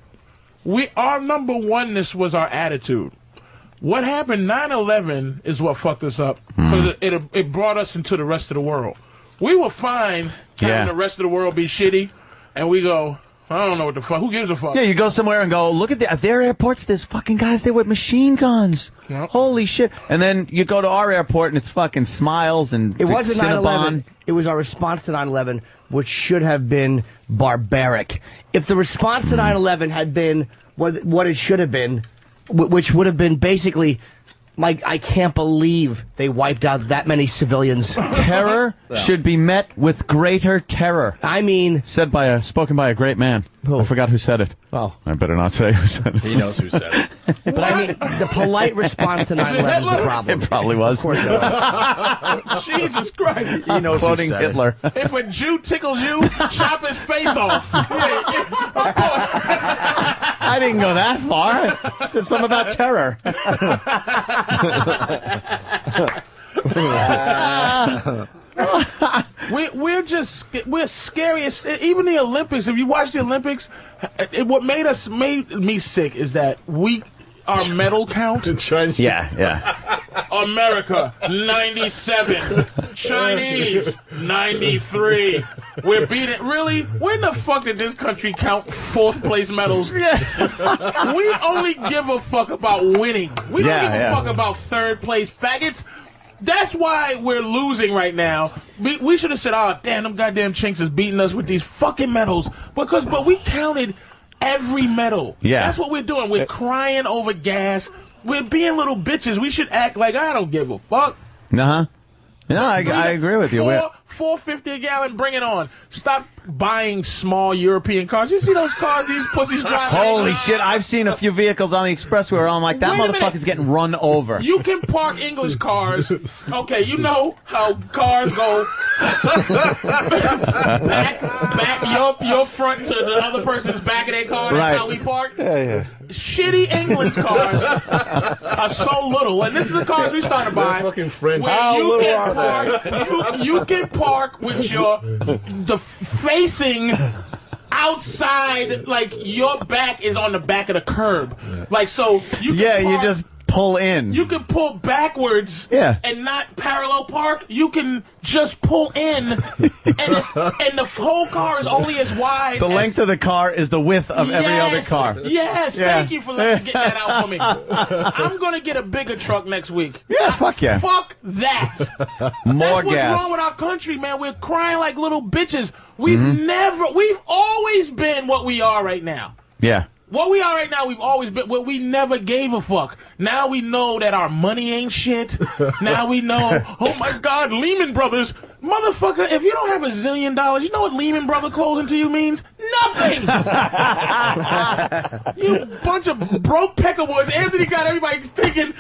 [SPEAKER 3] We our number oneness was our attitude. What happened 9/11 is what fucked us up.
[SPEAKER 2] Hmm.
[SPEAKER 3] 'cause It it brought us into the rest of the world. We were fine having
[SPEAKER 2] Yeah.
[SPEAKER 3] the rest of the world be shitty, and we go. I don't know what the fuck. Who gives a fuck?
[SPEAKER 2] Yeah, you go somewhere and go, look at the, at their airports, there's fucking guys there with machine guns. Holy shit. And then you go to our airport and it's fucking smiles and
[SPEAKER 8] It wasn't 9
[SPEAKER 2] Cinnabon.
[SPEAKER 8] 11. It was our response to 9 11, which should have been barbaric. If the response to 9 11 had been what, what it should have been, wh- which would have been basically, like, I can't believe they wiped out that many
[SPEAKER 2] <laughs>
[SPEAKER 8] civilians. <laughs>
[SPEAKER 2] Terror should be met with greater terror.
[SPEAKER 8] Uh-huh. I mean,
[SPEAKER 2] said by a spoken by a great man. I forgot who said it.
[SPEAKER 8] Oh,
[SPEAKER 2] I better not say who said it.
[SPEAKER 8] He knows who said
[SPEAKER 2] it. <laughs>
[SPEAKER 8] But I mean, the
[SPEAKER 15] <laughs>
[SPEAKER 8] polite response to
[SPEAKER 2] Is it
[SPEAKER 8] 9 11 is the
[SPEAKER 2] Hitler?
[SPEAKER 8] problem.
[SPEAKER 2] It probably was.
[SPEAKER 8] Of course it
[SPEAKER 3] <laughs>
[SPEAKER 8] was.
[SPEAKER 3] Jesus Christ.
[SPEAKER 2] <laughs> He knows who Quoting said it. Hitler.
[SPEAKER 3] If a Jew tickles you, chop his face off.
[SPEAKER 2] I didn't go that far. I said something about terror.
[SPEAKER 4] Mm-hmm.
[SPEAKER 14] <laughs>
[SPEAKER 4] <laughs>
[SPEAKER 3] we, we're just sc- we're scary. as- Even the Olympics. If you watch the Olympics, it, what made us made me sick is that we our medal count.
[SPEAKER 2] Yeah, yeah.
[SPEAKER 3] America, 97. Chinese, 93. We're beating. Really? When the fuck did this country count fourth place medals? Yeah. <laughs> we only give a fuck about winning. We
[SPEAKER 2] Yeah,
[SPEAKER 3] don't give a
[SPEAKER 2] yeah.
[SPEAKER 3] fuck about third place faggots. That's why we're losing right now. We, we should have said, oh, damn, them goddamn chinks is beating us with these fucking medals. Because, but we counted every medal.
[SPEAKER 2] Yeah. Uh,
[SPEAKER 3] That's what we're doing. We're crying over gas. We're being little bitches. We should act like I don't give a fuck.
[SPEAKER 2] Uh-huh. No, I, I agree with you. We're-
[SPEAKER 3] Four four fifty a gallon, bring it on. Stop buying small European cars. You see those cars these pussies driving?
[SPEAKER 2] Holy shit, I've seen a few vehicles on the expressway where I'm like, that
[SPEAKER 3] Wait a minute.
[SPEAKER 2] motherfucker's getting run over.
[SPEAKER 3] You can park English cars. Okay, you know how cars go back, back your, your front to the other person's back of their car. That's
[SPEAKER 2] Right.
[SPEAKER 3] how we park.
[SPEAKER 2] yeah,
[SPEAKER 3] Shitty English cars are so little, and this is the cars we started buying. Fucking French. Where
[SPEAKER 18] How
[SPEAKER 3] you
[SPEAKER 18] little
[SPEAKER 3] can
[SPEAKER 18] are
[SPEAKER 3] park, you, you can park with your the facing outside, like your back is on the back of the curb, like so. You
[SPEAKER 2] yeah.
[SPEAKER 3] can
[SPEAKER 2] you
[SPEAKER 3] park-
[SPEAKER 2] just pull in.
[SPEAKER 3] you can pull backwards
[SPEAKER 2] Yeah.
[SPEAKER 3] and not parallel park. You can just pull
[SPEAKER 2] <laughs>
[SPEAKER 3] in, and, it's, and the whole car is only as wide.
[SPEAKER 2] the
[SPEAKER 3] as-
[SPEAKER 2] length of the car is the width of every
[SPEAKER 3] Yes,
[SPEAKER 2] other car.
[SPEAKER 3] Yes,
[SPEAKER 2] Yeah.
[SPEAKER 3] thank you for letting me get that out for
[SPEAKER 2] <laughs>
[SPEAKER 3] me. I'm gonna get a bigger truck next week.
[SPEAKER 2] Yeah, fuck yeah.
[SPEAKER 3] Fuck that.
[SPEAKER 2] <laughs> More
[SPEAKER 3] That's what's
[SPEAKER 2] gas.
[SPEAKER 3] wrong with our country, man. We're crying like little bitches. We've
[SPEAKER 2] Mm-hmm.
[SPEAKER 3] never, we've always been what we are right now.
[SPEAKER 2] yeah.
[SPEAKER 3] What we are right now, we've always been. Well, we never gave a fuck. Now we know that our money ain't
[SPEAKER 2] <laughs>
[SPEAKER 3] shit. now we know. Oh my God, Lehman Brothers, motherfucker! If you don't have a zillion dollars, you know what Lehman Brother closing to you means? Nothing.
[SPEAKER 2] <laughs>
[SPEAKER 3] you bunch of broke peckerwoods. Anthony got everybody thinking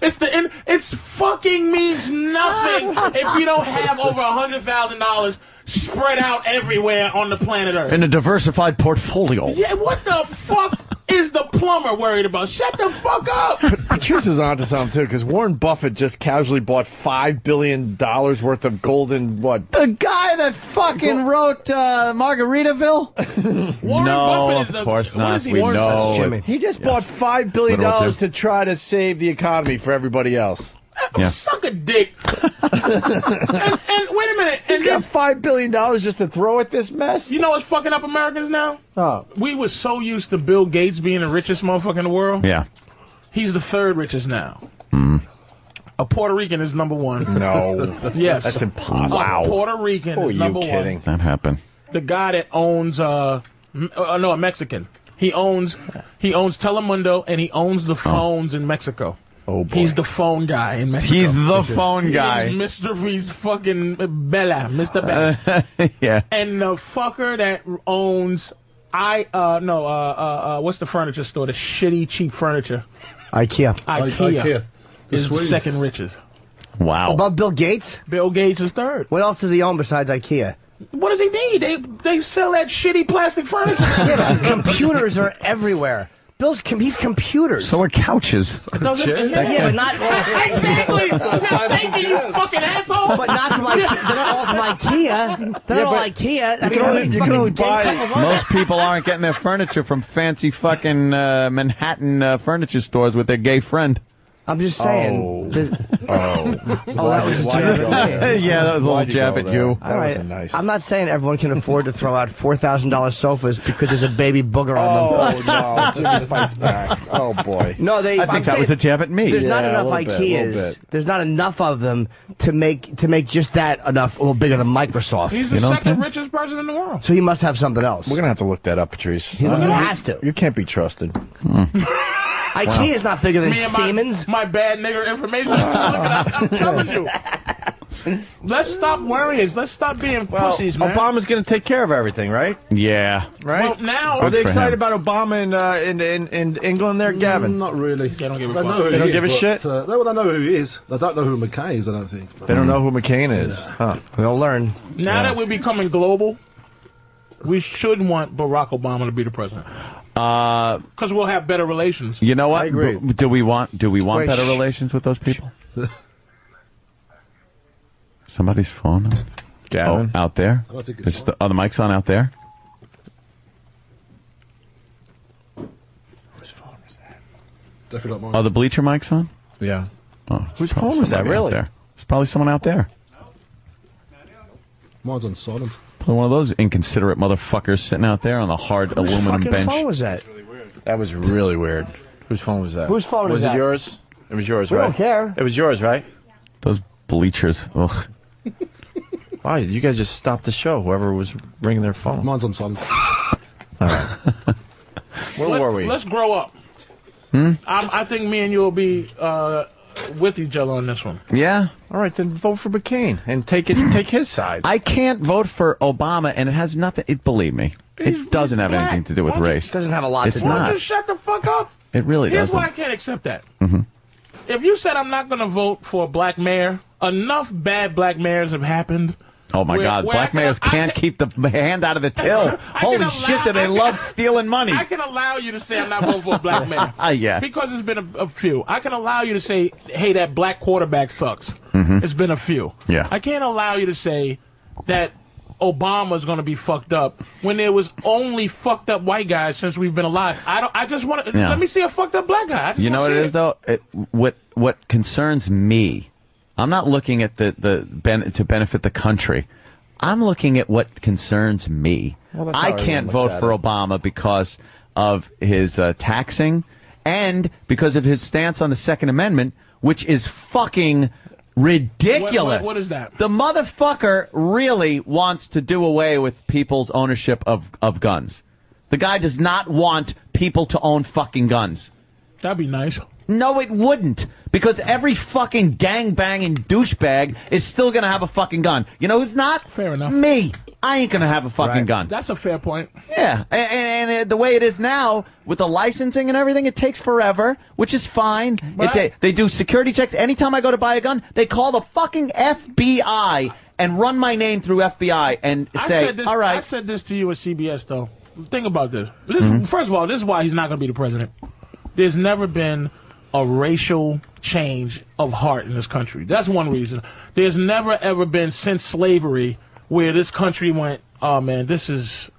[SPEAKER 3] it's the end. It's fucking means nothing if you don't have over a hundred thousand dollars spread out everywhere on the planet Earth.
[SPEAKER 2] In a diversified portfolio.
[SPEAKER 3] Yeah, what the fuck is the plumber worried about? Shut the fuck up.
[SPEAKER 4] Patrice is onto something too, because Warren Buffett just casually bought five billion dollars worth of golden what?
[SPEAKER 2] The guy that fucking wrote uh, <laughs> Margaritaville? no,
[SPEAKER 4] Buffett is
[SPEAKER 2] of
[SPEAKER 4] the-
[SPEAKER 2] course
[SPEAKER 4] what
[SPEAKER 2] not.
[SPEAKER 4] is he-
[SPEAKER 2] we
[SPEAKER 4] Warren-
[SPEAKER 2] know.
[SPEAKER 4] That's Jimmy. He just bought five billion
[SPEAKER 2] Little
[SPEAKER 4] dollars to try to save the economy for everybody else.
[SPEAKER 2] Yeah.
[SPEAKER 3] Suck a dick. and, and wait a minute.
[SPEAKER 4] He's
[SPEAKER 3] And
[SPEAKER 4] got
[SPEAKER 3] then,
[SPEAKER 4] five billion dollars just to throw at this mess.
[SPEAKER 3] you know what's fucking up Americans now?
[SPEAKER 4] Oh.
[SPEAKER 3] We were so used to Bill Gates being the richest motherfucker in the world.
[SPEAKER 2] Yeah.
[SPEAKER 3] He's the third richest now.
[SPEAKER 2] Mm.
[SPEAKER 3] A Puerto Rican is number one.
[SPEAKER 4] <laughs> No.
[SPEAKER 3] Yes.
[SPEAKER 4] That's impossible.
[SPEAKER 3] A
[SPEAKER 4] Wow.
[SPEAKER 3] Puerto Rican
[SPEAKER 4] Who
[SPEAKER 3] is
[SPEAKER 4] are you
[SPEAKER 3] number
[SPEAKER 4] kidding?
[SPEAKER 3] one.
[SPEAKER 2] That happened. <laughs>
[SPEAKER 3] The guy that owns uh, m- uh no, a Mexican. He owns he owns Telemundo and he owns the phones in Mexico.
[SPEAKER 4] Oh
[SPEAKER 3] boy. He's the phone guy in Mexico.
[SPEAKER 2] He's the phone guy.
[SPEAKER 3] He's Mr. He's fucking Bella, Mr. Bella.
[SPEAKER 4] <laughs>
[SPEAKER 2] yeah.
[SPEAKER 3] and the fucker that owns I uh no uh, uh uh what's the furniture store? The shitty cheap furniture.
[SPEAKER 8] IKEA.
[SPEAKER 3] IKEA.
[SPEAKER 8] The
[SPEAKER 3] Is
[SPEAKER 8] Swedes.
[SPEAKER 3] second richest.
[SPEAKER 2] Wow.
[SPEAKER 8] Above Bill Gates?
[SPEAKER 3] Bill Gates is third.
[SPEAKER 8] What else does he own besides IKEA?
[SPEAKER 3] What does he need? They they sell that shitty plastic
[SPEAKER 8] <laughs>
[SPEAKER 3] furniture.
[SPEAKER 8] computers are everywhere. Bill's com- he's computers.
[SPEAKER 2] So are couches.
[SPEAKER 3] Doesn't-
[SPEAKER 8] yeah, but not
[SPEAKER 3] <laughs> exactly.
[SPEAKER 2] <laughs>
[SPEAKER 3] Now, thank you, you fucking asshole.
[SPEAKER 8] But not from IKEA. They're not all from IKEA. They're
[SPEAKER 2] Yeah,
[SPEAKER 8] not all
[SPEAKER 2] but
[SPEAKER 8] IKEA. I
[SPEAKER 2] you
[SPEAKER 8] mean,
[SPEAKER 2] can
[SPEAKER 8] how
[SPEAKER 2] only-
[SPEAKER 8] many
[SPEAKER 2] you can
[SPEAKER 8] fucking
[SPEAKER 2] only
[SPEAKER 8] gay
[SPEAKER 2] buy-
[SPEAKER 8] couples are
[SPEAKER 2] Most people aren't getting their furniture from fancy fucking uh, Manhattan uh, furniture stores with their gay friend.
[SPEAKER 8] I'm just saying. that- Oh, that was a
[SPEAKER 23] Why'd you
[SPEAKER 8] jab
[SPEAKER 23] go
[SPEAKER 8] at
[SPEAKER 23] there?
[SPEAKER 8] me.
[SPEAKER 23] <laughs> Yeah, that was a little Why'd you jab go at there? you. That
[SPEAKER 8] All
[SPEAKER 23] was
[SPEAKER 8] right.
[SPEAKER 23] a nice-
[SPEAKER 8] I'm not saying everyone can afford to throw out four thousand dollar sofas because there's a baby booger on them.
[SPEAKER 4] <laughs>
[SPEAKER 17] Oh, no, Jimmy fights back. Oh boy.
[SPEAKER 8] No, they.
[SPEAKER 17] I think
[SPEAKER 8] I'm
[SPEAKER 17] that
[SPEAKER 8] saying
[SPEAKER 17] was a jab at me.
[SPEAKER 8] There's not
[SPEAKER 17] Yeah, a
[SPEAKER 8] enough
[SPEAKER 17] little bit, a
[SPEAKER 8] IKEAs.
[SPEAKER 17] little bit.
[SPEAKER 8] there's not enough of them to make to make just that enough a little bigger than Microsoft.
[SPEAKER 3] He's the second richest person in the world.
[SPEAKER 8] So he must have something else. We're
[SPEAKER 17] gonna have to look that up, Patrice. He
[SPEAKER 8] has to.
[SPEAKER 17] You can't be trusted.
[SPEAKER 8] IKEA is not bigger than
[SPEAKER 3] Me and my-
[SPEAKER 8] Siemens.
[SPEAKER 3] My, bad nigger information. Look it up. I'm telling you.
[SPEAKER 8] <laughs>
[SPEAKER 3] Let's stop worrying. Let's stop being pussies, man.
[SPEAKER 4] Obama's going to take care of everything, right?
[SPEAKER 2] <laughs> Yeah.
[SPEAKER 4] Right
[SPEAKER 3] Well, now-
[SPEAKER 4] are they
[SPEAKER 3] Good for
[SPEAKER 4] excited
[SPEAKER 3] him.
[SPEAKER 4] about Obama in, uh, in in in England? There, Gavin.
[SPEAKER 17] Not really. They don't give
[SPEAKER 4] a fuck. They don't give a shit?
[SPEAKER 17] Uh, no, they know who he is. They don't know who McKay is. I don't think.
[SPEAKER 4] They don't know who McCain is. Huh. They'll learn.
[SPEAKER 3] Now that we're becoming global, we should want Barack Obama to be the president
[SPEAKER 2] Uh,
[SPEAKER 3] because we'll have better relations.
[SPEAKER 2] you know what? B- do we want? Do we want
[SPEAKER 3] Wait,
[SPEAKER 2] better
[SPEAKER 3] shh.
[SPEAKER 2] relations with those
[SPEAKER 8] <laughs>
[SPEAKER 2] people? Somebody's phone. on?
[SPEAKER 4] Gavin?
[SPEAKER 2] Oh, out there.
[SPEAKER 17] I don't think it's
[SPEAKER 2] Is the, are the mics on out there?
[SPEAKER 17] Definitely not
[SPEAKER 2] Are the bleacher mics on?
[SPEAKER 4] Yeah.
[SPEAKER 2] Oh,
[SPEAKER 4] Whose
[SPEAKER 2] it's probably
[SPEAKER 4] phone was that,
[SPEAKER 2] somebody out
[SPEAKER 4] really?
[SPEAKER 2] there. It's probably someone out there.
[SPEAKER 17] Mine's on silent.
[SPEAKER 2] Probably one of those inconsiderate motherfuckers sitting out there on the hard aluminum
[SPEAKER 4] fucking
[SPEAKER 2] bench.
[SPEAKER 4] phone was
[SPEAKER 8] that?
[SPEAKER 4] That was really weird. Whose phone was that?
[SPEAKER 8] Whose phone
[SPEAKER 4] was
[SPEAKER 8] is that?
[SPEAKER 4] it? Yours? It was yours,
[SPEAKER 8] We
[SPEAKER 4] right?
[SPEAKER 8] don't care.
[SPEAKER 4] It was yours, right?
[SPEAKER 2] Those bleachers. Ugh.
[SPEAKER 4] Why you guys just stopped the show? Whoever was bringing their phone.
[SPEAKER 17] Mine's on silent.
[SPEAKER 4] Where
[SPEAKER 3] Let-
[SPEAKER 4] were we?
[SPEAKER 3] Let's grow up.
[SPEAKER 4] Hmm?
[SPEAKER 3] I'm, I think me and you will be uh, with each other on this one.
[SPEAKER 2] Yeah.
[SPEAKER 4] All right, then vote for McCain and take it. take his side.
[SPEAKER 2] I can't vote for Obama, and it has nothing. It believe me, it doesn't have anything to do with race.
[SPEAKER 8] Doesn't have a lot
[SPEAKER 2] It's
[SPEAKER 8] to do.
[SPEAKER 2] not.
[SPEAKER 3] Just shut the fuck up.
[SPEAKER 2] It really
[SPEAKER 3] Here's why I
[SPEAKER 2] doesn't.
[SPEAKER 3] can't accept that.
[SPEAKER 2] Mhm.
[SPEAKER 3] If you said I'm not going to vote for a black mayor, enough bad black mayors have happened.
[SPEAKER 2] Oh my
[SPEAKER 3] Where-
[SPEAKER 2] God!
[SPEAKER 3] where I
[SPEAKER 2] Black
[SPEAKER 3] can-
[SPEAKER 2] mayors
[SPEAKER 3] I
[SPEAKER 2] can't keep the <laughs> hand out
[SPEAKER 3] <laughs>
[SPEAKER 2] of the till. Holy
[SPEAKER 3] allow-
[SPEAKER 2] shit! Do
[SPEAKER 3] I
[SPEAKER 2] they
[SPEAKER 3] can-
[SPEAKER 2] love stealing money? Ah,
[SPEAKER 3] I can allow you to say I'm not voting for a black
[SPEAKER 2] <laughs>
[SPEAKER 3] man.
[SPEAKER 2] Yeah.
[SPEAKER 3] Because it's been a, a few. I can allow you to say, hey, that black quarterback sucks.
[SPEAKER 2] Mhm.
[SPEAKER 3] It's been a few.
[SPEAKER 2] Yeah.
[SPEAKER 3] I can't allow you to say that Obama's going to be fucked up when there was only fucked up white guys since we've been alive. I don't. I just want to
[SPEAKER 2] Yeah.
[SPEAKER 3] let me see a fucked up black guy. I just
[SPEAKER 2] You know what
[SPEAKER 3] wanna
[SPEAKER 2] it
[SPEAKER 3] see
[SPEAKER 2] is though. It, what what concerns me, I'm not looking at the the ben, to benefit the country. I'm looking at what concerns me.
[SPEAKER 4] Well, that's how
[SPEAKER 2] I
[SPEAKER 4] everyone
[SPEAKER 2] can't
[SPEAKER 4] looks
[SPEAKER 2] vote
[SPEAKER 4] at
[SPEAKER 2] for
[SPEAKER 4] it.
[SPEAKER 2] Obama because of his uh, taxing and because of his stance on the Second Amendment, which is fucking ridiculous.
[SPEAKER 3] What- what- what is that?
[SPEAKER 2] The motherfucker really wants to do away with people's ownership of, of guns. The guy does not want people to own fucking guns.
[SPEAKER 3] That'd be nice.
[SPEAKER 2] No, it wouldn't. Because every fucking gangbanging douchebag is still going to have a fucking gun. You know who's not? Fair enough. Me. I ain't going to have a fucking gun.
[SPEAKER 3] That's a fair point.
[SPEAKER 2] Yeah, and, and, and uh, the way it is now with the licensing and everything, it takes forever, which is fine. It, they, they do security checks. Anytime I go to buy a gun, they call the fucking FBI and run my name through FBI and
[SPEAKER 3] I
[SPEAKER 2] say,
[SPEAKER 3] said this,
[SPEAKER 2] "All right,
[SPEAKER 3] I said this to you at CBS though. Think about this. This
[SPEAKER 2] Mm-hmm.
[SPEAKER 3] first of all, this is why he's not going to be the president. There's never been a racial change of heart in this country. That's one reason. There's never ever been since slavery where this country went, "Oh man, this is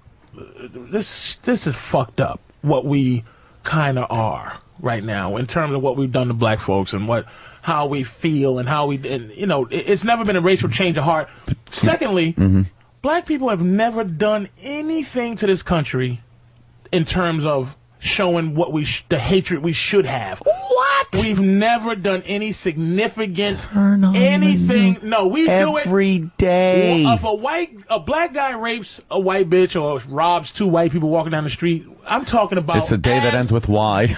[SPEAKER 3] this this is fucked up what we kind of are right now in terms of what we've done to black folks and what how we feel and how we and, you know it, it's never been a racial change of heart secondly
[SPEAKER 2] Mm-hmm.
[SPEAKER 3] black people have never done anything to this country in terms of showing what we sh- the hatred we should have what we've never done any significant anything no we do it
[SPEAKER 2] every day."
[SPEAKER 3] if a white, a black guy rapes a white bitch or robs two white people walking down the street, I'm talking about
[SPEAKER 2] It's a day that ends with Y.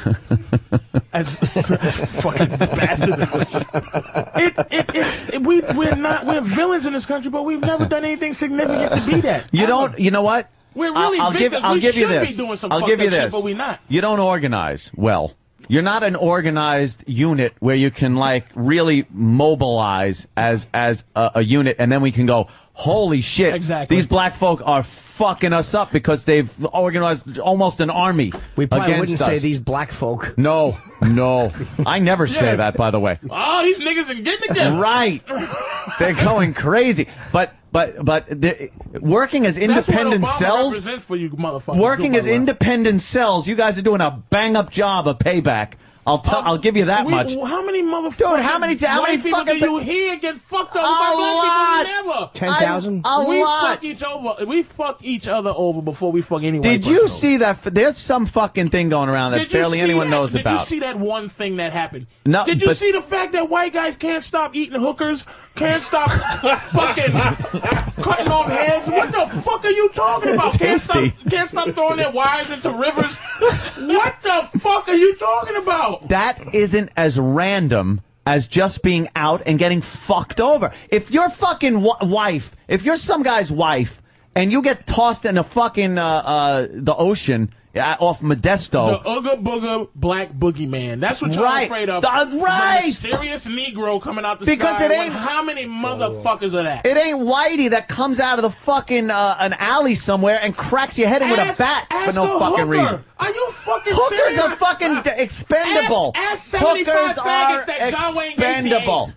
[SPEAKER 3] as, as <laughs> fucking bastard. It, it, it's, we, we're not, we're villains in this country, but we've never done anything significant to be that.
[SPEAKER 2] you don't. You know what?
[SPEAKER 3] We're really
[SPEAKER 2] I'll, I'll give.
[SPEAKER 3] victims.
[SPEAKER 2] I'll
[SPEAKER 3] we
[SPEAKER 2] give you
[SPEAKER 3] should
[SPEAKER 2] this.
[SPEAKER 3] Be doing some
[SPEAKER 2] I'll
[SPEAKER 3] fucked
[SPEAKER 2] give you
[SPEAKER 3] up shit,
[SPEAKER 2] this.
[SPEAKER 3] but we're not.
[SPEAKER 2] You don't organize well. You're not an organized unit where you can like really mobilize as as a, a unit, and then we can go. Holy shit! Exactly. These black folk are fucking us up because they've organized almost an army
[SPEAKER 8] We probably
[SPEAKER 2] against
[SPEAKER 8] wouldn't
[SPEAKER 2] us.
[SPEAKER 8] say these black folk.
[SPEAKER 2] No, no, I never
[SPEAKER 3] <laughs> Yeah.
[SPEAKER 2] say that. By the way,
[SPEAKER 3] Oh, these niggas are getting
[SPEAKER 2] <laughs>
[SPEAKER 3] together.
[SPEAKER 2] Right. They're going crazy. But but but the- working as independent
[SPEAKER 3] That's what Obama
[SPEAKER 2] cells,
[SPEAKER 3] represents for you motherfuckers.
[SPEAKER 2] working
[SPEAKER 3] Do,
[SPEAKER 2] as
[SPEAKER 3] by the way.
[SPEAKER 2] independent cells, you guys are doing a bang up job of payback I'll tell. I'll give you that
[SPEAKER 3] Um, We-
[SPEAKER 2] much.
[SPEAKER 3] How many motherfuckers?
[SPEAKER 2] Dude, how many- how many
[SPEAKER 3] people do
[SPEAKER 2] fucking
[SPEAKER 3] you
[SPEAKER 2] pe-
[SPEAKER 3] hear get fucked over?
[SPEAKER 2] A
[SPEAKER 3] by black people?
[SPEAKER 2] lot.
[SPEAKER 3] Never.
[SPEAKER 2] 10,000?
[SPEAKER 3] I-
[SPEAKER 2] A
[SPEAKER 3] we
[SPEAKER 2] lot.
[SPEAKER 3] fuck each over. We fuck each other over before we fuck anyone.
[SPEAKER 2] Did you see that? f- There's some fucking thing going around that barely anyone knows
[SPEAKER 3] did
[SPEAKER 2] about.
[SPEAKER 3] Did you see that one thing that happened?
[SPEAKER 2] No,
[SPEAKER 3] Did you
[SPEAKER 2] but-
[SPEAKER 3] see the fact that white guys can't stop eating hookers? Can't
[SPEAKER 2] <laughs>
[SPEAKER 3] stop fucking cutting off heads? What the fuck are you talking about? Can't stop,
[SPEAKER 2] Tasty.
[SPEAKER 3] can't stop throwing their wives into rivers? What the fuck are you talking about?
[SPEAKER 2] that isn't as random as just being out and getting fucked over. If your fucking w- wife, if you're some guy's wife, and you get tossed in a fucking uh, uh, the ocean uh, off Modesto,
[SPEAKER 3] The Ooga Booga Black Boogeyman. That's what you're
[SPEAKER 2] Right.
[SPEAKER 3] afraid of.
[SPEAKER 2] The-
[SPEAKER 3] From
[SPEAKER 2] right.
[SPEAKER 3] Serious Negro coming out the
[SPEAKER 2] Because
[SPEAKER 3] sky.
[SPEAKER 2] it ain't-
[SPEAKER 3] Well, How many motherfuckers are that?
[SPEAKER 2] it ain't Whitey that comes out of the fucking uh, an alley somewhere and cracks your head in with a
[SPEAKER 3] Ask-
[SPEAKER 2] bat for
[SPEAKER 3] ask
[SPEAKER 2] no
[SPEAKER 3] the
[SPEAKER 2] fucking
[SPEAKER 3] hooker.
[SPEAKER 2] reason.
[SPEAKER 3] Are you fucking
[SPEAKER 2] Hookers
[SPEAKER 3] serious? Uh,
[SPEAKER 2] are fucking d- expendable.
[SPEAKER 3] Ask, ask 75
[SPEAKER 2] Hookers
[SPEAKER 3] faggots
[SPEAKER 2] are
[SPEAKER 3] that John Wayne Gacy
[SPEAKER 2] expendable.
[SPEAKER 3] ate.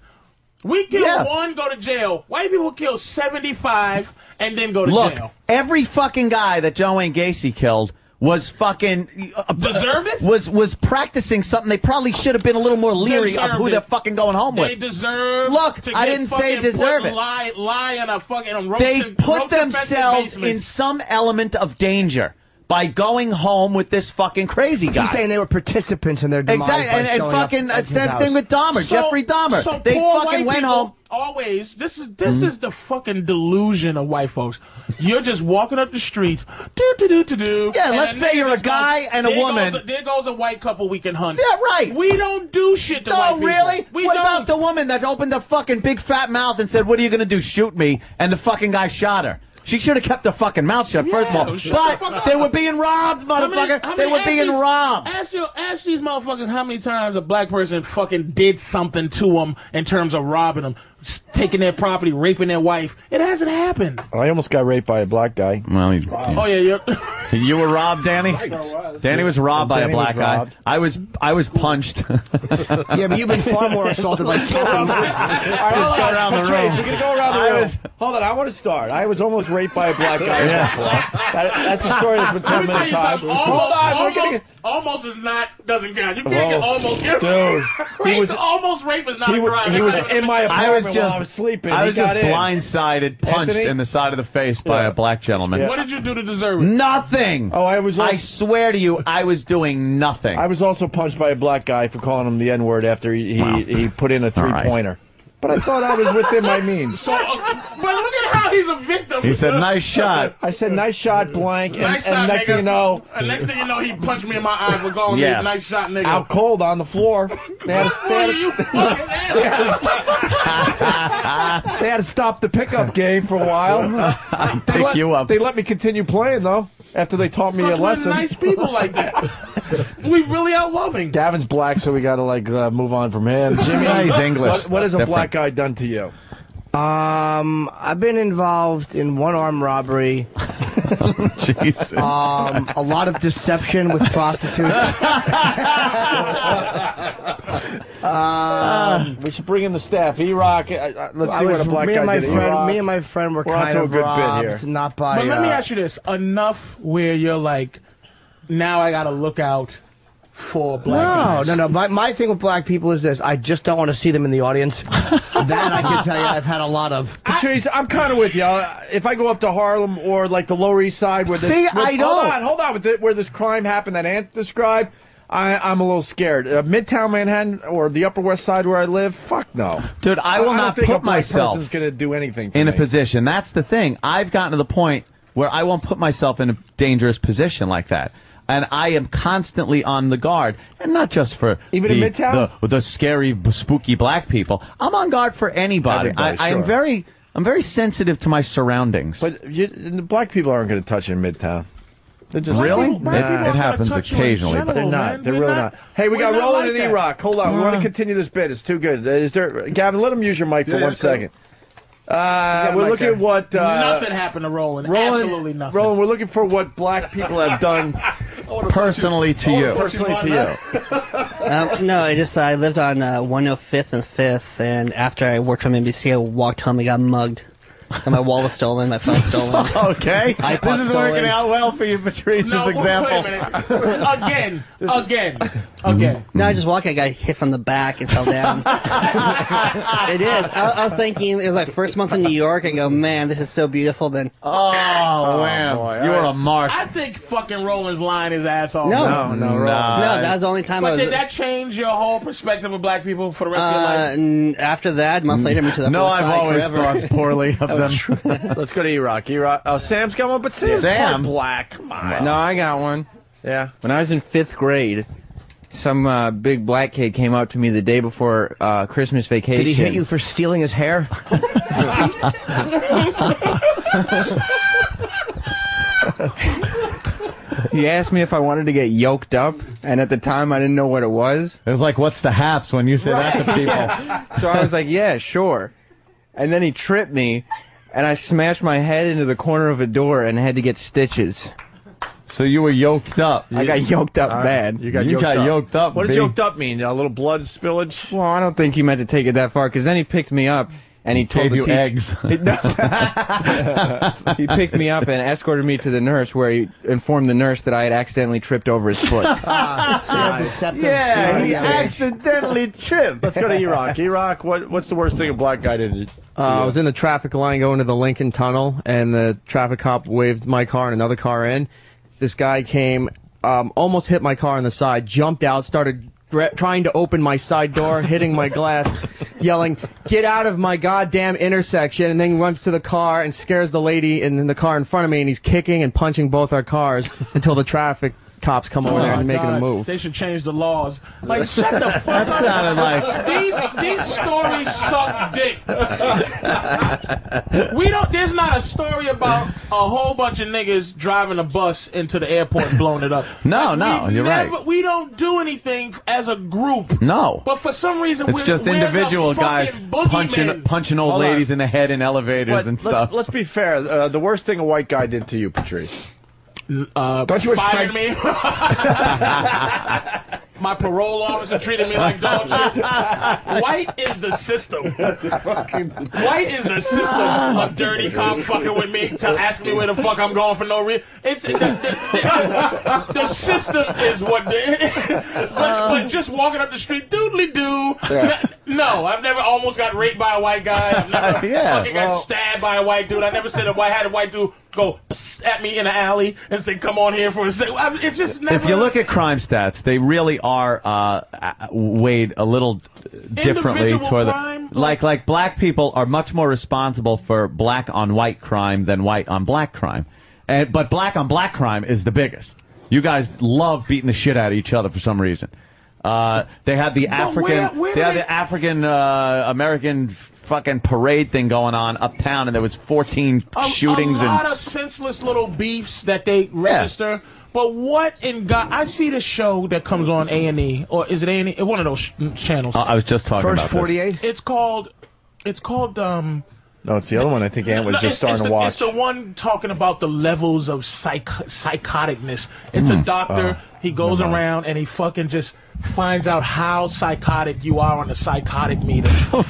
[SPEAKER 3] We kill
[SPEAKER 2] Yeah.
[SPEAKER 3] one, go to jail. White people kill 75 and then go to
[SPEAKER 2] Look,
[SPEAKER 3] jail.
[SPEAKER 2] every fucking guy that John Wayne Gacy killed was fucking uh,
[SPEAKER 3] Deserve it?
[SPEAKER 2] Was was practicing something they probably should have been a little more leery
[SPEAKER 3] Deserve
[SPEAKER 2] of who
[SPEAKER 3] it.
[SPEAKER 2] they're fucking going home
[SPEAKER 3] They
[SPEAKER 2] with.
[SPEAKER 3] deserve.
[SPEAKER 2] Look,
[SPEAKER 3] to
[SPEAKER 2] I
[SPEAKER 3] get
[SPEAKER 2] didn't say
[SPEAKER 3] fucking
[SPEAKER 2] deserve
[SPEAKER 3] put,
[SPEAKER 2] it.
[SPEAKER 3] Lie, lie on a fucking. on roast
[SPEAKER 2] they
[SPEAKER 3] and-
[SPEAKER 2] put
[SPEAKER 3] roast and fence
[SPEAKER 2] themselves
[SPEAKER 3] basement.
[SPEAKER 2] in some element of danger by going home with this fucking crazy guy.
[SPEAKER 8] He's saying they were participants in their demise.
[SPEAKER 2] Exactly,
[SPEAKER 8] by
[SPEAKER 2] and, and
[SPEAKER 8] showing up
[SPEAKER 2] fucking
[SPEAKER 8] at
[SPEAKER 2] it's
[SPEAKER 8] his
[SPEAKER 2] that
[SPEAKER 8] house.
[SPEAKER 2] thing with Dahmer,
[SPEAKER 3] So-
[SPEAKER 2] Jeffrey Dahmer.
[SPEAKER 3] so
[SPEAKER 2] they
[SPEAKER 3] poor
[SPEAKER 2] fucking
[SPEAKER 3] white
[SPEAKER 2] went
[SPEAKER 3] people
[SPEAKER 2] home. Mm-hmm.
[SPEAKER 3] Always, this is this is the fucking delusion of white folks. You're just walking up the street, do do do do do.
[SPEAKER 2] Yeah,
[SPEAKER 3] and
[SPEAKER 2] let's
[SPEAKER 3] a
[SPEAKER 2] say
[SPEAKER 3] nigga
[SPEAKER 2] you're a
[SPEAKER 3] just
[SPEAKER 2] guy
[SPEAKER 3] goes,
[SPEAKER 2] and a
[SPEAKER 3] "There goes
[SPEAKER 2] woman."
[SPEAKER 3] there goes a white couple we can hunt.
[SPEAKER 2] Yeah, right.
[SPEAKER 3] We don't do shit to white
[SPEAKER 2] No,
[SPEAKER 3] people.
[SPEAKER 2] really?
[SPEAKER 3] We
[SPEAKER 2] what
[SPEAKER 3] don't.
[SPEAKER 2] about the woman that opened her fucking big fat mouth and said, "What are you gonna do? Shoot me?" And the fucking guy shot her. She should have kept her fucking mouth shut, first of all.
[SPEAKER 3] shut the fuck
[SPEAKER 2] But
[SPEAKER 3] up.
[SPEAKER 2] they were being robbed,
[SPEAKER 3] How many-
[SPEAKER 2] motherfucker.
[SPEAKER 3] how
[SPEAKER 2] they
[SPEAKER 3] many-
[SPEAKER 2] were
[SPEAKER 3] ask
[SPEAKER 2] being
[SPEAKER 3] these-
[SPEAKER 2] robbed.
[SPEAKER 3] Ask your, ask these motherfuckers how many times a black person fucking did something to them in terms of robbing them, taking their property, raping their wife. It hasn't happened.
[SPEAKER 4] I almost got raped by a black guy.
[SPEAKER 2] Well,
[SPEAKER 3] Oh yeah, you're.
[SPEAKER 2] You were robbed, Danny. Danny was robbed by
[SPEAKER 4] Danny
[SPEAKER 2] a
[SPEAKER 4] was
[SPEAKER 2] black guy.
[SPEAKER 4] robbed.
[SPEAKER 2] I was I was punched.
[SPEAKER 8] Yeah, but you've been far more assaulted
[SPEAKER 4] <laughs>
[SPEAKER 2] <laughs>
[SPEAKER 8] by Kelly.
[SPEAKER 2] Let's just go around the
[SPEAKER 4] Patrice,
[SPEAKER 2] room.
[SPEAKER 4] We're gonna go around the
[SPEAKER 2] I
[SPEAKER 4] room.
[SPEAKER 2] was-
[SPEAKER 4] Hold on, I want to start. I was almost raped by a black guy.
[SPEAKER 2] Yeah.
[SPEAKER 4] That- that's a story that's been
[SPEAKER 3] Let
[SPEAKER 4] told
[SPEAKER 3] me tell
[SPEAKER 4] many
[SPEAKER 3] you
[SPEAKER 4] times.
[SPEAKER 3] something. Almost,
[SPEAKER 4] Hold on, we're
[SPEAKER 3] almost,
[SPEAKER 4] gonna.
[SPEAKER 3] almost is not doesn't count. You can't get
[SPEAKER 4] Whoa.
[SPEAKER 3] almost. Get,
[SPEAKER 4] Dude, he
[SPEAKER 3] rape,
[SPEAKER 4] was-
[SPEAKER 3] almost rape is not
[SPEAKER 4] He
[SPEAKER 3] a
[SPEAKER 4] was,
[SPEAKER 3] crime.
[SPEAKER 4] he was in my apartment
[SPEAKER 2] I was just
[SPEAKER 4] while I was sleeping.
[SPEAKER 2] I
[SPEAKER 4] He
[SPEAKER 2] was just
[SPEAKER 4] got in.
[SPEAKER 2] blindsided, punched
[SPEAKER 4] Anthony?
[SPEAKER 2] in the side of the face by
[SPEAKER 4] Yeah.
[SPEAKER 2] a black gentleman.
[SPEAKER 3] What did you do to deserve it?
[SPEAKER 2] Nothing.
[SPEAKER 4] Oh, I was.
[SPEAKER 2] I
[SPEAKER 4] Also,
[SPEAKER 2] swear to you, I was doing nothing.
[SPEAKER 4] I was also punched by a black guy for calling him the N word after he, he, he put in a
[SPEAKER 2] All
[SPEAKER 4] three
[SPEAKER 2] right.
[SPEAKER 4] pointer. But I thought I was within my means.
[SPEAKER 2] <laughs>
[SPEAKER 3] So, uh, but look at how he's a victim.
[SPEAKER 2] He said, "Nice shot."
[SPEAKER 4] I said, "Nice shot, blank," and,
[SPEAKER 3] Nice
[SPEAKER 4] and
[SPEAKER 3] shot,
[SPEAKER 4] next
[SPEAKER 3] nigga.
[SPEAKER 4] thing you know,
[SPEAKER 3] And next thing you know, he punched me in my eyes for calling
[SPEAKER 2] Yeah.
[SPEAKER 3] me a nice shot, nigga.
[SPEAKER 4] out cold on the floor. They had to, they
[SPEAKER 3] Boy,
[SPEAKER 4] had to-
[SPEAKER 3] you fucking ass.
[SPEAKER 4] they had to stop the pickup game for a <laughs> while.
[SPEAKER 2] I
[SPEAKER 4] They
[SPEAKER 2] pick
[SPEAKER 4] let-
[SPEAKER 2] you up.
[SPEAKER 4] They let me continue playing though after they taught me a
[SPEAKER 3] Because
[SPEAKER 4] lesson.
[SPEAKER 3] we're nice people like that. we really are loving.
[SPEAKER 4] Davin's black, so we got to like uh, move on from <laughs> him. Jimmy,
[SPEAKER 2] Yeah, he's English.
[SPEAKER 4] What, what has a
[SPEAKER 2] That's
[SPEAKER 4] black guy done to you?
[SPEAKER 8] Um, I've been involved in one armed robbery,
[SPEAKER 2] Jesus.
[SPEAKER 8] um, a lot of deception with prostitutes.
[SPEAKER 4] Um, We should bring in the staff. E Rock. Let's
[SPEAKER 8] I
[SPEAKER 4] see
[SPEAKER 8] was-
[SPEAKER 4] what a black
[SPEAKER 8] me
[SPEAKER 4] guy
[SPEAKER 8] and my
[SPEAKER 4] did.
[SPEAKER 8] friend,
[SPEAKER 4] E-Rock.
[SPEAKER 8] me and my friend were,
[SPEAKER 4] We're
[SPEAKER 8] kind
[SPEAKER 4] onto a
[SPEAKER 8] of
[SPEAKER 4] good bit
[SPEAKER 8] robbed,
[SPEAKER 4] here.
[SPEAKER 8] not by.
[SPEAKER 3] But let me
[SPEAKER 8] uh,
[SPEAKER 3] ask you this: enough where you're like, now I gotta look out for black.
[SPEAKER 8] No,
[SPEAKER 3] guys.
[SPEAKER 8] no, no. My, my thing with black people is this: I just don't want to see them in the audience. that I
[SPEAKER 4] <laughs>
[SPEAKER 8] can tell you, I've had a lot of.
[SPEAKER 4] Patrice, I'm kind of with you. Uh, If I go up to Harlem or like the Lower East Side, where this,
[SPEAKER 2] See,
[SPEAKER 4] with-
[SPEAKER 2] I
[SPEAKER 4] hold
[SPEAKER 2] don't.
[SPEAKER 4] on, hold on, with it, where this crime happened that Ant described, I, I'm a little scared. Uh, Midtown Manhattan or the Upper West Side where I live, fuck no,
[SPEAKER 2] Dude, I will
[SPEAKER 4] don't
[SPEAKER 2] not
[SPEAKER 4] think a
[SPEAKER 2] put
[SPEAKER 4] black
[SPEAKER 2] myself
[SPEAKER 4] person's gonna do anything to
[SPEAKER 2] in a
[SPEAKER 4] me.
[SPEAKER 2] position. That's the thing. I've gotten to the point where I won't put myself in a dangerous position like that. And I am constantly on the guard, and not just for
[SPEAKER 4] Even in
[SPEAKER 2] the,
[SPEAKER 4] Midtown?
[SPEAKER 2] the, the scary, b- spooky black people. I'm on guard for anybody.
[SPEAKER 4] Everybody,
[SPEAKER 2] I, I am
[SPEAKER 4] sure.
[SPEAKER 2] very, I'm very sensitive to my surroundings.
[SPEAKER 4] But you, the black people aren't gonna touch you in Midtown. They're just
[SPEAKER 2] Really?
[SPEAKER 4] Nah.
[SPEAKER 2] Black people- It
[SPEAKER 3] I'm not
[SPEAKER 2] happens
[SPEAKER 3] touching you in
[SPEAKER 2] occasionally, but-
[SPEAKER 4] They're
[SPEAKER 3] general,
[SPEAKER 4] not.
[SPEAKER 3] man.
[SPEAKER 4] They're
[SPEAKER 3] We're
[SPEAKER 4] really
[SPEAKER 3] not-
[SPEAKER 4] not. Hey, we
[SPEAKER 3] we're
[SPEAKER 4] got
[SPEAKER 3] not
[SPEAKER 4] Roland
[SPEAKER 3] like
[SPEAKER 4] and E
[SPEAKER 3] that.
[SPEAKER 4] Rock. Hold on. We
[SPEAKER 2] Ah.
[SPEAKER 4] want to continue this bit. It's too good. Is there, Gavin? Let him use your mic for
[SPEAKER 17] Yeah,
[SPEAKER 4] one
[SPEAKER 17] yeah, sure.
[SPEAKER 4] second. Uh, we're
[SPEAKER 17] mic
[SPEAKER 4] looking
[SPEAKER 17] there.
[SPEAKER 4] at what uh,
[SPEAKER 3] nothing happened to Roland.
[SPEAKER 4] Roland.
[SPEAKER 3] Absolutely nothing.
[SPEAKER 4] Roland, we're looking for what black people have done
[SPEAKER 2] personally to you,
[SPEAKER 4] personally to you.
[SPEAKER 24] Um, no, I just I oh lived on uh, 105th and 5th, and after I worked from NBC, I walked home and got mugged.
[SPEAKER 14] Got my wallet stolen, my phone
[SPEAKER 2] <laughs>
[SPEAKER 14] stolen.
[SPEAKER 2] okay.
[SPEAKER 14] iPod
[SPEAKER 2] this is
[SPEAKER 14] stolen.
[SPEAKER 2] working out well for you, Patrice's
[SPEAKER 14] No, wait a
[SPEAKER 2] example.
[SPEAKER 14] minute.
[SPEAKER 25] Again, again, again.
[SPEAKER 14] No, I just walked. I got hit from the back and fell
[SPEAKER 3] <laughs>
[SPEAKER 14] down. it is. I, I was thinking it was like first month in New York. I go, man, this is so beautiful. Then
[SPEAKER 2] oh,
[SPEAKER 3] wham.
[SPEAKER 2] You are a mark.
[SPEAKER 3] I think fucking Roland's lying his ass off.
[SPEAKER 14] No. No, no, Roland. No, that was the only time
[SPEAKER 3] But
[SPEAKER 14] I was-
[SPEAKER 3] did that change your whole perspective of black people for the rest of your
[SPEAKER 14] Uh,
[SPEAKER 3] life?
[SPEAKER 14] n- after that, months later, moved to the Upper
[SPEAKER 3] No,
[SPEAKER 14] West
[SPEAKER 3] I've
[SPEAKER 14] Side
[SPEAKER 3] always
[SPEAKER 14] forever. Oh,
[SPEAKER 2] thought poorly
[SPEAKER 14] <laughs>
[SPEAKER 2] of them.
[SPEAKER 14] Let's
[SPEAKER 2] go to Iraq. Iraq. Oh, Sam's got one, but Sam's
[SPEAKER 4] Sam?
[SPEAKER 2] part black. Come on.
[SPEAKER 4] No, I got one.
[SPEAKER 2] Yeah.
[SPEAKER 4] When I was in fifth grade, some uh, big black kid came up to me the day before uh, Christmas vacation.
[SPEAKER 8] Did he hit you for stealing his hair?
[SPEAKER 4] <laughs> He asked me if I wanted to get yoked up, and at the time I didn't know what it was.
[SPEAKER 2] It was like, what's the haps when you say that to
[SPEAKER 4] people? <laughs> so I was like, yeah, sure. And then he tripped me, and I smashed my head into the corner of a door and had to get stitches.
[SPEAKER 2] So you were yoked up.
[SPEAKER 4] I got yoked up
[SPEAKER 2] All right.
[SPEAKER 4] bad.
[SPEAKER 2] You got You yoked got up. yoked up,
[SPEAKER 4] What does
[SPEAKER 2] B. yoked
[SPEAKER 4] up
[SPEAKER 2] mean? A little blood spillage?
[SPEAKER 4] Well, I don't think he meant to take it that far because then he picked me up and he,
[SPEAKER 2] He
[SPEAKER 4] told
[SPEAKER 2] gave
[SPEAKER 4] the
[SPEAKER 2] you
[SPEAKER 4] teach-
[SPEAKER 2] <laughs> eggs.
[SPEAKER 4] <laughs> He- no. he picked me up and escorted me to the nurse where he informed the nurse that I had accidentally tripped over his foot.
[SPEAKER 8] <laughs>
[SPEAKER 2] Yeah, he
[SPEAKER 4] Yeah.
[SPEAKER 2] accidentally tripped. Let's go to Iraq. Iraq, what, what's the worst thing a black guy did? to
[SPEAKER 26] Uh, I
[SPEAKER 2] you?
[SPEAKER 26] was in the traffic line going to the Lincoln Tunnel, and the traffic cop waved my car and another car in. This guy came, um, almost hit my car on the side, jumped out, started gra- trying to open my side door, hitting my glass, <laughs> yelling, "Get out of my goddamn intersection!" And then he runs to the car and scares the lady in, in the car in front of me, and he's kicking and punching both our cars <laughs> until the traffic cops come over there
[SPEAKER 3] Oh,
[SPEAKER 26] and make
[SPEAKER 3] God.
[SPEAKER 26] a move.
[SPEAKER 3] They should change the laws. Like, shut the fuck
[SPEAKER 26] That
[SPEAKER 3] up.
[SPEAKER 26] sounded like-
[SPEAKER 3] these these stories suck dick. we don't. There's not a story about a whole bunch of niggas driving a bus into the airport and blowing it up.
[SPEAKER 2] No, no,
[SPEAKER 3] We've
[SPEAKER 2] you're
[SPEAKER 3] never-
[SPEAKER 2] right.
[SPEAKER 3] We don't do anything as a group.
[SPEAKER 2] No.
[SPEAKER 3] But for some reason,
[SPEAKER 4] It's
[SPEAKER 3] we're,
[SPEAKER 4] just
[SPEAKER 3] we're the
[SPEAKER 4] individual
[SPEAKER 3] fucking
[SPEAKER 4] guys
[SPEAKER 3] boogeymen.
[SPEAKER 4] punching-
[SPEAKER 2] punching old
[SPEAKER 4] Hold on.
[SPEAKER 2] ladies in the head in elevators
[SPEAKER 4] What?
[SPEAKER 2] and
[SPEAKER 4] Let's-
[SPEAKER 2] stuff.
[SPEAKER 4] let's-
[SPEAKER 2] Let's be fair. Uh, the worst thing a white guy did to you, Patrice.
[SPEAKER 3] Uh,
[SPEAKER 2] Don't you
[SPEAKER 3] fired
[SPEAKER 2] expect-
[SPEAKER 3] me? <laughs>
[SPEAKER 2] <laughs>
[SPEAKER 3] My parole officer treated me like dog shit. White is the system. White is
[SPEAKER 14] <laughs>
[SPEAKER 3] the system of dirty cop fucking with me to ask me where the fuck I'm going for no reason. It's the, the, the- the system is what. The, but, but just walking up the street, doodly doo.
[SPEAKER 2] Yeah.
[SPEAKER 3] No, I've never almost got raped by a white guy. I've never
[SPEAKER 2] <laughs> Yeah,
[SPEAKER 3] fucking
[SPEAKER 2] well-
[SPEAKER 3] got stabbed by a white dude. I never said a white had a white dude go psst at me in the alley and say, "Come on here for a second. I mean, it's just never.
[SPEAKER 2] If you look at crime stats, they really are uh, uh, weighed a little differently
[SPEAKER 3] Individual
[SPEAKER 2] toward the-
[SPEAKER 3] crime?
[SPEAKER 2] like like black people are much more responsible for black on white crime than white on black crime, and but black on black crime is the biggest. You guys love beating the shit out of each other for some reason. Uh, they had the African,
[SPEAKER 3] where- where
[SPEAKER 2] they had
[SPEAKER 3] do
[SPEAKER 2] the African uh, American fucking parade thing going on uptown, and there was fourteen
[SPEAKER 3] a,
[SPEAKER 2] shootings
[SPEAKER 3] a lot
[SPEAKER 2] and
[SPEAKER 3] of senseless little beefs that they register. But what in God? I see the show that comes on A and E, or is it A and E? One of those sh- channels.
[SPEAKER 2] Uh, I was just talking about this.
[SPEAKER 3] It's called. It's called. Um,
[SPEAKER 2] No, it's the other one. I think Ant was
[SPEAKER 3] no,
[SPEAKER 2] just
[SPEAKER 3] it's- it's
[SPEAKER 2] starting to
[SPEAKER 3] the-
[SPEAKER 2] watch.
[SPEAKER 3] It's the one talking about the levels of psych psychoticness. It's a
[SPEAKER 2] Mm.
[SPEAKER 3] doctor.
[SPEAKER 2] Oh,
[SPEAKER 3] he goes
[SPEAKER 2] never mind.
[SPEAKER 3] around and he fucking just finds out how psychotic you are on the psychotic
[SPEAKER 2] <laughs>
[SPEAKER 3] meter.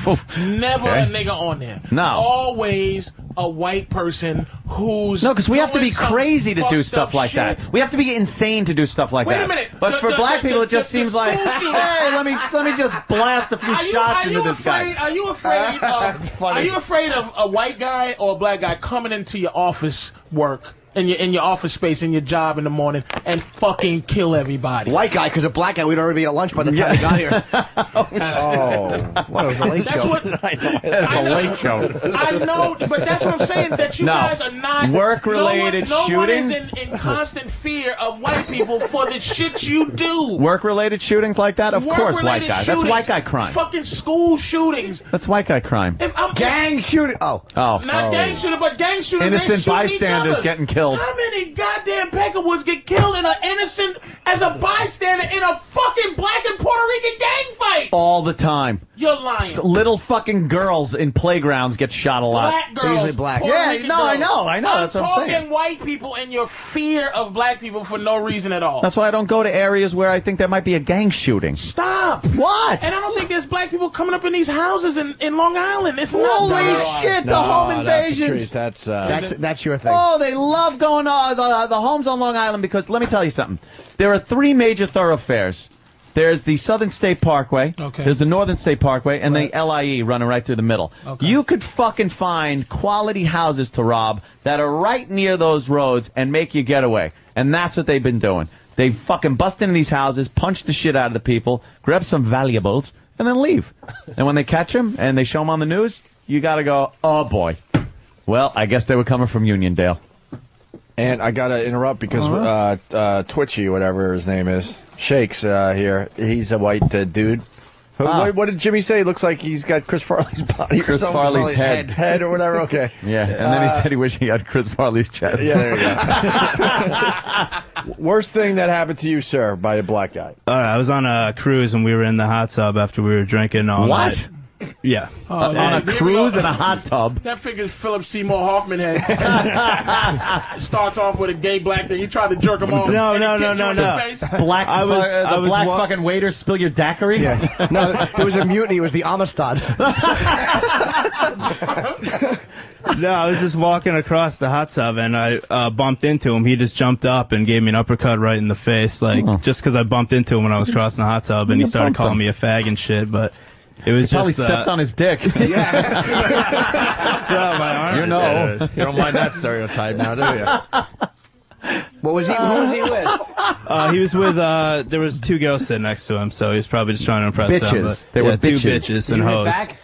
[SPEAKER 3] Never a
[SPEAKER 2] Okay.
[SPEAKER 3] nigga on there.
[SPEAKER 2] No.
[SPEAKER 3] Always a white person who's
[SPEAKER 2] No, because we have to be
[SPEAKER 3] doing some
[SPEAKER 2] crazy to do
[SPEAKER 3] fucked
[SPEAKER 2] stuff
[SPEAKER 3] up
[SPEAKER 2] like
[SPEAKER 3] shit.
[SPEAKER 2] that. We have to be insane to do stuff like
[SPEAKER 3] Wait a
[SPEAKER 2] that.
[SPEAKER 3] minute.
[SPEAKER 2] But
[SPEAKER 3] The-
[SPEAKER 2] for
[SPEAKER 3] the-
[SPEAKER 2] black
[SPEAKER 3] the-
[SPEAKER 2] people, it
[SPEAKER 3] the-
[SPEAKER 2] just
[SPEAKER 3] the
[SPEAKER 2] seems like,
[SPEAKER 3] school shooter. <laughs>
[SPEAKER 2] hey, let me let me just blast a few
[SPEAKER 3] Are you-
[SPEAKER 2] shots
[SPEAKER 3] are
[SPEAKER 2] into
[SPEAKER 3] you
[SPEAKER 2] this
[SPEAKER 3] afraid, <laughs>
[SPEAKER 2] guy.
[SPEAKER 3] Are you
[SPEAKER 8] <laughs>
[SPEAKER 3] afraid
[SPEAKER 2] That's
[SPEAKER 3] of?
[SPEAKER 2] funny.
[SPEAKER 3] are you afraid of a white guy or a black guy coming into your office work? In your, in your office space, in your job in the morning, and fucking kill everybody.
[SPEAKER 8] White guy, because a black guy, we'd already be at lunch by the time we
[SPEAKER 3] <laughs>
[SPEAKER 8] got here.
[SPEAKER 2] Oh,
[SPEAKER 8] what was a late
[SPEAKER 3] That's
[SPEAKER 8] show.
[SPEAKER 3] what-
[SPEAKER 2] That's a late show.
[SPEAKER 3] I know, but that's what I'm saying. That you
[SPEAKER 2] No.
[SPEAKER 3] guys are not
[SPEAKER 2] Work-related
[SPEAKER 3] no one, no One
[SPEAKER 2] shootings?
[SPEAKER 3] is in, in constant fear of white people for the shit you do.
[SPEAKER 2] Work-related shootings like that, of course, white
[SPEAKER 3] Work-related
[SPEAKER 2] guy. That's
[SPEAKER 3] shootings,
[SPEAKER 2] white guy crime.
[SPEAKER 3] Fucking school shootings.
[SPEAKER 2] That's white guy crime.
[SPEAKER 3] If I'm gang shooting, oh,
[SPEAKER 2] Oh,
[SPEAKER 3] not gang shooting, but gang shooting.
[SPEAKER 2] Innocent bystanders
[SPEAKER 3] other.
[SPEAKER 2] getting killed.
[SPEAKER 3] How many goddamn Peckerwoods get killed in an innocent as a bystander in a fucking black and Puerto Rican gang fight.
[SPEAKER 2] all the time.
[SPEAKER 3] You're lying.
[SPEAKER 2] S- Little fucking girls in playgrounds get shot a lot.
[SPEAKER 3] Black girls, Puerto
[SPEAKER 2] Yeah,
[SPEAKER 3] Rican
[SPEAKER 2] no, I
[SPEAKER 3] girls.
[SPEAKER 2] know, I know.
[SPEAKER 3] I'm
[SPEAKER 2] that's what I'm saying.
[SPEAKER 3] Talking white people and your fear of black people for no reason at all.
[SPEAKER 2] That's why I don't go to areas where I think there might be a gang shooting.
[SPEAKER 3] Stop.
[SPEAKER 2] What?
[SPEAKER 3] And I don't think there's black people coming up in these houses in, in Long Island. It's not
[SPEAKER 2] Holy
[SPEAKER 3] Long Island.
[SPEAKER 2] shit, the home invasions.
[SPEAKER 27] That's
[SPEAKER 2] uh,
[SPEAKER 27] that's that's your thing.
[SPEAKER 2] Oh, they love going to uh, the, the homes on Long Island because let me tell you something. There are three major thoroughfares. There's the Southern State Parkway.
[SPEAKER 21] Okay.
[SPEAKER 2] There's the Northern State Parkway, and the LIE running right through the middle. Okay. You could fucking find quality houses to rob that are right near those roads and make your getaway. And that's what they've been doing. They fucking bust into these houses, punch the shit out of the people, grab some valuables, and then leave. and when they catch them and they show them on the news, you got to go, oh boy. Well, I guess they were coming from Uniondale.
[SPEAKER 4] And I gotta interrupt because uh, uh, Twitchy, whatever his name is, Shakes uh, here. He's a white uh, dude. Who-
[SPEAKER 2] Ah.
[SPEAKER 4] What, what did Jimmy say? Looks like he's got Chris Farley's body. or
[SPEAKER 2] Chris
[SPEAKER 4] something.
[SPEAKER 2] Farley's Farley's head. head.
[SPEAKER 4] head or whatever.
[SPEAKER 2] <laughs>
[SPEAKER 4] Okay.
[SPEAKER 2] Yeah, and then he said he wished he had Chris Farley's chest.
[SPEAKER 4] Yeah, there you go. Worst thing that happened to you, sir, by a black guy.
[SPEAKER 11] All right, I was on a cruise and we were in the hot tub after we were drinking all
[SPEAKER 2] What? <laughs>
[SPEAKER 11] night. Yeah.
[SPEAKER 3] Oh, On yeah. a Here we cruise go. in a
[SPEAKER 2] hot tub.
[SPEAKER 3] That figures Philip Seymour Hoffman had <laughs> starts off with a gay black thing. He tried to jerk him off.
[SPEAKER 11] No,
[SPEAKER 3] and
[SPEAKER 11] no,
[SPEAKER 3] he
[SPEAKER 11] no,
[SPEAKER 3] kicked you
[SPEAKER 11] no,
[SPEAKER 3] in the
[SPEAKER 11] no.
[SPEAKER 3] face.
[SPEAKER 2] Black,
[SPEAKER 11] I was-
[SPEAKER 2] fu- uh,
[SPEAKER 11] I
[SPEAKER 2] the
[SPEAKER 11] was
[SPEAKER 2] black
[SPEAKER 11] wa-
[SPEAKER 2] fucking waiter spill your daiquiri? Yeah.
[SPEAKER 12] No, it was a mutiny. It was the Amistad.
[SPEAKER 11] no, I was just walking across the hot tub and I uh, bumped into him. He just jumped up and gave me an uppercut right in the face, like just because I bumped into him when I was crossing the hot tub, and he
[SPEAKER 2] You
[SPEAKER 11] started
[SPEAKER 2] Oh. bumped
[SPEAKER 11] calling
[SPEAKER 2] him.
[SPEAKER 11] me a fag and shit. But it was
[SPEAKER 2] Probably
[SPEAKER 11] just
[SPEAKER 2] stepped
[SPEAKER 11] uh, <laughs>
[SPEAKER 2] on his dick. <laughs>
[SPEAKER 4] You know, you don't mind that stereotype now, do you?
[SPEAKER 12] What was he? Who was he with?
[SPEAKER 11] Uh, he was with uh, there was two girls sitting next to him, so he was probably just trying to impress
[SPEAKER 2] Bitches.
[SPEAKER 11] them. but-
[SPEAKER 2] They were
[SPEAKER 11] yeah, two
[SPEAKER 2] bitches.
[SPEAKER 11] bitches
[SPEAKER 2] Did
[SPEAKER 11] and
[SPEAKER 2] you hit
[SPEAKER 11] hoes.
[SPEAKER 2] back?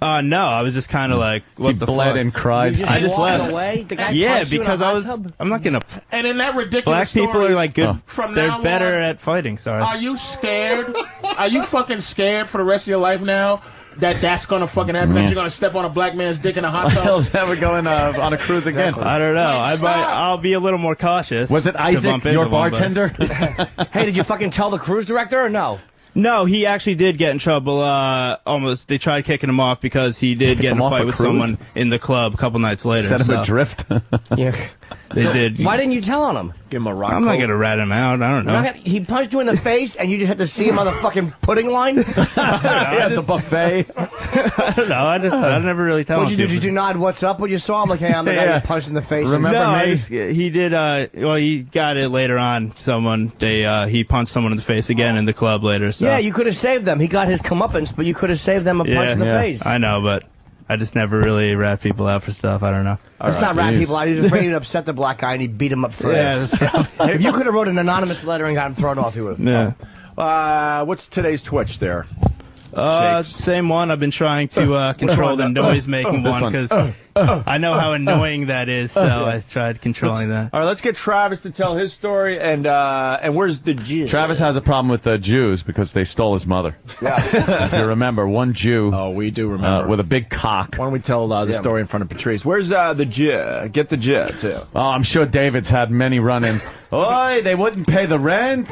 [SPEAKER 11] Uh, no, I was just kind of like, what the
[SPEAKER 2] bled
[SPEAKER 11] fuck?
[SPEAKER 2] and cried. You just
[SPEAKER 11] I just
[SPEAKER 2] walked
[SPEAKER 11] left.
[SPEAKER 3] away? The guy
[SPEAKER 11] yeah,
[SPEAKER 3] punched you in a
[SPEAKER 11] because I
[SPEAKER 3] hot
[SPEAKER 11] was.
[SPEAKER 3] tub?
[SPEAKER 11] I'm not gonna.
[SPEAKER 3] And in that ridiculous
[SPEAKER 11] Black people
[SPEAKER 3] story-
[SPEAKER 11] are like good.
[SPEAKER 2] Oh.
[SPEAKER 3] From now
[SPEAKER 11] they're
[SPEAKER 3] on-
[SPEAKER 11] better at fighting.
[SPEAKER 2] <laughs>
[SPEAKER 11] Sorry.
[SPEAKER 3] Are you scared? Are you fucking scared for the rest of your life now that that's gonna fucking happen? That
[SPEAKER 11] Yeah.
[SPEAKER 3] you're gonna step on a black man's dick in a hot
[SPEAKER 11] <laughs>
[SPEAKER 3] tub?
[SPEAKER 2] never go in a, uh, on a cruise again.
[SPEAKER 11] I don't know. I
[SPEAKER 3] stop.
[SPEAKER 11] might. I'll be a little more cautious.
[SPEAKER 2] Was it
[SPEAKER 11] to
[SPEAKER 2] Isaac,
[SPEAKER 11] bump into
[SPEAKER 2] your
[SPEAKER 11] one, but-
[SPEAKER 2] bartender?
[SPEAKER 12] <laughs> hey, did you fucking tell the cruise director or no?
[SPEAKER 11] No, he actually did get in trouble. Uh, almost they tried kicking him off because he did
[SPEAKER 2] Kick
[SPEAKER 11] get in
[SPEAKER 2] him
[SPEAKER 11] a
[SPEAKER 2] off
[SPEAKER 11] fight
[SPEAKER 2] a
[SPEAKER 11] with
[SPEAKER 2] cruise?
[SPEAKER 11] someone in the club a couple nights later.
[SPEAKER 2] Set him
[SPEAKER 11] so
[SPEAKER 2] adrift. <laughs>
[SPEAKER 12] Yeah.
[SPEAKER 11] They did.
[SPEAKER 12] Why didn't you tell on him?
[SPEAKER 4] Give him a rock.
[SPEAKER 11] I'm not
[SPEAKER 12] coat.
[SPEAKER 11] gonna rat him out. I don't know.
[SPEAKER 12] You're
[SPEAKER 11] <laughs>
[SPEAKER 12] not gonna- he punched you in the face, and you just had to see him on the fucking pudding line.
[SPEAKER 2] yeah, at the buffet.
[SPEAKER 11] <laughs> I don't know. I just I never really tell
[SPEAKER 12] What'd you
[SPEAKER 11] him.
[SPEAKER 12] do? Did you nod? What's up? What you saw? I'm like, hey, I'm the guy
[SPEAKER 11] Yeah.
[SPEAKER 12] you punched in the face.
[SPEAKER 11] no, I just- he did. Uh, well, he got it later on. Someone they uh, he punched someone in the face again in the club later. So
[SPEAKER 12] Yeah, you could have saved them. He got his comeuppance, but you could have saved them a punch in the face.
[SPEAKER 11] I know, but I just never really rat people out for stuff. I don't know.
[SPEAKER 12] That's not rat people. I was
[SPEAKER 2] <laughs>
[SPEAKER 11] <laughs>
[SPEAKER 12] afraid he'd upset the black guy, and he beat him up for
[SPEAKER 11] Yeah,
[SPEAKER 12] it.
[SPEAKER 11] that's
[SPEAKER 12] <laughs>
[SPEAKER 11] right.
[SPEAKER 12] if you could have wrote an anonymous letter and got him thrown off, he
[SPEAKER 2] <laughs>
[SPEAKER 12] would have.
[SPEAKER 11] yeah.
[SPEAKER 4] Uh, what's today's Twitch there?
[SPEAKER 11] Uh, same one. I've been trying to
[SPEAKER 4] <laughs>
[SPEAKER 11] uh, control the
[SPEAKER 4] one?
[SPEAKER 11] noise
[SPEAKER 4] <laughs>
[SPEAKER 11] making
[SPEAKER 4] This
[SPEAKER 11] one
[SPEAKER 4] one.
[SPEAKER 11] because I know how annoying that is, so
[SPEAKER 4] Yeah.
[SPEAKER 11] I tried controlling that.
[SPEAKER 4] All right, let's get Travis to tell his story, and uh, and where's the G?
[SPEAKER 2] Travis has a problem with uh, Jews because they stole his mother. Yeah. <laughs> if you remember, one Jew. Oh,
[SPEAKER 4] we do remember.
[SPEAKER 2] with a big cock.
[SPEAKER 4] Why don't we tell uh, the
[SPEAKER 2] Yeah.
[SPEAKER 4] story in front of Patrice? Where's uh, the G? Get the G too.
[SPEAKER 2] Oh, I'm sure David's had many run-ins. Oi, they wouldn't pay the rent.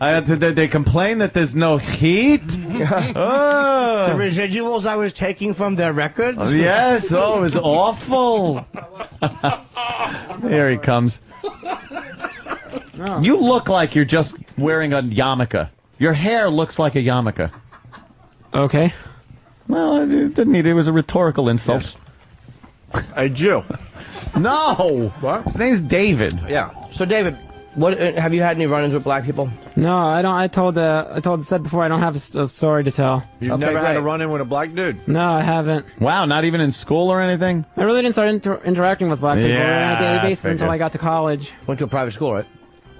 [SPEAKER 2] I had to, they, they complain that there's
[SPEAKER 4] <laughs>
[SPEAKER 2] no heat.
[SPEAKER 12] The
[SPEAKER 2] Oh.
[SPEAKER 12] residuals I was taking from their records.
[SPEAKER 2] <laughs> Yes, oh, it was awful. <laughs> Here he comes. You look like you're just wearing a yarmulke. Your hair looks like a yarmulke.
[SPEAKER 21] Okay.
[SPEAKER 2] Well, it didn't need it. It was a rhetorical insult.
[SPEAKER 4] A Jew.
[SPEAKER 2] <laughs> No! What? Oh! His name's David.
[SPEAKER 4] Yeah.
[SPEAKER 12] So, David, what uh, have you had any run-ins with black people?
[SPEAKER 19] No, I don't. I told. Uh, I told. Said before. I don't have a, s- a story to tell.
[SPEAKER 4] You've
[SPEAKER 12] Okay,
[SPEAKER 4] never had
[SPEAKER 12] great.
[SPEAKER 4] a run-in with a black dude.
[SPEAKER 19] No, I haven't.
[SPEAKER 2] Wow, not even in school or anything?
[SPEAKER 19] I really didn't start inter- interacting with black people
[SPEAKER 2] Yeah,
[SPEAKER 19] on a daily basis
[SPEAKER 2] figured.
[SPEAKER 19] until I got to college.
[SPEAKER 12] Went to a private school, right?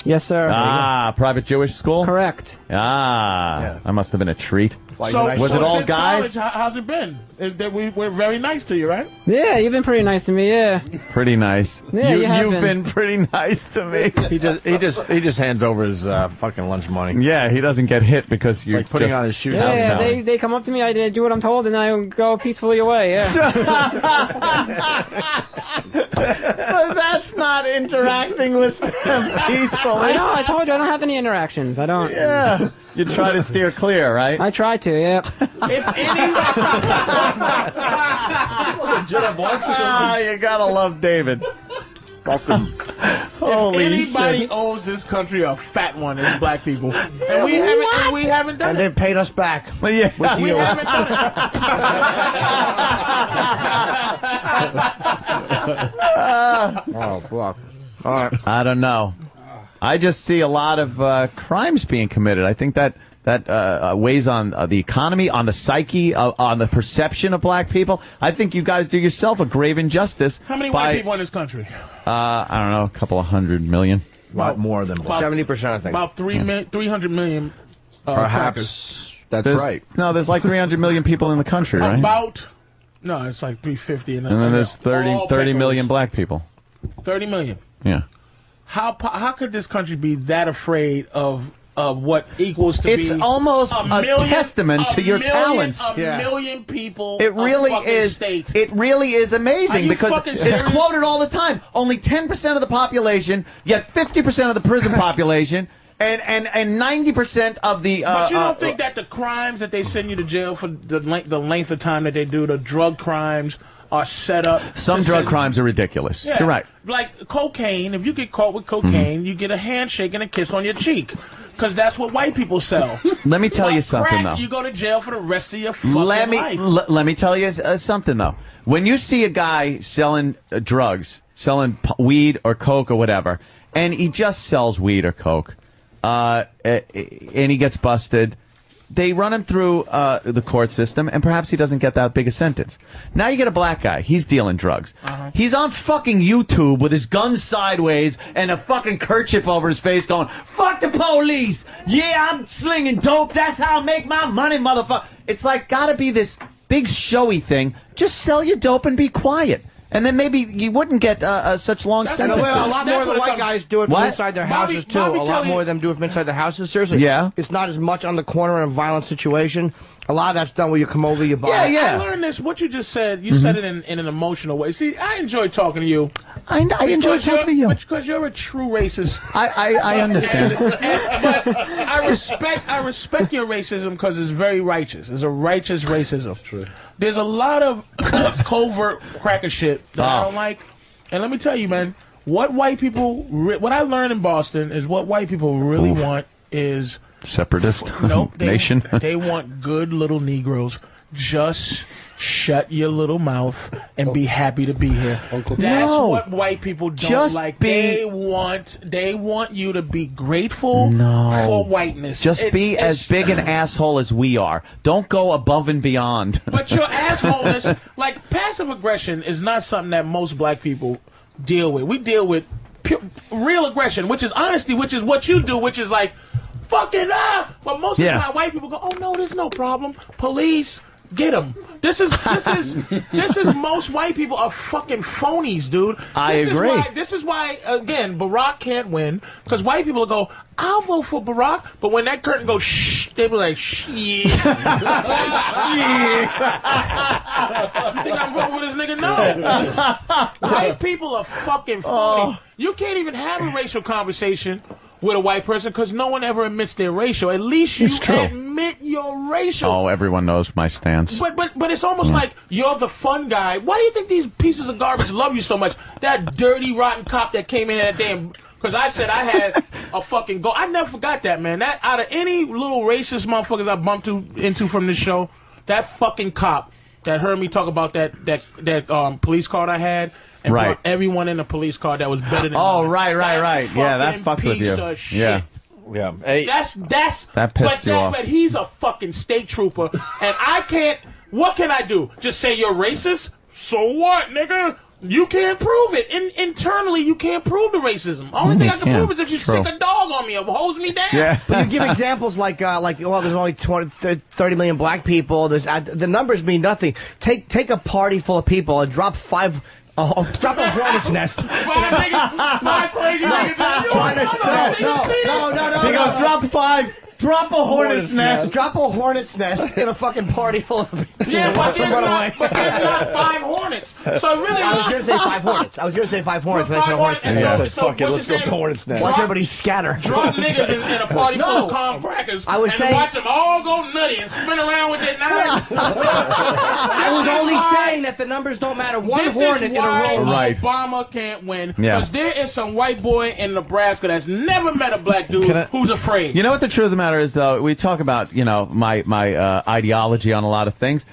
[SPEAKER 19] Yes, sir.
[SPEAKER 2] Ah, private Jewish school?
[SPEAKER 19] Correct.
[SPEAKER 2] Ah, I must have been a treat. was it all
[SPEAKER 3] since college,
[SPEAKER 2] guys?
[SPEAKER 3] how- how's it been? Uh, that we, we're very nice to you, right?
[SPEAKER 19] Yeah, you've been pretty nice to me. Yeah.
[SPEAKER 2] Pretty nice.
[SPEAKER 19] Yeah, you have
[SPEAKER 2] have
[SPEAKER 19] been.
[SPEAKER 2] been. pretty <laughs> nice to me.
[SPEAKER 4] He just he just he just hands over his uh, fucking lunch money.
[SPEAKER 2] yeah, he doesn't get hit because you're
[SPEAKER 4] like putting
[SPEAKER 2] just-
[SPEAKER 4] on his shoes.
[SPEAKER 19] Yeah, yeah, they they
[SPEAKER 2] <laughs>
[SPEAKER 19] <laughs> come up to me. I do what I'm told, and I go peacefully away. Yeah.
[SPEAKER 26] so that's not interacting with them peacefully.
[SPEAKER 19] <laughs> I know. I told you I don't have any interactions. I don't.
[SPEAKER 2] Yeah. You try <laughs> to steer clear, right?
[SPEAKER 19] I try to. Yep.
[SPEAKER 26] if any.
[SPEAKER 2] <laughs> ah, you gotta love David. Fucking. Holy
[SPEAKER 3] if anybody
[SPEAKER 2] shit.
[SPEAKER 3] owes this country a fat one, it's black people, and we haven't and we haven't done
[SPEAKER 12] And
[SPEAKER 3] it.
[SPEAKER 12] they paid us back.
[SPEAKER 2] Well, yeah.
[SPEAKER 12] With
[SPEAKER 3] We
[SPEAKER 12] you.
[SPEAKER 3] haven't done it.
[SPEAKER 12] <laughs>
[SPEAKER 2] oh, fuck. All right. I don't know. I just see a lot of uh, crimes being committed. I think that that uh, uh, weighs on uh, the economy, on the psyche, uh, on the perception of black people. I think you guys do yourself a grave injustice.
[SPEAKER 3] How many
[SPEAKER 2] by,
[SPEAKER 3] white people in this country?
[SPEAKER 2] Uh, I don't know, a couple of hundred million.
[SPEAKER 3] A lot
[SPEAKER 2] more than
[SPEAKER 3] About- About three mi- 300 million. Uh,
[SPEAKER 2] Perhaps that's right. No, there's like 300 million people in the country,
[SPEAKER 3] crackers. <laughs>
[SPEAKER 2] right?
[SPEAKER 3] About no, it's like 350, and,
[SPEAKER 2] and then there's 30,
[SPEAKER 3] all
[SPEAKER 2] 30 million
[SPEAKER 3] paperless.
[SPEAKER 2] black people.
[SPEAKER 3] 30 million.
[SPEAKER 2] Yeah.
[SPEAKER 3] How po- how could this country be that afraid of of what equals to
[SPEAKER 2] It's
[SPEAKER 3] be
[SPEAKER 2] almost a testament
[SPEAKER 3] a
[SPEAKER 2] to your
[SPEAKER 3] million-
[SPEAKER 2] talents.
[SPEAKER 3] A
[SPEAKER 2] Yeah.
[SPEAKER 3] million people.
[SPEAKER 2] It
[SPEAKER 3] a
[SPEAKER 2] really
[SPEAKER 3] fucking
[SPEAKER 2] is.
[SPEAKER 3] State.
[SPEAKER 2] It really is
[SPEAKER 3] Are
[SPEAKER 2] amazing
[SPEAKER 3] you
[SPEAKER 2] because
[SPEAKER 3] fucking
[SPEAKER 2] it's
[SPEAKER 3] serious?
[SPEAKER 2] quoted all the time. Only ten percent of the population, yet fifty percent of
[SPEAKER 3] <laughs>
[SPEAKER 2] the prison population, and and and ninety percent of the. Uh,
[SPEAKER 3] But you
[SPEAKER 2] uh,
[SPEAKER 3] don't think that the crimes that they send you to jail for the length, the length of time that they do, the drug crimes are set up.
[SPEAKER 2] some
[SPEAKER 3] to
[SPEAKER 2] drug
[SPEAKER 3] send-
[SPEAKER 2] crimes are ridiculous.
[SPEAKER 3] Yeah.
[SPEAKER 2] You're right. Mm-hmm.
[SPEAKER 3] Like cocaine, if you get caught with cocaine, you get a handshake and a kiss on your cheek. Because that's what white people sell.
[SPEAKER 2] <laughs> Let me tell you something
[SPEAKER 3] Crack,
[SPEAKER 2] though.
[SPEAKER 3] You go to jail for the rest of your fucking
[SPEAKER 2] let me
[SPEAKER 3] life.
[SPEAKER 2] le- let me tell you uh, something though. When you see a guy selling uh, drugs, selling p- weed or coke or whatever, and he just sells weed or coke, uh, a- a- and he gets busted, they run him through uh, the court system, and perhaps he doesn't get that big a sentence. Now you get a black guy. He's dealing drugs.
[SPEAKER 12] Uh-huh.
[SPEAKER 2] He's on fucking YouTube with his gun sideways and a fucking kerchief over his face, going "fuck the police." Yeah, I'm slinging dope. That's how I make my money, motherfucker. It's like gotta be this big showy thing. Just sell your dope and be quiet, and then maybe you wouldn't get uh, uh, such long
[SPEAKER 12] That's-
[SPEAKER 2] sentences.
[SPEAKER 12] well, a lot more of the white guys do it from
[SPEAKER 2] What?
[SPEAKER 12] inside their
[SPEAKER 2] Bobby-
[SPEAKER 12] houses too.
[SPEAKER 2] Bobby
[SPEAKER 12] a lot
[SPEAKER 2] Kelly-
[SPEAKER 12] more of them do it from inside their houses. Seriously,
[SPEAKER 2] Yeah.
[SPEAKER 12] it's not as much on the corner in a violent situation. A lot of that's done where you come over, you buy.
[SPEAKER 3] I- I learned this. What you just said, you
[SPEAKER 2] Mm-hmm.
[SPEAKER 12] Mhm.
[SPEAKER 3] said it in, in an emotional way. See, I enjoy talking to you.
[SPEAKER 2] I, I enjoy talking to you
[SPEAKER 3] because you're a true racist.
[SPEAKER 2] I I,
[SPEAKER 12] <laughs>
[SPEAKER 2] I understand.
[SPEAKER 3] I respect I respect your racism because it's very righteous. It's a righteous racism. There's a lot of <coughs> covert cracker shit that I
[SPEAKER 2] Oh.
[SPEAKER 3] don't like. And let me tell you, man, what white people, re- what I learned in Boston is what white people really
[SPEAKER 2] Oof.
[SPEAKER 3] want is
[SPEAKER 2] Separatist
[SPEAKER 3] nope, they,
[SPEAKER 2] <laughs> nation.
[SPEAKER 3] <laughs>
[SPEAKER 12] <laughs>
[SPEAKER 3] they want good little Negroes. Just shut your little mouth and be happy to be here. That's
[SPEAKER 2] No.
[SPEAKER 3] what
[SPEAKER 19] Oh.
[SPEAKER 3] white people don't
[SPEAKER 2] Just
[SPEAKER 3] like.
[SPEAKER 2] be-
[SPEAKER 3] They want they want you to be grateful
[SPEAKER 2] No.
[SPEAKER 3] for whiteness.
[SPEAKER 2] Oh, Just
[SPEAKER 3] It's-
[SPEAKER 2] be
[SPEAKER 3] it's-
[SPEAKER 2] as
[SPEAKER 3] <laughs>
[SPEAKER 2] big an asshole as we are. Don't go above and beyond.
[SPEAKER 3] <laughs> But your
[SPEAKER 2] <laughs>
[SPEAKER 3] assholeness, like passive aggression, is not something that most black people deal with. We deal with pu- real aggression, which is honesty, which is what you do, which is like fucking ah. But most of
[SPEAKER 2] Yeah.
[SPEAKER 3] the time, white <laughs> people go, "Oh no, there's no problem. Police." Get them. This is
[SPEAKER 2] <laughs>
[SPEAKER 3] this is this is most white people are fucking phonies, dude.
[SPEAKER 2] I
[SPEAKER 3] this
[SPEAKER 2] agree.
[SPEAKER 3] Is why, this is why again Barack can't win because white people go, "I'll vote for Barack," but when that curtain goes, shh, they be like,
[SPEAKER 2] <laughs>
[SPEAKER 3] "Shit." you think I'm wrong with this nigga? <laughs> No. white people are fucking
[SPEAKER 2] Oh.
[SPEAKER 3] phony. You can't even have a racial conversation with a white person because no one ever admits their racial. At least you
[SPEAKER 2] It's true.
[SPEAKER 3] admit your racial.
[SPEAKER 2] oh, everyone knows my
[SPEAKER 3] <laughs>
[SPEAKER 2] stance.
[SPEAKER 3] But but but it's almost like you're the fun guy. Why do you think these pieces of garbage love you so much? That dirty rotten cop that came in that day and because I said I had a fucking goal. I never forgot that man. That out of any little racist motherfuckers I bumped to, into from this show, that fucking cop that heard me talk about that that that um, police card I had. And
[SPEAKER 2] Right.
[SPEAKER 3] brought everyone in a police car that was better than
[SPEAKER 2] Oh,
[SPEAKER 3] mine.
[SPEAKER 2] right, right, right. Yeah, that
[SPEAKER 3] fucking
[SPEAKER 2] fucked with
[SPEAKER 3] piece
[SPEAKER 2] you.
[SPEAKER 3] of shit.
[SPEAKER 2] Yeah.
[SPEAKER 4] Yeah.
[SPEAKER 3] That's that's
[SPEAKER 2] That pissed
[SPEAKER 3] but
[SPEAKER 2] you off.
[SPEAKER 3] But he's a fucking state trooper, and I can't. What can I do? Just say you're racist? So what, nigga? You can't prove it. In, internally, you can't prove the racism. Only
[SPEAKER 12] Mm,
[SPEAKER 3] thing
[SPEAKER 12] you
[SPEAKER 3] I can,
[SPEAKER 12] can.
[SPEAKER 3] prove is if you
[SPEAKER 12] True.
[SPEAKER 3] stick a dog on me or holds me down.
[SPEAKER 12] but you give examples like uh, like well, there's only 20, thir- 30 million black people. There's uh, the numbers mean nothing. Take take a party full of people and drop five. Uh, drop a hornet's nest.
[SPEAKER 3] <laughs> Five
[SPEAKER 2] <laughs>
[SPEAKER 3] niggas, five crazy
[SPEAKER 12] No,
[SPEAKER 3] niggas.
[SPEAKER 12] five- no,
[SPEAKER 3] You- you know,
[SPEAKER 12] no,
[SPEAKER 3] niggas see this?
[SPEAKER 12] no, no, no,
[SPEAKER 2] He goes, drop five.
[SPEAKER 8] Drop a
[SPEAKER 3] hornet's nest.
[SPEAKER 8] Drop a hornet's nest in a fucking party full of people.
[SPEAKER 3] Yeah,
[SPEAKER 8] and
[SPEAKER 3] but
[SPEAKER 8] watch them
[SPEAKER 3] there's
[SPEAKER 8] run
[SPEAKER 3] not,
[SPEAKER 8] away.
[SPEAKER 3] but there's not five hornets. So really,
[SPEAKER 8] I was gonna say five hornets. I was gonna say five hornets.
[SPEAKER 3] But
[SPEAKER 8] and I said
[SPEAKER 3] five
[SPEAKER 8] hornets.
[SPEAKER 3] hornets,
[SPEAKER 8] nest.
[SPEAKER 3] so- Yeah. so Fuck it, what's let's his go name? hornet's nest.
[SPEAKER 8] Watch
[SPEAKER 3] Drop-
[SPEAKER 8] everybody scatter.
[SPEAKER 3] Drop niggas in, in a party
[SPEAKER 8] no.
[SPEAKER 3] full of calm crackers
[SPEAKER 8] I was
[SPEAKER 3] and
[SPEAKER 8] saying-
[SPEAKER 3] watch them all go nutty and spin around with their <laughs> knives.
[SPEAKER 8] I was only saying that the numbers don't matter. One
[SPEAKER 3] this
[SPEAKER 8] hornet
[SPEAKER 3] is why
[SPEAKER 8] in a row.
[SPEAKER 2] Right.
[SPEAKER 3] Obama can't win
[SPEAKER 2] Yeah.
[SPEAKER 3] because there is some white boy in Nebraska that's never met a black dude
[SPEAKER 2] Can I-
[SPEAKER 3] who's afraid.
[SPEAKER 2] <laughs> You know what the truth of the matter is, though. We talk about you know my my uh, ideology on a lot of things,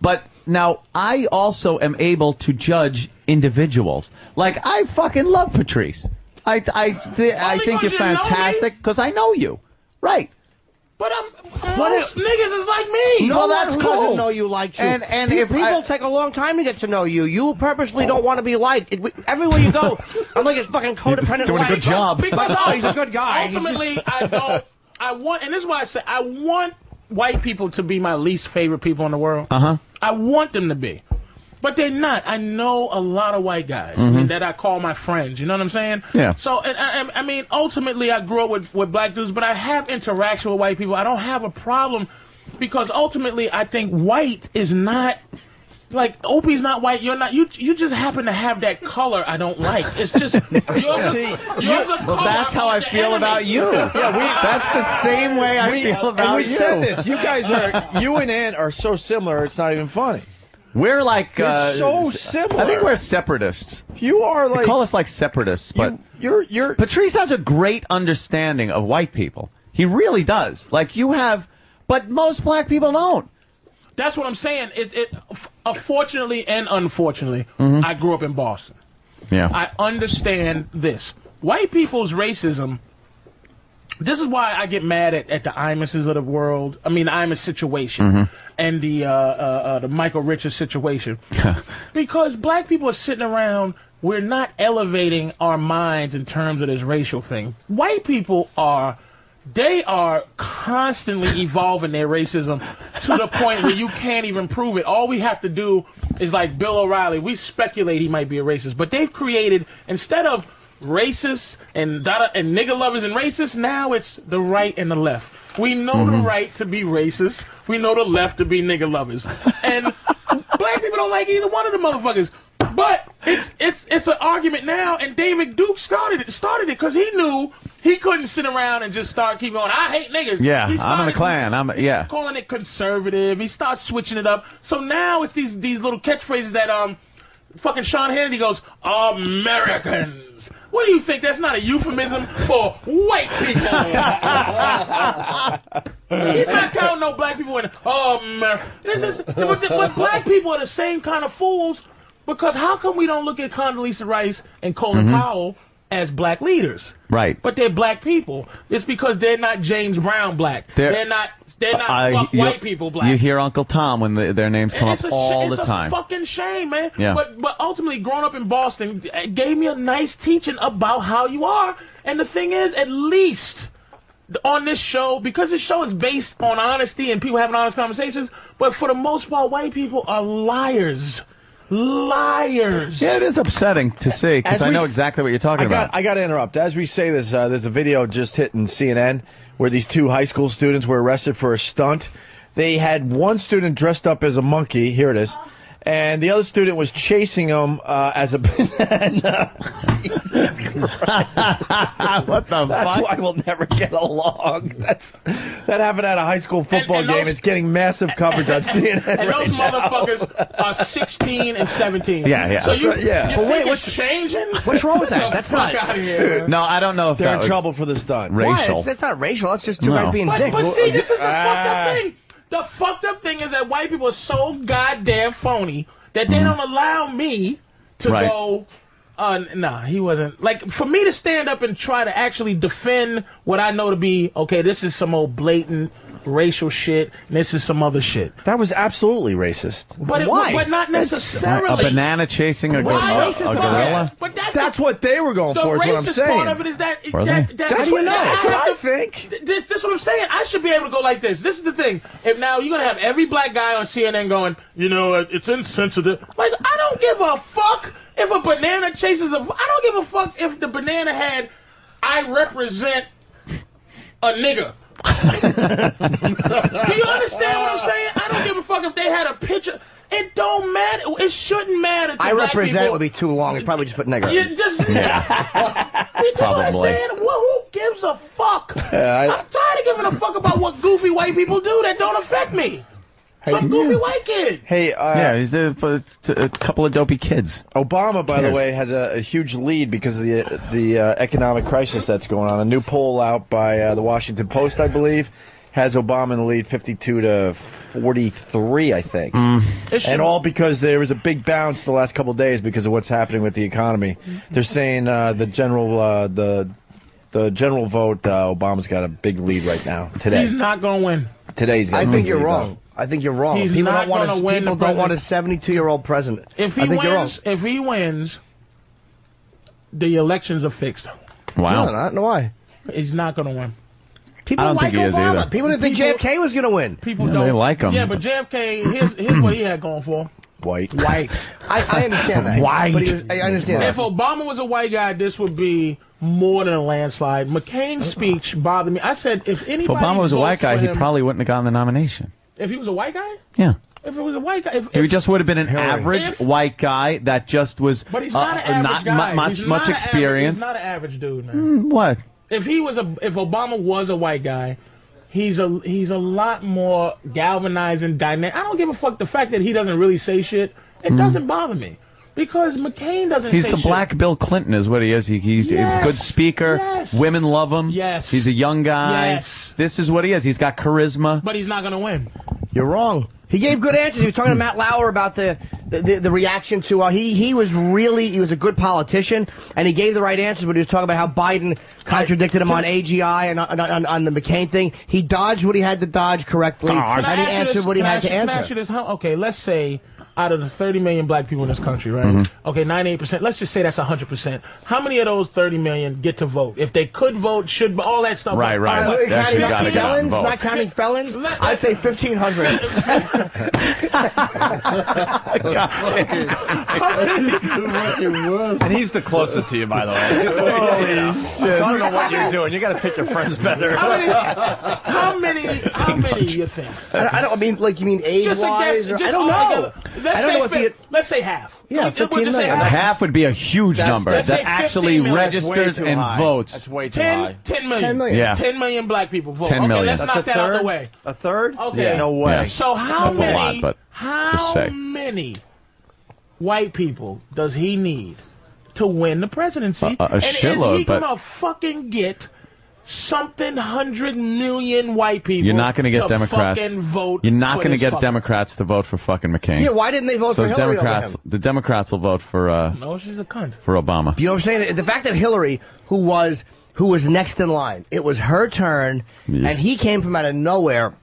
[SPEAKER 2] but now I also am able to judge individuals. Like I fucking love Patrice. I I th- I
[SPEAKER 3] Only
[SPEAKER 2] think
[SPEAKER 3] 'cause
[SPEAKER 2] you're
[SPEAKER 3] you know me.
[SPEAKER 2] fantastic because I know you. Right.
[SPEAKER 3] But I'm most niggas is like me.
[SPEAKER 8] No
[SPEAKER 3] Well,
[SPEAKER 8] one
[SPEAKER 3] that's
[SPEAKER 8] who
[SPEAKER 3] cool.
[SPEAKER 8] doesn't know you likes you.
[SPEAKER 3] And- and
[SPEAKER 8] Pe-
[SPEAKER 3] if
[SPEAKER 8] people
[SPEAKER 3] I-
[SPEAKER 8] take a long time to get to know you, you purposely don't want to be liked. It, everywhere you <laughs> go, I'm like a fucking codependent.
[SPEAKER 3] doing a
[SPEAKER 8] white.
[SPEAKER 3] good job. Because
[SPEAKER 8] No,
[SPEAKER 3] I-
[SPEAKER 8] <laughs> he's a good guy. He's just-
[SPEAKER 3] Ultimately, I don't. I want, and this is why I say I want white people to be my least favorite people in the world.
[SPEAKER 2] Uh huh.
[SPEAKER 3] I want them to be. But they're not. I know a lot of white guys
[SPEAKER 2] Mhm.
[SPEAKER 3] that I call my friends. You know what I'm saying?
[SPEAKER 2] Yeah.
[SPEAKER 3] So, and I, I- I mean, ultimately, I grew up with, with black dudes, but I have interaction with white people. I don't have a problem because ultimately, I think white is not. Like Opie's not white, you're not. You you just happen to have that color I don't like. It's
[SPEAKER 2] <laughs>
[SPEAKER 3] just you're the,
[SPEAKER 2] See,
[SPEAKER 3] you're the
[SPEAKER 2] well,
[SPEAKER 3] color
[SPEAKER 2] that's how I
[SPEAKER 3] of the
[SPEAKER 2] feel
[SPEAKER 3] enemy.
[SPEAKER 2] about you.
[SPEAKER 4] that's the same way
[SPEAKER 2] I feel about
[SPEAKER 4] we
[SPEAKER 2] you.
[SPEAKER 4] said this. You guys are you and Ann are so similar. It's not even funny.
[SPEAKER 2] We're like
[SPEAKER 4] You're
[SPEAKER 2] uh,
[SPEAKER 4] so
[SPEAKER 2] s-
[SPEAKER 4] similar.
[SPEAKER 2] I think we're separatists.
[SPEAKER 4] You are
[SPEAKER 2] They
[SPEAKER 4] like
[SPEAKER 2] call us like separatists, but
[SPEAKER 4] you're you're
[SPEAKER 2] Patrice has a great understanding of white people. He really does. Like you have, but most black people don't.
[SPEAKER 3] That's what I'm saying. It, it f- uh, fortunately and unfortunately,
[SPEAKER 2] Mhm.
[SPEAKER 3] I grew up in Boston.
[SPEAKER 2] Yeah.
[SPEAKER 3] I understand this. White people's racism. This is why I get mad at, at the Imuses of the world. I mean, the Imus situation
[SPEAKER 2] Mhm.
[SPEAKER 3] and the uh, uh, uh, the Michael Richards situation, because black people are sitting around. We're not elevating our minds in terms of this racial thing. White people are. They are constantly evolving their racism to the point where you can't even prove it. All we have to do is like Bill O'Reilly. We speculate he might be a racist, but they've created instead of racists and da and nigger lovers and racists, now it's the right and the left. We know
[SPEAKER 2] Mhm.
[SPEAKER 3] the right to be racist. We know the left to be nigger lovers, and black people don't like either one of the motherfuckers. But it's it's it's an argument now, and David Duke started it started it because he knew he couldn't sit around and just start keep going. I hate niggas.
[SPEAKER 2] Yeah,
[SPEAKER 3] He
[SPEAKER 2] I'm in the
[SPEAKER 3] started-
[SPEAKER 2] Klan. I'm yeah.
[SPEAKER 3] calling it conservative. He starts switching it up. So now it's these these little catchphrases that um fucking Sean Hannity goes, Americans. What do you think? That's not a euphemism for white
[SPEAKER 2] <laughs>
[SPEAKER 3] people. He's not counting no black people in Amer. This is but, but black people are the same kind of fools because how come we don't look at Condoleezza Rice and Colin
[SPEAKER 2] Mhm.
[SPEAKER 3] Powell as black leaders?
[SPEAKER 2] Right.
[SPEAKER 3] But they're black people. It's because they're not James Brown black. They're,
[SPEAKER 2] They're-
[SPEAKER 3] not. They're not
[SPEAKER 2] I-
[SPEAKER 3] fuck
[SPEAKER 2] you-
[SPEAKER 3] white people black.
[SPEAKER 2] You hear Uncle Tom when the, their names
[SPEAKER 3] And
[SPEAKER 2] come up
[SPEAKER 3] it's a, sh-
[SPEAKER 2] all
[SPEAKER 3] it's
[SPEAKER 2] the
[SPEAKER 3] a
[SPEAKER 2] time.
[SPEAKER 3] fucking shame, man.
[SPEAKER 2] Yeah.
[SPEAKER 3] But but ultimately, growing up in Boston it gave me a nice teaching about how you are. And the thing is, at least on this show, because this show is based on honesty and people having honest conversations, but for the most part, white people are liars, liars.
[SPEAKER 2] yeah, it is upsetting to see because
[SPEAKER 4] As
[SPEAKER 2] I
[SPEAKER 4] we
[SPEAKER 2] know
[SPEAKER 4] s-
[SPEAKER 2] exactly what you're talking
[SPEAKER 4] I got,
[SPEAKER 2] about.
[SPEAKER 4] I got to interrupt. As we say this, uh, there's a video just hitting CNN where these two high school students were arrested for a stunt. They had one student dressed up as a monkey. Here it is. And the other student was chasing him uh, as a <laughs> banana.
[SPEAKER 2] <laughs> what the
[SPEAKER 4] That's
[SPEAKER 2] fuck?
[SPEAKER 4] why we'll never get along. That's that happened at a high school football
[SPEAKER 3] and
[SPEAKER 4] game.
[SPEAKER 3] those-
[SPEAKER 4] it's getting massive coverage on
[SPEAKER 3] <laughs> <laughs> And
[SPEAKER 4] CNN. right
[SPEAKER 3] those
[SPEAKER 4] now.
[SPEAKER 3] motherfuckers are 16 and 17.
[SPEAKER 4] Yeah, yeah.
[SPEAKER 3] So you,
[SPEAKER 4] That's right, yeah.
[SPEAKER 3] you
[SPEAKER 4] But
[SPEAKER 3] think
[SPEAKER 4] wait,
[SPEAKER 3] it's changing?
[SPEAKER 8] What's wrong
[SPEAKER 3] <laughs>
[SPEAKER 8] with that?
[SPEAKER 3] The
[SPEAKER 8] That's
[SPEAKER 3] fuck
[SPEAKER 8] not-
[SPEAKER 3] outta here. man.
[SPEAKER 2] <laughs> No, I don't know if
[SPEAKER 4] They're
[SPEAKER 2] that
[SPEAKER 4] in
[SPEAKER 2] was
[SPEAKER 4] trouble for the stunt.
[SPEAKER 2] Racial.
[SPEAKER 8] Why? That's not racial. That's just two
[SPEAKER 2] No.
[SPEAKER 8] guys being
[SPEAKER 3] But,
[SPEAKER 8] dicks.
[SPEAKER 3] but see, this is the fucked
[SPEAKER 4] Ah.
[SPEAKER 3] up thing. The fucked up thing is that white people are so goddamn phony that they don't allow me to
[SPEAKER 2] Right.
[SPEAKER 3] go. Uh, nah, he wasn't. Like for me to stand up and try to actually defend what I know to be okay. This is some old blatant racial shit. And this is some other shit.
[SPEAKER 4] That was absolutely racist.
[SPEAKER 3] But it,
[SPEAKER 4] Why?
[SPEAKER 3] But not
[SPEAKER 4] That's-
[SPEAKER 3] necessarily.
[SPEAKER 2] a banana chasing a,
[SPEAKER 4] What's
[SPEAKER 2] gorilla-
[SPEAKER 4] racist
[SPEAKER 2] a
[SPEAKER 4] about
[SPEAKER 2] gorilla.
[SPEAKER 3] But that's
[SPEAKER 4] That's what they were going
[SPEAKER 3] the
[SPEAKER 4] for. Is what I'm
[SPEAKER 3] racist
[SPEAKER 4] saying.
[SPEAKER 3] part of it is that,
[SPEAKER 2] Were
[SPEAKER 3] that,
[SPEAKER 2] they?
[SPEAKER 3] that
[SPEAKER 4] That's
[SPEAKER 3] I
[SPEAKER 4] what-
[SPEAKER 3] should-
[SPEAKER 4] no, that's
[SPEAKER 3] have
[SPEAKER 4] what I
[SPEAKER 3] to-
[SPEAKER 4] think.
[SPEAKER 3] th- This this is what I'm saying. I should be able to go like this. This is the thing. If now you're gonna have every black guy on CNN going, you know, uh, it's insensitive. Like I don't give a fuck if a banana chases a. I don't give a fuck if the banana had. I represent a nigga. <laughs> Do you understand what I'm saying? I don't give a fuck if they had a picture. It don't matter. It shouldn't matter. To
[SPEAKER 8] I
[SPEAKER 3] black
[SPEAKER 8] represent
[SPEAKER 3] people.
[SPEAKER 8] would be too long. We probably just put
[SPEAKER 3] You
[SPEAKER 8] negative. <laughs>
[SPEAKER 3] just <laughs> you do
[SPEAKER 8] Probably.
[SPEAKER 3] understand? Well, who gives a fuck?
[SPEAKER 8] Yeah, I-
[SPEAKER 3] I, am tired of giving a fuck about what goofy white people do that don't affect me. Some goofy white kid.
[SPEAKER 27] Hey, uh,
[SPEAKER 2] yeah, he's there for t- a couple of dopey kids.
[SPEAKER 27] Obama, by the
[SPEAKER 2] Cares.
[SPEAKER 27] way, has a, a huge lead because of the the uh, economic crisis that's going on. A new poll out by uh, the Washington Post, I believe, has Obama in the lead, fifty-two to forty-three, I think,
[SPEAKER 2] Mm.
[SPEAKER 3] It should-
[SPEAKER 27] and all because there was a big bounce the last couple of days because of what's happening with the economy.
[SPEAKER 3] Mm-hmm.
[SPEAKER 27] They're saying uh, the general uh, the the general vote, uh, Obama's got a big lead right now
[SPEAKER 3] He's
[SPEAKER 27] today.
[SPEAKER 3] not gonna win.
[SPEAKER 27] Today he's got.
[SPEAKER 8] I
[SPEAKER 27] a
[SPEAKER 8] think
[SPEAKER 27] big
[SPEAKER 8] you're
[SPEAKER 27] lead,
[SPEAKER 8] wrong. I think you're wrong.
[SPEAKER 3] He's
[SPEAKER 8] people
[SPEAKER 3] not
[SPEAKER 8] don't want
[SPEAKER 3] gonna
[SPEAKER 8] a,
[SPEAKER 3] win
[SPEAKER 8] people
[SPEAKER 3] the
[SPEAKER 8] don't want a
[SPEAKER 3] president.
[SPEAKER 8] 72 year old president.
[SPEAKER 3] If
[SPEAKER 8] I
[SPEAKER 3] he
[SPEAKER 8] think you're wrong.
[SPEAKER 3] wins, if he wins, the elections are fixed.
[SPEAKER 8] No, no, I don't know why.
[SPEAKER 3] He's not gonna win.
[SPEAKER 8] People
[SPEAKER 3] I don't
[SPEAKER 8] like
[SPEAKER 3] think he is
[SPEAKER 8] Obama.
[SPEAKER 3] either.
[SPEAKER 8] People didn't think
[SPEAKER 3] People-
[SPEAKER 8] JFK was going to win.
[SPEAKER 3] People
[SPEAKER 2] Yeah,
[SPEAKER 3] don't
[SPEAKER 2] they like him.
[SPEAKER 3] Yeah, but JFK, here's here's what he had going for. him.
[SPEAKER 27] White.
[SPEAKER 3] White.
[SPEAKER 8] I, I understand that.
[SPEAKER 3] White.
[SPEAKER 8] But he was, I understand
[SPEAKER 3] If
[SPEAKER 8] that.
[SPEAKER 3] Obama was a white guy, this would be more than a landslide. McCain's speech bothered me. I said, if
[SPEAKER 2] If
[SPEAKER 3] anybody
[SPEAKER 2] Obama was a
[SPEAKER 3] votes
[SPEAKER 2] white guy,
[SPEAKER 3] for
[SPEAKER 2] he
[SPEAKER 3] him-
[SPEAKER 2] probably wouldn't have gotten the nomination.
[SPEAKER 3] if he was a white guy,
[SPEAKER 2] Yeah.
[SPEAKER 3] if it was a white guy, if,
[SPEAKER 2] He
[SPEAKER 3] if-
[SPEAKER 2] just would have been an
[SPEAKER 3] Hillary.
[SPEAKER 2] average
[SPEAKER 3] If-
[SPEAKER 2] white guy that just was
[SPEAKER 3] But he's
[SPEAKER 2] uh,
[SPEAKER 3] not an
[SPEAKER 2] not
[SPEAKER 3] average guy.
[SPEAKER 2] mu- much,
[SPEAKER 3] He's not an
[SPEAKER 2] much
[SPEAKER 3] average-
[SPEAKER 2] experience.
[SPEAKER 3] he's not an average dude, man.
[SPEAKER 8] Hmm,
[SPEAKER 2] Mm, what?
[SPEAKER 3] If he was a, if Obama was a white guy, he's a he's a lot more galvanizing, dynamic. I don't give a fuck the fact that he doesn't really say shit. It
[SPEAKER 2] Mm.
[SPEAKER 3] doesn't bother me because McCain doesn't.
[SPEAKER 2] He's
[SPEAKER 3] say
[SPEAKER 2] the
[SPEAKER 3] shit.
[SPEAKER 2] black Bill Clinton, is what he is. He, he's
[SPEAKER 3] Yes.
[SPEAKER 2] a good speaker.
[SPEAKER 3] Yes.
[SPEAKER 2] Women love him.
[SPEAKER 3] Yes.
[SPEAKER 2] He's a young guy.
[SPEAKER 3] Yes.
[SPEAKER 2] This is what he is. He's got charisma.
[SPEAKER 3] But he's not gonna win.
[SPEAKER 8] You're wrong. He gave good answers. He was talking to Matt Lauer about the the, the, the reaction to uh, he he was really he was a good politician and he gave the right answers. But he was talking about how Biden contradicted him on AGI and on, on, on the McCain thing. He dodged what he had to dodge correctly,
[SPEAKER 3] Can I
[SPEAKER 8] and he
[SPEAKER 3] ask you
[SPEAKER 8] answered
[SPEAKER 3] this-
[SPEAKER 8] what he
[SPEAKER 3] can I
[SPEAKER 8] had
[SPEAKER 3] ask
[SPEAKER 8] to
[SPEAKER 3] you- can I
[SPEAKER 8] answer.
[SPEAKER 3] ask you this? How- okay, let's say out of the 30 million black people in this country, right?
[SPEAKER 9] Mhm.
[SPEAKER 2] Mm-hmm.
[SPEAKER 3] Okay, 98%. Let's just say that's 100%. How many of those 30 million get to vote? If they could vote, should all that stuff.
[SPEAKER 2] Right, right.
[SPEAKER 3] All
[SPEAKER 2] That's
[SPEAKER 3] counting
[SPEAKER 2] who gotta get out and
[SPEAKER 8] felons, not counting felons, I'd say fifteen hundred.
[SPEAKER 4] and he's the closest to you, by the
[SPEAKER 2] <laughs>
[SPEAKER 4] way. So I don't know what you're doing. You got to pick your friends better.
[SPEAKER 3] How
[SPEAKER 8] <laughs>
[SPEAKER 3] many? <laughs> How many? How many? You think?
[SPEAKER 8] I don't, I don't I mean like you mean
[SPEAKER 3] <laughs>
[SPEAKER 8] age
[SPEAKER 3] Just a guess.
[SPEAKER 8] wise.
[SPEAKER 3] Just
[SPEAKER 8] I don't know.
[SPEAKER 3] altogether. Let's
[SPEAKER 8] I don't
[SPEAKER 3] say
[SPEAKER 8] know what the
[SPEAKER 3] fif- let's say half.
[SPEAKER 8] Yeah,
[SPEAKER 3] We'll- we'll
[SPEAKER 8] 15
[SPEAKER 3] just say
[SPEAKER 8] million.
[SPEAKER 3] half.
[SPEAKER 2] Half would be a huge
[SPEAKER 3] That's-
[SPEAKER 2] number
[SPEAKER 3] let's
[SPEAKER 2] that
[SPEAKER 3] say 15
[SPEAKER 2] actually
[SPEAKER 3] million.
[SPEAKER 2] registers and votes.
[SPEAKER 3] 10, 10 million.
[SPEAKER 2] 10 million. Yeah.
[SPEAKER 3] 10 million black people vote.
[SPEAKER 2] 10
[SPEAKER 3] okay,
[SPEAKER 2] million.
[SPEAKER 3] let's
[SPEAKER 2] That's
[SPEAKER 3] knock
[SPEAKER 2] a
[SPEAKER 3] that out of the
[SPEAKER 2] third?
[SPEAKER 3] way.
[SPEAKER 27] A third?
[SPEAKER 3] Okay.
[SPEAKER 27] Yeah. No way. Yeah.
[SPEAKER 3] So how
[SPEAKER 27] That's a
[SPEAKER 3] many?
[SPEAKER 27] lot, but
[SPEAKER 3] how
[SPEAKER 27] just say.
[SPEAKER 3] many white people does he need to win the presidency?
[SPEAKER 2] A- a
[SPEAKER 3] and is he
[SPEAKER 2] shitload, but-
[SPEAKER 3] gonna fucking get something hundred million white people?
[SPEAKER 2] You're not going to get Democrats.
[SPEAKER 3] fucking vote.
[SPEAKER 2] You're not
[SPEAKER 3] for
[SPEAKER 2] going to
[SPEAKER 3] this
[SPEAKER 2] get
[SPEAKER 3] fucking-
[SPEAKER 2] Democrats to vote for fucking McCain.
[SPEAKER 8] Yeah, why didn't they vote
[SPEAKER 2] so
[SPEAKER 8] for Hillary over
[SPEAKER 2] Democrats,
[SPEAKER 8] him?
[SPEAKER 2] The Democrats will vote for uh,
[SPEAKER 3] No, she's a cunt.
[SPEAKER 2] for Obama.
[SPEAKER 8] You know what I'm saying? The fact that Hillary, who was who was next in line, it was her turn,
[SPEAKER 2] Yeah.
[SPEAKER 8] and he came from out of nowhere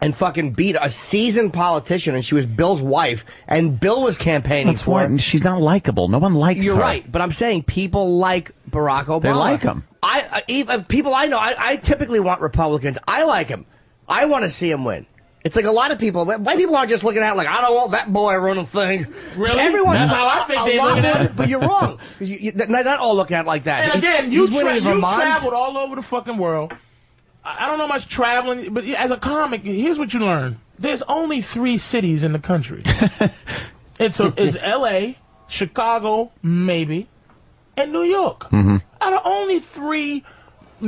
[SPEAKER 8] and fucking beat a seasoned politician, and she was Bill's wife, and Bill was campaigning
[SPEAKER 2] That's
[SPEAKER 8] for
[SPEAKER 2] why
[SPEAKER 8] her.
[SPEAKER 2] she's not likable. No one likes
[SPEAKER 8] You're
[SPEAKER 2] her.
[SPEAKER 8] right, but I'm saying people like Barack Obama.
[SPEAKER 2] They like him.
[SPEAKER 8] I uh, even people I know. I, I typically want Republicans. I like him. I want to see him win. It's like a lot of people. White people aren't just looking at it like I don't want that boy running things.
[SPEAKER 3] Really?
[SPEAKER 8] Everyone.
[SPEAKER 3] That's how I think
[SPEAKER 8] a
[SPEAKER 3] they
[SPEAKER 8] lot
[SPEAKER 3] look
[SPEAKER 8] of
[SPEAKER 3] at
[SPEAKER 8] them-
[SPEAKER 3] it.
[SPEAKER 8] But you're wrong. <laughs> 'Cause you- you- they're not all looking at it like that.
[SPEAKER 3] And
[SPEAKER 8] He's-
[SPEAKER 3] again, you,
[SPEAKER 8] he's winning
[SPEAKER 3] tra-
[SPEAKER 8] in
[SPEAKER 3] you
[SPEAKER 8] Vermont.
[SPEAKER 3] traveled all over the fucking world. I I don't know much traveling, but as a comic, here's what you learn: there's only three cities in the
[SPEAKER 8] <laughs>
[SPEAKER 3] country. it's a, it's L.A., Chicago, maybe, and New York.
[SPEAKER 2] Mm-hmm.
[SPEAKER 3] Out of only three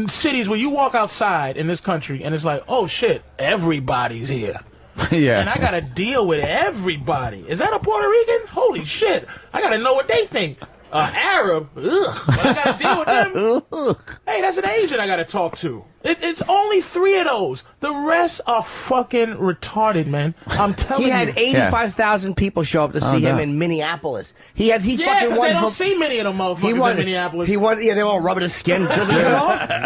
[SPEAKER 3] cities where you walk outside in this country and it's like, oh shit, everybody's here.
[SPEAKER 2] yeah.
[SPEAKER 3] And I gotta deal with everybody. Is that a Puerto Rican? Holy shit! I gotta know what they think. Uh, Arab? Ugh. But I gotta deal with them.
[SPEAKER 8] <laughs>
[SPEAKER 3] hey, that's an Asian I gotta talk to. It, it's only three of those. The rest are fucking retarded, man. I'm telling
[SPEAKER 8] <laughs> He
[SPEAKER 3] you.
[SPEAKER 8] had 85,000 people show up to see
[SPEAKER 3] Oh,
[SPEAKER 8] him
[SPEAKER 3] no.
[SPEAKER 8] in Minneapolis. He has he
[SPEAKER 3] Yeah,
[SPEAKER 8] fucking
[SPEAKER 3] 'cause
[SPEAKER 8] won.
[SPEAKER 3] they don't
[SPEAKER 8] vo-
[SPEAKER 3] see many of them motherfuckers
[SPEAKER 8] he won,
[SPEAKER 3] in Minneapolis.
[SPEAKER 8] He won. Yeah, they were all rubbing
[SPEAKER 3] <laughs>
[SPEAKER 8] his skin. <laughs> Doesn't it come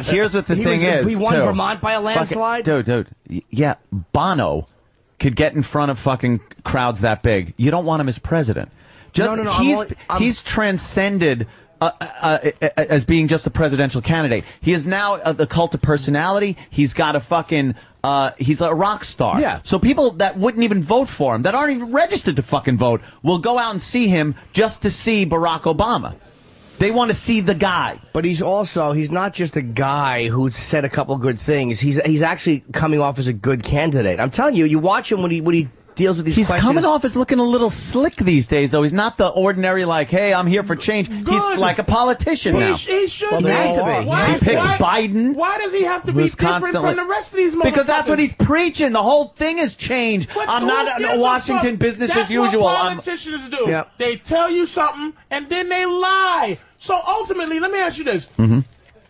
[SPEAKER 8] off?
[SPEAKER 2] Here's what the
[SPEAKER 8] He
[SPEAKER 2] thing
[SPEAKER 8] was-
[SPEAKER 2] is.
[SPEAKER 8] we won
[SPEAKER 2] too.
[SPEAKER 8] Vermont by a
[SPEAKER 2] Fucking-
[SPEAKER 8] landslide?
[SPEAKER 2] dude, dude. y- Yeah, Bono could get in front of fucking crowds that big. You don't want him as president. Just,
[SPEAKER 8] No, no, no, I'm
[SPEAKER 2] He's,
[SPEAKER 8] only- I'm-
[SPEAKER 2] he's transcended. Uh, uh, uh, uh, as being just a presidential candidate, he is now uh, the cult of personality. He's got a fucking, uh, he's a rock star. Yeah. So people that wouldn't even vote for him, that aren't even registered to fucking vote, will go out and see him just to see Barack Obama.
[SPEAKER 8] They want to see the guy. But he's also he's not just a guy who's said a couple good things. He's he's actually coming off as a good candidate. I'm telling you, you watch him when he when he deals with these
[SPEAKER 2] He's
[SPEAKER 8] questions.
[SPEAKER 2] coming off as looking a little slick these days, though. He's not the ordinary, like, hey, I'm here for change. He's like a politician now.
[SPEAKER 3] He should
[SPEAKER 2] Well,
[SPEAKER 3] be.
[SPEAKER 2] he has to be.
[SPEAKER 3] Why,
[SPEAKER 2] He picked
[SPEAKER 3] why-
[SPEAKER 2] Biden.
[SPEAKER 3] Why does he have to be
[SPEAKER 2] Who's
[SPEAKER 3] different
[SPEAKER 2] constantly-
[SPEAKER 3] from the rest of these motherfuckers?
[SPEAKER 2] Because that's what he's preaching. The whole thing has changed.
[SPEAKER 3] But
[SPEAKER 2] I'm
[SPEAKER 3] who
[SPEAKER 2] not
[SPEAKER 3] gives
[SPEAKER 2] a
[SPEAKER 3] a
[SPEAKER 2] Washington
[SPEAKER 3] fuck?
[SPEAKER 2] business
[SPEAKER 3] That's
[SPEAKER 2] as usual.
[SPEAKER 3] What
[SPEAKER 2] I'm
[SPEAKER 3] politicians do.
[SPEAKER 2] Yep.
[SPEAKER 3] They tell you something and then they lie. So ultimately, let me ask you this: <laughs>
[SPEAKER 2] Mhm.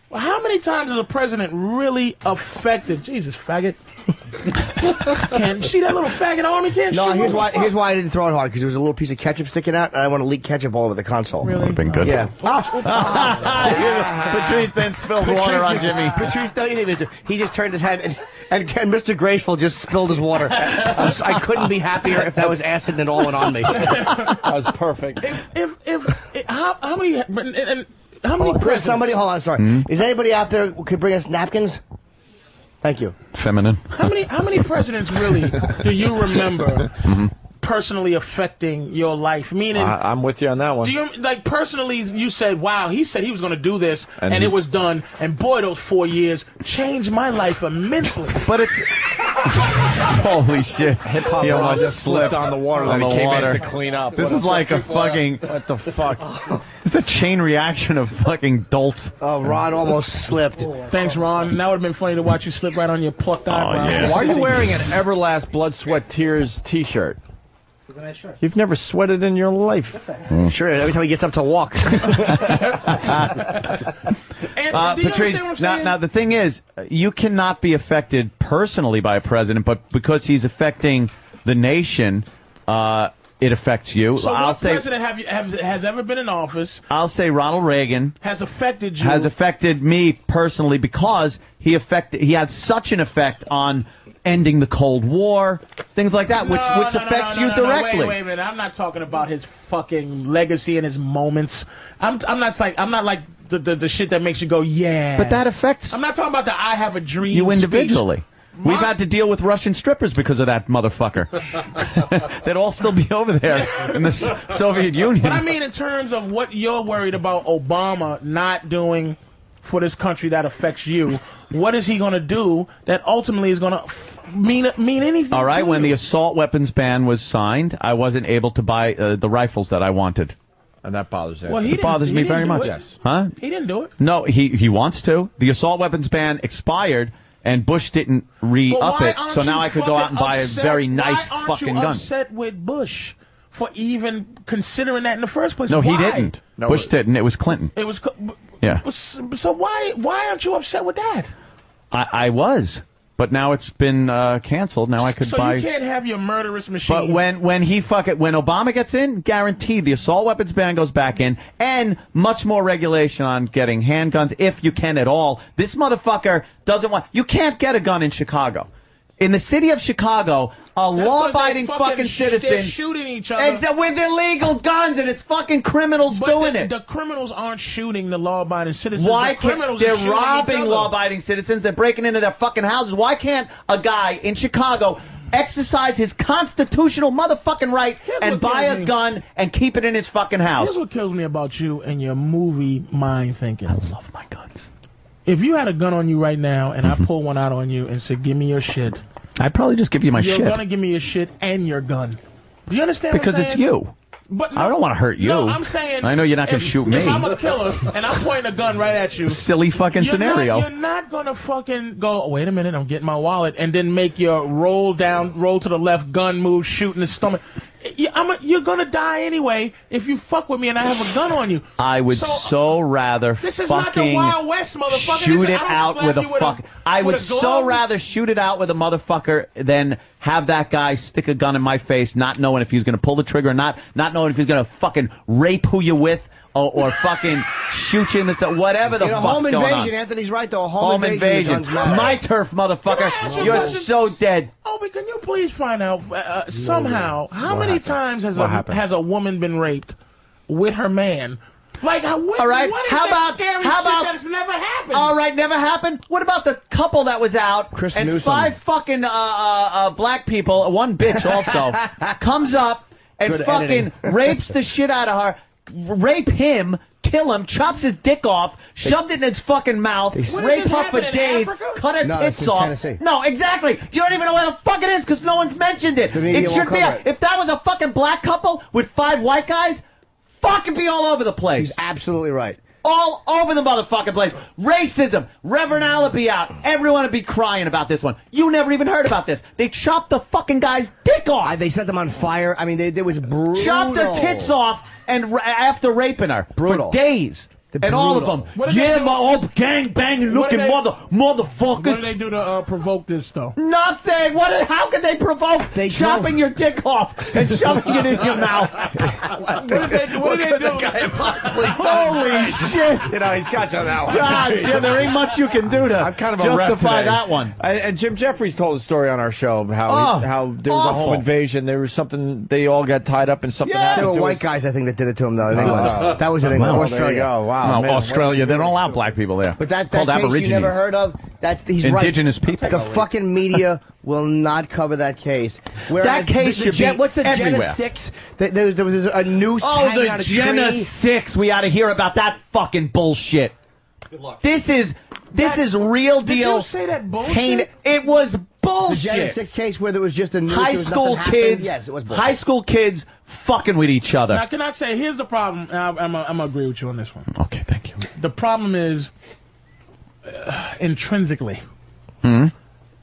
[SPEAKER 3] Well, How many times is a president really affected? Jesus,
[SPEAKER 2] <laughs>
[SPEAKER 3] faggot. Can see that little faggot on me? Can't
[SPEAKER 8] No,
[SPEAKER 3] she?
[SPEAKER 8] here's why.
[SPEAKER 3] What the fuck?
[SPEAKER 8] Here's why I didn't throw it hard because there was a little piece of ketchup sticking out, and I want to leak ketchup all over the console. Really? Would have
[SPEAKER 2] been good.
[SPEAKER 8] Yeah.
[SPEAKER 2] Patrice then spills water on Jimmy.
[SPEAKER 8] Patrice, no, he didn't. do- He just turned his head, and, and, and Mr. Graceful just spilled his water. I, was- I couldn't be happier if that was acid and it all went on me. that
[SPEAKER 4] was perfect.
[SPEAKER 3] <laughs> If if if it- how how many and, and how many
[SPEAKER 8] Hold on,
[SPEAKER 3] presidents?
[SPEAKER 8] somebody, hold on, sorry.
[SPEAKER 2] Mhm.
[SPEAKER 8] Is anybody out there who could bring us napkins? Thank you.
[SPEAKER 2] feminine.
[SPEAKER 3] How many how many presidents really do you remember
[SPEAKER 4] Mhm.
[SPEAKER 2] Mm-hmm.
[SPEAKER 3] personally affecting your life? Meaning,
[SPEAKER 4] I, I'm with you on that one.
[SPEAKER 3] do you like personally? You said, "Wow, he said he was going to do this, and,
[SPEAKER 4] And
[SPEAKER 3] it
[SPEAKER 4] he-
[SPEAKER 3] was done." And boy, those four years changed my life immensely.
[SPEAKER 2] <laughs> But it's <laughs>
[SPEAKER 4] <laughs>
[SPEAKER 2] Holy shit! Hip
[SPEAKER 4] hop
[SPEAKER 2] he
[SPEAKER 4] rock
[SPEAKER 2] almost
[SPEAKER 4] just
[SPEAKER 2] slipped
[SPEAKER 4] slipped on the water
[SPEAKER 2] on
[SPEAKER 4] that he
[SPEAKER 2] the
[SPEAKER 4] came in
[SPEAKER 2] water.
[SPEAKER 4] to clean up.
[SPEAKER 2] This
[SPEAKER 4] What
[SPEAKER 2] is
[SPEAKER 4] a
[SPEAKER 2] like a
[SPEAKER 4] fucking flare.
[SPEAKER 2] fucking. What the fuck? This is a chain reaction of fucking dolts.
[SPEAKER 8] Oh, Ron almost slipped.
[SPEAKER 3] Thanks, Ron. That would have been funny to watch you slip right on your
[SPEAKER 2] Oh,
[SPEAKER 3] plucked eyebrow.
[SPEAKER 4] Why are you wearing an Everlast Blood, Sweat, Tears T-shirt?
[SPEAKER 3] It's a nice shirt.
[SPEAKER 4] You've never sweated in your life.
[SPEAKER 8] Sure, every time he gets up to
[SPEAKER 2] <laughs>
[SPEAKER 8] walk.
[SPEAKER 2] Uh,
[SPEAKER 3] do you
[SPEAKER 2] Patrice,
[SPEAKER 3] understand what I'm
[SPEAKER 2] now,
[SPEAKER 3] saying?
[SPEAKER 2] now the <laughs> thing is, you cannot be affected personally by a president, but because he's affecting the nation, uh, it affects you.
[SPEAKER 3] So,
[SPEAKER 2] I'll
[SPEAKER 3] what
[SPEAKER 2] say,
[SPEAKER 3] president have you, have, has ever been in office
[SPEAKER 2] I'll say Ronald Reagan
[SPEAKER 3] has affected you?
[SPEAKER 2] has affected me personally because he affected he had such an effect on ending the Cold War, things like that, which
[SPEAKER 3] No,
[SPEAKER 2] which
[SPEAKER 3] no, no,
[SPEAKER 2] affects
[SPEAKER 3] no,
[SPEAKER 2] you
[SPEAKER 3] no, no,
[SPEAKER 2] directly.
[SPEAKER 3] Wait, wait a minute. I'm not talking about his fucking legacy and his moments. I'm, I'm not like I'm not like the, the the shit that makes you go yeah.
[SPEAKER 2] But that affects
[SPEAKER 3] I'm not talking about the I have a dream.
[SPEAKER 2] You
[SPEAKER 3] speech. <laughs>
[SPEAKER 2] individually.
[SPEAKER 3] My-
[SPEAKER 2] We've had to deal with Russian strippers because of that motherfucker. <laughs> They'd all still be over there in the S- Soviet Union.
[SPEAKER 3] But I mean, in terms of what you're worried about Obama not doing for this country that affects you, what is he going to do that ultimately is going to f- mean mean anything?
[SPEAKER 2] All right,
[SPEAKER 3] to
[SPEAKER 2] when
[SPEAKER 3] you?
[SPEAKER 2] the assault weapons ban was signed, I wasn't able to buy uh, the rifles that I wanted.
[SPEAKER 4] And that bothers
[SPEAKER 3] Well, he
[SPEAKER 2] it
[SPEAKER 3] didn't-
[SPEAKER 2] bothers
[SPEAKER 3] he
[SPEAKER 2] me
[SPEAKER 3] didn't
[SPEAKER 2] very
[SPEAKER 3] do
[SPEAKER 2] much.
[SPEAKER 3] it. Yes.
[SPEAKER 2] Huh?
[SPEAKER 3] he didn't do it.
[SPEAKER 2] No, he he wants to. The assault weapons ban expired, and Bush didn't re
[SPEAKER 3] But
[SPEAKER 2] up
[SPEAKER 3] why
[SPEAKER 2] it,
[SPEAKER 3] aren't
[SPEAKER 2] so
[SPEAKER 3] you
[SPEAKER 2] now I could go out and
[SPEAKER 3] fucking
[SPEAKER 2] buy a
[SPEAKER 3] upset-
[SPEAKER 2] very nice
[SPEAKER 3] why aren't
[SPEAKER 2] fucking
[SPEAKER 3] you
[SPEAKER 2] gun.
[SPEAKER 3] Upset with Bush for even considering that in the first place.
[SPEAKER 2] No, he
[SPEAKER 3] Why?
[SPEAKER 2] didn't. Bush didn't. It was Clinton.
[SPEAKER 3] It was. co- b-
[SPEAKER 2] Yeah.
[SPEAKER 3] So why why aren't you upset with that?
[SPEAKER 2] I, I was, but now it's been uh, canceled. Now I could
[SPEAKER 3] So
[SPEAKER 2] buy.
[SPEAKER 3] you can't have your murderous machine.
[SPEAKER 2] But when when he fuck it, when Obama gets in, guaranteed the assault weapons ban goes back in, and much more regulation on getting handguns if you can at all. This motherfucker doesn't want. You can't get a gun in Chicago. In the city of Chicago, a
[SPEAKER 3] That's 'cause
[SPEAKER 2] law-abiding
[SPEAKER 3] they
[SPEAKER 2] fucking,
[SPEAKER 3] sh- they're
[SPEAKER 2] citizen
[SPEAKER 3] shooting each other.
[SPEAKER 2] Exactly, with illegal guns, and it's fucking criminals
[SPEAKER 3] But
[SPEAKER 2] doing
[SPEAKER 3] the,
[SPEAKER 2] it.
[SPEAKER 3] The criminals aren't shooting the law-abiding citizens.
[SPEAKER 2] Why
[SPEAKER 3] the
[SPEAKER 2] can't
[SPEAKER 3] criminals
[SPEAKER 2] they're
[SPEAKER 3] are shooting each
[SPEAKER 2] robbing
[SPEAKER 3] other.
[SPEAKER 2] law-abiding citizens? They're breaking into their fucking houses. Why can't a guy in Chicago exercise his constitutional motherfucking right and
[SPEAKER 3] what
[SPEAKER 2] buy
[SPEAKER 3] kills
[SPEAKER 2] a
[SPEAKER 3] me.
[SPEAKER 2] gun and keep it in his fucking house?
[SPEAKER 3] Here's what kills me about you and your movie mind thinking. I love my guns. If you had a gun on you right now and I pull one out on you and said, "Give me your shit,"
[SPEAKER 2] Mm-hmm. I'd probably just give you my
[SPEAKER 3] you're
[SPEAKER 2] shit
[SPEAKER 3] gonna give me your shit and your gun. Do you understand? what I'm
[SPEAKER 2] because it's
[SPEAKER 3] saying?
[SPEAKER 2] you.
[SPEAKER 3] But
[SPEAKER 2] I don't want to hurt you.
[SPEAKER 3] No, I'm saying.
[SPEAKER 2] I know you're not going
[SPEAKER 3] if-
[SPEAKER 2] to shoot
[SPEAKER 3] if
[SPEAKER 2] me.
[SPEAKER 3] I'm a killer and I'm pointing a gun right at you.
[SPEAKER 2] Silly fucking
[SPEAKER 3] you're not-
[SPEAKER 2] scenario.
[SPEAKER 3] you're not gonna fucking go. "Oh, Wait a minute, I'm getting my wallet, and then make your roll down, roll to the left, gun move, shoot in the stomach. You- I'm a- you're gonna die anyway if you fuck with me and I have a gun on you.
[SPEAKER 2] I would so,
[SPEAKER 3] So-
[SPEAKER 2] rather
[SPEAKER 3] This is not the
[SPEAKER 2] fucking
[SPEAKER 3] Wild West, motherfucker.
[SPEAKER 2] shoot
[SPEAKER 3] This- I
[SPEAKER 2] it
[SPEAKER 3] don't
[SPEAKER 2] out
[SPEAKER 3] slap
[SPEAKER 2] with a
[SPEAKER 3] you with a-
[SPEAKER 2] fuck. I
[SPEAKER 3] with
[SPEAKER 2] would
[SPEAKER 3] a
[SPEAKER 2] so
[SPEAKER 3] glove.
[SPEAKER 2] rather shoot it out with a motherfucker than have that guy stick a gun in my face, not knowing if he's going to pull the trigger or not, not knowing if he's going to fucking rape who you with or, or fucking shoot you in the st- whatever the
[SPEAKER 8] In a
[SPEAKER 2] fuck's
[SPEAKER 8] home
[SPEAKER 2] going
[SPEAKER 8] invasion,
[SPEAKER 2] on.
[SPEAKER 8] Anthony's right though. a
[SPEAKER 2] Home invasion.
[SPEAKER 8] guns
[SPEAKER 2] It's
[SPEAKER 8] matter.
[SPEAKER 2] my turf, motherfucker. You're so dead.
[SPEAKER 3] Obi, can you please find out uh, uh, somehow how
[SPEAKER 2] What
[SPEAKER 3] many
[SPEAKER 2] happened?
[SPEAKER 3] times has
[SPEAKER 2] What
[SPEAKER 3] a
[SPEAKER 2] happened?
[SPEAKER 3] has a woman been raped with her man? Like, how, what,
[SPEAKER 2] All right.
[SPEAKER 3] What is
[SPEAKER 2] How
[SPEAKER 3] that
[SPEAKER 2] about-
[SPEAKER 3] scary
[SPEAKER 2] how
[SPEAKER 3] shit
[SPEAKER 2] about-
[SPEAKER 3] that's never happened?
[SPEAKER 2] All right, never happened. What about the couple that was out
[SPEAKER 3] Chris
[SPEAKER 2] and
[SPEAKER 3] Newsom.
[SPEAKER 2] five fucking uh, uh, uh, black people, one bitch also, comes up and
[SPEAKER 3] Good
[SPEAKER 2] fucking <laughs>
[SPEAKER 3] editing.
[SPEAKER 2] rapes the shit out of her, rape him, kill him, chops his dick off, shoved it in his fucking mouth,
[SPEAKER 14] What did
[SPEAKER 2] raped
[SPEAKER 14] this
[SPEAKER 2] her
[SPEAKER 14] happen
[SPEAKER 2] for
[SPEAKER 14] in
[SPEAKER 2] days,
[SPEAKER 14] Africa?
[SPEAKER 2] cut her
[SPEAKER 14] No,
[SPEAKER 2] tits
[SPEAKER 14] it's in
[SPEAKER 2] off.
[SPEAKER 14] Tennessee.
[SPEAKER 2] No, exactly. You don't even know where the fuck it is because no one's mentioned it.
[SPEAKER 14] The media
[SPEAKER 2] It should
[SPEAKER 14] won't
[SPEAKER 2] be.
[SPEAKER 14] cover
[SPEAKER 2] A,
[SPEAKER 14] it.
[SPEAKER 2] if that was a fucking black couple with five white guys, fucking be all over the place. He's
[SPEAKER 8] absolutely right.
[SPEAKER 2] All over the motherfucking place. Racism. Reverend Allaby out. Everyone would be crying about this one. You never even heard about this. They chopped the fucking guy's dick off.
[SPEAKER 8] They set them on fire. I mean, they, they was brutal.
[SPEAKER 2] Chopped her tits off and ra- after raping her
[SPEAKER 8] Brutal.
[SPEAKER 2] for days. and all of
[SPEAKER 8] brutal.
[SPEAKER 2] them.
[SPEAKER 3] What did they
[SPEAKER 2] Yeah,
[SPEAKER 3] do-
[SPEAKER 2] my old gang banging
[SPEAKER 3] What did
[SPEAKER 2] looking
[SPEAKER 3] they-
[SPEAKER 2] mother
[SPEAKER 3] What do
[SPEAKER 2] motherfuckers.
[SPEAKER 3] they do to uh, provoke this though?
[SPEAKER 2] Nothing. What? How could they provoke chopping your dick off and shoving
[SPEAKER 14] <laughs>
[SPEAKER 2] it in your mouth?
[SPEAKER 14] What did they do? What did they do? <laughs>
[SPEAKER 2] Holy shit!
[SPEAKER 14] You know, he's got to that one.
[SPEAKER 2] God damn, there ain't much you can do to I'm kind
[SPEAKER 4] of a ref
[SPEAKER 2] justify
[SPEAKER 4] today.
[SPEAKER 2] that one.
[SPEAKER 4] I- and Jim Jeffries told a story on our show of how he-
[SPEAKER 8] Oh,
[SPEAKER 4] how there was a
[SPEAKER 8] awful.
[SPEAKER 4] home invasion. There was something they all got tied up and something
[SPEAKER 8] There
[SPEAKER 4] happened.
[SPEAKER 8] were
[SPEAKER 4] to
[SPEAKER 8] white
[SPEAKER 4] us.
[SPEAKER 8] guys, I think, that did it to him, though. In
[SPEAKER 4] Oh.
[SPEAKER 8] England. That was in
[SPEAKER 4] Wow,
[SPEAKER 8] England.
[SPEAKER 4] there you
[SPEAKER 8] Australia.
[SPEAKER 4] go.
[SPEAKER 8] Wow, man.
[SPEAKER 28] Australia, they're all out black people there.
[SPEAKER 8] But that, that
[SPEAKER 28] Called
[SPEAKER 8] case you never
[SPEAKER 28] Aborigines.
[SPEAKER 8] heard of, that he's right.
[SPEAKER 28] Indigenous people.
[SPEAKER 8] The fucking media will not cover that case. Whereas
[SPEAKER 2] case
[SPEAKER 8] the, the
[SPEAKER 2] should
[SPEAKER 8] gen-
[SPEAKER 2] be
[SPEAKER 8] what's the
[SPEAKER 2] everywhere.
[SPEAKER 8] Jenna Six? Th- There was, there was a noose
[SPEAKER 2] Oh,
[SPEAKER 8] hanging on
[SPEAKER 2] the
[SPEAKER 8] a
[SPEAKER 2] Jenna
[SPEAKER 8] tree.
[SPEAKER 2] Six. We ought to hear about that fucking bullshit. Good luck. This is this is real
[SPEAKER 8] did you
[SPEAKER 2] deal.
[SPEAKER 8] say that bullshit?
[SPEAKER 2] Pain- It was
[SPEAKER 8] The
[SPEAKER 2] bullshit.
[SPEAKER 8] Jenna Six case where there was just a noose.
[SPEAKER 2] high
[SPEAKER 8] there was
[SPEAKER 2] school
[SPEAKER 8] nothing happened.
[SPEAKER 2] kids.
[SPEAKER 8] Yes, it was bullshit.
[SPEAKER 2] high school kids fucking with each other.
[SPEAKER 3] Now, can I say, here's the problem. and I, I'm i I'm gonna agree with you on this one. Okay, thank you. The problem is uh, intrinsically.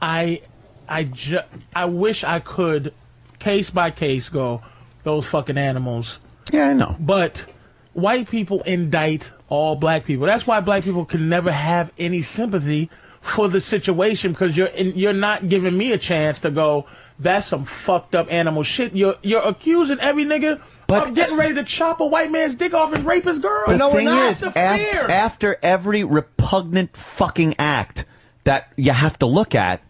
[SPEAKER 3] I, I ju- I wish I could, case by case, go those fucking animals.
[SPEAKER 28] Yeah, I know.
[SPEAKER 3] But white people indict all black people. That's why black people can never have any sympathy for the situation because you're in, you're not giving me a chance to go. That's some fucked up animal shit. You're you're accusing every nigga. of getting ready to chop a white man's dick off and rape his girl.
[SPEAKER 2] The
[SPEAKER 3] no,
[SPEAKER 2] thing
[SPEAKER 3] we're not.
[SPEAKER 2] is,
[SPEAKER 3] the
[SPEAKER 2] af-
[SPEAKER 3] fear.
[SPEAKER 2] after every repugnant fucking act that you have to look at,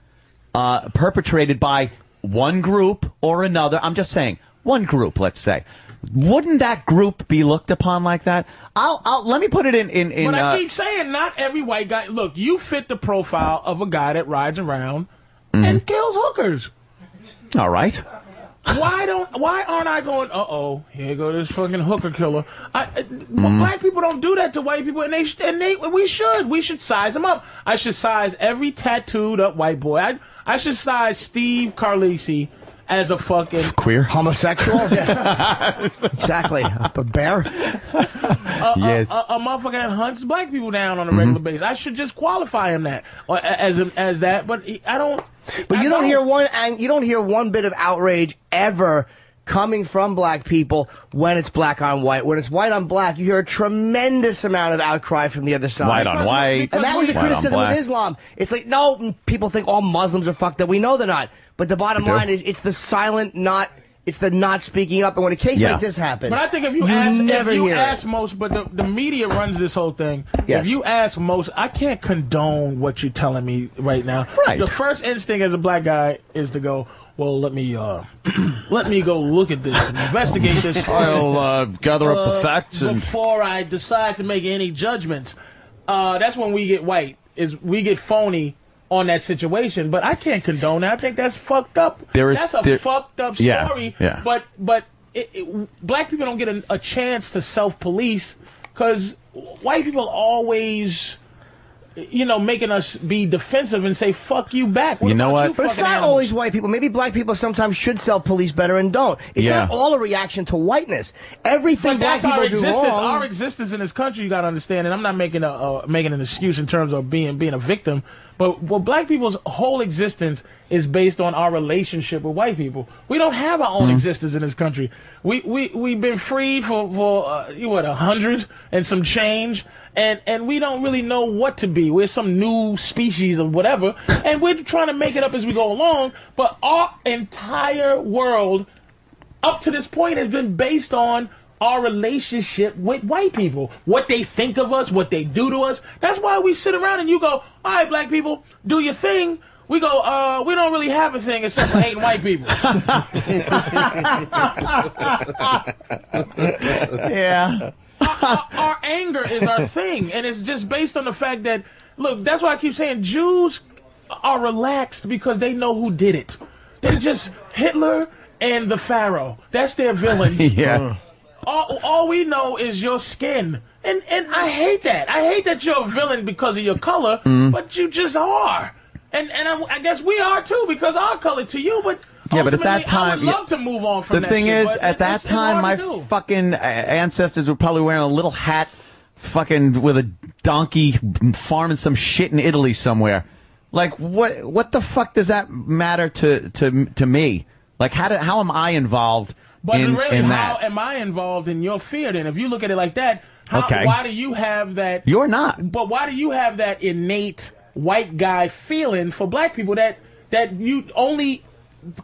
[SPEAKER 2] uh, perpetrated by one group or another, I'm just saying, one group, let's say. Wouldn't that group be looked upon like that? I'll, I'll let me put it in in, in
[SPEAKER 3] but
[SPEAKER 2] uh,
[SPEAKER 3] I keep saying not every white guy. Look, you fit the profile of a guy that rides around and kills hookers.
[SPEAKER 2] mm-hmm. all right.
[SPEAKER 3] Why don't? Why aren't I going? Uh oh, here go this fucking hooker killer. I, uh, Black people don't do that to white people, and they sh- and they we should we should size them up. I should size every tattooed up white boy. I I should size Steve Carlisi as a fucking
[SPEAKER 28] Queer.
[SPEAKER 8] <laughs> Homosexual? exactly. A bear?
[SPEAKER 3] a, a-
[SPEAKER 8] Yes.
[SPEAKER 3] a, a motherfucker that hunts black people down on a regular basis. I should just qualify him that or, a- as as that, but he- I don't.
[SPEAKER 8] But
[SPEAKER 3] I
[SPEAKER 8] you don't hear one ang- you don't hear one bit of outrage ever coming from black people when it's black on white. When it's white on black, you hear a tremendous amount of outcry from the other side.
[SPEAKER 28] White on Because- white,
[SPEAKER 8] And that was the
[SPEAKER 28] because we-
[SPEAKER 8] criticism
[SPEAKER 28] white on
[SPEAKER 8] of
[SPEAKER 28] black.
[SPEAKER 8] Islam. It's like, no, m- people think all Muslims are fucked up. We know they're not. But the bottom
[SPEAKER 28] We do.
[SPEAKER 8] line is it's the silent not it's the not speaking up. And when a case
[SPEAKER 28] Yeah.
[SPEAKER 8] like this happens,
[SPEAKER 3] But I think if you, ask,
[SPEAKER 8] never
[SPEAKER 3] if you
[SPEAKER 8] hear it.
[SPEAKER 3] ask most, but the, the media runs this whole thing.
[SPEAKER 8] Yes.
[SPEAKER 3] If you ask most, I can't condone what you're telling me right now.
[SPEAKER 8] Right.
[SPEAKER 3] The first instinct as a black guy is to go, well, let me, uh, <clears throat> let me go look at this, and investigate this.
[SPEAKER 28] I'll, uh, gather up the
[SPEAKER 3] uh,
[SPEAKER 28] facts and-
[SPEAKER 3] before I decide to make any judgments. Uh, that's when we get white. Is we get phony. On that situation, but I can't condone that. I think that's fucked up.
[SPEAKER 28] There is-
[SPEAKER 3] that's a
[SPEAKER 28] there-
[SPEAKER 3] fucked up
[SPEAKER 28] Yeah,
[SPEAKER 3] story.
[SPEAKER 28] yeah.
[SPEAKER 3] But but it, it, black people don't get a, a chance to self police because white people always, you know, making us be defensive and say "fuck you" back. What about You
[SPEAKER 8] But it's
[SPEAKER 3] fucking
[SPEAKER 8] not
[SPEAKER 3] animal?
[SPEAKER 8] always white people. Maybe black people sometimes should sell police better and don't. It's
[SPEAKER 3] Yeah.
[SPEAKER 8] not all a reaction to whiteness. Everything
[SPEAKER 3] But
[SPEAKER 8] black
[SPEAKER 3] that's
[SPEAKER 8] people
[SPEAKER 3] our
[SPEAKER 8] do
[SPEAKER 3] existence.
[SPEAKER 8] wrong.
[SPEAKER 3] Our
[SPEAKER 2] <laughs>
[SPEAKER 3] existence in this country, you got to understand. And I'm not making a uh, making an excuse in terms of being being a victim. But well, black people's whole existence is based on our relationship with white people. We don't have our own
[SPEAKER 8] Mm-hmm.
[SPEAKER 3] existence in this country. We we we've been freed for for uh, you what a hundred and some change. And, and we don't really know what to be. We're some new species of whatever, and we're trying to make it up as we go along. But our entire world up to this point has been based on our relationship with white people, what they think of us, what they do to us. That's why we sit around and you go, "All right, black people, do your thing." We go, "Uh, we don't really have a thing except for hating white people." <laughs>
[SPEAKER 14] yeah.
[SPEAKER 3] our, our anger is our thing, and it's just based on the fact that look. That's why I keep saying Jews are relaxed because they know who did
[SPEAKER 2] <laughs>
[SPEAKER 3] it. They just Hitler and the Pharaoh. That's their villains. Uh,
[SPEAKER 28] yeah.
[SPEAKER 3] all, all we know is your skin. And and I hate that. I hate that you're a villain because of your color,
[SPEAKER 2] Mm.
[SPEAKER 3] but you just are. And and I'm, I guess we are too because our color to you, but
[SPEAKER 2] Yeah, but at
[SPEAKER 3] ultimately,
[SPEAKER 2] that time,
[SPEAKER 3] I would love to move on from
[SPEAKER 2] the
[SPEAKER 3] that
[SPEAKER 2] thing
[SPEAKER 3] shit,
[SPEAKER 2] is,
[SPEAKER 3] but
[SPEAKER 2] at that
[SPEAKER 3] it's- it's
[SPEAKER 2] time, my
[SPEAKER 3] hard to do.
[SPEAKER 2] fucking uh, ancestors were probably wearing a little hat, fucking with a donkey, farming some shit in Italy somewhere. Like, what? What the fuck does that matter to to to me? Like, how do, how am I involved
[SPEAKER 3] But
[SPEAKER 2] in,
[SPEAKER 3] really,
[SPEAKER 2] in
[SPEAKER 3] how
[SPEAKER 2] that?
[SPEAKER 3] am I involved in your fear? Then, if you look at it like that, how,
[SPEAKER 2] Okay.
[SPEAKER 3] why do you have that?
[SPEAKER 2] You're not.
[SPEAKER 3] But why do you have that innate white guy feeling for black people that that you only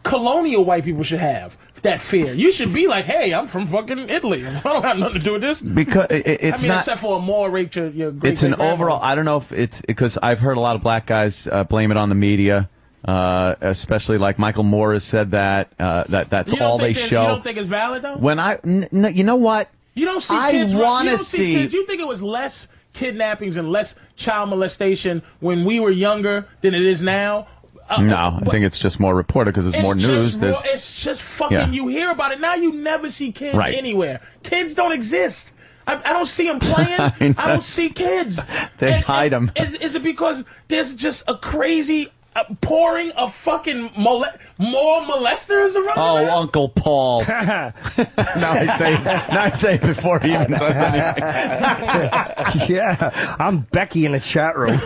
[SPEAKER 3] colonial white people should have that fear? You should be like, hey, I'm from fucking Italy. <laughs> I don't have nothing to do with this.
[SPEAKER 2] Because i- i- it's
[SPEAKER 3] I mean,
[SPEAKER 2] not-
[SPEAKER 3] except for a more raped your, your great
[SPEAKER 2] it's an
[SPEAKER 3] great-grandmother.
[SPEAKER 2] overall. I don't know if it's because I've heard a lot of black guys uh, blame it on the media, uh, especially like Michael Moore has said that uh, that that's
[SPEAKER 3] You don't
[SPEAKER 2] all they
[SPEAKER 3] think that- You
[SPEAKER 2] show.
[SPEAKER 3] don't think it's valid though?
[SPEAKER 2] when I, n- n- you know what?
[SPEAKER 3] You don't see
[SPEAKER 2] I
[SPEAKER 3] kids.
[SPEAKER 2] wanna
[SPEAKER 3] you don't
[SPEAKER 2] see-
[SPEAKER 3] Kids. You think it was less kidnappings and less child molestation when we were younger than it is now? Uh,
[SPEAKER 2] no, I
[SPEAKER 3] but
[SPEAKER 2] think it's just more reported because it's, more
[SPEAKER 3] just
[SPEAKER 2] news.
[SPEAKER 3] raw-
[SPEAKER 2] There's
[SPEAKER 3] it's just fucking.
[SPEAKER 2] Yeah.
[SPEAKER 3] You hear about it now. You never see kids
[SPEAKER 2] Right.
[SPEAKER 3] anywhere. Kids don't exist. I, I don't see them playing.
[SPEAKER 2] <laughs> I
[SPEAKER 3] I,
[SPEAKER 2] know.
[SPEAKER 3] don't see kids.
[SPEAKER 2] they hide them.
[SPEAKER 3] Is, is it because there's just a crazy uh, pouring of fucking mole- more molesters around?
[SPEAKER 2] Oh, Uncle Paul. now I say, now I say it before he even says
[SPEAKER 8] <laughs>
[SPEAKER 2] anything.
[SPEAKER 8] yeah, I'm Becky in the chat
[SPEAKER 2] <laughs>
[SPEAKER 8] room.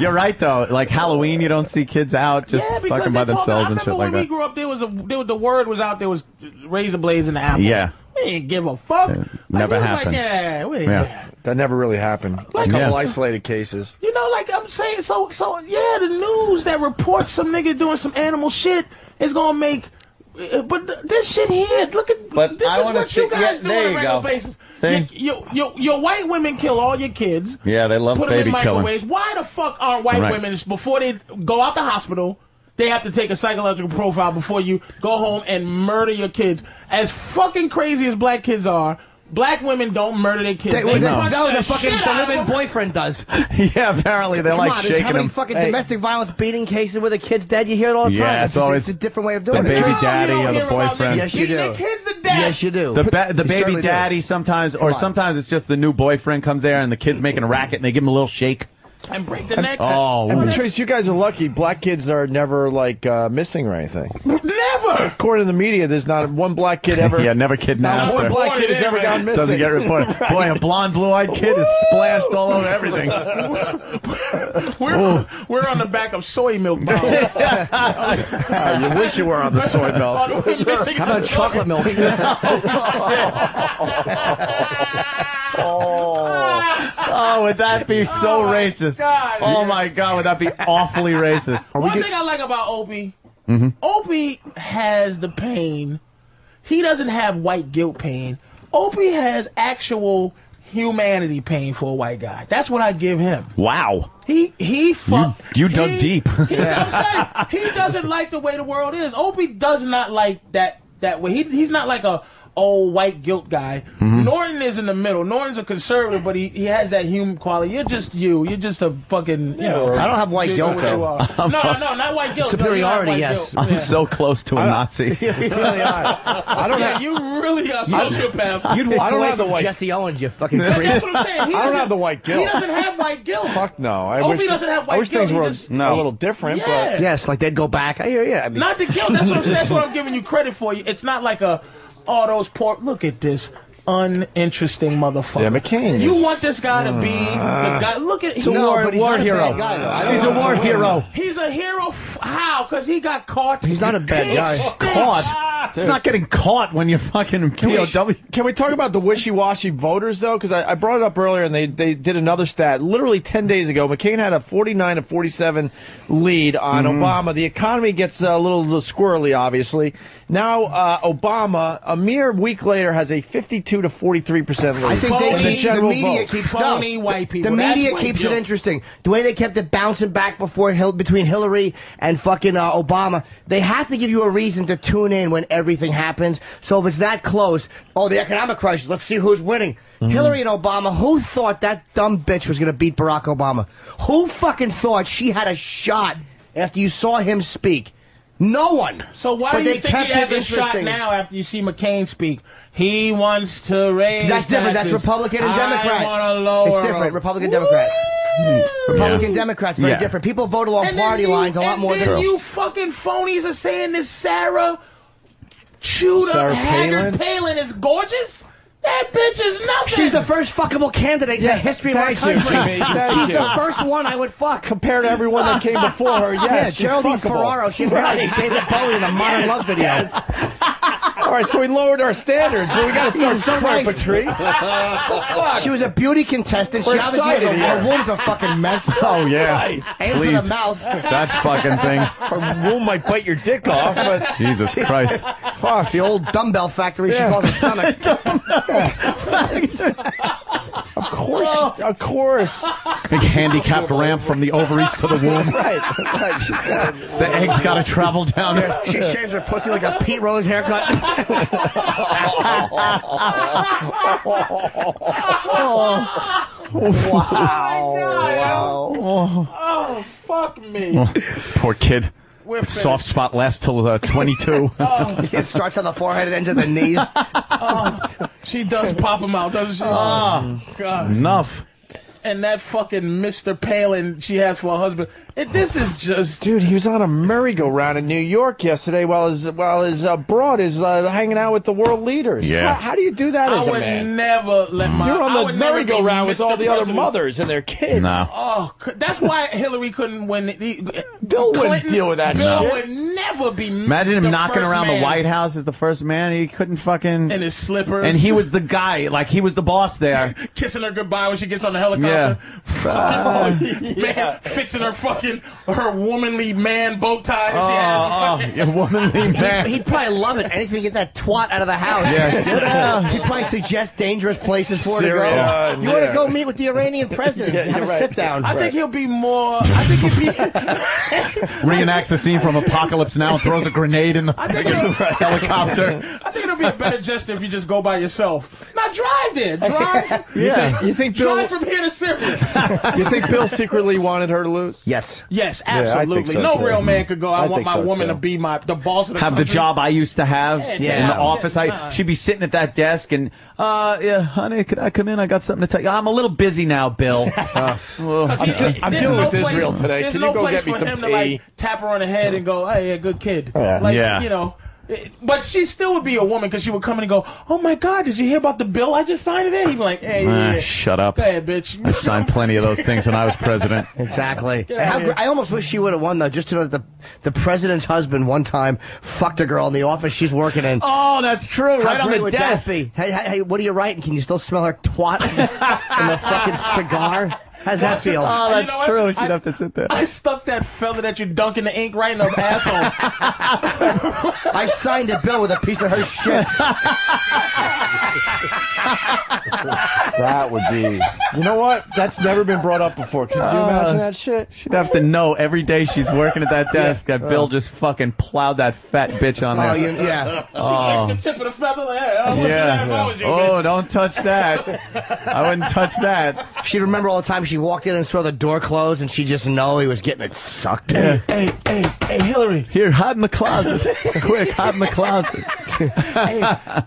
[SPEAKER 2] You're right though. Like Halloween, you don't see kids out just
[SPEAKER 3] Yeah, because
[SPEAKER 2] fucking by
[SPEAKER 3] they talk-
[SPEAKER 2] themselves
[SPEAKER 3] I
[SPEAKER 2] and shit
[SPEAKER 3] remember when
[SPEAKER 2] like that.
[SPEAKER 3] we grew up, there was a there, was- the word was out there was razor blades in the apple.
[SPEAKER 2] Yeah.
[SPEAKER 3] we didn't give a fuck. Like,
[SPEAKER 4] never
[SPEAKER 3] we was
[SPEAKER 4] happened.
[SPEAKER 3] Like, yeah, we didn't care.
[SPEAKER 4] That never really happened.
[SPEAKER 3] Like-
[SPEAKER 4] a couple
[SPEAKER 3] Yeah.
[SPEAKER 4] isolated cases.
[SPEAKER 3] You know, like I'm saying, so so yeah, the news that reports some nigga doing some animal shit is gonna make. uh, But th- this shit here, look at
[SPEAKER 2] But
[SPEAKER 3] this
[SPEAKER 2] I
[SPEAKER 3] is
[SPEAKER 2] wanna
[SPEAKER 3] what
[SPEAKER 2] see-
[SPEAKER 3] you guys
[SPEAKER 2] yeah,
[SPEAKER 3] do
[SPEAKER 2] there
[SPEAKER 3] on a
[SPEAKER 2] you
[SPEAKER 3] regular
[SPEAKER 2] go.
[SPEAKER 3] basis.
[SPEAKER 2] See?
[SPEAKER 3] Your, your, your white women kill all your kids.
[SPEAKER 2] Yeah, they love
[SPEAKER 3] put
[SPEAKER 2] baby
[SPEAKER 3] them in microwaves.
[SPEAKER 2] killing.
[SPEAKER 3] Why the fuck are white
[SPEAKER 2] Right.
[SPEAKER 3] women before they go out the hospital? They have to take a psychological profile before you go home and murder your kids. As fucking crazy as black kids are, black women don't murder their kids.
[SPEAKER 8] They- well, they-
[SPEAKER 3] punch
[SPEAKER 8] no, the
[SPEAKER 3] shit
[SPEAKER 8] fucking
[SPEAKER 3] out of
[SPEAKER 8] living
[SPEAKER 3] them.
[SPEAKER 8] boyfriend does.
[SPEAKER 2] yeah, apparently they're
[SPEAKER 8] Come
[SPEAKER 2] like
[SPEAKER 8] on, there's
[SPEAKER 2] shaking
[SPEAKER 8] how many
[SPEAKER 2] them.
[SPEAKER 8] fucking
[SPEAKER 2] Hey.
[SPEAKER 8] domestic violence beating cases where the kid's dead? You hear it all the
[SPEAKER 2] Yeah,
[SPEAKER 8] time.
[SPEAKER 2] it's
[SPEAKER 8] just-
[SPEAKER 2] always
[SPEAKER 8] a different way of
[SPEAKER 2] the
[SPEAKER 8] doing it.
[SPEAKER 2] baby No, you daddy don't or the hear about boyfriend. niggas
[SPEAKER 8] Yes, you do.
[SPEAKER 2] beating
[SPEAKER 3] their kids to death.
[SPEAKER 8] Yes, you do.
[SPEAKER 2] The, ba- the
[SPEAKER 8] You
[SPEAKER 2] baby
[SPEAKER 8] certainly do.
[SPEAKER 2] daddy sometimes, or
[SPEAKER 8] Come on.
[SPEAKER 2] sometimes it's just the new boyfriend comes there and the kid's making a racket and they give him a little shake.
[SPEAKER 3] And break the neck.
[SPEAKER 2] Oh,
[SPEAKER 4] and
[SPEAKER 2] ooh.
[SPEAKER 4] Patrice, you guys are lucky. Black kids are never like uh, missing or anything.
[SPEAKER 3] Never.
[SPEAKER 4] According to the media, there's not one black kid ever.
[SPEAKER 2] <laughs> yeah, never
[SPEAKER 4] Not
[SPEAKER 2] kidnapped.
[SPEAKER 4] one
[SPEAKER 2] or-
[SPEAKER 4] black kid has ever gone missing.
[SPEAKER 2] Doesn't get reported.
[SPEAKER 4] <laughs> Right.
[SPEAKER 2] Boy, a blonde, blue-eyed kid is splashed all over everything.
[SPEAKER 3] We're, we're on the back of soy milk bottles.
[SPEAKER 4] Uh, you wish you were on the
[SPEAKER 3] <laughs>
[SPEAKER 4] soy milk.
[SPEAKER 3] We're missing
[SPEAKER 8] How
[SPEAKER 3] the
[SPEAKER 8] about
[SPEAKER 3] soy.
[SPEAKER 8] chocolate milk?
[SPEAKER 3] <laughs>
[SPEAKER 4] <laughs>
[SPEAKER 2] Oh, would that be so racist?
[SPEAKER 3] God.
[SPEAKER 2] Oh my God, would that be awfully racist?
[SPEAKER 3] One thing I like about Opie,
[SPEAKER 2] Mhm.
[SPEAKER 3] Opie has the pain. He doesn't have white guilt pain. Opie has actual humanity pain for a white guy. That's what I give him.
[SPEAKER 2] Wow.
[SPEAKER 3] He he fuck.
[SPEAKER 2] You dug deep.
[SPEAKER 3] he, I'm saying, he doesn't like the way the world is. Opie does not like that that way. He, he's not like a old white guilt guy.
[SPEAKER 2] Mhm.
[SPEAKER 3] Norton is in the middle. Norton's a conservative, but he, he has that human quality. You're just you. You're just a fucking you know.
[SPEAKER 2] I don't have white
[SPEAKER 3] you
[SPEAKER 2] guilt,
[SPEAKER 3] know what you
[SPEAKER 2] though.
[SPEAKER 3] are. No, no, no, not white guilt. No, you don't have white guilt.
[SPEAKER 2] <laughs> I'm
[SPEAKER 3] Yeah.
[SPEAKER 2] so close to a Nazi.
[SPEAKER 3] I don't yeah, you really are a sociopath.
[SPEAKER 8] You'd walk
[SPEAKER 4] I don't
[SPEAKER 8] away
[SPEAKER 4] have the
[SPEAKER 8] from
[SPEAKER 4] white-
[SPEAKER 8] Jesse Owens, you fucking
[SPEAKER 4] That's
[SPEAKER 8] creep.
[SPEAKER 3] That's what I'm saying. He
[SPEAKER 4] I don't
[SPEAKER 3] doesn't-
[SPEAKER 4] have the white guilt.
[SPEAKER 3] He doesn't have white guilt.
[SPEAKER 4] Fuck no. I
[SPEAKER 3] Opie
[SPEAKER 4] wish,
[SPEAKER 3] doesn't have
[SPEAKER 4] I
[SPEAKER 3] white
[SPEAKER 4] wish
[SPEAKER 3] guilt.
[SPEAKER 4] things
[SPEAKER 3] He
[SPEAKER 4] were
[SPEAKER 3] just-
[SPEAKER 4] a little different,
[SPEAKER 3] Yeah.
[SPEAKER 4] but
[SPEAKER 8] Yes, like they'd go back. I hear you. I mean,
[SPEAKER 3] Not the guilt. That's what I'm saying. That's what I'm giving you credit for. It's not like a all those poor. Look at this uninteresting motherfucker.
[SPEAKER 4] Yeah, McCain
[SPEAKER 3] You
[SPEAKER 4] is-
[SPEAKER 3] want this guy to be the guy? Look at
[SPEAKER 4] He's a
[SPEAKER 3] he-
[SPEAKER 4] war- No, but he's war not a hero. bad guy, though. I don't He's a know. war hero.
[SPEAKER 3] He's a hero. F- how? Because he got caught.
[SPEAKER 4] He's not a bad
[SPEAKER 3] He
[SPEAKER 4] guy.
[SPEAKER 3] stinks.
[SPEAKER 2] Caught. It's not getting caught when you're fucking POW.
[SPEAKER 4] Can we talk about the wishy-washy voters though? Because I, I brought it up earlier, and they, they did another stat literally ten days ago. McCain had a forty-nine to forty-seven lead on
[SPEAKER 2] Mm-hmm.
[SPEAKER 4] Obama. The economy gets a little squirrely, obviously. Now uh, Obama, a mere week later, has a fifty-two to forty-three percent lead.
[SPEAKER 8] I think
[SPEAKER 4] in
[SPEAKER 8] they
[SPEAKER 4] the
[SPEAKER 8] keep, the,
[SPEAKER 4] general
[SPEAKER 8] media
[SPEAKER 4] vote.
[SPEAKER 8] keeps
[SPEAKER 3] Phony
[SPEAKER 8] no,
[SPEAKER 3] white
[SPEAKER 8] the-
[SPEAKER 3] people.
[SPEAKER 8] The
[SPEAKER 3] That's
[SPEAKER 8] media
[SPEAKER 3] white
[SPEAKER 8] keeps
[SPEAKER 3] guilt.
[SPEAKER 8] it interesting. The way they kept it bouncing back before Hil- between Hillary and fucking uh, Obama, they have to give you a reason to tune in when everything happens. So if it's that close, oh, the economic crisis. Let's see who's winning. Hillary and Obama. Who thought that dumb bitch was going to beat Barack Obama? Who fucking thought she had a shot after you saw him speak? No one.
[SPEAKER 3] So why
[SPEAKER 8] But
[SPEAKER 3] do
[SPEAKER 8] they
[SPEAKER 3] you think
[SPEAKER 8] kept
[SPEAKER 3] he
[SPEAKER 8] it
[SPEAKER 3] has a shot
[SPEAKER 8] interesting.
[SPEAKER 3] now after you see McCain speak? He wants to raise
[SPEAKER 8] That's different. That's
[SPEAKER 3] taxes.
[SPEAKER 8] Republican and Democrat.
[SPEAKER 3] I want to lower
[SPEAKER 8] It's different.
[SPEAKER 3] them.
[SPEAKER 8] Republican Democrat. Republican
[SPEAKER 3] Hmm. Yeah.
[SPEAKER 8] Democrats very
[SPEAKER 3] Yeah.
[SPEAKER 8] different. People vote along
[SPEAKER 3] And then
[SPEAKER 8] party
[SPEAKER 3] you-
[SPEAKER 8] lines a lot
[SPEAKER 3] and
[SPEAKER 8] more
[SPEAKER 3] then
[SPEAKER 8] than
[SPEAKER 3] you fucking phonies are saying this Sarah chewed
[SPEAKER 8] Sarah
[SPEAKER 3] up Haggard
[SPEAKER 8] Palin?
[SPEAKER 3] Palin is gorgeous. That bitch is nothing. <laughs>
[SPEAKER 8] She's <laughs> the first fuckable candidate in the history of our
[SPEAKER 3] thank you,
[SPEAKER 8] country.
[SPEAKER 3] Jimmy. Thank
[SPEAKER 8] She's
[SPEAKER 3] you.
[SPEAKER 8] the first one I would fuck.
[SPEAKER 4] Compared to everyone
[SPEAKER 8] <laughs>
[SPEAKER 4] that came before <laughs> her, yes,
[SPEAKER 8] yeah,
[SPEAKER 4] she's
[SPEAKER 8] Geraldine
[SPEAKER 4] fuckable.
[SPEAKER 8] Ferraro. She married
[SPEAKER 4] Right.
[SPEAKER 8] David Bowie in a modern
[SPEAKER 4] Yes,
[SPEAKER 8] love video.
[SPEAKER 4] yes. All right, so we lowered our standards, but we got to start
[SPEAKER 8] Jesus
[SPEAKER 4] somewhere,
[SPEAKER 8] Christ.
[SPEAKER 4] Patrice. Fuck.
[SPEAKER 8] She was a beauty contestant.
[SPEAKER 4] We're
[SPEAKER 8] she obviously
[SPEAKER 4] excited
[SPEAKER 8] was a,
[SPEAKER 4] here.
[SPEAKER 8] her womb's a fucking mess.
[SPEAKER 4] <laughs> Oh, yeah.
[SPEAKER 8] Aim for the
[SPEAKER 4] Please.
[SPEAKER 8] mouth.
[SPEAKER 4] That fucking thing. Her womb might bite your dick off, <laughs> but
[SPEAKER 2] Jesus Christ.
[SPEAKER 8] Fuck, the old dumbbell factory
[SPEAKER 4] Yeah.
[SPEAKER 8] she calls her <laughs> stomach.
[SPEAKER 4] <laughs> of course, of course.
[SPEAKER 2] Big handicapped ramp from the ovaries to the womb.
[SPEAKER 4] Right, right. She's got
[SPEAKER 2] The egg's got to travel down.
[SPEAKER 8] Yes, Oh, she shaves her pussy like a Pete Rose <laughs> haircut.
[SPEAKER 3] Oh.
[SPEAKER 8] <laughs> Oh
[SPEAKER 3] Wow.
[SPEAKER 2] Oh.
[SPEAKER 3] Oh, fuck me.
[SPEAKER 8] <laughs>
[SPEAKER 2] Oh, poor kid.
[SPEAKER 3] We're
[SPEAKER 2] Its
[SPEAKER 3] finished.
[SPEAKER 2] soft spot lasts till uh, 22. <laughs>
[SPEAKER 8] it starts on the forehead and ends at
[SPEAKER 3] <laughs>
[SPEAKER 8] the knees.
[SPEAKER 3] Oh.
[SPEAKER 8] Oh.
[SPEAKER 3] She does pop him out, doesn't she? Oh,
[SPEAKER 2] Ah.
[SPEAKER 3] God.
[SPEAKER 2] Enough.
[SPEAKER 3] And that fucking Mr. Palin she has for a husband. It, this is just.
[SPEAKER 4] Dude, he was on a merry-go-round in New York yesterday while his while his uh, broad is uh, hanging out with the world leaders.
[SPEAKER 3] Yeah.
[SPEAKER 4] How, how do you do that
[SPEAKER 3] I
[SPEAKER 4] as a
[SPEAKER 3] would
[SPEAKER 4] man?
[SPEAKER 3] never let my.
[SPEAKER 4] You're on
[SPEAKER 3] I
[SPEAKER 4] the
[SPEAKER 3] would never be
[SPEAKER 4] merry-go-round with
[SPEAKER 3] Mr.
[SPEAKER 4] all the other
[SPEAKER 3] President.
[SPEAKER 4] mothers and their kids.
[SPEAKER 2] No.
[SPEAKER 3] Oh, c- that's why Hillary couldn't win. The,
[SPEAKER 4] Bill wouldn't deal with that
[SPEAKER 3] Bill
[SPEAKER 2] shit.
[SPEAKER 3] would never be.
[SPEAKER 2] Imagine him
[SPEAKER 3] the
[SPEAKER 2] knocking
[SPEAKER 3] first
[SPEAKER 2] around
[SPEAKER 3] man
[SPEAKER 2] the White House as the first man. He couldn't fucking.
[SPEAKER 3] in his slippers,
[SPEAKER 2] And
[SPEAKER 3] <laughs>
[SPEAKER 2] he was the guy. Like, he was the boss there.
[SPEAKER 3] kissing her goodbye when she gets on the helicopter. <laughs>
[SPEAKER 2] Yeah.
[SPEAKER 3] Fucking- man, fixing her fucking her womanly man bow tie. That she had. Fucking-
[SPEAKER 2] Oh,
[SPEAKER 3] <laughs>
[SPEAKER 2] womanly
[SPEAKER 8] man. He, would probably <laughs> love it. Anything to get that twat out of the house. <laughs>
[SPEAKER 4] Yeah.
[SPEAKER 8] He'd probably suggest dangerous places for her to go.
[SPEAKER 4] Syria.
[SPEAKER 8] you want
[SPEAKER 4] Yeah.
[SPEAKER 8] to go meet with the Iranian president?
[SPEAKER 4] Yeah,
[SPEAKER 8] have a
[SPEAKER 4] you're right.
[SPEAKER 8] sit down.
[SPEAKER 3] I think he'll be more. I think he'll be.
[SPEAKER 2] Reenacts the scene from Apocalypse Now and throws a grenade in the <laughs> helicopter.
[SPEAKER 3] I think it'll be a better gesture if you just go by yourself. Now drive
[SPEAKER 2] <laughs>
[SPEAKER 3] there. Drive.
[SPEAKER 4] Yeah. You think Bill?
[SPEAKER 3] Drive from here to Syria.
[SPEAKER 4] <laughs> You think Bill secretly wanted her to lose?
[SPEAKER 8] Yes.
[SPEAKER 3] Yes,
[SPEAKER 4] Yeah, I think
[SPEAKER 3] absolutely.
[SPEAKER 4] so,
[SPEAKER 3] no
[SPEAKER 4] too.
[SPEAKER 3] real man could go. I,
[SPEAKER 4] I
[SPEAKER 3] want
[SPEAKER 4] think
[SPEAKER 3] my
[SPEAKER 4] so,
[SPEAKER 3] woman
[SPEAKER 4] too.
[SPEAKER 3] to be my the boss of the
[SPEAKER 2] Have the
[SPEAKER 3] country.
[SPEAKER 2] job I used to have
[SPEAKER 3] Yeah.
[SPEAKER 2] in the
[SPEAKER 3] Yeah.
[SPEAKER 2] office. I she'd be sitting at that desk and, uh, yeah, honey, could I come in? I got something to tell you. I'm a little busy now,
[SPEAKER 4] <laughs>
[SPEAKER 2] Bill. Uh, Ugh.
[SPEAKER 3] <laughs> Because he-
[SPEAKER 4] I'm- I'm
[SPEAKER 3] there's
[SPEAKER 4] dealing with
[SPEAKER 3] place-
[SPEAKER 4] Israel today.
[SPEAKER 3] there's
[SPEAKER 4] Can
[SPEAKER 3] no
[SPEAKER 4] you go
[SPEAKER 3] place
[SPEAKER 4] get me
[SPEAKER 3] for
[SPEAKER 4] some
[SPEAKER 3] him To,
[SPEAKER 4] tea?
[SPEAKER 3] like, tap her on the head and go, "Hey, a good kid."
[SPEAKER 4] Yeah.
[SPEAKER 3] Like
[SPEAKER 4] Yeah.
[SPEAKER 3] you know, it- but she still would be a woman because she would come in and go, "Oh my God, did you hear about the bill I just signed today?" He'd be like, "Hey,
[SPEAKER 2] Ah,
[SPEAKER 3] yeah.
[SPEAKER 2] shut up.
[SPEAKER 3] hey, bitch."
[SPEAKER 2] I signed plenty of those things when I was
[SPEAKER 4] <laughs>
[SPEAKER 2] president.
[SPEAKER 8] Exactly. How gr- I almost wish she would have won though, just to know that the, the president's husband one time fucked a girl in the office she's working in.
[SPEAKER 2] Oh, that's true.
[SPEAKER 8] How
[SPEAKER 2] Right on
[SPEAKER 8] great
[SPEAKER 2] the
[SPEAKER 8] would that
[SPEAKER 2] desk.
[SPEAKER 8] be? Hey, hey, hey, what are you writing? Can you still smell her twat in the fucking cigar? How's that feel?
[SPEAKER 2] Oh,
[SPEAKER 3] And you
[SPEAKER 2] that's
[SPEAKER 3] know what?
[SPEAKER 2] true. She'd
[SPEAKER 3] I-
[SPEAKER 2] have to sit there.
[SPEAKER 3] I stuck that fella that you dunk in the ink right in the asshole.
[SPEAKER 8] <laughs>
[SPEAKER 3] <laughs>
[SPEAKER 8] I signed a bill with a piece of her shit.
[SPEAKER 4] That would be. You know what? That's never been brought up before. Can you
[SPEAKER 8] Uh,
[SPEAKER 4] <laughs> imagine that shit?
[SPEAKER 2] She'd have to know every day she's working at that desk
[SPEAKER 8] Uh.
[SPEAKER 2] that Bill just fucking plowed that fat bitch on there.
[SPEAKER 8] Oh, you, yeah.
[SPEAKER 2] Oh.
[SPEAKER 3] She fixed the tip of the feather. Like, hey, I wouldn't do that if I was
[SPEAKER 2] yeah.
[SPEAKER 3] you, bitch.
[SPEAKER 2] Oh, don't touch that. I wouldn't touch that.
[SPEAKER 8] She'd remember all the time she walked in and saw the door close, and she just know he was getting it sucked in.
[SPEAKER 2] Yeah.
[SPEAKER 3] <laughs> Hey, hey, hey, Hillary.
[SPEAKER 2] Here, hide in the closet.
[SPEAKER 3] <laughs>
[SPEAKER 2] Quick, hide in the closet.
[SPEAKER 3] hey,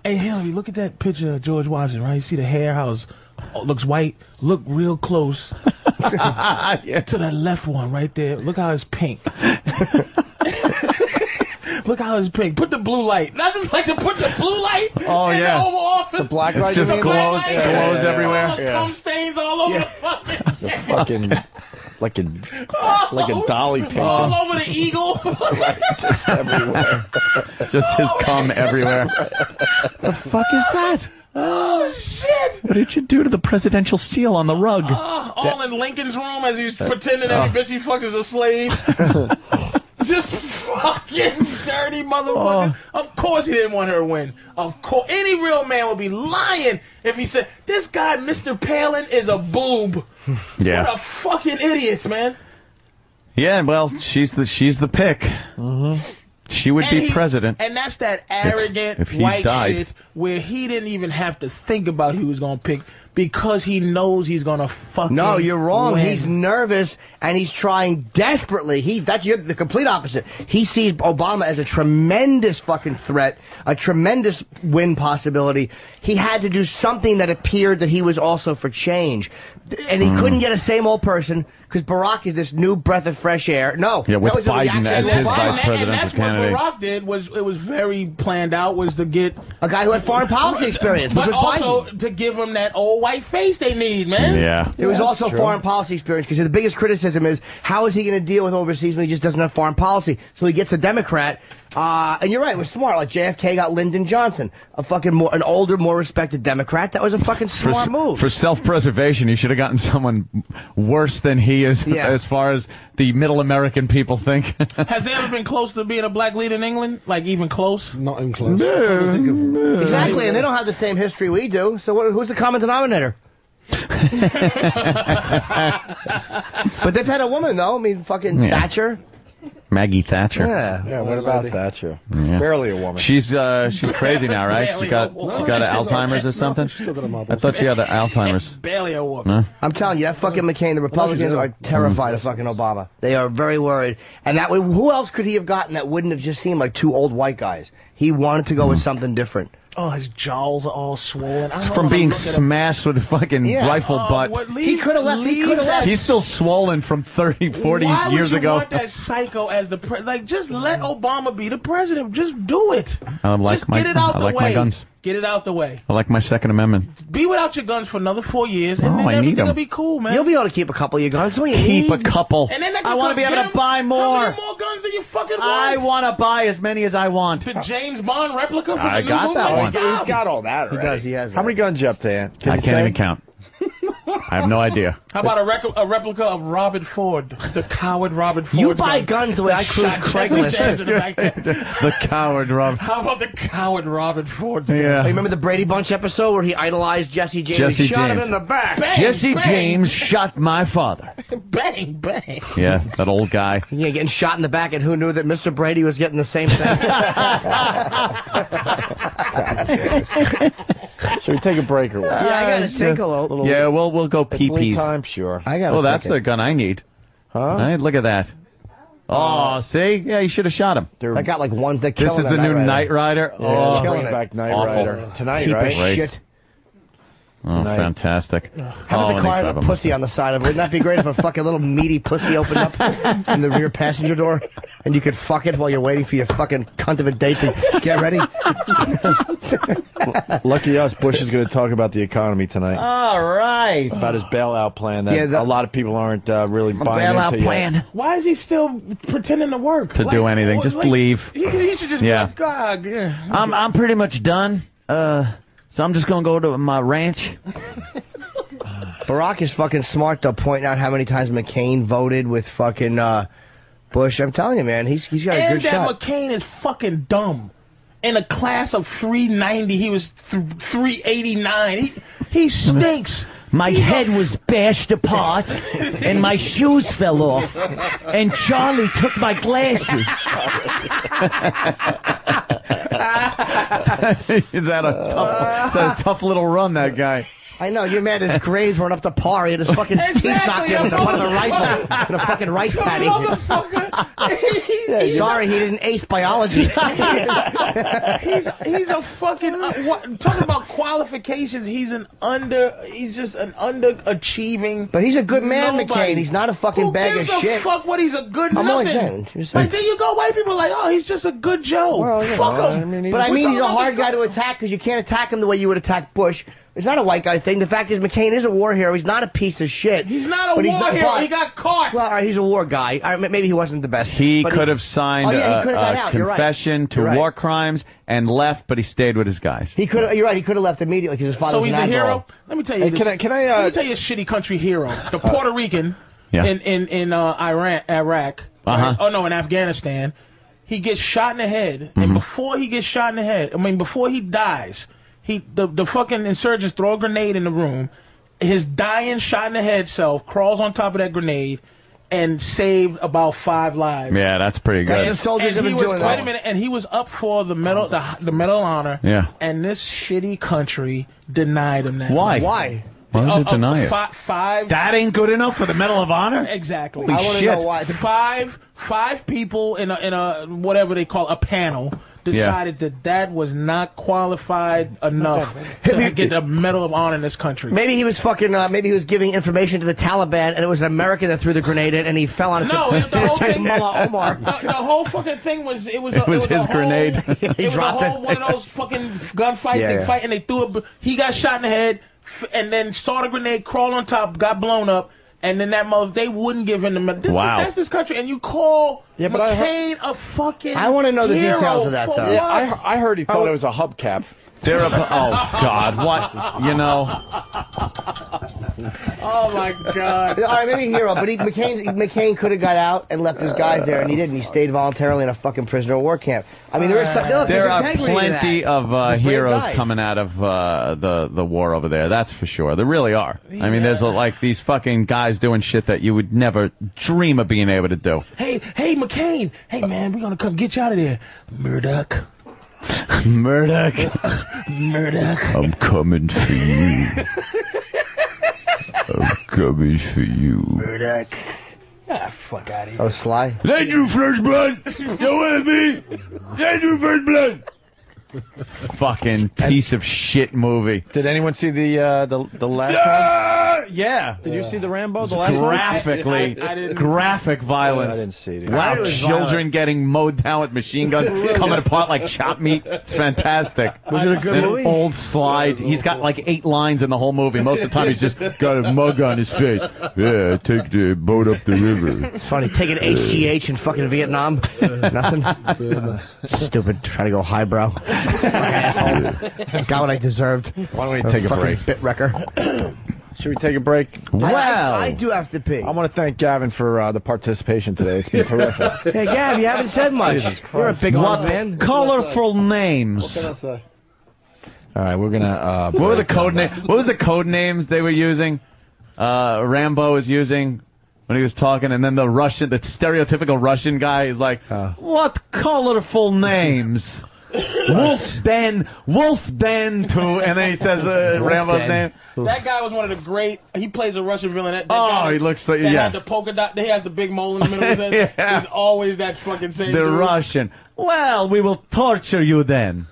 [SPEAKER 3] hey, Hillary, look at that picture of George Washington, right? You see the hair, how it's, oh, looks white. Look real
[SPEAKER 2] <laughs>
[SPEAKER 3] close <laughs> to that left one right there. Look how it's
[SPEAKER 2] <laughs>
[SPEAKER 3] pink. <laughs> Look how it's pink. Put the blue light. I just like to put the blue light
[SPEAKER 2] Oh,
[SPEAKER 3] in
[SPEAKER 2] yeah.
[SPEAKER 3] the Oval Office.
[SPEAKER 4] The black
[SPEAKER 2] It's
[SPEAKER 4] light
[SPEAKER 2] just
[SPEAKER 4] you mean?
[SPEAKER 2] glows-
[SPEAKER 3] Black light.
[SPEAKER 2] glows everywhere.
[SPEAKER 3] Oh,
[SPEAKER 4] Yeah.
[SPEAKER 3] Cum stains all over the
[SPEAKER 4] <laughs>
[SPEAKER 3] fucking shit.
[SPEAKER 4] Fucking like a like a dolly pin.
[SPEAKER 3] Oh. All over the
[SPEAKER 4] <laughs>
[SPEAKER 3] eagle.
[SPEAKER 2] <laughs> Just his cum everywhere. the fuck is that?
[SPEAKER 3] oh, shit.
[SPEAKER 2] What did you do to the presidential seal on the rug?
[SPEAKER 3] Oh, all in Lincoln's room as he's pretending
[SPEAKER 4] Oh.
[SPEAKER 3] every bitch he fucks is a
[SPEAKER 4] <laughs>
[SPEAKER 3] slave.
[SPEAKER 2] <laughs>
[SPEAKER 3] Just fucking dirty motherfucker.
[SPEAKER 4] Oh.
[SPEAKER 3] Of course he didn't want her to win. Of course, any real man would be lying if he said this guy, Mr. Palin, is a boob. What a fucking idiot, man.
[SPEAKER 2] Yeah, well, she's the she's the pick.
[SPEAKER 8] Mm-hmm.
[SPEAKER 2] She would
[SPEAKER 3] And
[SPEAKER 2] be
[SPEAKER 3] he-
[SPEAKER 2] president.
[SPEAKER 3] And that's that arrogant
[SPEAKER 2] if he
[SPEAKER 3] white
[SPEAKER 2] died.
[SPEAKER 3] shit where he didn't even have to think about who he was gonna pick because he knows he's gonna fucking.
[SPEAKER 8] No, you're wrong.
[SPEAKER 3] win.
[SPEAKER 8] He's nervous and he's trying desperately. He that's you're the complete opposite. He sees Obama as a tremendous fucking threat, a tremendous win possibility. He had to do something that appeared that he was also for change, and he
[SPEAKER 2] Mm.
[SPEAKER 8] couldn't get a same old person because Barack is this new breath of fresh air. No,
[SPEAKER 2] Yeah, with
[SPEAKER 8] that was a
[SPEAKER 2] Biden
[SPEAKER 8] reaction
[SPEAKER 2] as
[SPEAKER 8] to
[SPEAKER 2] his
[SPEAKER 8] Obama.
[SPEAKER 2] vice
[SPEAKER 3] And- and
[SPEAKER 2] presidential
[SPEAKER 3] that's
[SPEAKER 2] candidate.
[SPEAKER 3] what Barack did was it was very planned out was to get
[SPEAKER 8] a guy who had foreign policy experience, which
[SPEAKER 3] but
[SPEAKER 8] was Biden.
[SPEAKER 3] also to give him that old white face they need, man.
[SPEAKER 8] It was also foreign policy experience because the biggest criticism is how is he going to deal with overseas when he just doesn't have foreign policy? So he gets a Democrat. Uh, and you're right, it was smart. Like JFK got Lyndon Johnson, a fucking more, an older, more respected Democrat. That was a fucking
[SPEAKER 2] For,
[SPEAKER 8] smart move.
[SPEAKER 2] for self-preservation, you should have gotten someone worse than he is <laughs>
[SPEAKER 8] Yeah.
[SPEAKER 2] as far as the middle American people think. <laughs>
[SPEAKER 3] Has there ever been close to being a black leader in England? Like even close?
[SPEAKER 29] Not even close.
[SPEAKER 8] Exactly, and they don't have the same history we do. So what, who's the common denominator? but they've had a woman though. I mean, fucking
[SPEAKER 2] Yeah.
[SPEAKER 8] Thatcher.
[SPEAKER 2] Maggie Thatcher.
[SPEAKER 8] Yeah.
[SPEAKER 4] Yeah, what about Thatcher?
[SPEAKER 2] Yeah.
[SPEAKER 4] Barely a woman.
[SPEAKER 2] She's uh, she's crazy now, right? She got
[SPEAKER 8] No,
[SPEAKER 2] she got
[SPEAKER 8] she's still got-
[SPEAKER 2] Alzheimer's
[SPEAKER 8] no,
[SPEAKER 2] or something.
[SPEAKER 8] she's still got a marble.
[SPEAKER 2] I thought she had the Alzheimer's.
[SPEAKER 3] Barely a woman.
[SPEAKER 2] No?
[SPEAKER 8] I'm telling you, that fucking McCain, the Republicans are terrified
[SPEAKER 2] Mm.
[SPEAKER 8] of fucking Obama. They are very worried. And that way, who else could he have gotten that wouldn't have just seemed like two old white guys? He wanted to go
[SPEAKER 2] Mm.
[SPEAKER 8] with something different.
[SPEAKER 3] Oh, his jaws are all swollen. I
[SPEAKER 2] It's
[SPEAKER 3] don't
[SPEAKER 2] from
[SPEAKER 3] wanna
[SPEAKER 2] being
[SPEAKER 3] look at him.
[SPEAKER 2] smashed with a fucking
[SPEAKER 3] Yeah.
[SPEAKER 2] rifle
[SPEAKER 3] Uh,
[SPEAKER 2] butt.
[SPEAKER 3] what-
[SPEAKER 8] he could have left. He could have left.
[SPEAKER 2] He's still swollen from 30, 40
[SPEAKER 3] Why
[SPEAKER 2] years
[SPEAKER 3] would you
[SPEAKER 2] ago.
[SPEAKER 3] want that psycho as the pre- like? Just let Obama be the president. Just do it.
[SPEAKER 2] I like
[SPEAKER 3] Just
[SPEAKER 2] my
[SPEAKER 3] get it out
[SPEAKER 2] I
[SPEAKER 3] the
[SPEAKER 2] like
[SPEAKER 3] way.
[SPEAKER 2] my guns.
[SPEAKER 3] Get it out the way.
[SPEAKER 2] I like my Second Amendment.
[SPEAKER 3] Be without your guns for another four years, and
[SPEAKER 2] No,
[SPEAKER 3] then
[SPEAKER 2] Oh, I need
[SPEAKER 3] everything will
[SPEAKER 2] them.
[SPEAKER 3] be cool, man.
[SPEAKER 8] You'll be able to keep a couple of your guns.
[SPEAKER 2] Keep a couple.
[SPEAKER 3] And then that
[SPEAKER 2] I
[SPEAKER 3] could
[SPEAKER 2] want to
[SPEAKER 3] go-
[SPEAKER 2] be able
[SPEAKER 3] get
[SPEAKER 2] to
[SPEAKER 3] him-
[SPEAKER 2] buy
[SPEAKER 3] How
[SPEAKER 2] more.
[SPEAKER 3] many more guns do you fucking
[SPEAKER 2] I
[SPEAKER 3] want?
[SPEAKER 2] want to buy as many as I want.
[SPEAKER 3] The James Bond replica from
[SPEAKER 2] I
[SPEAKER 3] the
[SPEAKER 2] got
[SPEAKER 3] new
[SPEAKER 2] that
[SPEAKER 3] movie? Oh
[SPEAKER 2] one.
[SPEAKER 3] Stop.
[SPEAKER 4] He's got all that. Already.
[SPEAKER 8] does, he has
[SPEAKER 4] How many guns you up to, Ant? Can
[SPEAKER 2] I
[SPEAKER 4] you
[SPEAKER 2] can't
[SPEAKER 4] say?
[SPEAKER 2] even count. I have no idea.
[SPEAKER 3] How about a, rec- a replica of Robert Ford, the coward Robert Ford?
[SPEAKER 8] You buy guns the way I cruise
[SPEAKER 3] Shot Jesse James in the back.
[SPEAKER 2] <laughs> the coward, Rob.
[SPEAKER 3] How about the coward Robert Ford?
[SPEAKER 2] Yeah.
[SPEAKER 8] Oh, you remember the Brady Bunch episode where he idolized Jesse James?
[SPEAKER 2] Jesse
[SPEAKER 8] he shot
[SPEAKER 2] James.
[SPEAKER 8] him in the
[SPEAKER 3] <laughs>
[SPEAKER 8] back.
[SPEAKER 3] Bang,
[SPEAKER 2] Jesse
[SPEAKER 3] bang.
[SPEAKER 2] James shot my father.
[SPEAKER 3] Bang bang.
[SPEAKER 2] Yeah, that old guy.
[SPEAKER 8] <laughs> Yeah, getting shot in the back, and who knew that Mr. Brady was getting the same
[SPEAKER 2] <laughs>
[SPEAKER 8] <laughs> thing?
[SPEAKER 4] Should we take a break or what?
[SPEAKER 8] Yeah, I gotta take a little- little-
[SPEAKER 2] Yeah, Oh, we'll we'll go
[SPEAKER 4] It's lead
[SPEAKER 2] pee pees.
[SPEAKER 4] time, sure. I
[SPEAKER 2] Oh, that's the gun I need. Huh? All right, look at that. Oh, see? Yeah, you should have shot him.
[SPEAKER 8] I got like one that
[SPEAKER 2] This is the new Knight Rider.
[SPEAKER 4] Yeah,
[SPEAKER 2] oh,
[SPEAKER 4] it's bringing back Knight
[SPEAKER 2] awful.
[SPEAKER 4] Rider tonight,
[SPEAKER 8] Keep
[SPEAKER 4] right?
[SPEAKER 2] Great.
[SPEAKER 8] shit.
[SPEAKER 2] Oh,
[SPEAKER 4] tonight.
[SPEAKER 2] fantastic.
[SPEAKER 8] How
[SPEAKER 2] oh,
[SPEAKER 8] about
[SPEAKER 2] let
[SPEAKER 8] the
[SPEAKER 2] me
[SPEAKER 8] car has
[SPEAKER 2] grab
[SPEAKER 8] a
[SPEAKER 2] him.
[SPEAKER 8] pussy on the side of it? Wouldn't that be great if a fucking little meaty pussy opened
[SPEAKER 2] <laughs>
[SPEAKER 8] up in the rear passenger door and you could fuck it while you're waiting for your fucking cunt of a date to get ready?
[SPEAKER 4] Lucky us, Bush is going to talk about the economy tonight.
[SPEAKER 2] All right.
[SPEAKER 4] about his bailout plan that
[SPEAKER 2] Yeah, the-
[SPEAKER 4] a lot of people aren't uh, really buying
[SPEAKER 2] bailout
[SPEAKER 4] into yet.
[SPEAKER 2] plan.
[SPEAKER 3] Why is he still pretending to work?
[SPEAKER 2] To do anything, just leave.
[SPEAKER 3] He, he should just
[SPEAKER 2] Yeah.
[SPEAKER 3] be like, God, yeah.
[SPEAKER 2] I'm I'm pretty much done. Uh, so I'm just gonna go to my ranch.
[SPEAKER 8] Barack is fucking smart though, pointing out how many times McCain voted with fucking uh, Bush. I'm telling you, man, he's he's got a
[SPEAKER 3] and
[SPEAKER 8] good
[SPEAKER 3] that
[SPEAKER 8] shot.
[SPEAKER 3] McCain is fucking dumb. In a class of 390, he was th- 389. He, he stinks.
[SPEAKER 15] My head was bashed apart, and my shoes fell
[SPEAKER 2] <laughs>
[SPEAKER 15] off, and Charlie took my glasses.
[SPEAKER 2] <laughs> is that a tough? Is that a tough little run that guy?
[SPEAKER 8] I know you're mad his grades weren't up to par. He had his fucking teeth knocked
[SPEAKER 15] Exactly,
[SPEAKER 8] in with
[SPEAKER 15] a
[SPEAKER 8] a, with a
[SPEAKER 15] motherfucker.
[SPEAKER 8] rifle and a fucking rice
[SPEAKER 15] A
[SPEAKER 8] patty. <laughs> Sorry, he didn't ace <laughs>
[SPEAKER 3] <laughs>
[SPEAKER 8] biology.
[SPEAKER 3] he's he's a fucking uh, what, talking about qualifications. He's an under. He's just an underachieving.
[SPEAKER 8] But he's a good man,
[SPEAKER 3] nobody.
[SPEAKER 8] McCain. He's not a fucking
[SPEAKER 3] Who
[SPEAKER 8] bag
[SPEAKER 3] gives
[SPEAKER 8] of
[SPEAKER 3] a
[SPEAKER 8] shit.
[SPEAKER 3] Fuck what he's a good
[SPEAKER 8] I'm only
[SPEAKER 3] nothing.
[SPEAKER 8] saying, just-
[SPEAKER 3] Like there you go, white people are like, oh, he's just a good Joe. fuck him.
[SPEAKER 8] but I mean, he's a hard guy to attack because you can't attack him the way you would attack Bush. It's not a white guy thing. The fact is, McCain is a war hero. He's not a piece of shit. But He's
[SPEAKER 3] not a war hero. He got caught.
[SPEAKER 8] Well, all right, he's a war guy. All right, ma- maybe he wasn't the best.
[SPEAKER 2] He
[SPEAKER 8] but
[SPEAKER 2] could have signed
[SPEAKER 8] Oh, yeah, he
[SPEAKER 2] a-
[SPEAKER 8] could have got
[SPEAKER 2] a,
[SPEAKER 8] out. You're right.
[SPEAKER 2] confession to
[SPEAKER 8] You're right.
[SPEAKER 2] war crimes and left, but he stayed with his guys.
[SPEAKER 8] He could. You're right. He could have left immediately because his father
[SPEAKER 3] So
[SPEAKER 8] was
[SPEAKER 3] he's
[SPEAKER 8] an
[SPEAKER 3] a
[SPEAKER 8] admiral.
[SPEAKER 3] hero. Let me tell you.
[SPEAKER 8] Hey,
[SPEAKER 3] this.
[SPEAKER 8] can I- can I, uh,
[SPEAKER 3] Let me tell you a shitty country hero, the Puerto Rican
[SPEAKER 2] Yeah.
[SPEAKER 3] in in in uh, Iran, Iraq.
[SPEAKER 2] Uh-huh.
[SPEAKER 3] right? Oh no, in Afghanistan, he gets shot in the head,
[SPEAKER 8] Mm-hmm.
[SPEAKER 3] and before he gets shot in the head, I mean before he dies, he the the fucking insurgents throw a grenade in the room. His dying shot in the head self crawls on top of that grenade and saved about five lives.
[SPEAKER 2] Yeah, that's pretty good.
[SPEAKER 3] And he was, Wait a minute, and he was up for the medal, the, the medal of honor.
[SPEAKER 2] Yeah.
[SPEAKER 3] And this shitty country denied him that.
[SPEAKER 2] Why?
[SPEAKER 3] Why? Uh,
[SPEAKER 2] Why would you deny it?
[SPEAKER 3] fi- Five.
[SPEAKER 30] That ain't good enough for the Medal of Honor?
[SPEAKER 3] Exactly.
[SPEAKER 30] Holy
[SPEAKER 3] I wanna
[SPEAKER 30] shit.
[SPEAKER 3] know why. Five five people in a, in a whatever they call a panel decided that that was not qualified enough to get a Medal of Honor in this country.
[SPEAKER 8] Maybe he was fucking. Uh, maybe he was giving information to the Taliban, and it was an American that threw the grenade in, and he fell on it.
[SPEAKER 3] No,
[SPEAKER 8] to,
[SPEAKER 3] it- the
[SPEAKER 8] <laughs>
[SPEAKER 3] whole
[SPEAKER 8] to
[SPEAKER 3] thing-
[SPEAKER 8] Mullah Omar.
[SPEAKER 3] The, the whole fucking thing was it was a,
[SPEAKER 8] It was
[SPEAKER 3] a
[SPEAKER 8] his
[SPEAKER 3] whole-
[SPEAKER 8] grenade. He
[SPEAKER 3] it was a
[SPEAKER 8] dropped it.
[SPEAKER 3] whole one of those fucking gunfights
[SPEAKER 8] Yeah,
[SPEAKER 3] and
[SPEAKER 8] yeah.
[SPEAKER 3] fight, and they threw a. He got shot in the head, f- and then saw the grenade crawl on top, got blown up, and then that mother they wouldn't give him the medal. This
[SPEAKER 8] Wow.
[SPEAKER 3] is, that's this country, and you call
[SPEAKER 8] Yeah, but I heard-
[SPEAKER 3] McCain a fucking.
[SPEAKER 8] I wanna know the
[SPEAKER 3] hero
[SPEAKER 8] details of that,
[SPEAKER 3] for
[SPEAKER 8] though.
[SPEAKER 3] What?
[SPEAKER 8] Yeah,
[SPEAKER 4] I, I heard he thought it was a hubcap.
[SPEAKER 2] They're a, oh
[SPEAKER 4] <laughs>
[SPEAKER 2] God, what you know?
[SPEAKER 3] oh my god.
[SPEAKER 8] All right, maybe hero, but he, McCain McCain could have got out and left his guys there, and he didn't. He stayed voluntarily in a fucking prisoner of war camp. I mean, there is some, look,
[SPEAKER 2] there
[SPEAKER 8] there's
[SPEAKER 2] are
[SPEAKER 8] integrity to that.
[SPEAKER 2] plenty of
[SPEAKER 8] He's
[SPEAKER 2] uh,
[SPEAKER 8] a brave
[SPEAKER 2] heroes
[SPEAKER 8] guy.
[SPEAKER 2] coming out of uh, the the war over there. That's for sure. There really are. I mean, there's uh, like these fucking guys doing shit that you would never dream of being able
[SPEAKER 4] <laughs>
[SPEAKER 2] to do.
[SPEAKER 3] Hey, hey, McCain. Hey, man, we're gonna come get you out of there, Murdoch.
[SPEAKER 2] Murdoch,
[SPEAKER 3] Murdoch.
[SPEAKER 2] <laughs> I'm coming for you. I'm coming for you.
[SPEAKER 3] Murdoch. Ah, fuck out of here.
[SPEAKER 8] Oh, Sly.
[SPEAKER 2] They drew first blood. You with me? They drew first blood. Fucking piece of shit movie.
[SPEAKER 4] Did anyone see the uh, the the last one?
[SPEAKER 2] Yeah.
[SPEAKER 4] Ah, Did you see the Rambo? The last
[SPEAKER 2] Graphically,
[SPEAKER 4] one? <laughs> I- I- I didn't-
[SPEAKER 2] graphic violence.
[SPEAKER 4] I didn't see it.
[SPEAKER 2] Wow,
[SPEAKER 4] It was
[SPEAKER 2] children
[SPEAKER 4] violent.
[SPEAKER 2] getting mowed down with
[SPEAKER 4] <laughs>
[SPEAKER 2] machine guns, coming apart like chop meat. It's fantastic. Was it a good
[SPEAKER 4] movie?
[SPEAKER 2] Old slide. He's got like eight lines in the whole movie. Most of the time, he's just got a mug on
[SPEAKER 4] <laughs>
[SPEAKER 2] his face. Yeah, take the boat up the river.
[SPEAKER 8] It's funny. Taking HGH in fucking Vietnam. <laughs> Nothing. Stupid. Try to go highbrow. Asshole. Got what I deserved.
[SPEAKER 4] Why don't we
[SPEAKER 8] I'm
[SPEAKER 4] take a
[SPEAKER 8] fucking
[SPEAKER 4] break?
[SPEAKER 8] Bit wrecker.
[SPEAKER 4] Should we take a break?
[SPEAKER 8] Wow. I, I do have to pee.
[SPEAKER 4] I want to thank Gavin for uh, the participation today. It's been
[SPEAKER 8] <laughs>
[SPEAKER 4] terrific.
[SPEAKER 8] Hey, Gab, you haven't said much.
[SPEAKER 4] Jesus
[SPEAKER 8] You're a big
[SPEAKER 2] What
[SPEAKER 8] old man.
[SPEAKER 2] colorful names?
[SPEAKER 4] All right, we're gonna. Uh,
[SPEAKER 2] What were the
[SPEAKER 4] break.
[SPEAKER 2] code name? What was the code names they were using? Uh, Rambo was using when he was talking, and then the Russian, the stereotypical Russian guy is like, "What
[SPEAKER 8] <laughs>
[SPEAKER 2] colorful names?" Wolf Den, Wolf Den too, and then he says uh, Rambo's
[SPEAKER 4] Den.
[SPEAKER 2] name.
[SPEAKER 3] That guy was one of the great. He plays a Russian villain. That, that
[SPEAKER 2] Oh,
[SPEAKER 3] guy
[SPEAKER 2] he looks like-
[SPEAKER 3] that
[SPEAKER 2] yeah.
[SPEAKER 3] Had the polka dot. He has the big mole in the middle of his head.
[SPEAKER 2] <laughs> Yeah.
[SPEAKER 3] He's always that fucking same.
[SPEAKER 2] The
[SPEAKER 3] dude.
[SPEAKER 2] Russian. Well, we will torture you then.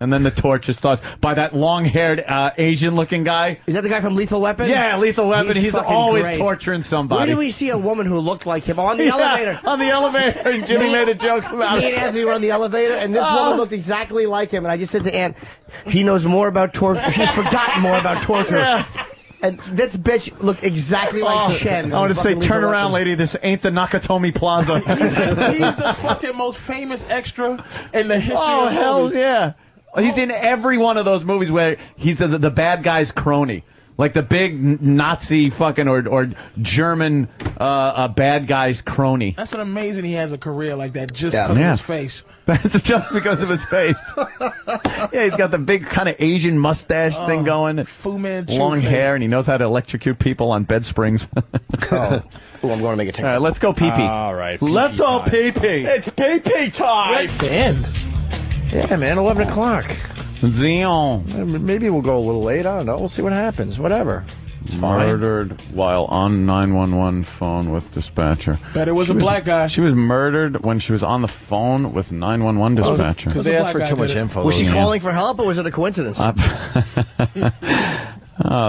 [SPEAKER 2] And then the torture starts by that long-haired uh, Asian-looking guy.
[SPEAKER 8] Is that the guy from Lethal Weapon?
[SPEAKER 2] Yeah, Lethal Weapon. He's,
[SPEAKER 8] fucking
[SPEAKER 2] always
[SPEAKER 8] great.
[SPEAKER 2] torturing
[SPEAKER 8] Where
[SPEAKER 2] somebody.
[SPEAKER 8] did we see a woman who looked like him? Oh, on the
[SPEAKER 2] <laughs> Yeah,
[SPEAKER 8] elevator.
[SPEAKER 2] <laughs> On the elevator, and Jimmy made a joke about
[SPEAKER 8] Me and
[SPEAKER 2] it.
[SPEAKER 8] Anthony were on
[SPEAKER 2] <laughs>
[SPEAKER 8] the elevator, and this
[SPEAKER 2] Oh.
[SPEAKER 8] woman looked exactly like him. And I just said to Ann, he knows more about torture. <laughs> He's forgotten more about torture. And this bitch looked exactly like Chen.
[SPEAKER 2] Oh. I want to say,
[SPEAKER 8] Fucking
[SPEAKER 2] turn
[SPEAKER 8] Lethal
[SPEAKER 2] around,
[SPEAKER 8] Weapon.
[SPEAKER 2] lady. This ain't the Nakatomi
[SPEAKER 3] <laughs>
[SPEAKER 2] Plaza. <laughs>
[SPEAKER 3] He's the fucking most famous extra in the history.
[SPEAKER 2] oh
[SPEAKER 3] of
[SPEAKER 2] hell
[SPEAKER 3] movies.
[SPEAKER 2] yeah! He's in every one of those movies where he's the the, the bad guy's crony. Like the big n- Nazi fucking or or German uh, uh, bad guy's crony. <laughs>
[SPEAKER 3] That's an amazing. He has a career like that just
[SPEAKER 2] Yeah.
[SPEAKER 3] because
[SPEAKER 2] Yeah.
[SPEAKER 3] of his face.
[SPEAKER 2] That's just because of his face. <laughs> yeah, he's got the big kind of Asian mustache thing going.
[SPEAKER 3] Fu Manchu
[SPEAKER 2] Long
[SPEAKER 3] Oh, face.
[SPEAKER 2] hair, and he knows how to electrocute people on bed springs. <laughs>
[SPEAKER 8] Oh, Ooh, I'm going to make a
[SPEAKER 2] All right,
[SPEAKER 8] ticket.
[SPEAKER 2] let's go pee pee.
[SPEAKER 4] All right, pee-pee
[SPEAKER 2] Let's all
[SPEAKER 4] time.
[SPEAKER 2] pee pee.
[SPEAKER 4] It's PP time.
[SPEAKER 2] to end.
[SPEAKER 4] Yeah, man, eleven o'clock.
[SPEAKER 2] Zion.
[SPEAKER 4] Maybe we'll go a little late. I don't know. We'll see what happens. Whatever. It's fine.
[SPEAKER 2] Murdered while on 911 phone with dispatcher.
[SPEAKER 3] Bet it was
[SPEAKER 2] She
[SPEAKER 3] a black guy.
[SPEAKER 2] She was murdered when she was on the phone with 911 dispatcher.
[SPEAKER 4] Because they
[SPEAKER 3] The
[SPEAKER 4] asked for
[SPEAKER 3] black
[SPEAKER 4] too
[SPEAKER 3] guy
[SPEAKER 4] much
[SPEAKER 3] did it.
[SPEAKER 4] info.
[SPEAKER 8] Was she
[SPEAKER 4] those-
[SPEAKER 8] calling for help, or was it a coincidence?
[SPEAKER 2] <laughs> oh,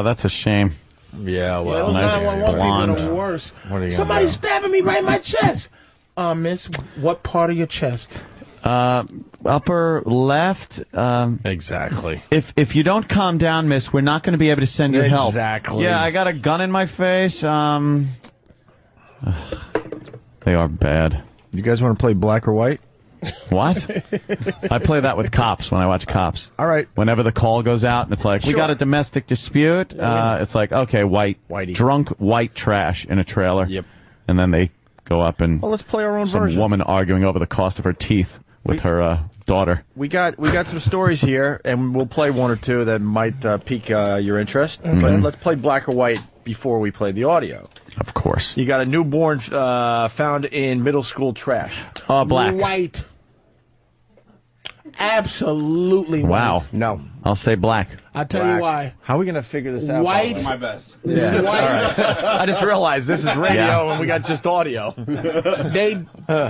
[SPEAKER 2] that's a shame.
[SPEAKER 4] Yeah,
[SPEAKER 3] Yeah,
[SPEAKER 4] well,
[SPEAKER 3] those
[SPEAKER 2] Nice
[SPEAKER 3] 911 people are
[SPEAKER 2] blonde.
[SPEAKER 3] the worst.
[SPEAKER 4] What are you gonna
[SPEAKER 3] Somebody
[SPEAKER 4] do?
[SPEAKER 3] stabbing me right in my chest. Uh, miss, what part of your chest?
[SPEAKER 2] Uh, upper left. Um,
[SPEAKER 4] Exactly.
[SPEAKER 2] if if you don't calm down, miss, we're not going to be able to send you help.
[SPEAKER 4] Exactly.
[SPEAKER 2] Yeah, I got a gun in my face. Um, <sighs> they are bad.
[SPEAKER 4] You guys want to play black or white?
[SPEAKER 2] What? I play that with cops when I watch cops.
[SPEAKER 4] All right.
[SPEAKER 2] Whenever the call goes out and it's like, we got a domestic dispute, uh, it's like, okay, white,
[SPEAKER 4] Whitey.
[SPEAKER 2] drunk white trash in a trailer.
[SPEAKER 4] Yep.
[SPEAKER 2] And then they go up
[SPEAKER 4] <laughs>
[SPEAKER 2] and
[SPEAKER 4] Well, let's play our own
[SPEAKER 2] some
[SPEAKER 4] version.
[SPEAKER 2] woman arguing over the cost of her teeth with her uh, daughter.
[SPEAKER 4] We got we got some stories here, and we'll play one or two that might uh, pique uh, your interest.
[SPEAKER 2] Mm-hmm.
[SPEAKER 4] But let's play black or white before we play the audio.
[SPEAKER 2] Of course.
[SPEAKER 4] You got a newborn uh, found in middle school trash.
[SPEAKER 2] Uh, black.
[SPEAKER 3] White. Absolutely.
[SPEAKER 2] Wow.
[SPEAKER 3] white.
[SPEAKER 2] No. I'll say black.
[SPEAKER 3] I tell you why.
[SPEAKER 4] How are we going to figure this out?
[SPEAKER 3] White.
[SPEAKER 4] Bobby?
[SPEAKER 3] My
[SPEAKER 11] best.
[SPEAKER 4] Yeah.
[SPEAKER 3] White.
[SPEAKER 4] I just realized this is radio
[SPEAKER 3] Yeah.
[SPEAKER 4] and we got just audio.
[SPEAKER 3] they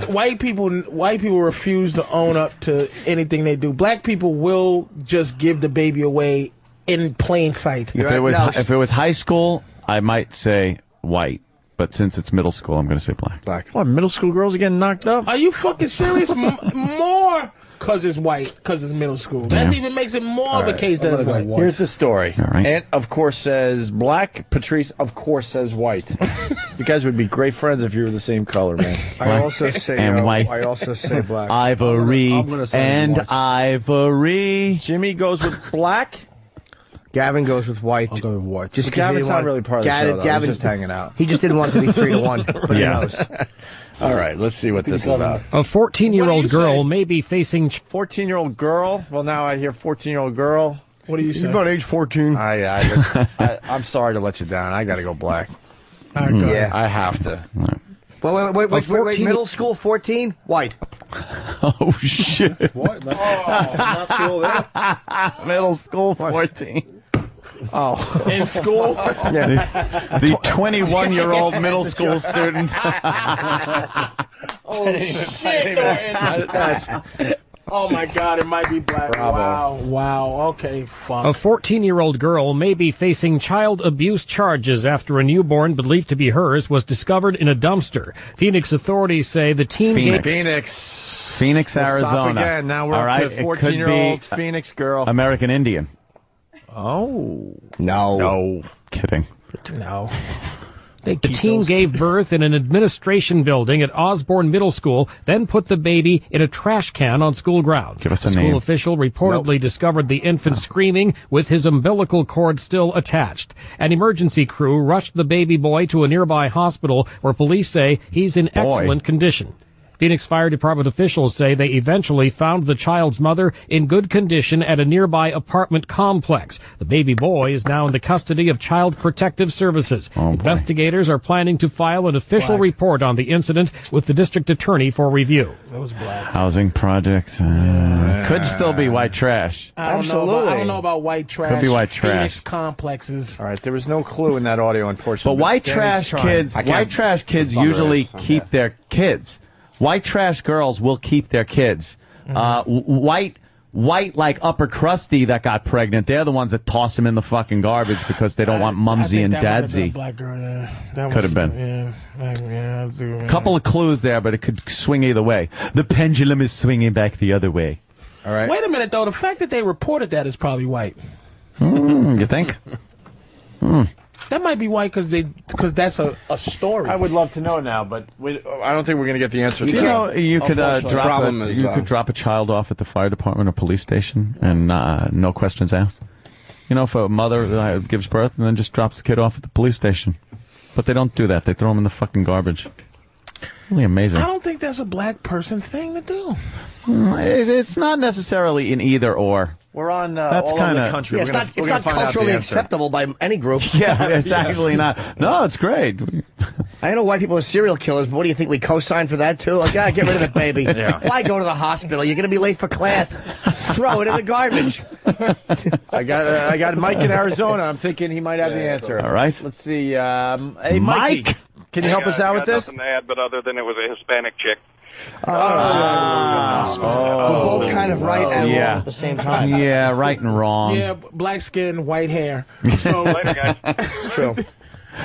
[SPEAKER 3] white people white people refuse to own up to anything they do. Black people will just give the baby away in plain sight.
[SPEAKER 2] If it was if it was high school, I might say white. But since it's middle school, I'm going to say black.
[SPEAKER 4] Black. What, middle school girls are getting knocked up?
[SPEAKER 3] Are you fucking serious? M- more because it's white, because it's middle school. That even makes it more of a case that it's white.
[SPEAKER 4] Here's the story.
[SPEAKER 2] All right.
[SPEAKER 4] Ant, of course, says black. Patrice, of course, says
[SPEAKER 2] <laughs>
[SPEAKER 4] white. you guys would be great friends if you were the same color, man.
[SPEAKER 2] Black <laughs>
[SPEAKER 4] uh,
[SPEAKER 2] and white. Ivory and ivory.
[SPEAKER 4] Jimmy goes with black.
[SPEAKER 31] Gavin goes with white. I'll
[SPEAKER 32] go with white.
[SPEAKER 31] Just
[SPEAKER 4] But
[SPEAKER 31] 'cause
[SPEAKER 4] Gavin's
[SPEAKER 31] he didn't
[SPEAKER 4] not
[SPEAKER 31] want-
[SPEAKER 4] really part of the show, though. He's just <laughs> hanging out.
[SPEAKER 31] He just didn't want it to be three to one. But
[SPEAKER 4] Yeah.
[SPEAKER 31] he knows.
[SPEAKER 4] <laughs> All right, let's see what this is about.
[SPEAKER 27] A 14 year old girl may be facing. ch-
[SPEAKER 4] 14 year old girl. Well, now I hear 14 year old girl.
[SPEAKER 3] What do you say?
[SPEAKER 4] age 14.
[SPEAKER 33] I, I, I, I'm sorry to let you down. I got to go black.
[SPEAKER 4] Yeah, I have to.
[SPEAKER 31] Well, wait, wait, wait, wait,
[SPEAKER 8] 14
[SPEAKER 31] middle school, 14? White.
[SPEAKER 2] <laughs> Oh
[SPEAKER 4] <laughs>
[SPEAKER 2] shit!
[SPEAKER 32] What? No. Oh, not still there.
[SPEAKER 2] Middle school, fourteen.
[SPEAKER 4] Oh,
[SPEAKER 3] In
[SPEAKER 4] <laughs>
[SPEAKER 3] school,
[SPEAKER 2] <laughs> The 21 year old middle school student.
[SPEAKER 3] oh shit! <laughs> Dorian. Oh my god, it might be black. Wow, wow.
[SPEAKER 4] Oh.
[SPEAKER 3] Okay, fuck.
[SPEAKER 27] A 14 year old girl may be facing child abuse charges after a newborn believed to be hers was discovered in a dumpster. Phoenix authorities say the teen
[SPEAKER 2] Phoenix.
[SPEAKER 27] gave-
[SPEAKER 4] Phoenix.
[SPEAKER 2] Phoenix,
[SPEAKER 4] We'll stop
[SPEAKER 2] Arizona.
[SPEAKER 4] again. Now we're
[SPEAKER 2] All
[SPEAKER 4] up to
[SPEAKER 2] right, it could
[SPEAKER 4] 14-year-old
[SPEAKER 2] be uh, um,
[SPEAKER 4] Phoenix girl.
[SPEAKER 2] American Indian.
[SPEAKER 4] Oh.
[SPEAKER 2] No. No. Kidding.
[SPEAKER 3] No.
[SPEAKER 27] the teen gave birth in an administration building at Osborne Middle School, then put the baby in a trash can on school grounds.
[SPEAKER 2] Give us a
[SPEAKER 27] the school
[SPEAKER 2] name.
[SPEAKER 27] official reportedly discovered the infant screaming with his umbilical cord still attached. An emergency crew rushed the baby boy to a nearby hospital where police say he's in excellent condition. Phoenix Fire Department officials say they eventually found the child's mother in good condition at a nearby apartment complex. The baby boy is now in the custody of Child Protective Services. Investigators are planning to file an official report on the incident with the district attorney for review.
[SPEAKER 3] That was black.
[SPEAKER 2] Housing project. uh, could still be white trash.
[SPEAKER 3] I don't Know about, I
[SPEAKER 4] Absolutely.
[SPEAKER 3] don't know about white trash.
[SPEAKER 2] be white
[SPEAKER 3] Phoenix
[SPEAKER 2] trash.
[SPEAKER 3] complexes.
[SPEAKER 4] All right, there was no clue in that audio, unfortunately.
[SPEAKER 2] But white
[SPEAKER 4] Danny's
[SPEAKER 2] trash
[SPEAKER 4] trying.
[SPEAKER 2] kids,
[SPEAKER 4] I can't-
[SPEAKER 2] white trash kids
[SPEAKER 4] It's not
[SPEAKER 2] usually
[SPEAKER 4] theirs.
[SPEAKER 2] keep their kids. White trash girls will keep their kids. Uh, w- white, white like upper crusty that got pregnant. They're the ones that toss them in the fucking garbage because they don't want mumsy and dadsy.
[SPEAKER 3] Black girl, yeah. That
[SPEAKER 2] Could
[SPEAKER 3] was-
[SPEAKER 2] have been.
[SPEAKER 3] Yeah, I- yeah, I do, yeah.
[SPEAKER 2] Couple of clues there, but it could swing either way. The pendulum is swinging back the other way.
[SPEAKER 4] All right.
[SPEAKER 3] Wait a minute though. The fact that they reported that is probably white.
[SPEAKER 2] Hmm, you think? Hmm.
[SPEAKER 3] That might be white because they because that's a, a story.
[SPEAKER 4] I would love to know now, but we, I don't think we're going to get the answer.
[SPEAKER 2] You
[SPEAKER 4] to
[SPEAKER 2] know,
[SPEAKER 4] that.
[SPEAKER 2] you could uh,
[SPEAKER 4] Unfortunately.
[SPEAKER 2] drop
[SPEAKER 4] Problem
[SPEAKER 2] a,
[SPEAKER 4] is,
[SPEAKER 2] you
[SPEAKER 4] uh,
[SPEAKER 2] could drop a child off at the fire department or police station, and uh, no questions asked. You know, if a mother uh, gives birth and then just drops the kid off at the police station, but they don't do that. They throw him in the fucking garbage. Really amazing.
[SPEAKER 3] I don't think that's a black person thing to do.
[SPEAKER 2] Mm, it- it's not necessarily an either or.
[SPEAKER 4] We're on uh,
[SPEAKER 2] That's
[SPEAKER 4] all over
[SPEAKER 2] kinda-
[SPEAKER 4] the country.
[SPEAKER 8] Yeah,
[SPEAKER 4] We're
[SPEAKER 8] it's
[SPEAKER 4] gonna-
[SPEAKER 8] not,
[SPEAKER 4] we're
[SPEAKER 8] it's
[SPEAKER 4] gonna
[SPEAKER 8] not
[SPEAKER 4] find out the
[SPEAKER 8] culturally
[SPEAKER 4] answer.
[SPEAKER 8] acceptable by any
[SPEAKER 4] <laughs>
[SPEAKER 8] group.
[SPEAKER 2] Yeah, it's actually not. No, it's great.
[SPEAKER 8] I know white people are serial killers, but what do you think? We co-sign for that too? Like, ah, get rid of the baby.
[SPEAKER 4] <laughs> Yeah.
[SPEAKER 8] Why go to the hospital? You're going to be late for class. Throw it in the garbage.
[SPEAKER 4] I got uh, I got Mike in Arizona. I'm thinking he might have the answer.
[SPEAKER 2] All right.
[SPEAKER 4] Let's see. Um, hey, Mikey,
[SPEAKER 2] Mike?
[SPEAKER 4] can you help us out with this?
[SPEAKER 34] Nothing to add, but other than it was a Hispanic chick.
[SPEAKER 4] Ah.
[SPEAKER 2] Oh.
[SPEAKER 4] Oh.
[SPEAKER 8] We're both kind of right and wrong
[SPEAKER 2] yeah.
[SPEAKER 8] at the same time.
[SPEAKER 2] Yeah, right and wrong.
[SPEAKER 3] Yeah, b- black skin, white hair.
[SPEAKER 4] <laughs>
[SPEAKER 3] So
[SPEAKER 34] Later, guys.
[SPEAKER 3] <laughs>
[SPEAKER 8] True.
[SPEAKER 3] a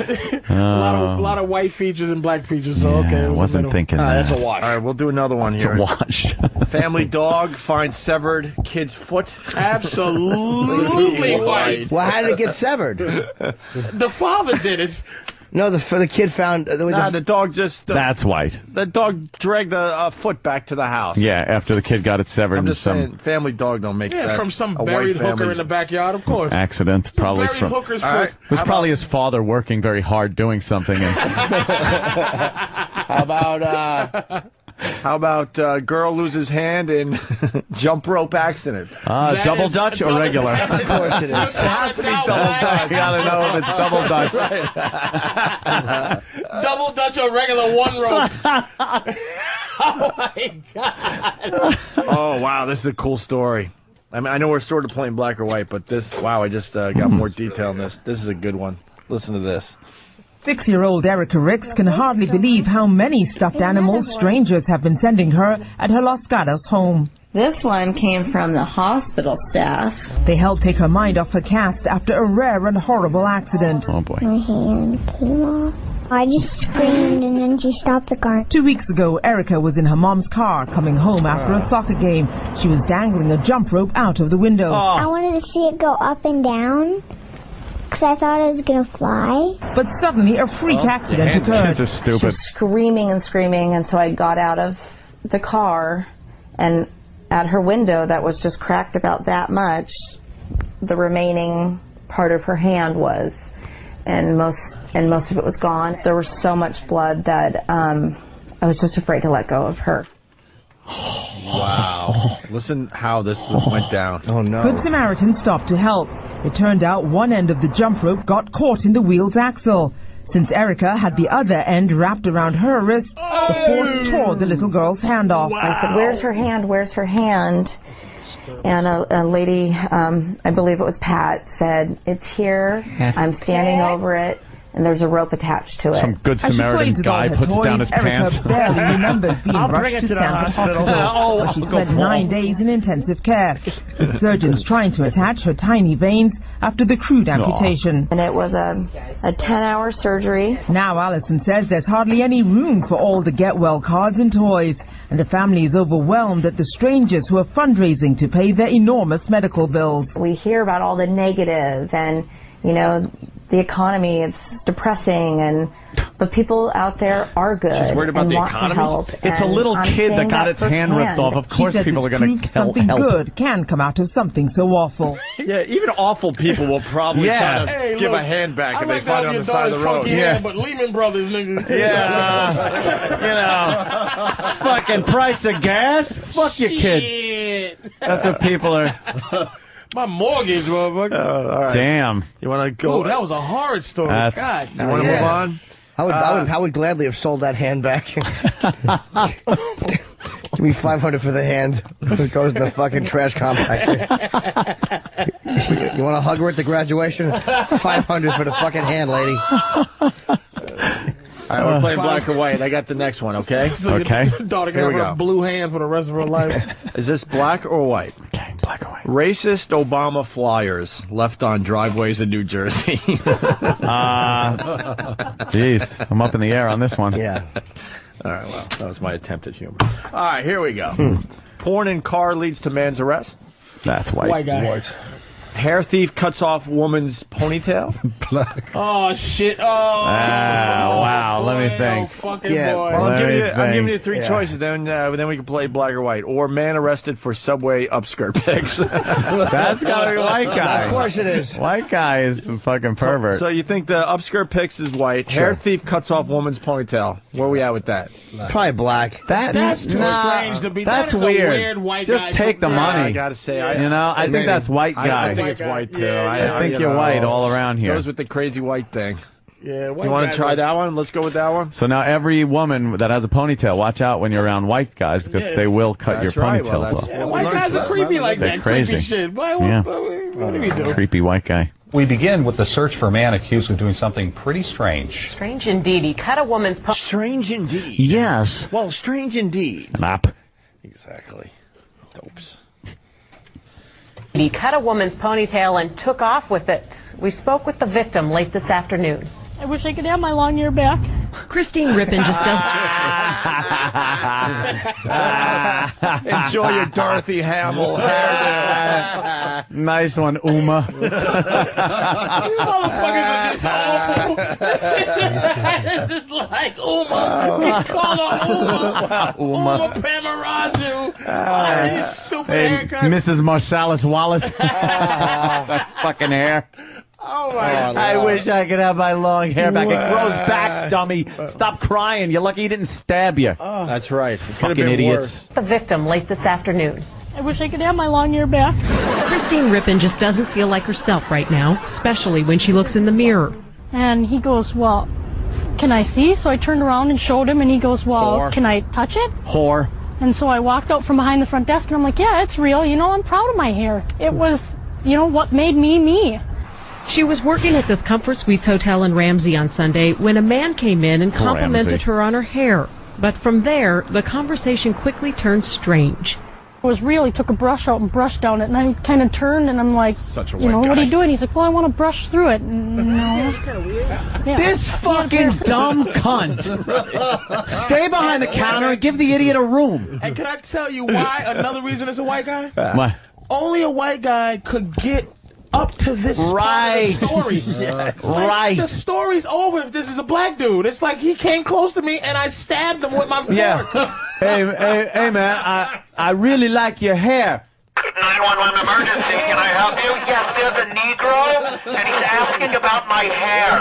[SPEAKER 3] lot
[SPEAKER 2] Uh,
[SPEAKER 3] of a lot of white features and black features. So okay, it
[SPEAKER 2] I
[SPEAKER 3] was a
[SPEAKER 2] wasn't
[SPEAKER 3] little-
[SPEAKER 2] thinking
[SPEAKER 8] Uh,
[SPEAKER 2] that.
[SPEAKER 8] that's a wash.
[SPEAKER 4] All right, we'll do another one
[SPEAKER 2] to
[SPEAKER 4] here. <laughs>
[SPEAKER 2] watch.
[SPEAKER 4] Family dog finds severed kid's foot. <laughs>
[SPEAKER 3] Absolutely white.
[SPEAKER 8] Well, how did it get severed?
[SPEAKER 3] The father did it.
[SPEAKER 8] No, the the kid found. Uh, the,
[SPEAKER 4] Nah, the dog just the,
[SPEAKER 2] That's white.
[SPEAKER 4] the dog dragged a, a foot back to the house.
[SPEAKER 2] Yeah, after the kid got it severed
[SPEAKER 4] I'm
[SPEAKER 2] in
[SPEAKER 4] just
[SPEAKER 2] some
[SPEAKER 4] saying, family dog don't make
[SPEAKER 3] Yeah,
[SPEAKER 4] that.
[SPEAKER 3] from some
[SPEAKER 4] a white
[SPEAKER 3] buried hooker in
[SPEAKER 4] family's-
[SPEAKER 3] the backyard, of <laughs>
[SPEAKER 2] <laughs>
[SPEAKER 3] course.
[SPEAKER 2] accident, probably
[SPEAKER 3] buried
[SPEAKER 2] from.
[SPEAKER 3] hooker's
[SPEAKER 4] All right.
[SPEAKER 3] foot.
[SPEAKER 2] It was probably his father working very hard doing something.
[SPEAKER 8] <laughs>
[SPEAKER 2] And
[SPEAKER 4] How about uh, <laughs> how about uh, girl loses hand in <laughs> jump rope accident?
[SPEAKER 2] uh,
[SPEAKER 3] That
[SPEAKER 2] double
[SPEAKER 3] is-
[SPEAKER 2] Dutch or
[SPEAKER 3] double-
[SPEAKER 4] <laughs>
[SPEAKER 2] regular?
[SPEAKER 3] Of
[SPEAKER 4] course it is.
[SPEAKER 3] It has to be double
[SPEAKER 2] I gotta know if it's double Dutch. <laughs>
[SPEAKER 3] Double Dutch or regular one rope. <laughs> oh my god!
[SPEAKER 4] oh wow, this is a cool story. I mean, I know we're sort of playing black or white, but this wow, I just uh, got more detail on this. This is a good one. Listen to this.
[SPEAKER 20] Six year old Erica Ricks can hardly believe how many stuffed animals strangers have been sending her at her Los Gatos home.
[SPEAKER 35] This one came from the hospital staff.
[SPEAKER 20] They helped take her mind off her cast after a rare and horrible accident.
[SPEAKER 2] Oh boy.
[SPEAKER 35] My hand came off.
[SPEAKER 36] I just screamed and then she stopped the car.
[SPEAKER 20] Two weeks ago, Erica was in her mom's car coming home after
[SPEAKER 2] Ah.
[SPEAKER 20] a soccer game. She was dangling a jump rope out of the window.
[SPEAKER 2] Oh.
[SPEAKER 14] Oh.
[SPEAKER 36] I wanted to see it go up and down because I thought it was going to fly.
[SPEAKER 20] But suddenly, a freak accident occurred.
[SPEAKER 2] are
[SPEAKER 35] She
[SPEAKER 2] stupid.
[SPEAKER 35] was screaming and screaming, and so I got out of the car, and at her window that was just cracked about that much, the remaining part of her hand was, and most and most of it was gone. There was so much blood that um, I was just afraid to let go of her.
[SPEAKER 4] <laughs> Wow. Listen how this went down. Oh
[SPEAKER 20] Good Samaritan stopped to help. It turned out one end of the jump rope got caught in the wheel's axle. Since Erica had the other end wrapped around her wrist, the force tore the little girl's hand off.
[SPEAKER 35] I said, "Where's her hand? Where's her hand?" And a, a lady, um, I believe it was Pat, said, "It's here. I'm standing over it, and there's a rope attached to it."
[SPEAKER 2] Some good
[SPEAKER 20] As she
[SPEAKER 2] Samaritan
[SPEAKER 20] plays with all
[SPEAKER 2] guy
[SPEAKER 20] her
[SPEAKER 2] puts
[SPEAKER 20] toys,
[SPEAKER 2] down his
[SPEAKER 20] Erica
[SPEAKER 2] <laughs> pants.
[SPEAKER 20] Uh, barely remembers being
[SPEAKER 2] I'll
[SPEAKER 20] rushed
[SPEAKER 2] bring it
[SPEAKER 20] to
[SPEAKER 2] to the
[SPEAKER 20] Stanford
[SPEAKER 2] hospital.
[SPEAKER 20] Hospital,
[SPEAKER 2] <laughs> Oh,
[SPEAKER 20] where she
[SPEAKER 2] Uncle
[SPEAKER 20] spent
[SPEAKER 2] Paul.
[SPEAKER 20] nine days in intensive care.
[SPEAKER 2] <laughs>
[SPEAKER 20] with Surgeons trying to attach her tiny veins after the crude amputation.
[SPEAKER 35] And it was a, a 10-hour surgery.
[SPEAKER 20] Now Allison says there's hardly any room for all the get well cards and toys, and the family is overwhelmed at the strangers who are fundraising to pay their enormous medical bills.
[SPEAKER 35] We hear about all the negative and you know the economy. It's depressing, and but people out there are good.
[SPEAKER 2] She's worried about
[SPEAKER 35] and
[SPEAKER 2] the
[SPEAKER 35] want to
[SPEAKER 2] economy?
[SPEAKER 35] help,
[SPEAKER 2] It's a
[SPEAKER 35] and
[SPEAKER 2] little
[SPEAKER 35] I'm
[SPEAKER 2] kid that
[SPEAKER 35] saying
[SPEAKER 2] got its hand ripped
[SPEAKER 35] firsthand.
[SPEAKER 2] off. Of
[SPEAKER 20] She says it's proof something good can come out of something so awful.
[SPEAKER 4] Yeah, even awful people will probably try
[SPEAKER 2] Yeah.
[SPEAKER 4] to
[SPEAKER 14] Hey,
[SPEAKER 4] give
[SPEAKER 14] look,
[SPEAKER 4] a hand back
[SPEAKER 14] I
[SPEAKER 4] if they
[SPEAKER 14] like
[SPEAKER 4] find it
[SPEAKER 14] how
[SPEAKER 4] on
[SPEAKER 14] your
[SPEAKER 4] the side of the
[SPEAKER 14] daughter's
[SPEAKER 4] road.
[SPEAKER 14] funky hand, but Lehman Brothers,
[SPEAKER 2] <laughs>
[SPEAKER 14] nigga. <laughs>
[SPEAKER 4] Yeah.
[SPEAKER 2] Fucking price of gas? Fuck your kid.
[SPEAKER 14] Shit.
[SPEAKER 2] That's what people are.
[SPEAKER 14] <laughs> My mortgage, motherfucker.
[SPEAKER 2] Damn.
[SPEAKER 4] Oh, You want to
[SPEAKER 14] Ooh, that was a hard story.
[SPEAKER 3] Uh,
[SPEAKER 2] That's-
[SPEAKER 14] God.
[SPEAKER 4] You want to move on?
[SPEAKER 8] I would, I, would,
[SPEAKER 4] Uh,
[SPEAKER 8] I would gladly have sold that hand back. <laughs> Give me 500 for the hand. It goes in the fucking trash compactor. you want to hug her at the graduation? 500 for the fucking hand, lady.
[SPEAKER 4] All right, we're playing black or white. I got the next one, okay?
[SPEAKER 14] Uh, <laughs> So your daughter
[SPEAKER 4] Here
[SPEAKER 14] can
[SPEAKER 4] we
[SPEAKER 14] have a
[SPEAKER 4] go.
[SPEAKER 14] blue hand for the rest of her life.
[SPEAKER 4] <laughs> Is this black or white? Okay, black or white. Racist Obama flyers left on driveways in New Jersey. <laughs>
[SPEAKER 2] Jeez, I'm up in the air on this one.
[SPEAKER 8] Yeah.
[SPEAKER 4] All right, well, that was my attempt at humor. All right, here we go. Porn in car leads to man's arrest.
[SPEAKER 2] That's white.
[SPEAKER 14] White guy.
[SPEAKER 4] Hair thief cuts off woman's ponytail. Black.
[SPEAKER 14] Oh shit! Oh.
[SPEAKER 2] Ah, wow. Let me
[SPEAKER 14] boy,
[SPEAKER 2] think.
[SPEAKER 14] Oh, fucking
[SPEAKER 4] Yeah,
[SPEAKER 14] boy.
[SPEAKER 4] well, I'm
[SPEAKER 2] Let
[SPEAKER 4] giving,
[SPEAKER 2] me
[SPEAKER 4] you, I'm giving
[SPEAKER 2] think.
[SPEAKER 4] you three
[SPEAKER 2] Yeah.
[SPEAKER 4] choices. Then, uh, then we can play black or white, or man arrested for subway upskirt
[SPEAKER 2] <laughs>
[SPEAKER 4] pics.
[SPEAKER 2] That's gotta be white
[SPEAKER 4] <laughs>
[SPEAKER 2] guy.
[SPEAKER 4] Of course it is.
[SPEAKER 2] White guy is a fucking pervert.
[SPEAKER 4] So you think the upskirt pics is white?
[SPEAKER 2] Sure.
[SPEAKER 4] Hair thief cuts off woman's ponytail. Where we at with that?
[SPEAKER 8] Probably black.
[SPEAKER 2] that,
[SPEAKER 14] That's too
[SPEAKER 2] nah,
[SPEAKER 14] strange to be.
[SPEAKER 2] That's
[SPEAKER 14] that is
[SPEAKER 2] weird.
[SPEAKER 14] A weird white
[SPEAKER 2] Just
[SPEAKER 14] guy
[SPEAKER 2] take the
[SPEAKER 14] pervert.
[SPEAKER 2] money.
[SPEAKER 4] I gotta say, I,
[SPEAKER 2] you know, I
[SPEAKER 4] Maybe.
[SPEAKER 2] think that's white
[SPEAKER 4] I-
[SPEAKER 2] guy.
[SPEAKER 4] I, think it's white too.
[SPEAKER 14] Yeah,
[SPEAKER 4] I,
[SPEAKER 2] I think
[SPEAKER 4] you
[SPEAKER 2] you're
[SPEAKER 4] know,
[SPEAKER 2] white all around here.
[SPEAKER 4] Goes with the crazy white thing.
[SPEAKER 14] Yeah. White
[SPEAKER 4] You want
[SPEAKER 14] guy
[SPEAKER 4] to try
[SPEAKER 14] would-
[SPEAKER 4] that one? Let's go with that one.
[SPEAKER 2] So now every woman that has a ponytail, watch out when you're around white guys because
[SPEAKER 14] Yeah.
[SPEAKER 2] they will cut
[SPEAKER 4] That's
[SPEAKER 2] your
[SPEAKER 4] right.
[SPEAKER 2] ponytails
[SPEAKER 4] Well, that's-
[SPEAKER 2] off.
[SPEAKER 14] Yeah, white guys are creepy
[SPEAKER 11] <laughs>
[SPEAKER 14] like
[SPEAKER 2] They're
[SPEAKER 14] that.
[SPEAKER 2] crazy.
[SPEAKER 14] Creepy shit. Why? What,
[SPEAKER 2] Yeah.
[SPEAKER 14] what, what do we do?
[SPEAKER 2] Creepy white guy.
[SPEAKER 37] We begin with the search for a man accused of doing something pretty strange.
[SPEAKER 38] Strange indeed. He cut a woman's. Po-
[SPEAKER 4] Strange
[SPEAKER 14] <laughs>
[SPEAKER 4] indeed.
[SPEAKER 2] Yes.
[SPEAKER 4] Well, strange indeed.
[SPEAKER 15] <laughs>
[SPEAKER 2] An op.
[SPEAKER 4] Exactly. Dopes.
[SPEAKER 38] he cut a woman's ponytail and took off with it. We spoke with the victim late this afternoon.
[SPEAKER 39] I wish I could have my long hair back.
[SPEAKER 38] Christine Rippon just does.
[SPEAKER 4] <laughs> Enjoy your Dorothy Hamill hairdo.
[SPEAKER 2] Nice one, Uma.
[SPEAKER 14] You motherfuckers are just awful. it's just like Uma. We call her Uma.
[SPEAKER 37] <laughs>
[SPEAKER 14] Ah.
[SPEAKER 2] Uma.
[SPEAKER 14] Uma Pamaraju. Why are these stupid
[SPEAKER 2] Uh, Hey,
[SPEAKER 14] haircuts?
[SPEAKER 2] Mrs. Marsalis Wallace. <laughs> that fucking hair.
[SPEAKER 14] Oh my god.
[SPEAKER 2] I wish I could have my long hair back. It grows back, dummy. Stop crying. You're lucky he didn't stab you.
[SPEAKER 4] That's right.
[SPEAKER 2] Fucking idiots.
[SPEAKER 38] The victim late this afternoon.
[SPEAKER 39] I wish I could have my long hair back.
[SPEAKER 38] Christine Rippon just doesn't feel like herself right now, especially when she looks in the mirror.
[SPEAKER 39] And he goes, Well, can I see? So I turned around and showed him, and he goes, well,
[SPEAKER 2] Whore.
[SPEAKER 39] can I touch it?
[SPEAKER 2] Whore.
[SPEAKER 39] And so I walked out from behind the front desk, and I'm like, yeah, it's real. You know, I'm proud of my hair. It was, you know, what made me me.
[SPEAKER 38] She was working at this Comfort Suites Hotel in Ramsey on Sunday when a man came in and complimented
[SPEAKER 39] Ramsey.
[SPEAKER 38] her on her hair. But from there, the conversation quickly turned strange.
[SPEAKER 39] It was real. He took a brush out and brushed down it, and I kind of turned, and I'm like,
[SPEAKER 38] Such a
[SPEAKER 39] you know,
[SPEAKER 38] white
[SPEAKER 39] what are
[SPEAKER 38] guy.
[SPEAKER 39] you doing? He's like, well, I want to brush through it. No. Yeah.
[SPEAKER 2] This
[SPEAKER 39] Yeah,
[SPEAKER 2] fucking
[SPEAKER 39] there's-
[SPEAKER 2] dumb cunt. Stay behind the counter and give the idiot a room.
[SPEAKER 3] <laughs> And can I tell you why? Another reason is a white guy.
[SPEAKER 2] <laughs> Why?
[SPEAKER 3] Only a white guy could get up to this part of the
[SPEAKER 2] Right. <laughs>
[SPEAKER 3] story.
[SPEAKER 2] Yes.
[SPEAKER 3] Like,
[SPEAKER 2] Right.
[SPEAKER 3] The story's over if this is a black dude. It's like he came close to me and I stabbed him with my fork.
[SPEAKER 4] Yeah. hey, hey, hey, man, I, I really like your hair.
[SPEAKER 15] Can I help you? Yes, there's a Negro, and he's asking about my hair.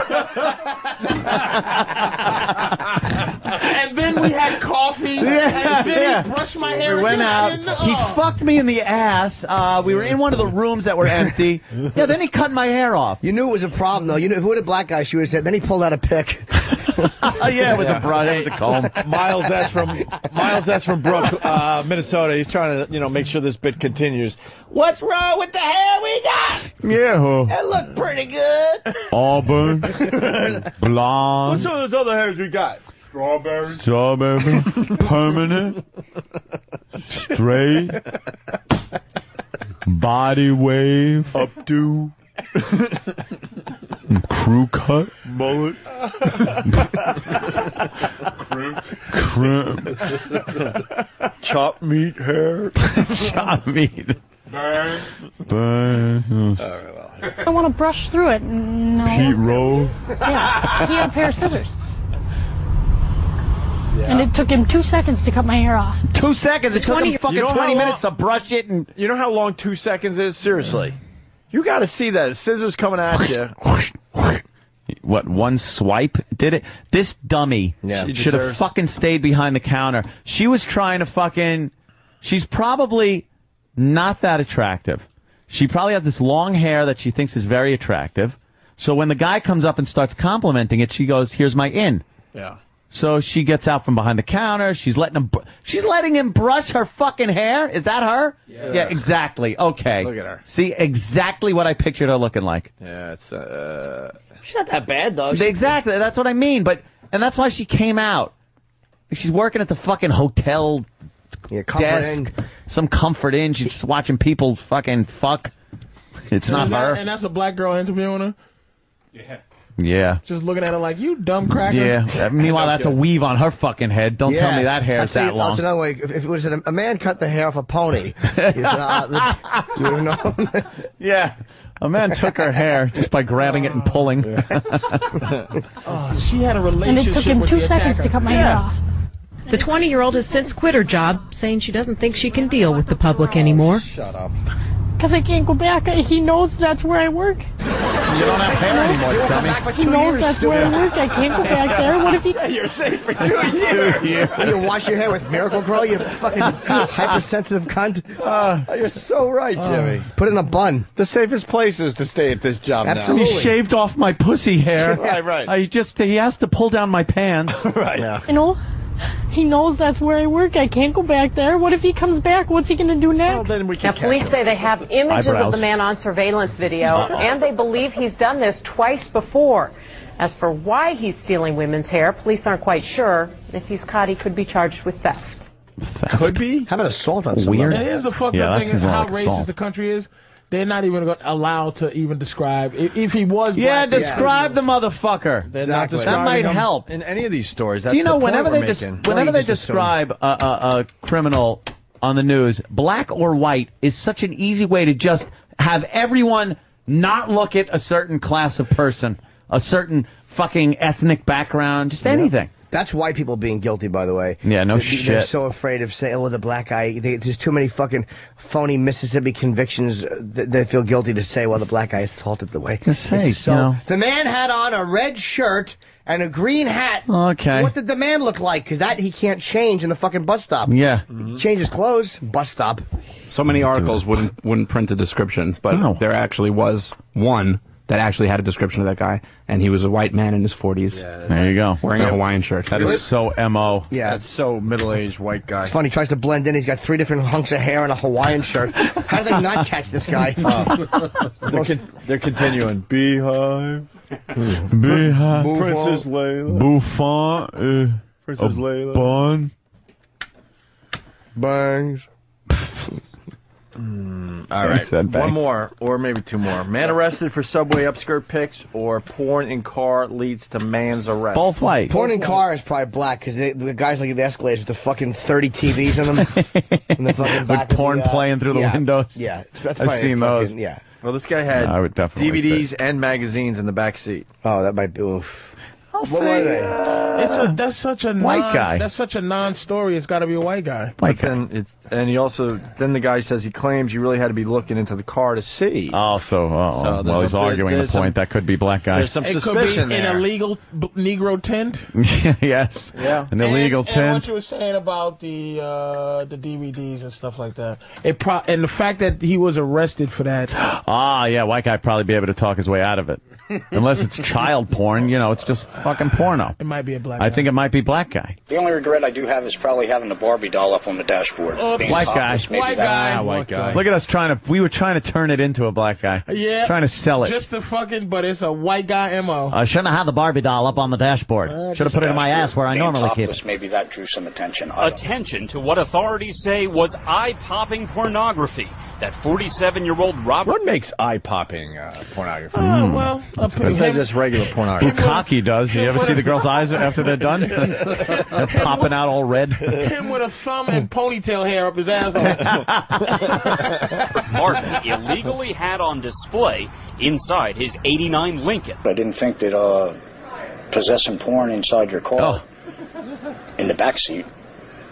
[SPEAKER 3] And then we
[SPEAKER 2] <laughs>
[SPEAKER 3] had coffee.
[SPEAKER 2] Yeah,
[SPEAKER 3] and then
[SPEAKER 2] yeah.
[SPEAKER 3] he brushed my hair.
[SPEAKER 2] We went
[SPEAKER 3] again. I
[SPEAKER 2] out.
[SPEAKER 3] didn't know.
[SPEAKER 2] He fucked me in the ass. Uh, we were in one of the rooms that were empty. Yeah, then he cut my hair off.
[SPEAKER 8] You knew it was a problem, though. You knew if it was a black guy, she would have said. Then he pulled out a pick.
[SPEAKER 4] Oh, yeah, it was a brush. It was a
[SPEAKER 2] comb.
[SPEAKER 4] Miles S. from Miles S. from Brook, uh, Minnesota. He's trying to, you know, make sure this bit continues. What's wrong with the hair we got?
[SPEAKER 2] Yeah.
[SPEAKER 4] It looked pretty good.
[SPEAKER 2] Auburn.
[SPEAKER 4] <laughs>
[SPEAKER 2] Blonde.
[SPEAKER 4] What's some of those other hairs we got? Strawberry.
[SPEAKER 2] <laughs> Strawberry. Permanent. Straight. Body wave.
[SPEAKER 4] Up to.
[SPEAKER 2] <laughs> Crew
[SPEAKER 3] <laughs>
[SPEAKER 2] cut.
[SPEAKER 4] Mullet.
[SPEAKER 2] Crimp.
[SPEAKER 4] Chop meat <laughs> hair.
[SPEAKER 2] Chop meat.
[SPEAKER 4] Burn.
[SPEAKER 2] Burn.
[SPEAKER 39] I want to brush through it. No.
[SPEAKER 2] Pete Rowe.
[SPEAKER 39] Yeah, he had a pair of scissors. And it took him two seconds to cut my hair off.
[SPEAKER 2] Two seconds. It took
[SPEAKER 39] 20
[SPEAKER 2] him fucking
[SPEAKER 4] You know how
[SPEAKER 2] 20
[SPEAKER 4] long-
[SPEAKER 2] minutes to brush it and.
[SPEAKER 4] You know how long two seconds is? Seriously. You got to see that. Scissors coming at you.
[SPEAKER 2] what one swipe did it? This dummy
[SPEAKER 4] Yeah.
[SPEAKER 2] sh-
[SPEAKER 4] She
[SPEAKER 2] should have
[SPEAKER 4] deserves-
[SPEAKER 2] fucking stayed behind the counter. She was trying to fucking. She's probably not that attractive. She probably has this long hair that she thinks is very attractive. So when the guy comes up and starts complimenting it, she goes, "Here's my in."
[SPEAKER 4] Yeah.
[SPEAKER 2] So she gets out from behind the counter. She's letting him. Br- she's letting him brush her fucking hair. Is that her? Yeah. exactly. Okay.
[SPEAKER 4] Look at her.
[SPEAKER 2] See exactly what I pictured her looking like.
[SPEAKER 4] Yeah, it's uh.
[SPEAKER 2] She's not that bad though. Exactly. That's what I mean. But and that's why she came out. She's working at the fucking hotel desk, some comfort inn. She's watching people fucking fuck. It's not
[SPEAKER 3] and that-
[SPEAKER 2] her.
[SPEAKER 3] And that's a black girl interviewing her. Yeah.
[SPEAKER 2] yeah.
[SPEAKER 3] Just looking at her like, you dumb cracker. <laughs>
[SPEAKER 8] <laughs>
[SPEAKER 2] Yeah. Uh, Meanwhile, that's a weave on her fucking head. Don't tell
[SPEAKER 8] Yeah. oh,
[SPEAKER 2] me that hair
[SPEAKER 8] That's
[SPEAKER 2] is
[SPEAKER 8] the-
[SPEAKER 2] that long.
[SPEAKER 8] That's another way. If, if it was an, a man cut the hair off a
[SPEAKER 2] <laughs>
[SPEAKER 8] pony, you, said, "Ah, that's- <laughs> you would have known.
[SPEAKER 2] yeah. <laughs> A man took her hair just by grabbing it and pulling. <laughs>
[SPEAKER 3] Oh, she had a
[SPEAKER 39] And
[SPEAKER 3] relationship
[SPEAKER 39] it took him
[SPEAKER 3] with
[SPEAKER 39] two
[SPEAKER 3] the
[SPEAKER 39] seconds to
[SPEAKER 3] attacker.
[SPEAKER 39] cut my hair off.
[SPEAKER 38] The 20 year old has since quit her job, saying she doesn't think she can deal with the public anymore.
[SPEAKER 4] Shut up.
[SPEAKER 39] Because I can't go back. He knows that's where I work.
[SPEAKER 2] You don't have hair anymore, dummy.
[SPEAKER 39] He knows that's where I work. I can't go back there. What if he.
[SPEAKER 8] <laughs>
[SPEAKER 2] <laughs>
[SPEAKER 8] You're safe for two
[SPEAKER 2] years.
[SPEAKER 8] you wash your hair with Miracle Grow, you
[SPEAKER 2] <laughs>
[SPEAKER 8] fucking hypersensitive cunt.
[SPEAKER 2] Uh,
[SPEAKER 4] you're so right, Jimmy.
[SPEAKER 2] Oh.
[SPEAKER 8] Put it in a bun.
[SPEAKER 4] The safest place is to stay at this job
[SPEAKER 2] He shaved off my pussy hair.
[SPEAKER 4] Right, right.
[SPEAKER 2] I just he has to pull down my pants.
[SPEAKER 4] right.
[SPEAKER 39] You know? He knows that's where I work. I can't go back there. What if he comes back? What's he going to do next?
[SPEAKER 38] Now, police say they have images of
[SPEAKER 39] Eyebrows.
[SPEAKER 38] the man on surveillance video,
[SPEAKER 39] Uh-oh.
[SPEAKER 38] and they believe he's done this twice before. As for why he's stealing women's hair, police aren't quite sure. If he's caught, he could be charged with theft.
[SPEAKER 8] Could be. How about assault on someone?
[SPEAKER 2] Weird.
[SPEAKER 3] That is the fucked
[SPEAKER 2] Yeah, that
[SPEAKER 3] up thing is
[SPEAKER 2] seems more
[SPEAKER 3] how
[SPEAKER 2] like
[SPEAKER 3] racist
[SPEAKER 2] assault.
[SPEAKER 3] the country is. They're not even gonna- allowed to even describe if, if he was.
[SPEAKER 2] Yeah,
[SPEAKER 3] black,
[SPEAKER 2] describe the motherfucker.
[SPEAKER 3] They're not
[SPEAKER 2] That
[SPEAKER 3] describing
[SPEAKER 2] might
[SPEAKER 3] him.
[SPEAKER 2] help.
[SPEAKER 4] In any of these stories, that's
[SPEAKER 2] Do you know
[SPEAKER 4] the point
[SPEAKER 2] whenever
[SPEAKER 4] we're
[SPEAKER 2] they des-
[SPEAKER 4] making.
[SPEAKER 2] whenever they
[SPEAKER 4] Please just assume.
[SPEAKER 2] describe a, a, a criminal on the news, black or white is such an easy way to just have everyone not look at a certain class of person, a certain fucking ethnic background, just anything.
[SPEAKER 8] That's white people being guilty, by the way.
[SPEAKER 2] Yeah, no
[SPEAKER 8] they're, They're
[SPEAKER 2] shit.
[SPEAKER 8] so afraid of saying, "Oh, the black guy." They, there's too many fucking phony Mississippi convictions. uh, That they feel guilty to say, "Well, the black guy assaulted the white."
[SPEAKER 2] Just say,
[SPEAKER 8] It's so-
[SPEAKER 2] you know.
[SPEAKER 8] the man had on a red shirt and a green hat.
[SPEAKER 2] Okay.
[SPEAKER 8] What did the man look like? Because that he can't change in the fucking bus stop.
[SPEAKER 2] Yeah.
[SPEAKER 8] He changes clothes. Bus stop.
[SPEAKER 13] So many articles wouldn't wouldn't print the description, but there actually was one
[SPEAKER 11] that actually had a description of that guy, and he was a white man in his 40s.
[SPEAKER 2] There you go.
[SPEAKER 11] Wearing a Hawaiian shirt.
[SPEAKER 2] That is so mo.
[SPEAKER 8] Yeah.
[SPEAKER 11] That's so middle-aged white guy.
[SPEAKER 8] It's funny. He tries to blend in. He's got three different hunks of hair and a Hawaiian shirt. How did they not catch this
[SPEAKER 11] <laughs>
[SPEAKER 8] guy?
[SPEAKER 11] Oh.
[SPEAKER 4] They're, con- they're continuing.
[SPEAKER 2] <laughs>
[SPEAKER 4] Beehive.
[SPEAKER 2] Beehive.
[SPEAKER 4] Princess Layla.
[SPEAKER 2] Buffon. Uh,
[SPEAKER 4] Princess
[SPEAKER 2] a
[SPEAKER 4] Layla.
[SPEAKER 2] Bun.
[SPEAKER 8] Bangs.
[SPEAKER 11] Hmm,
[SPEAKER 4] All
[SPEAKER 2] Thanks,
[SPEAKER 4] right,
[SPEAKER 2] Ed Banks.
[SPEAKER 4] one more, or maybe two more. Man arrested for subway upskirt pics, or porn in car leads to man's arrest.
[SPEAKER 8] Porn in car is probably black because the guys like the Escalades with the fucking 30 TVs
[SPEAKER 2] <laughs>
[SPEAKER 8] in them. and the fucking back of
[SPEAKER 2] With
[SPEAKER 8] the,
[SPEAKER 2] porn
[SPEAKER 8] uh,
[SPEAKER 2] playing through the
[SPEAKER 8] yeah.
[SPEAKER 2] windows.
[SPEAKER 8] Yeah. It's- that's
[SPEAKER 2] I've
[SPEAKER 8] probably fucking-
[SPEAKER 2] seen those.
[SPEAKER 8] Yeah.
[SPEAKER 4] Well, this guy had
[SPEAKER 2] I would definitely
[SPEAKER 4] DVDs and magazines in the back seat.
[SPEAKER 8] Oh, that might be. Oof.
[SPEAKER 4] I'll
[SPEAKER 8] What were they?
[SPEAKER 3] uh, It's a, that's such a
[SPEAKER 4] White
[SPEAKER 3] non,
[SPEAKER 4] guy.
[SPEAKER 3] That's such a non-story. It's got to be a white guy.
[SPEAKER 4] But then it's, and he also then the guy says he claims you really had to be looking into the car to see.
[SPEAKER 2] Also, oh,
[SPEAKER 4] So there's
[SPEAKER 2] well, he's
[SPEAKER 4] some-
[SPEAKER 2] arguing the
[SPEAKER 4] there's some-
[SPEAKER 2] point. that could be black guy.
[SPEAKER 4] there's some
[SPEAKER 3] It could
[SPEAKER 4] suspicion
[SPEAKER 3] be
[SPEAKER 4] there.
[SPEAKER 3] an illegal b- Negro tent.
[SPEAKER 2] <laughs> yes. An illegal
[SPEAKER 3] and, And
[SPEAKER 2] tent.
[SPEAKER 3] what you were saying about the uh, the DVDs and stuff like that. It pro- and the fact that he was arrested for that.
[SPEAKER 2] <gasps> Ah, yeah, white guy probably be able to talk his way out
[SPEAKER 3] <laughs>
[SPEAKER 2] of it. Unless it's child porn, you know, it's just fucking porno.
[SPEAKER 3] It might be a black.
[SPEAKER 2] I think it might be black guy.
[SPEAKER 13] The only regret I do have is probably having the Barbie doll up on the dashboard. Being
[SPEAKER 2] White guy.
[SPEAKER 13] topless, maybe that-
[SPEAKER 2] Ah, white guy. Look at us trying to, we were trying to turn it into a black guy.
[SPEAKER 3] Yeah.
[SPEAKER 2] Trying to sell it.
[SPEAKER 3] Just the fucking, but it's a white guy mo.
[SPEAKER 10] I shouldn't have had the Barbie doll up on the dashboard.
[SPEAKER 3] Uh,
[SPEAKER 10] Should have put it in my ass where I
[SPEAKER 13] Being
[SPEAKER 10] normally keep
[SPEAKER 13] topless,
[SPEAKER 10] it.
[SPEAKER 13] Maybe that drew some attention. I don't Attention to what authorities say was eye-popping pornography. That 47-year-old Robert.
[SPEAKER 4] What makes eye-popping uh, pornography?
[SPEAKER 2] Mm.
[SPEAKER 3] well,
[SPEAKER 4] Instead of just regular pornography.
[SPEAKER 2] Well, cocky does. You ever see the girls' eyes after
[SPEAKER 3] <laughs>
[SPEAKER 2] they're done? they're popping out all
[SPEAKER 3] <laughs>
[SPEAKER 2] red.
[SPEAKER 3] Him with a thumb and ponytail hair up his
[SPEAKER 13] <laughs>
[SPEAKER 10] Hmm. <laughs>
[SPEAKER 3] asshole. <laughs>
[SPEAKER 13] Martin illegally had on display inside his 89 Lincoln. I didn't think that uh, possessing porn inside your car
[SPEAKER 2] Oh.
[SPEAKER 13] in the back seat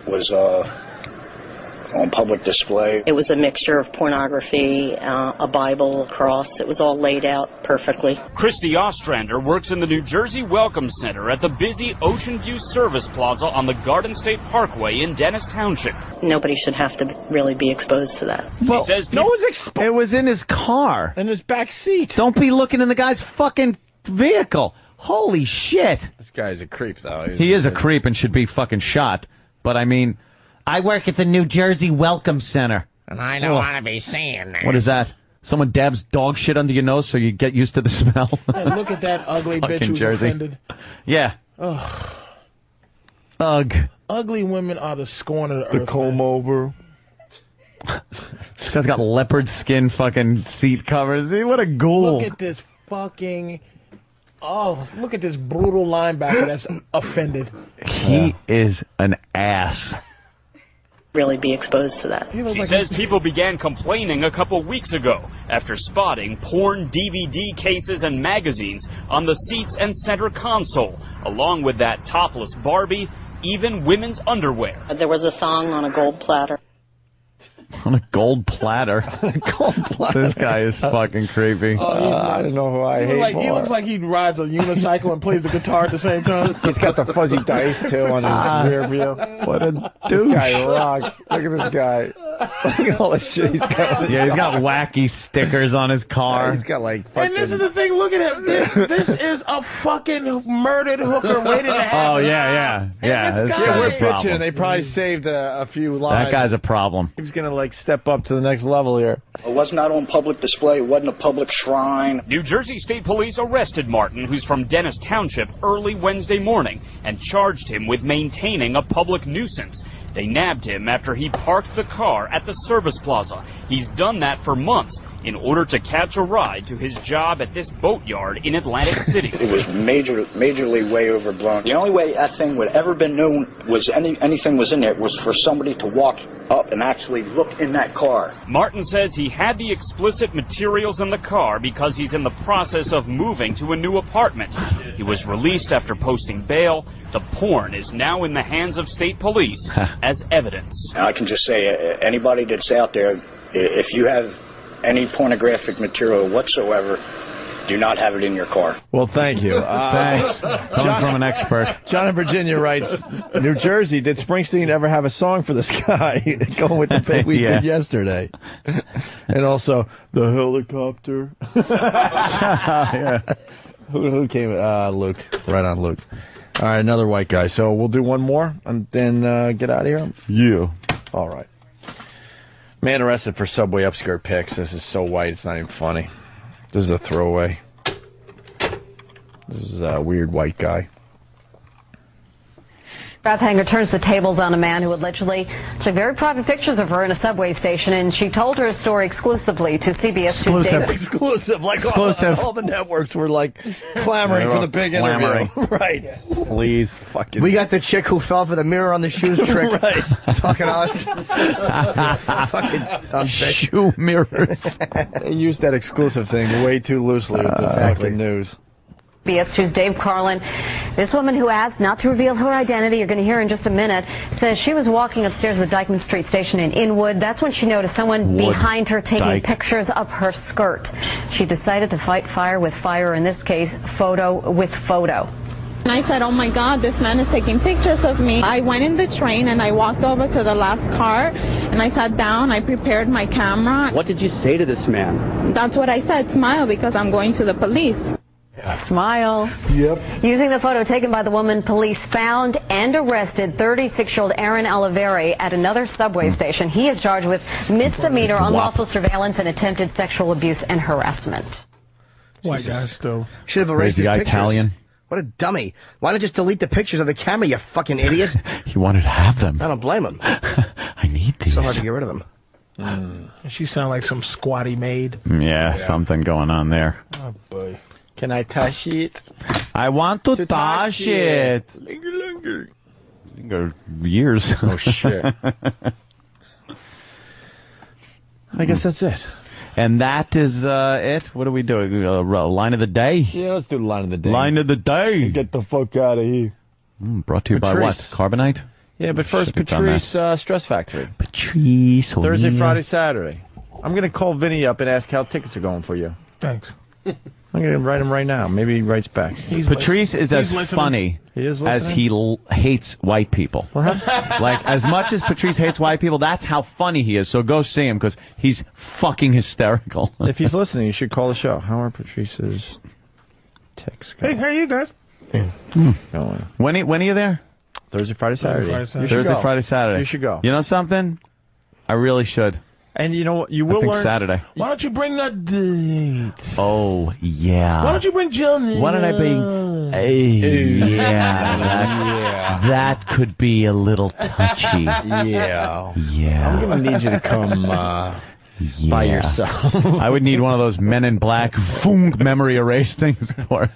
[SPEAKER 13] was uh, on public display.
[SPEAKER 39] It was a mixture of pornography, uh, a Bible, a cross. It was all laid out perfectly.
[SPEAKER 13] Christy Ostrander works in the New Jersey Welcome Center at the busy Ocean View Service Plaza on the Garden State Parkway in Dennis Township.
[SPEAKER 39] Nobody should have to really be exposed to that.
[SPEAKER 10] Well,
[SPEAKER 13] says
[SPEAKER 10] no one's exposed. It was in his car. In his back seat. Don't be looking in the guy's fucking vehicle. Holy shit.
[SPEAKER 4] This guy's a creep, though.
[SPEAKER 2] He is a creep and should be fucking shot. But I mean,
[SPEAKER 10] I work at the New Jersey Welcome Center.
[SPEAKER 2] And
[SPEAKER 10] I
[SPEAKER 2] don't wanna
[SPEAKER 10] to be seeing
[SPEAKER 2] Oh, what is that? Someone dabs dog shit under your nose so you get used to the <laughs> smell.
[SPEAKER 3] and look at that ugly bitch
[SPEAKER 2] Fucking
[SPEAKER 3] who's
[SPEAKER 2] Jersey.
[SPEAKER 3] offended.
[SPEAKER 2] yeah.
[SPEAKER 3] Ugh.
[SPEAKER 2] Ugh.
[SPEAKER 3] Ugly women are the scorn of the, earth.
[SPEAKER 2] over. this guy's got leopard skin fucking seat covers. Hey, What a ghoul.
[SPEAKER 3] Look at this fucking. Oh, look at this brutal linebacker that's offended.
[SPEAKER 2] he is an ass. <laughs>
[SPEAKER 39] Really be exposed to that.
[SPEAKER 3] He looks
[SPEAKER 13] She says people began complaining a couple weeks ago after spotting porn DVD cases and magazines on the seats and center console, along with that topless Barbie, even women's underwear.
[SPEAKER 39] There was a thong on a gold platter.
[SPEAKER 2] On a
[SPEAKER 4] <laughs>
[SPEAKER 2] gold platter. gold platter. This guy is fucking creepy.
[SPEAKER 8] Uh,
[SPEAKER 4] I don't know who I
[SPEAKER 3] He,
[SPEAKER 4] hate
[SPEAKER 3] look like, he
[SPEAKER 4] more.
[SPEAKER 3] looks like he rides a unicycle and plays the guitar at the same time.
[SPEAKER 4] <laughs> He's got the fuzzy dice too on
[SPEAKER 3] Ah.
[SPEAKER 4] his rear view.
[SPEAKER 2] What a
[SPEAKER 4] This
[SPEAKER 2] douche.
[SPEAKER 4] guy rocks. Look at this guy. Look at all the shit Uh, he's got.
[SPEAKER 2] Yeah, he's got wacky stickers on his car. He's
[SPEAKER 4] got like
[SPEAKER 3] And this is the thing. Look at him. This, this is a fucking murdered hooker waiting to happen.
[SPEAKER 2] <laughs> Oh yeah, yeah, yeah.
[SPEAKER 3] this
[SPEAKER 2] this
[SPEAKER 3] guy-
[SPEAKER 2] guy's
[SPEAKER 4] we're
[SPEAKER 2] a
[SPEAKER 4] bitching,
[SPEAKER 2] problem.
[SPEAKER 4] and they probably saved a, a few lives.
[SPEAKER 2] That guy's a problem.
[SPEAKER 4] He's gonna like step up to the next level here.
[SPEAKER 13] It was not on public display, it wasn't a public shrine. New Jersey State Police arrested Martin, who's from Dennis Township, early Wednesday morning and charged him with maintaining a public nuisance. They nabbed him after he parked the car at the service plaza. He's done that for months in order to catch a ride to his job at this boatyard in Atlantic City. It was major, majorly way overblown. The only way that thing would ever been known was any anything was in there was for somebody to walk up and actually look in that car. Martin says he had the explicit materials in the car because he's in the process of moving to a new apartment. He was released after posting bail. The porn is now in the hands of state police as evidence. I can just say, uh, anybody that's out there, i- if you have any pornographic material whatsoever,
[SPEAKER 40] Do not have it in your car.
[SPEAKER 4] Well, thank
[SPEAKER 2] <laughs>
[SPEAKER 4] you. Uh,
[SPEAKER 40] Thanks. Coming from
[SPEAKER 2] an expert.
[SPEAKER 4] John in Virginia writes, New Jersey, did Springsteen ever have a song for this guy? <laughs> Going with the thing we
[SPEAKER 2] Yeah.
[SPEAKER 4] did yesterday. <laughs> and also, the helicopter. <laughs> who, who came? Uh, Luke. Right on Luke. All right, another white guy. So we'll do one more and then uh, get out of here. You. All right. Man arrested for subway upskirt pics. This is so white, it's not even funny. This is a throwaway. This is a weird white guy.
[SPEAKER 17] Rap Hanger turns the tables on a man who allegedly took very private pictures of her in a subway station, and she told her story exclusively to CBS Tuesday.
[SPEAKER 4] <laughs> exclusive, like all-
[SPEAKER 17] Exclusive.
[SPEAKER 4] All, the networks were like clamoring
[SPEAKER 2] They were
[SPEAKER 4] for the big interview.
[SPEAKER 2] clamoring.
[SPEAKER 4] <laughs> right.
[SPEAKER 2] Please. Fucking.
[SPEAKER 8] We got the chick who fell for the mirror on the
[SPEAKER 2] <laughs>
[SPEAKER 8] shoes trick. <laughs>
[SPEAKER 4] right.
[SPEAKER 8] Talking to us.
[SPEAKER 2] <laughs>
[SPEAKER 4] Shoe mirrors. they used that exclusive thing way too loosely with the
[SPEAKER 2] Uh,
[SPEAKER 4] fucking news.
[SPEAKER 17] CBS Tuesday, Dave Carlin. This woman who asked not to reveal her identity, you're going to hear in just a minute, says she was walking upstairs the Dykeman Street station in Inwood. That's when she noticed someone
[SPEAKER 35] Wood.
[SPEAKER 17] behind her taking
[SPEAKER 35] Dyke.
[SPEAKER 17] pictures of her skirt. She decided to fight fire with fire, in this case, photo with photo.
[SPEAKER 35] And I said, oh my God, this man is taking pictures of me. I went in the train and I walked over to the last car and I sat down. I prepared my camera.
[SPEAKER 41] What did you say to this man?
[SPEAKER 35] That's what I said. Smile because I'm going to the police.
[SPEAKER 17] Smile. Yep. Using the photo taken by the woman, police found and arrested 36-year-old Aaron Oliveri at another subway station. He is charged with misdemeanor,
[SPEAKER 8] Wow.
[SPEAKER 17] unlawful surveillance, and attempted sexual abuse and harassment.
[SPEAKER 8] White guys
[SPEAKER 3] still.
[SPEAKER 8] Should have erased
[SPEAKER 2] Crazy
[SPEAKER 8] his
[SPEAKER 2] guy,
[SPEAKER 8] pictures.
[SPEAKER 2] Italian.
[SPEAKER 8] What a dummy. Why not just delete the pictures of the camera, you fucking idiot?
[SPEAKER 2] <laughs> He wanted to have them.
[SPEAKER 8] I don't blame
[SPEAKER 2] <laughs>
[SPEAKER 8] him. I
[SPEAKER 2] need these.
[SPEAKER 8] So hard to get rid of them.
[SPEAKER 3] Mm. She sound like some squatty maid.
[SPEAKER 2] Mm, Yeah, something going on there.
[SPEAKER 3] Oh boy.
[SPEAKER 4] Can I touch it?
[SPEAKER 2] I want to, touch, it. Linger, Years. Oh
[SPEAKER 4] shit. <laughs> I guess that's it.
[SPEAKER 2] And that is uh, it. What are we doing? Uh, r- line of the day.
[SPEAKER 4] Yeah, let's do line of the day. Hmm,
[SPEAKER 2] Line of the day.
[SPEAKER 4] Get the fuck out of here.
[SPEAKER 2] Mm, brought to you by what?
[SPEAKER 4] Patrice.
[SPEAKER 2] Carbonite.
[SPEAKER 4] Yeah, but first,
[SPEAKER 2] Should've done that.
[SPEAKER 4] Patrice uh, Stress Factory.
[SPEAKER 2] Patrice.
[SPEAKER 4] Thursday,
[SPEAKER 2] O'Neal.
[SPEAKER 4] Friday, Saturday. I'm going to call Vinny up and ask how tickets are going for you.
[SPEAKER 3] Thanks.
[SPEAKER 4] I'm going to write him right now. Maybe he writes back.
[SPEAKER 2] Patrice is as funny
[SPEAKER 4] He is
[SPEAKER 2] as
[SPEAKER 4] listening?
[SPEAKER 2] he l- hates white people.
[SPEAKER 4] <laughs>
[SPEAKER 2] like as much as Patrice hates white people, that's how funny he is. So go see him because he's fucking hysterical.
[SPEAKER 4] if he's listening, you should call the show. How are Patrice's texts
[SPEAKER 3] Hey, how you guys?
[SPEAKER 4] going?
[SPEAKER 2] When are, when are you there?
[SPEAKER 4] Thursday, Friday, Saturday.
[SPEAKER 2] Thursday, Friday,
[SPEAKER 4] You
[SPEAKER 2] Saturday.
[SPEAKER 4] should
[SPEAKER 2] Thursday,
[SPEAKER 4] go.
[SPEAKER 2] Friday, Saturday.
[SPEAKER 4] You should go.
[SPEAKER 2] You know something? I really should.
[SPEAKER 4] And you know what? You will
[SPEAKER 2] I think
[SPEAKER 4] learn-
[SPEAKER 2] Saturday.
[SPEAKER 3] Why don't you bring that date?
[SPEAKER 2] Oh yeah.
[SPEAKER 3] Why don't you bring Jill?
[SPEAKER 2] Why don't I bring? Hey, yeah, that, that could be a little touchy.
[SPEAKER 4] Yeah.
[SPEAKER 2] Yeah.
[SPEAKER 4] I'm going to need you to come uh, by
[SPEAKER 2] Yeah.
[SPEAKER 4] yourself.
[SPEAKER 2] I would need one of those Men in Black voom, memory erase things for. it.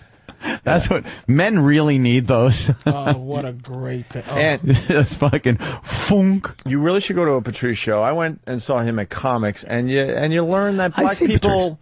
[SPEAKER 2] That's what men really need those.
[SPEAKER 4] Uh,
[SPEAKER 3] Oh,
[SPEAKER 2] <laughs>
[SPEAKER 3] what a great thing. Oh.
[SPEAKER 4] And
[SPEAKER 2] just fucking funk.
[SPEAKER 4] You really should go to a Patrice show. I went and saw him at comics, and you and you learn that
[SPEAKER 2] I
[SPEAKER 4] black
[SPEAKER 2] see
[SPEAKER 4] people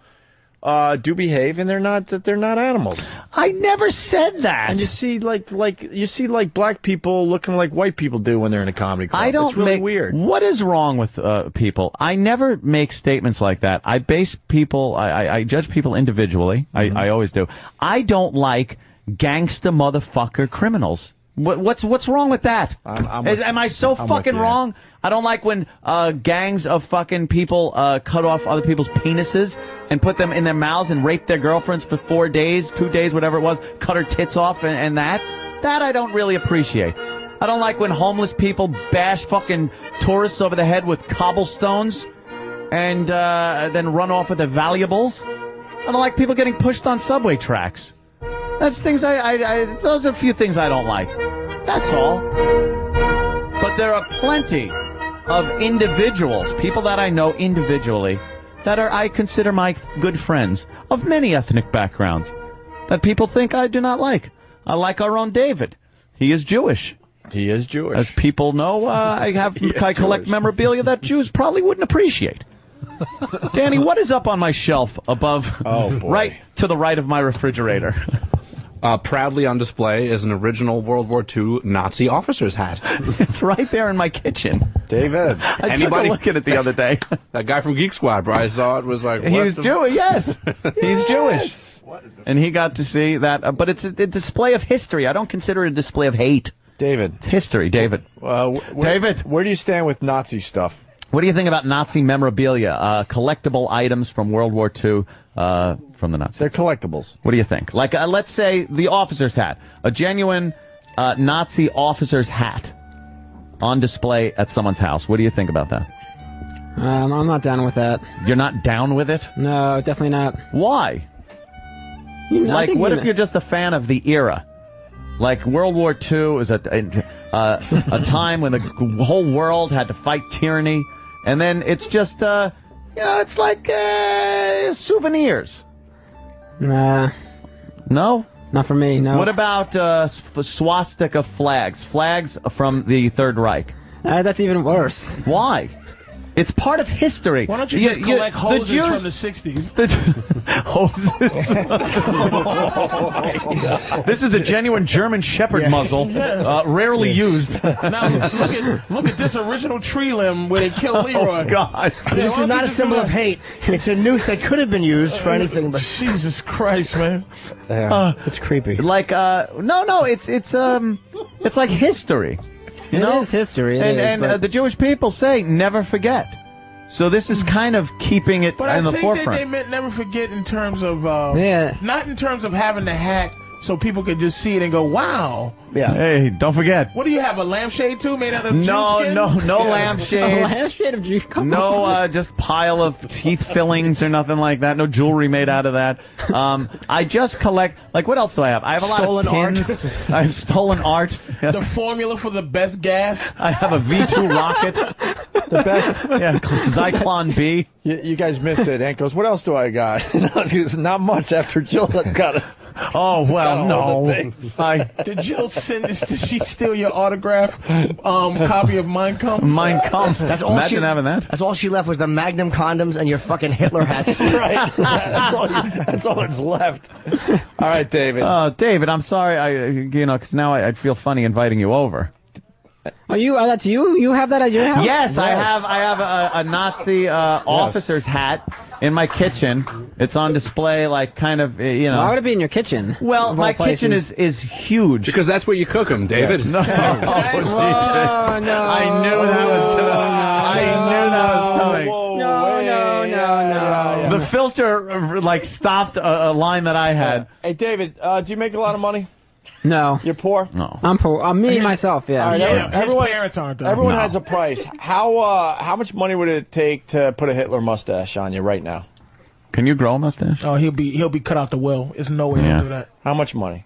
[SPEAKER 4] uh, do behave, and they're not that they're not animals.
[SPEAKER 2] I never said that.
[SPEAKER 4] And you see like like you see like black people looking like white people do when they're in a comedy club.
[SPEAKER 2] I don't
[SPEAKER 4] It's really
[SPEAKER 2] make,
[SPEAKER 4] weird.
[SPEAKER 2] What is wrong with uh, people? I never make statements like that. I base people. I, I, I judge people individually.
[SPEAKER 4] Mm-hmm.
[SPEAKER 2] I, I always do. I don't like gangsta motherfucker criminals. What, what's what's wrong with that?
[SPEAKER 4] I'm
[SPEAKER 2] Is-
[SPEAKER 4] with-
[SPEAKER 2] am I so
[SPEAKER 4] I'm with
[SPEAKER 2] fucking
[SPEAKER 4] you.
[SPEAKER 2] wrong? I don't like when uh, gangs of fucking people uh, cut off other people's penises and put them in their mouths and rape their girlfriends for four days, two days, whatever it was, cut her tits off and, and that. That I don't really appreciate. I don't like when homeless people bash fucking tourists over the head with cobblestones and uh, then run off with their valuables. I don't like people getting pushed on subway tracks. That's things I, I, I those are a few things I don't like. That's all. But there are plenty of individuals, people that I know individually, that are I consider my f- good friends of many ethnic backgrounds that people think I do not like. I like our own David. He is Jewish.
[SPEAKER 4] He is Jewish.
[SPEAKER 2] As people know, uh,
[SPEAKER 4] <laughs>
[SPEAKER 2] I have I collect memorabilia that Jews probably wouldn't appreciate. Danny, what is up on my shelf above
[SPEAKER 42] Oh, boy.
[SPEAKER 2] right to the right of my refrigerator?
[SPEAKER 42] Uh, proudly on display is an original World War II Nazi officer's hat.
[SPEAKER 2] it's right there in my kitchen.
[SPEAKER 4] David.
[SPEAKER 2] I took a look at it the other day.
[SPEAKER 42] that guy from Geek Squad, I saw it was like,
[SPEAKER 2] He
[SPEAKER 42] what
[SPEAKER 2] was
[SPEAKER 42] the-
[SPEAKER 2] Jewish, yes. He's Jewish. and he got to see that. Uh, but it's a, a display of history. I don't consider it a display of hate.
[SPEAKER 4] David.
[SPEAKER 2] It's history, David.
[SPEAKER 4] Uh, wh- where-
[SPEAKER 2] David.
[SPEAKER 4] Where do you stand with Nazi stuff?
[SPEAKER 2] What do you think about Nazi memorabilia, uh, collectible items from World War II uh, from the Nazis? They're
[SPEAKER 4] collectibles.
[SPEAKER 2] What do you think? Like, uh, let's say the officer's hat, a genuine uh, Nazi officer's hat on display at someone's house. What do you think about that?
[SPEAKER 19] Um, I'm not down with that.
[SPEAKER 2] You're not down with it?
[SPEAKER 19] No, definitely not.
[SPEAKER 2] Why? like, what if you're just a fan of the era? Like, World War II is a, a, a,
[SPEAKER 19] <laughs>
[SPEAKER 2] a time when the g- whole world had to fight tyranny, and then it's just, uh, you know, it's like uh, souvenirs.
[SPEAKER 19] Nah.
[SPEAKER 2] No?
[SPEAKER 19] Not for me, no.
[SPEAKER 2] What about uh, sw- swastika flags? Flags from the Third Reich?
[SPEAKER 19] Uh, that's even worse.
[SPEAKER 2] Why? It's part of history.
[SPEAKER 3] Why don't you, just collect hoses from the
[SPEAKER 2] <laughs>
[SPEAKER 3] 60s?
[SPEAKER 2] hoses. <laughs> this is a genuine German Shepherd
[SPEAKER 3] Yeah. <laughs>
[SPEAKER 2] muzzle,
[SPEAKER 3] Yeah.
[SPEAKER 2] uh, rarely used.
[SPEAKER 3] <laughs> Now look
[SPEAKER 2] <laughs>
[SPEAKER 3] at look at this original tree limb where they killed Leroy.
[SPEAKER 2] <laughs> Oh, God.
[SPEAKER 3] Yeah,
[SPEAKER 8] This
[SPEAKER 3] why
[SPEAKER 8] is
[SPEAKER 3] don't
[SPEAKER 8] not
[SPEAKER 3] you
[SPEAKER 8] a
[SPEAKER 3] just
[SPEAKER 8] symbol
[SPEAKER 3] do
[SPEAKER 8] of hate. It's a noose that could have been used for anything. But
[SPEAKER 3] Jesus Christ, man! Uh,
[SPEAKER 8] it's creepy.
[SPEAKER 2] Like, uh, no, no, it's it's um, it's like history. You
[SPEAKER 19] It
[SPEAKER 2] know,
[SPEAKER 19] is history, it
[SPEAKER 2] and
[SPEAKER 19] is,
[SPEAKER 2] and
[SPEAKER 19] but-
[SPEAKER 2] uh, the Jewish people say never forget. So this is kind of keeping it
[SPEAKER 3] But I
[SPEAKER 2] in the
[SPEAKER 3] think that
[SPEAKER 2] forefront.
[SPEAKER 3] they meant never forget in terms of uh,
[SPEAKER 2] Yeah.
[SPEAKER 3] not in terms of having the hat so people could just see it and go, wow.
[SPEAKER 2] yeah. Hey, don't forget.
[SPEAKER 3] What do you have? A lampshade too, made out of
[SPEAKER 2] No,
[SPEAKER 3] Jew skin?
[SPEAKER 2] no, no lampshades.
[SPEAKER 19] <laughs> A lampshade of juice. Come
[SPEAKER 2] no,
[SPEAKER 19] on.
[SPEAKER 3] <laughs>
[SPEAKER 2] uh, just pile of teeth fillings or nothing like that. No jewelry made out of that. Um, I just collect. Like, what else do I have? I have a lot
[SPEAKER 3] Stolen
[SPEAKER 2] of
[SPEAKER 3] art.
[SPEAKER 2] pins. <laughs> I have stolen art.
[SPEAKER 3] The formula for the best gas.
[SPEAKER 2] I have a V
[SPEAKER 3] <laughs>
[SPEAKER 2] two rocket.
[SPEAKER 4] <laughs> The best.
[SPEAKER 2] <laughs> Yeah, Zyklon B.
[SPEAKER 4] You, you guys missed it. Hank goes, what else do I got? <laughs> It's Not much after Jill got it.
[SPEAKER 2] Oh, well,
[SPEAKER 4] no. <laughs>
[SPEAKER 2] I,
[SPEAKER 3] Did Jill send this? Did she steal your autograph um, copy of Mein Kampf?
[SPEAKER 8] That's all she, that. That's all she left was the Magnum condoms and your fucking Hitler hats. <laughs>
[SPEAKER 4] right. That's all, that's all that's left. All right, David.
[SPEAKER 2] Uh, David, I'm sorry. I, you know, because now I, I'd feel funny inviting you over.
[SPEAKER 19] Are you? Oh, that's you. You have that at your house?
[SPEAKER 2] Yes, I have. I have a, a Nazi uh, officer's hat in my kitchen. It's on display, like kind of, uh, you know.
[SPEAKER 19] Why would it be in your kitchen?
[SPEAKER 2] Well,
[SPEAKER 19] Of all
[SPEAKER 2] my kitchen
[SPEAKER 19] places.
[SPEAKER 2] is <laughs> is huge because
[SPEAKER 43] that's where you cook them, David.
[SPEAKER 3] <laughs>
[SPEAKER 2] No.
[SPEAKER 3] Oh,
[SPEAKER 19] Oh, no. Oh,
[SPEAKER 2] I knew that was coming. I knew that was coming.
[SPEAKER 19] No, no, no, no.
[SPEAKER 2] The filter uh, like stopped a, a line that I had.
[SPEAKER 4] Hey, David, uh, do you make a lot of money?
[SPEAKER 19] No.
[SPEAKER 4] You're poor?
[SPEAKER 2] No.
[SPEAKER 19] I'm poor. Uh, me, myself, yeah.
[SPEAKER 4] All right, everyone-
[SPEAKER 3] His
[SPEAKER 4] everyone,
[SPEAKER 3] parents aren't. Though.
[SPEAKER 4] everyone has a price. How uh, how much money would it take to put a Hitler mustache on you right now?
[SPEAKER 2] Can you grow a mustache?
[SPEAKER 3] Oh, he'll be he'll be cut out the will. There's no way
[SPEAKER 2] Yeah.
[SPEAKER 3] he'll Oh, do that.
[SPEAKER 4] How much money?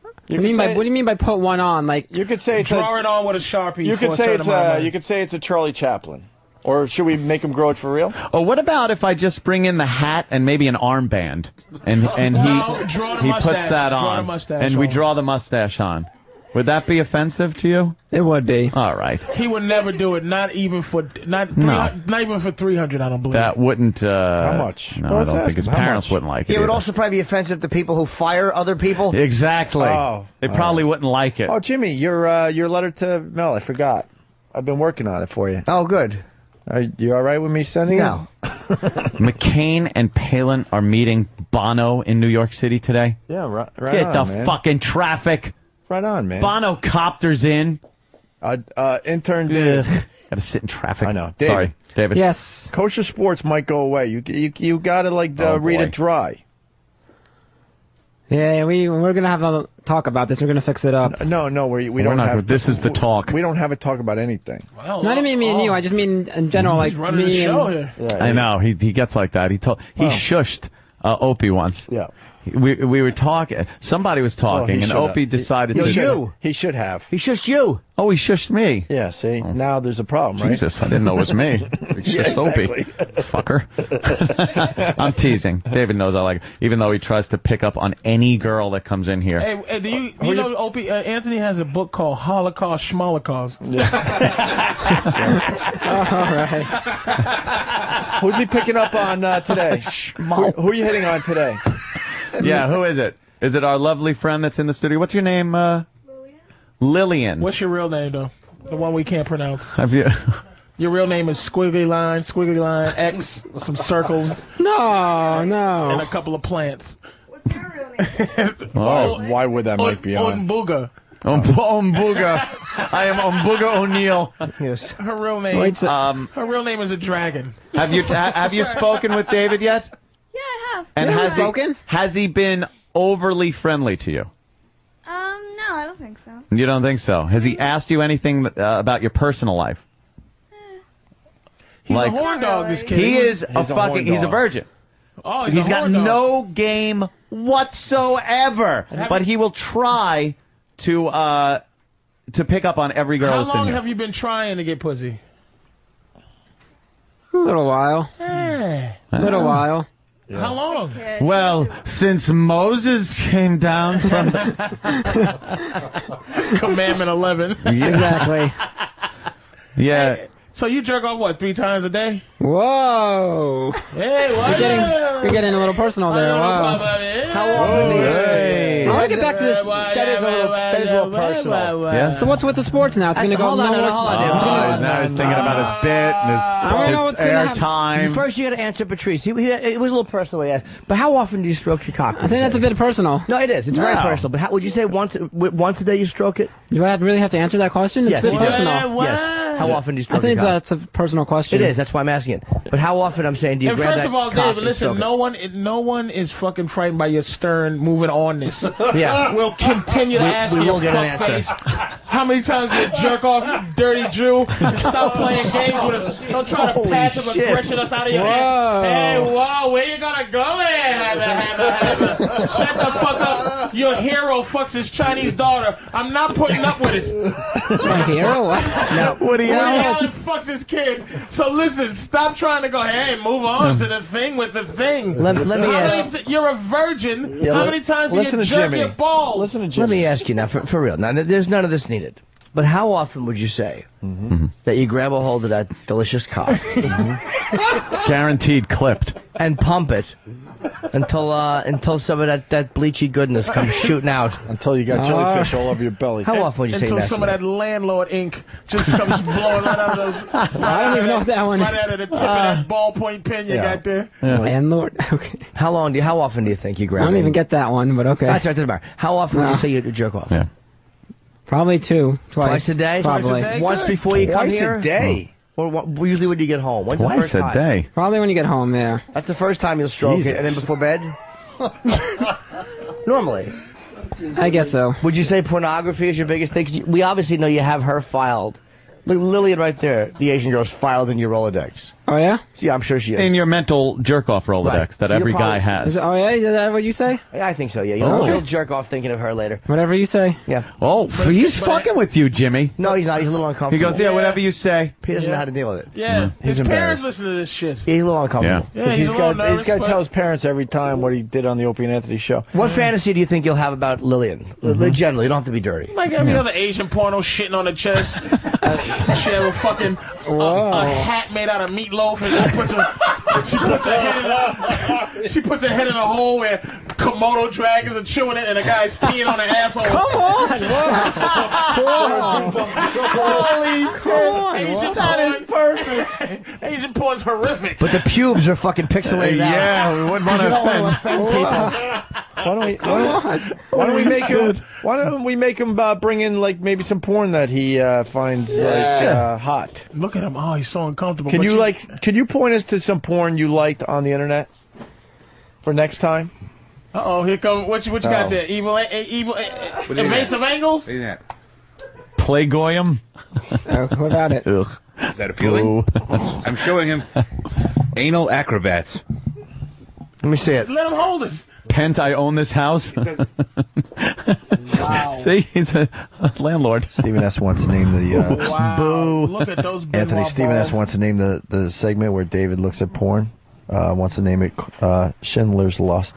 [SPEAKER 19] What do you mean
[SPEAKER 4] could
[SPEAKER 19] by
[SPEAKER 4] say-
[SPEAKER 19] what do you mean by put one on? Like
[SPEAKER 4] you could say it's
[SPEAKER 3] Draw
[SPEAKER 4] a,
[SPEAKER 3] it on with a sharpie.
[SPEAKER 4] you
[SPEAKER 3] for
[SPEAKER 4] could
[SPEAKER 3] a
[SPEAKER 4] say
[SPEAKER 3] certain
[SPEAKER 4] it's
[SPEAKER 3] amount of
[SPEAKER 4] a
[SPEAKER 3] money.
[SPEAKER 4] you could say it's a Charlie Chaplin, or should we make him grow it for real?
[SPEAKER 2] Oh, what about if I just bring in the hat and maybe an armband, and and he
[SPEAKER 3] No, draw the
[SPEAKER 2] he
[SPEAKER 3] mustache.
[SPEAKER 2] puts that
[SPEAKER 3] Draw the
[SPEAKER 2] on,
[SPEAKER 3] mustache
[SPEAKER 2] and we
[SPEAKER 3] on.
[SPEAKER 2] draw the mustache on? Would that be offensive to you?
[SPEAKER 19] It would be.
[SPEAKER 2] All right,
[SPEAKER 3] He would never do it. Not even for not three,
[SPEAKER 2] No.
[SPEAKER 3] not even for three hundred. I don't believe.
[SPEAKER 2] that wouldn't. Uh,
[SPEAKER 4] How much?
[SPEAKER 2] No,
[SPEAKER 4] Well,
[SPEAKER 2] I
[SPEAKER 4] let's
[SPEAKER 2] don't
[SPEAKER 4] ask
[SPEAKER 2] think his
[SPEAKER 4] him. How
[SPEAKER 2] parents
[SPEAKER 4] much?
[SPEAKER 2] wouldn't like it.
[SPEAKER 8] It would
[SPEAKER 2] either.
[SPEAKER 8] also probably be offensive to people who fire other people.
[SPEAKER 2] Exactly.
[SPEAKER 4] Oh,
[SPEAKER 2] they
[SPEAKER 4] all
[SPEAKER 2] probably wouldn't like it.
[SPEAKER 4] Oh, Jimmy, your uh, your letter to Mel, I forgot. I've been working on it for you.
[SPEAKER 8] Oh, good.
[SPEAKER 4] Are you all right with me sending
[SPEAKER 8] No.
[SPEAKER 2] McCain and Palin are meeting Bono in New York City today.
[SPEAKER 4] it? Yeah, right. right
[SPEAKER 2] Get
[SPEAKER 4] on,
[SPEAKER 2] the
[SPEAKER 4] man.
[SPEAKER 2] fucking traffic.
[SPEAKER 4] Right on, man.
[SPEAKER 2] Bono copters in.
[SPEAKER 4] Uh, uh, intern
[SPEAKER 2] Ugh.
[SPEAKER 4] David.
[SPEAKER 2] Gotta sit in traffic. I know.
[SPEAKER 4] David.
[SPEAKER 2] Sorry, David.
[SPEAKER 19] Yes.
[SPEAKER 4] Kosher sports might go away. You you, you gotta like uh,
[SPEAKER 2] Oh,
[SPEAKER 4] read
[SPEAKER 2] boy.
[SPEAKER 4] it dry.
[SPEAKER 19] Yeah, we we're gonna have a talk about this. We're gonna fix it up.
[SPEAKER 4] No, no, we we
[SPEAKER 2] We're
[SPEAKER 4] don't
[SPEAKER 2] not-
[SPEAKER 4] have.
[SPEAKER 2] this is the talk.
[SPEAKER 4] We don't have a talk about anything.
[SPEAKER 3] Well, oh.
[SPEAKER 19] Not even me and you. I just mean in general, like
[SPEAKER 3] He's running
[SPEAKER 19] me
[SPEAKER 3] the show
[SPEAKER 19] and
[SPEAKER 3] here.
[SPEAKER 2] I know he he gets like that. He told he
[SPEAKER 4] Wow.
[SPEAKER 2] shushed uh, Opie once.
[SPEAKER 4] Yeah.
[SPEAKER 2] We we were talking. Somebody was
[SPEAKER 4] Oh, he
[SPEAKER 2] talking, and
[SPEAKER 4] should
[SPEAKER 2] Opie
[SPEAKER 4] have.
[SPEAKER 2] decided
[SPEAKER 4] He,
[SPEAKER 2] to.
[SPEAKER 4] he should- He should have.
[SPEAKER 2] He shushed you. Oh, he shushed me.
[SPEAKER 4] Yeah. See, now there's a problem, right?
[SPEAKER 2] Jesus, I didn't know it
[SPEAKER 4] <laughs>
[SPEAKER 2] was me. It's
[SPEAKER 4] Yeah,
[SPEAKER 2] just Opie. Fucker. <laughs> I'm teasing. David knows I like it, even though he tries to pick up on any girl that comes in here.
[SPEAKER 3] Hey, hey, do you, you know Opie, uh, Anthony has a book called Holocaust Schmolocaust. <laughs>
[SPEAKER 4] Who's he picking up on uh, <laughs> today? who, who are you hitting on today?
[SPEAKER 2] Yeah, who is it? Is it our lovely friend that's in the studio? What's your name? Uh, Lillian.
[SPEAKER 3] What's your real name though? The one we can't pronounce.
[SPEAKER 2] Have you? <laughs>
[SPEAKER 3] Your real name is Squiggly Line, Squiggly Line X, some circles,
[SPEAKER 19] no, no.
[SPEAKER 3] and a couple of plants.
[SPEAKER 4] Why, why would that mic be on?
[SPEAKER 3] Booga.
[SPEAKER 2] Um, Ombuga. I am Ombuga O'Neill.
[SPEAKER 4] Yes.
[SPEAKER 3] Her real name.
[SPEAKER 2] Wait, so- Um,
[SPEAKER 3] her real name is a dragon.
[SPEAKER 44] Have you ha- have
[SPEAKER 3] <laughs>
[SPEAKER 44] you spoken with David yet?
[SPEAKER 39] Yeah, I have.
[SPEAKER 44] And has he has he been overly friendly to you?
[SPEAKER 39] Um, no, I don't think so.
[SPEAKER 44] You don't think so? Has he asked you anything uh, about your personal life?
[SPEAKER 3] He's a horn dog. This kid.
[SPEAKER 44] He is a
[SPEAKER 3] He's
[SPEAKER 44] fucking.
[SPEAKER 3] horn
[SPEAKER 44] he's a
[SPEAKER 3] dog.
[SPEAKER 44] virgin.
[SPEAKER 3] Oh, he's,
[SPEAKER 44] he's
[SPEAKER 3] a
[SPEAKER 44] got
[SPEAKER 3] horn dog.
[SPEAKER 44] no game whatsoever. But he will try to uh, to pick up on every girl
[SPEAKER 3] How
[SPEAKER 44] that's in
[SPEAKER 3] long
[SPEAKER 44] here.
[SPEAKER 3] have you been trying to get pussy?
[SPEAKER 19] A little while.
[SPEAKER 3] Eh.
[SPEAKER 19] Little while.
[SPEAKER 3] How long?
[SPEAKER 2] Well, since Moses
[SPEAKER 3] <laughs>
[SPEAKER 2] came down
[SPEAKER 4] <laughs>
[SPEAKER 2] from
[SPEAKER 3] Commandment 11.
[SPEAKER 19] Exactly.
[SPEAKER 3] <laughs>
[SPEAKER 2] yeah.
[SPEAKER 3] So you jerk off what three times a day?
[SPEAKER 19] Whoa.
[SPEAKER 3] Hey, what?
[SPEAKER 19] You're getting, you're getting a little personal there. Wow.
[SPEAKER 3] How
[SPEAKER 19] often
[SPEAKER 3] do you?
[SPEAKER 19] I want to get back to this.
[SPEAKER 3] That is a little. That is a little personal.
[SPEAKER 2] Yeah.
[SPEAKER 19] So what's with the sports now? It's going to go
[SPEAKER 2] Hold on,
[SPEAKER 19] more
[SPEAKER 2] hold on, hold on.
[SPEAKER 19] sports.
[SPEAKER 2] Oh, now he's thinking about his bit and his, his airtime.
[SPEAKER 8] First, you got to answer Patrice. He, he, it was a little personal, yes. But how often do you stroke your cock? I
[SPEAKER 19] think that's a bit personal.
[SPEAKER 8] No, it is. It's very
[SPEAKER 19] No.
[SPEAKER 8] personal. But how, would you say once w- once a day you stroke it?
[SPEAKER 19] Do I really have to answer that question? It's
[SPEAKER 8] Yes,
[SPEAKER 19] a bit
[SPEAKER 8] you do.
[SPEAKER 19] personal.
[SPEAKER 8] Yes. How often do you
[SPEAKER 19] I
[SPEAKER 8] stroke
[SPEAKER 19] think
[SPEAKER 8] your cock?
[SPEAKER 19] that's a personal question.
[SPEAKER 8] It is. That's why I'm asking it. But how often I'm saying do you
[SPEAKER 3] And
[SPEAKER 8] grab
[SPEAKER 3] first
[SPEAKER 8] that
[SPEAKER 3] of all,
[SPEAKER 8] cock
[SPEAKER 3] David,
[SPEAKER 8] and
[SPEAKER 3] listen.
[SPEAKER 8] stroke
[SPEAKER 3] No one, no one is fucking frightened by your stern moving onness.
[SPEAKER 8] Yeah.
[SPEAKER 3] we'll continue to
[SPEAKER 8] We-
[SPEAKER 3] ask
[SPEAKER 8] we
[SPEAKER 3] you
[SPEAKER 8] will get an
[SPEAKER 3] fuck face. How many times do you jerk off, you dirty Jew? And Stop playing games with us. Don't try to
[SPEAKER 14] Holy
[SPEAKER 3] passive
[SPEAKER 14] shit.
[SPEAKER 3] aggression us out of your
[SPEAKER 14] Whoa.
[SPEAKER 3] head. Hey,
[SPEAKER 14] Oh,
[SPEAKER 3] whoa, where you gonna go, there, Heather, Heather, Heather? Shut the fuck up. Your hero fucks his Chinese daughter. I'm not putting up with it.
[SPEAKER 19] My hero? No.
[SPEAKER 3] Woody Allen fucks his kid. So listen, stop trying to go. Hey, move on to the thing with the thing.
[SPEAKER 8] Hmm. Let- let me
[SPEAKER 3] How many
[SPEAKER 8] ask-
[SPEAKER 3] ti- you're a virgin.
[SPEAKER 8] Yeah,
[SPEAKER 3] How
[SPEAKER 8] li-
[SPEAKER 3] many times do you
[SPEAKER 8] listen
[SPEAKER 3] jerk
[SPEAKER 8] to Jimmy.
[SPEAKER 3] your balls? Listen to
[SPEAKER 8] Let me ask you now, for, for real. Now, th- there's none of this needed. But how often would you say
[SPEAKER 4] Mm-hmm.
[SPEAKER 2] Mm-hmm.
[SPEAKER 8] that you grab a hold of that delicious cock? <laughs>
[SPEAKER 4] Mm-hmm.
[SPEAKER 2] Guaranteed clipped.
[SPEAKER 8] And pump it until uh, until some of that, that bleachy goodness
[SPEAKER 4] <laughs>
[SPEAKER 8] comes shooting out.
[SPEAKER 4] Until you got jellyfish all over your belly.
[SPEAKER 8] How often would you
[SPEAKER 3] Until
[SPEAKER 8] say that?
[SPEAKER 3] some of that landlord ink just comes blowing right out of those. Right
[SPEAKER 8] <laughs> I don't
[SPEAKER 3] out of
[SPEAKER 8] even know that one-
[SPEAKER 3] Right out of the tip
[SPEAKER 8] Uh,
[SPEAKER 3] of that ballpoint pen you
[SPEAKER 8] yeah.
[SPEAKER 3] got there. <laughs>
[SPEAKER 19] Landlord. Okay.
[SPEAKER 8] How long do you, how often do you think you grab
[SPEAKER 19] I don't
[SPEAKER 8] it?
[SPEAKER 19] even get that one, but okay.
[SPEAKER 8] That's right, doesn't matter. How often would
[SPEAKER 19] No.
[SPEAKER 8] you say you jerk off?
[SPEAKER 19] Probably two. Twice.
[SPEAKER 8] Twice a day?
[SPEAKER 19] Probably.
[SPEAKER 8] Once before you come
[SPEAKER 19] Twice a
[SPEAKER 8] here?
[SPEAKER 19] day?
[SPEAKER 8] Or what, usually when you get home. When's the
[SPEAKER 19] Twice
[SPEAKER 8] first
[SPEAKER 19] a
[SPEAKER 8] time?
[SPEAKER 2] day.
[SPEAKER 19] Probably when you get home, yeah.
[SPEAKER 8] That's the first time you'll stroke it, and then
[SPEAKER 19] Jesus.
[SPEAKER 8] before
[SPEAKER 2] <laughs>
[SPEAKER 8] bed? Normally.
[SPEAKER 19] I guess so.
[SPEAKER 8] Would you say pornography is your biggest thing? 'Cause you- We obviously know you have her filed. Look, Lillian right there, the Asian girl's filed in your Rolodex.
[SPEAKER 19] Oh, yeah?
[SPEAKER 8] Yeah, I'm sure she is.
[SPEAKER 2] In your mental jerk off Rolodex
[SPEAKER 8] Right.
[SPEAKER 2] that
[SPEAKER 8] So you'll
[SPEAKER 2] every guy
[SPEAKER 8] probably-
[SPEAKER 2] has.
[SPEAKER 19] Is it, oh, yeah? Is that what you say?
[SPEAKER 8] I think so, yeah. You'll,
[SPEAKER 2] Oh.
[SPEAKER 8] you'll jerk off thinking of her later.
[SPEAKER 19] Whatever you say.
[SPEAKER 8] Yeah.
[SPEAKER 2] Oh, he's fucking with you, Jimmy.
[SPEAKER 8] No, he's not. He's a little uncomfortable.
[SPEAKER 2] He goes, yeah, whatever you say.
[SPEAKER 8] He doesn't know how to deal with it.
[SPEAKER 44] Mm.
[SPEAKER 3] Yeah, his
[SPEAKER 8] He's
[SPEAKER 3] parents
[SPEAKER 8] embarrassed.
[SPEAKER 3] listen to this shit.
[SPEAKER 8] He's a little uncomfortable.
[SPEAKER 3] Yeah, he's,
[SPEAKER 8] he's
[SPEAKER 3] a little
[SPEAKER 8] got-
[SPEAKER 3] nervous.
[SPEAKER 8] he's got
[SPEAKER 3] but-
[SPEAKER 8] to
[SPEAKER 4] Tell his parents every time what he did on the Opie and Anthony show. Mm-hmm.
[SPEAKER 8] What fantasy do you think you'll have about Lillian? L- Generally, you don't have to be dirty.
[SPEAKER 3] Like every other Asian porno shitting on the chest. Uh, she have a fucking uh, a, a hat made out of meatloaf and she puts her, she puts her head in a <laughs> she puts her head in a hole where Komodo dragons are chewing it and a guy's peeing on her asshole. Come <laughs>
[SPEAKER 19] on!
[SPEAKER 3] Holy
[SPEAKER 8] Come on.
[SPEAKER 3] Asian
[SPEAKER 8] That
[SPEAKER 3] porn is perfect. Asian porn's horrific.
[SPEAKER 8] But the pubes are fucking pixelated out.
[SPEAKER 4] Yeah, we wouldn't
[SPEAKER 8] Because you
[SPEAKER 4] wanna
[SPEAKER 8] don't wanna
[SPEAKER 4] offend. Why don't we? Why don't, why don't we make him? Why don't we make him uh, bring in like maybe some porn that he uh, finds like
[SPEAKER 3] Yeah.
[SPEAKER 4] uh, hot?
[SPEAKER 3] Look at him. Oh, he's so uncomfortable.
[SPEAKER 4] Can
[SPEAKER 3] But
[SPEAKER 4] you like? Can you point us to some porn you liked on the internet for next time?
[SPEAKER 3] Uh oh, here come what you what you
[SPEAKER 4] Oh.
[SPEAKER 3] got there? Evil, eh, eh, evil, eh, eh,
[SPEAKER 4] What do you
[SPEAKER 3] invasive angles.
[SPEAKER 2] Playgoyim?
[SPEAKER 19] Uh, what about it?
[SPEAKER 2] Ugh.
[SPEAKER 11] Is that appealing? I'm showing him anal acrobats.
[SPEAKER 8] Let me see it.
[SPEAKER 3] Let him hold it.
[SPEAKER 2] Pent, I own this house. <laughs> See, he's a landlord.
[SPEAKER 4] Stephen S. wants to name the. Uh,
[SPEAKER 3] Boo. Look at those Benoit
[SPEAKER 4] Anthony Stephen S.
[SPEAKER 3] balls.
[SPEAKER 4] wants to name the, the segment where David looks at porn. Uh, wants to name it uh, Schindler's <laughs> Lust.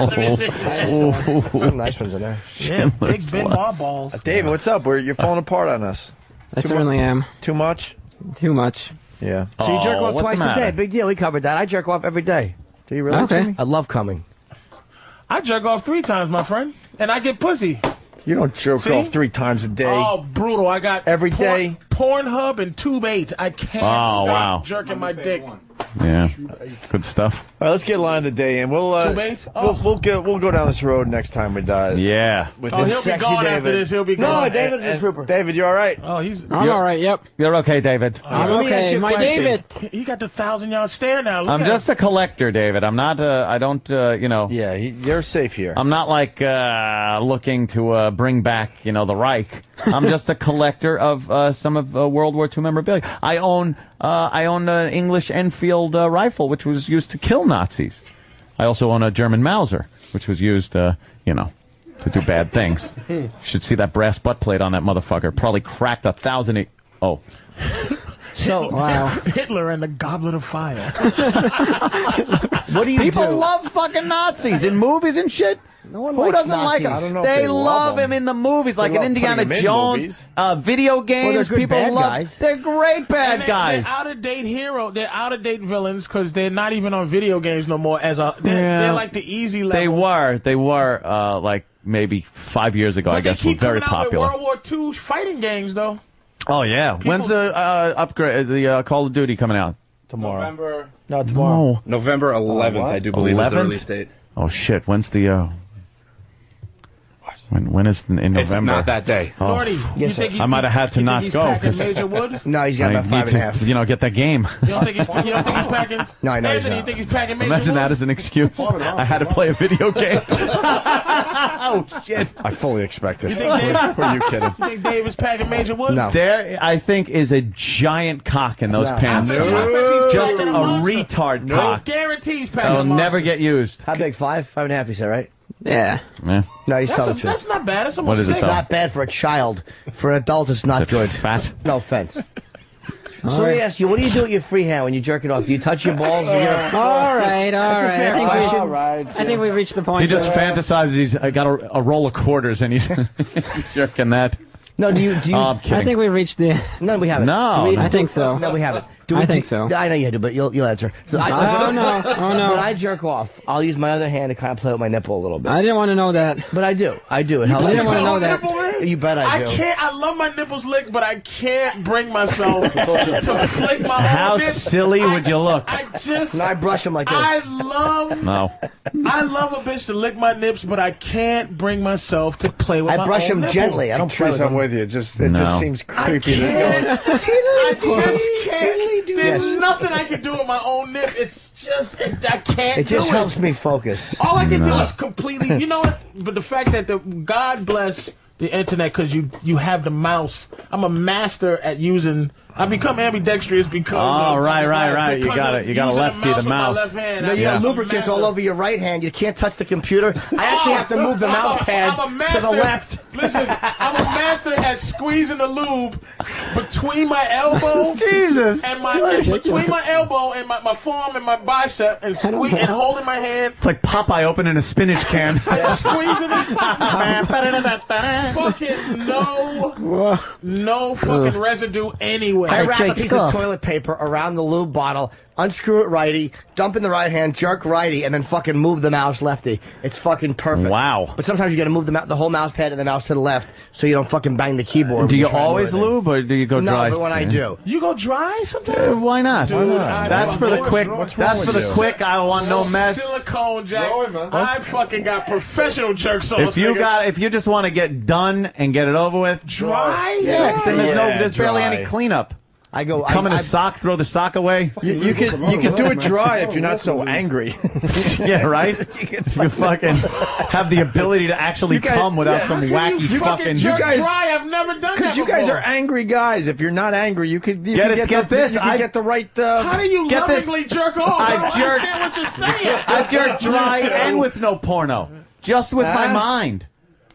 [SPEAKER 45] <laughs>
[SPEAKER 8] Some nice ones in there.
[SPEAKER 3] Yeah, big Benoit balls.
[SPEAKER 4] Uh, David, what's up? We're, you're falling apart on us.
[SPEAKER 19] I certainly am.
[SPEAKER 4] Too much?
[SPEAKER 19] Too much.
[SPEAKER 4] Yeah.
[SPEAKER 8] So you jerk
[SPEAKER 19] Oh,
[SPEAKER 8] off
[SPEAKER 19] what's
[SPEAKER 8] twice
[SPEAKER 19] the
[SPEAKER 8] a day.
[SPEAKER 19] matter?
[SPEAKER 8] Big deal. We covered that. I jerk off every day. Do you really?
[SPEAKER 19] Okay.
[SPEAKER 8] Jimmy? I love coming.
[SPEAKER 3] I jerk off three times, my friend, and I get pussy.
[SPEAKER 4] You don't jerk
[SPEAKER 3] See?
[SPEAKER 4] off three times a day.
[SPEAKER 3] Oh, brutal! I got every day porn, Pornhub and Tube Eight. I can't
[SPEAKER 4] Oh,
[SPEAKER 3] stop
[SPEAKER 4] wow.
[SPEAKER 3] jerking my dick.
[SPEAKER 2] Yeah. Good stuff.
[SPEAKER 4] All right, let's get line of the day in. We'll uh,
[SPEAKER 45] Two Oh. mates?
[SPEAKER 4] we'll we'll, get, we'll go down this road next time we die.
[SPEAKER 2] Yeah.
[SPEAKER 4] With
[SPEAKER 45] Oh,
[SPEAKER 4] this
[SPEAKER 45] he'll be
[SPEAKER 4] sexy
[SPEAKER 45] gone
[SPEAKER 4] David.
[SPEAKER 45] after this. He'll be
[SPEAKER 4] no,
[SPEAKER 45] gone.
[SPEAKER 4] David's a
[SPEAKER 45] And-
[SPEAKER 4] trooper. David, you all right?
[SPEAKER 45] Oh, he's.
[SPEAKER 19] I'm all right. Yep.
[SPEAKER 1] You're okay, David.
[SPEAKER 19] I'm
[SPEAKER 45] Let me ask
[SPEAKER 19] okay.
[SPEAKER 45] you a
[SPEAKER 19] My
[SPEAKER 45] question.
[SPEAKER 19] David.
[SPEAKER 45] He got the thousand yard stare
[SPEAKER 3] Oh,
[SPEAKER 45] now. Look
[SPEAKER 2] I'm
[SPEAKER 45] at
[SPEAKER 2] just
[SPEAKER 45] him.
[SPEAKER 2] a collector, David. I'm not. Uh, I don't. Uh, you know.
[SPEAKER 4] Yeah, you're safe here.
[SPEAKER 2] I'm not like uh, looking to uh, bring back, you know, the Reich. I'm just a collector of uh, some of uh, World War II memorabilia. I own. Uh, I own an English Enfield uh, rifle, which was used to kill Nazis. I also own a German Mauser, which was used, uh, you know, to do bad things.
[SPEAKER 46] Hmm.
[SPEAKER 2] Should see that brass butt plate on that motherfucker. Probably cracked a thousand. E- oh.
[SPEAKER 3] So <laughs>
[SPEAKER 2] Wow.
[SPEAKER 3] Hitler and the Goblet of
[SPEAKER 2] <laughs>
[SPEAKER 3] Fire.
[SPEAKER 1] What do
[SPEAKER 3] you
[SPEAKER 1] People
[SPEAKER 3] do?
[SPEAKER 1] love fucking Nazis in movies and shit. No one Who
[SPEAKER 3] likes
[SPEAKER 1] doesn't
[SPEAKER 3] Nazis.
[SPEAKER 1] like
[SPEAKER 3] I don't
[SPEAKER 1] him?
[SPEAKER 3] know if
[SPEAKER 1] they,
[SPEAKER 3] they
[SPEAKER 1] love
[SPEAKER 3] love
[SPEAKER 1] him
[SPEAKER 3] him.
[SPEAKER 1] in the movies,
[SPEAKER 3] They
[SPEAKER 1] like in
[SPEAKER 3] love
[SPEAKER 1] Indiana
[SPEAKER 3] putting him in
[SPEAKER 1] Jones,
[SPEAKER 3] movies.
[SPEAKER 1] uh, video games.
[SPEAKER 3] good
[SPEAKER 1] People
[SPEAKER 3] bad
[SPEAKER 1] love.
[SPEAKER 3] guys.
[SPEAKER 1] They're great bad
[SPEAKER 3] And they-
[SPEAKER 1] guys.
[SPEAKER 3] They're out of date hero. They're out of date villains because they're not even on video games no more. As a they're,
[SPEAKER 2] Yeah.
[SPEAKER 3] they're like the easy level.
[SPEAKER 2] They were. They were uh, like maybe five years ago. I
[SPEAKER 3] But they
[SPEAKER 2] guess were
[SPEAKER 3] keep coming
[SPEAKER 2] very
[SPEAKER 3] out
[SPEAKER 2] popular.
[SPEAKER 3] With World War II fighting games though.
[SPEAKER 2] Oh yeah. When's the uh, upgrade? The uh, Call of Duty coming out?
[SPEAKER 4] Tomorrow. November.
[SPEAKER 2] No, tomorrow. Uh,
[SPEAKER 13] November 11th,
[SPEAKER 4] what?
[SPEAKER 13] I do believe, is the
[SPEAKER 2] 11th?
[SPEAKER 13] release date.
[SPEAKER 2] Oh shit. When's the? Uh, when when is in in November?
[SPEAKER 13] It's not that day.
[SPEAKER 2] Oh,
[SPEAKER 3] Lordy, you
[SPEAKER 2] yes,
[SPEAKER 3] think he-
[SPEAKER 2] I might have had to
[SPEAKER 3] you think
[SPEAKER 2] not
[SPEAKER 3] he's
[SPEAKER 2] go
[SPEAKER 3] packing Major Wood? No, he's got
[SPEAKER 2] I
[SPEAKER 3] about five
[SPEAKER 2] need
[SPEAKER 3] and a
[SPEAKER 2] to,
[SPEAKER 3] half.
[SPEAKER 2] You know, get that game.
[SPEAKER 3] You don't think he's, you don't think
[SPEAKER 2] <laughs>
[SPEAKER 3] he's packing?
[SPEAKER 2] No, I know he's
[SPEAKER 3] Anthony, you
[SPEAKER 2] not.
[SPEAKER 3] think he's packing Major
[SPEAKER 2] Imagine
[SPEAKER 3] Wood?
[SPEAKER 2] that as an excuse. I had to play a video game. oh shit!
[SPEAKER 4] I fully expect
[SPEAKER 3] You
[SPEAKER 4] it.
[SPEAKER 3] think Dave,
[SPEAKER 4] Are you kidding?
[SPEAKER 3] You think Dave is packing Major Wood?
[SPEAKER 2] There, I think, is a giant cock in those
[SPEAKER 3] No.
[SPEAKER 2] pants.
[SPEAKER 3] I bet you- I bet he's <laughs>
[SPEAKER 2] Just a
[SPEAKER 3] packing a monster.
[SPEAKER 2] retard
[SPEAKER 3] No.
[SPEAKER 2] cock.
[SPEAKER 3] Guarantees packing
[SPEAKER 2] That'll
[SPEAKER 3] a monster.
[SPEAKER 2] never get used.
[SPEAKER 8] How big? Five? Five and a half, you said, right?
[SPEAKER 19] Yeah.
[SPEAKER 2] Yeah.
[SPEAKER 8] No, he's
[SPEAKER 3] That's, a,
[SPEAKER 8] telling the
[SPEAKER 3] that's
[SPEAKER 8] truth.
[SPEAKER 3] not bad. That's almost
[SPEAKER 2] What is it,
[SPEAKER 3] six.
[SPEAKER 8] It's not bad for a child. For an adult, it's not good.
[SPEAKER 2] Fat.
[SPEAKER 8] No
[SPEAKER 19] <laughs>
[SPEAKER 8] offense. so
[SPEAKER 19] All
[SPEAKER 8] let me
[SPEAKER 19] right.
[SPEAKER 8] ask you, what do you do with your free hand when you jerk it off? Do you Oh, touch your balls? when you're-
[SPEAKER 19] All right. All right. I think we should. I think we reached the point.
[SPEAKER 2] He just
[SPEAKER 19] of-
[SPEAKER 2] fantasizes. He's I got a, a roll of quarters, and he's <laughs> jerking that.
[SPEAKER 8] No, do you? Do you
[SPEAKER 2] Oh, I'm kidding.
[SPEAKER 19] I think we reached the.
[SPEAKER 8] No, we haven't.
[SPEAKER 2] No,
[SPEAKER 8] Do we-
[SPEAKER 2] no.
[SPEAKER 19] I think so.
[SPEAKER 8] No, we haven't.
[SPEAKER 19] I
[SPEAKER 8] we-
[SPEAKER 19] think so.
[SPEAKER 8] I know you do, but you'll, you'll answer.
[SPEAKER 19] Oh,
[SPEAKER 8] <laughs>
[SPEAKER 19] no. Oh, no.
[SPEAKER 8] When I jerk off, I'll use my other hand to kind of play with my nipple a little bit.
[SPEAKER 19] I didn't want to know that.
[SPEAKER 8] But I do. I do. It
[SPEAKER 19] You
[SPEAKER 8] helps.
[SPEAKER 19] didn't wanna know that.
[SPEAKER 8] You bet I
[SPEAKER 3] I
[SPEAKER 8] do.
[SPEAKER 3] can't. I love my nipples licked, but I can't bring
[SPEAKER 8] <laughs>
[SPEAKER 3] myself to flick my
[SPEAKER 2] How
[SPEAKER 3] own nip.
[SPEAKER 2] silly would you look?
[SPEAKER 3] I just.
[SPEAKER 8] And I brush them like this.
[SPEAKER 3] I love.
[SPEAKER 2] No.
[SPEAKER 3] I love a bitch to lick my nips, but I can't bring myself to play with
[SPEAKER 8] I
[SPEAKER 3] my
[SPEAKER 8] brush
[SPEAKER 3] own
[SPEAKER 8] them
[SPEAKER 3] nipple.
[SPEAKER 8] gently. I don't play
[SPEAKER 4] Chris,
[SPEAKER 8] with
[SPEAKER 4] I'm
[SPEAKER 8] them.
[SPEAKER 4] with you. Just it
[SPEAKER 2] No.
[SPEAKER 4] just seems creepy. to
[SPEAKER 3] can't.
[SPEAKER 4] go.
[SPEAKER 3] I just can't. There's
[SPEAKER 8] Yes.
[SPEAKER 3] nothing I can do with my own nip. It's just I can't
[SPEAKER 8] It just
[SPEAKER 3] do it.
[SPEAKER 8] helps me focus.
[SPEAKER 3] All I can do
[SPEAKER 2] Mm-hmm.
[SPEAKER 8] No.
[SPEAKER 3] is completely. You know what? But the fact that the God bless the internet because you you have the mouse. I'm a master at using. I become ambidextrous because.
[SPEAKER 2] Oh,
[SPEAKER 3] of,
[SPEAKER 2] right, right, right. You
[SPEAKER 3] because
[SPEAKER 2] got
[SPEAKER 3] of
[SPEAKER 2] it. You got a
[SPEAKER 3] using
[SPEAKER 2] lefty, the
[SPEAKER 3] with my
[SPEAKER 2] mouse.
[SPEAKER 3] left hand.
[SPEAKER 8] No,
[SPEAKER 3] I
[SPEAKER 8] you got
[SPEAKER 3] become a
[SPEAKER 8] lubricants
[SPEAKER 3] master.
[SPEAKER 8] all over your right hand. You can't touch the computer. I actually
[SPEAKER 3] Oh,
[SPEAKER 8] have to move the
[SPEAKER 3] I'm
[SPEAKER 8] mouse
[SPEAKER 3] a-
[SPEAKER 8] pad
[SPEAKER 3] I'm a
[SPEAKER 8] to
[SPEAKER 3] master-
[SPEAKER 8] the left.
[SPEAKER 3] Listen, I'm a master at squeezing the lube between my
[SPEAKER 8] <laughs>
[SPEAKER 3] elbow,
[SPEAKER 2] Jesus.
[SPEAKER 3] and my between my elbow and my, my forearm and my bicep, and squeeze and holding my hand
[SPEAKER 2] It's like Popeye opening a spinach can.
[SPEAKER 3] squeezing
[SPEAKER 8] <laughs>
[SPEAKER 3] it. fucking no, no fucking residue anyway.
[SPEAKER 8] I wrap a piece of toilet paper around the lube bottle, unscrew it righty, dump in the right hand, jerk righty, and then fucking move the mouse lefty. It's fucking perfect.
[SPEAKER 2] Wow.
[SPEAKER 8] But sometimes you gotta move the, mou- the whole mouse pad and the mouse to the left so you don't fucking bang the keyboard. when
[SPEAKER 2] Do you
[SPEAKER 8] you're trying to
[SPEAKER 2] always
[SPEAKER 8] do it.
[SPEAKER 2] lube, or do you go
[SPEAKER 8] No,
[SPEAKER 2] dry?
[SPEAKER 8] but when I do.
[SPEAKER 3] You go dry sometimes.
[SPEAKER 2] Uh, why not?
[SPEAKER 3] Dude, I
[SPEAKER 2] that's
[SPEAKER 3] fucking-
[SPEAKER 2] for the quick.
[SPEAKER 3] What's wrong
[SPEAKER 2] That's for
[SPEAKER 3] with
[SPEAKER 2] the
[SPEAKER 3] you?
[SPEAKER 2] quick. I want no mess.
[SPEAKER 3] Silicone, Jack. I fucking got professional jerks on.
[SPEAKER 2] If you got, if you just want to get done and get it over with,
[SPEAKER 3] Dry?
[SPEAKER 2] Yeah, 'cause then there's no,
[SPEAKER 4] Yeah,
[SPEAKER 2] there's barely
[SPEAKER 4] dry.
[SPEAKER 2] any cleanup.
[SPEAKER 8] I go.
[SPEAKER 2] Come in
[SPEAKER 4] I-
[SPEAKER 2] a
[SPEAKER 4] I-
[SPEAKER 2] sock, throw the sock away.
[SPEAKER 4] You, you can you can do it dry if you're not so angry.
[SPEAKER 2] <laughs> <laughs> yeah, right. You fucking have the ability to actually
[SPEAKER 4] You guys-
[SPEAKER 2] come without
[SPEAKER 4] yeah.
[SPEAKER 2] some
[SPEAKER 4] How can
[SPEAKER 2] wacky
[SPEAKER 4] you fucking
[SPEAKER 2] fucking.
[SPEAKER 4] jerk You guys-
[SPEAKER 3] dry. I've never done that.
[SPEAKER 4] Because you guys
[SPEAKER 3] before.
[SPEAKER 4] are angry guys. If you're not angry, you could you
[SPEAKER 2] Get
[SPEAKER 4] could
[SPEAKER 2] it- get
[SPEAKER 4] the,
[SPEAKER 2] this.
[SPEAKER 4] You could
[SPEAKER 2] I-
[SPEAKER 4] get the right. Uh,
[SPEAKER 3] How do you
[SPEAKER 2] Get this-
[SPEAKER 3] lovingly jerk off?
[SPEAKER 2] I
[SPEAKER 3] I don't
[SPEAKER 2] jerk-
[SPEAKER 3] understand what you're saying.
[SPEAKER 2] I
[SPEAKER 3] <laughs>
[SPEAKER 2] jerk dry and with no porno, just with my
[SPEAKER 3] Huh?
[SPEAKER 2] mind,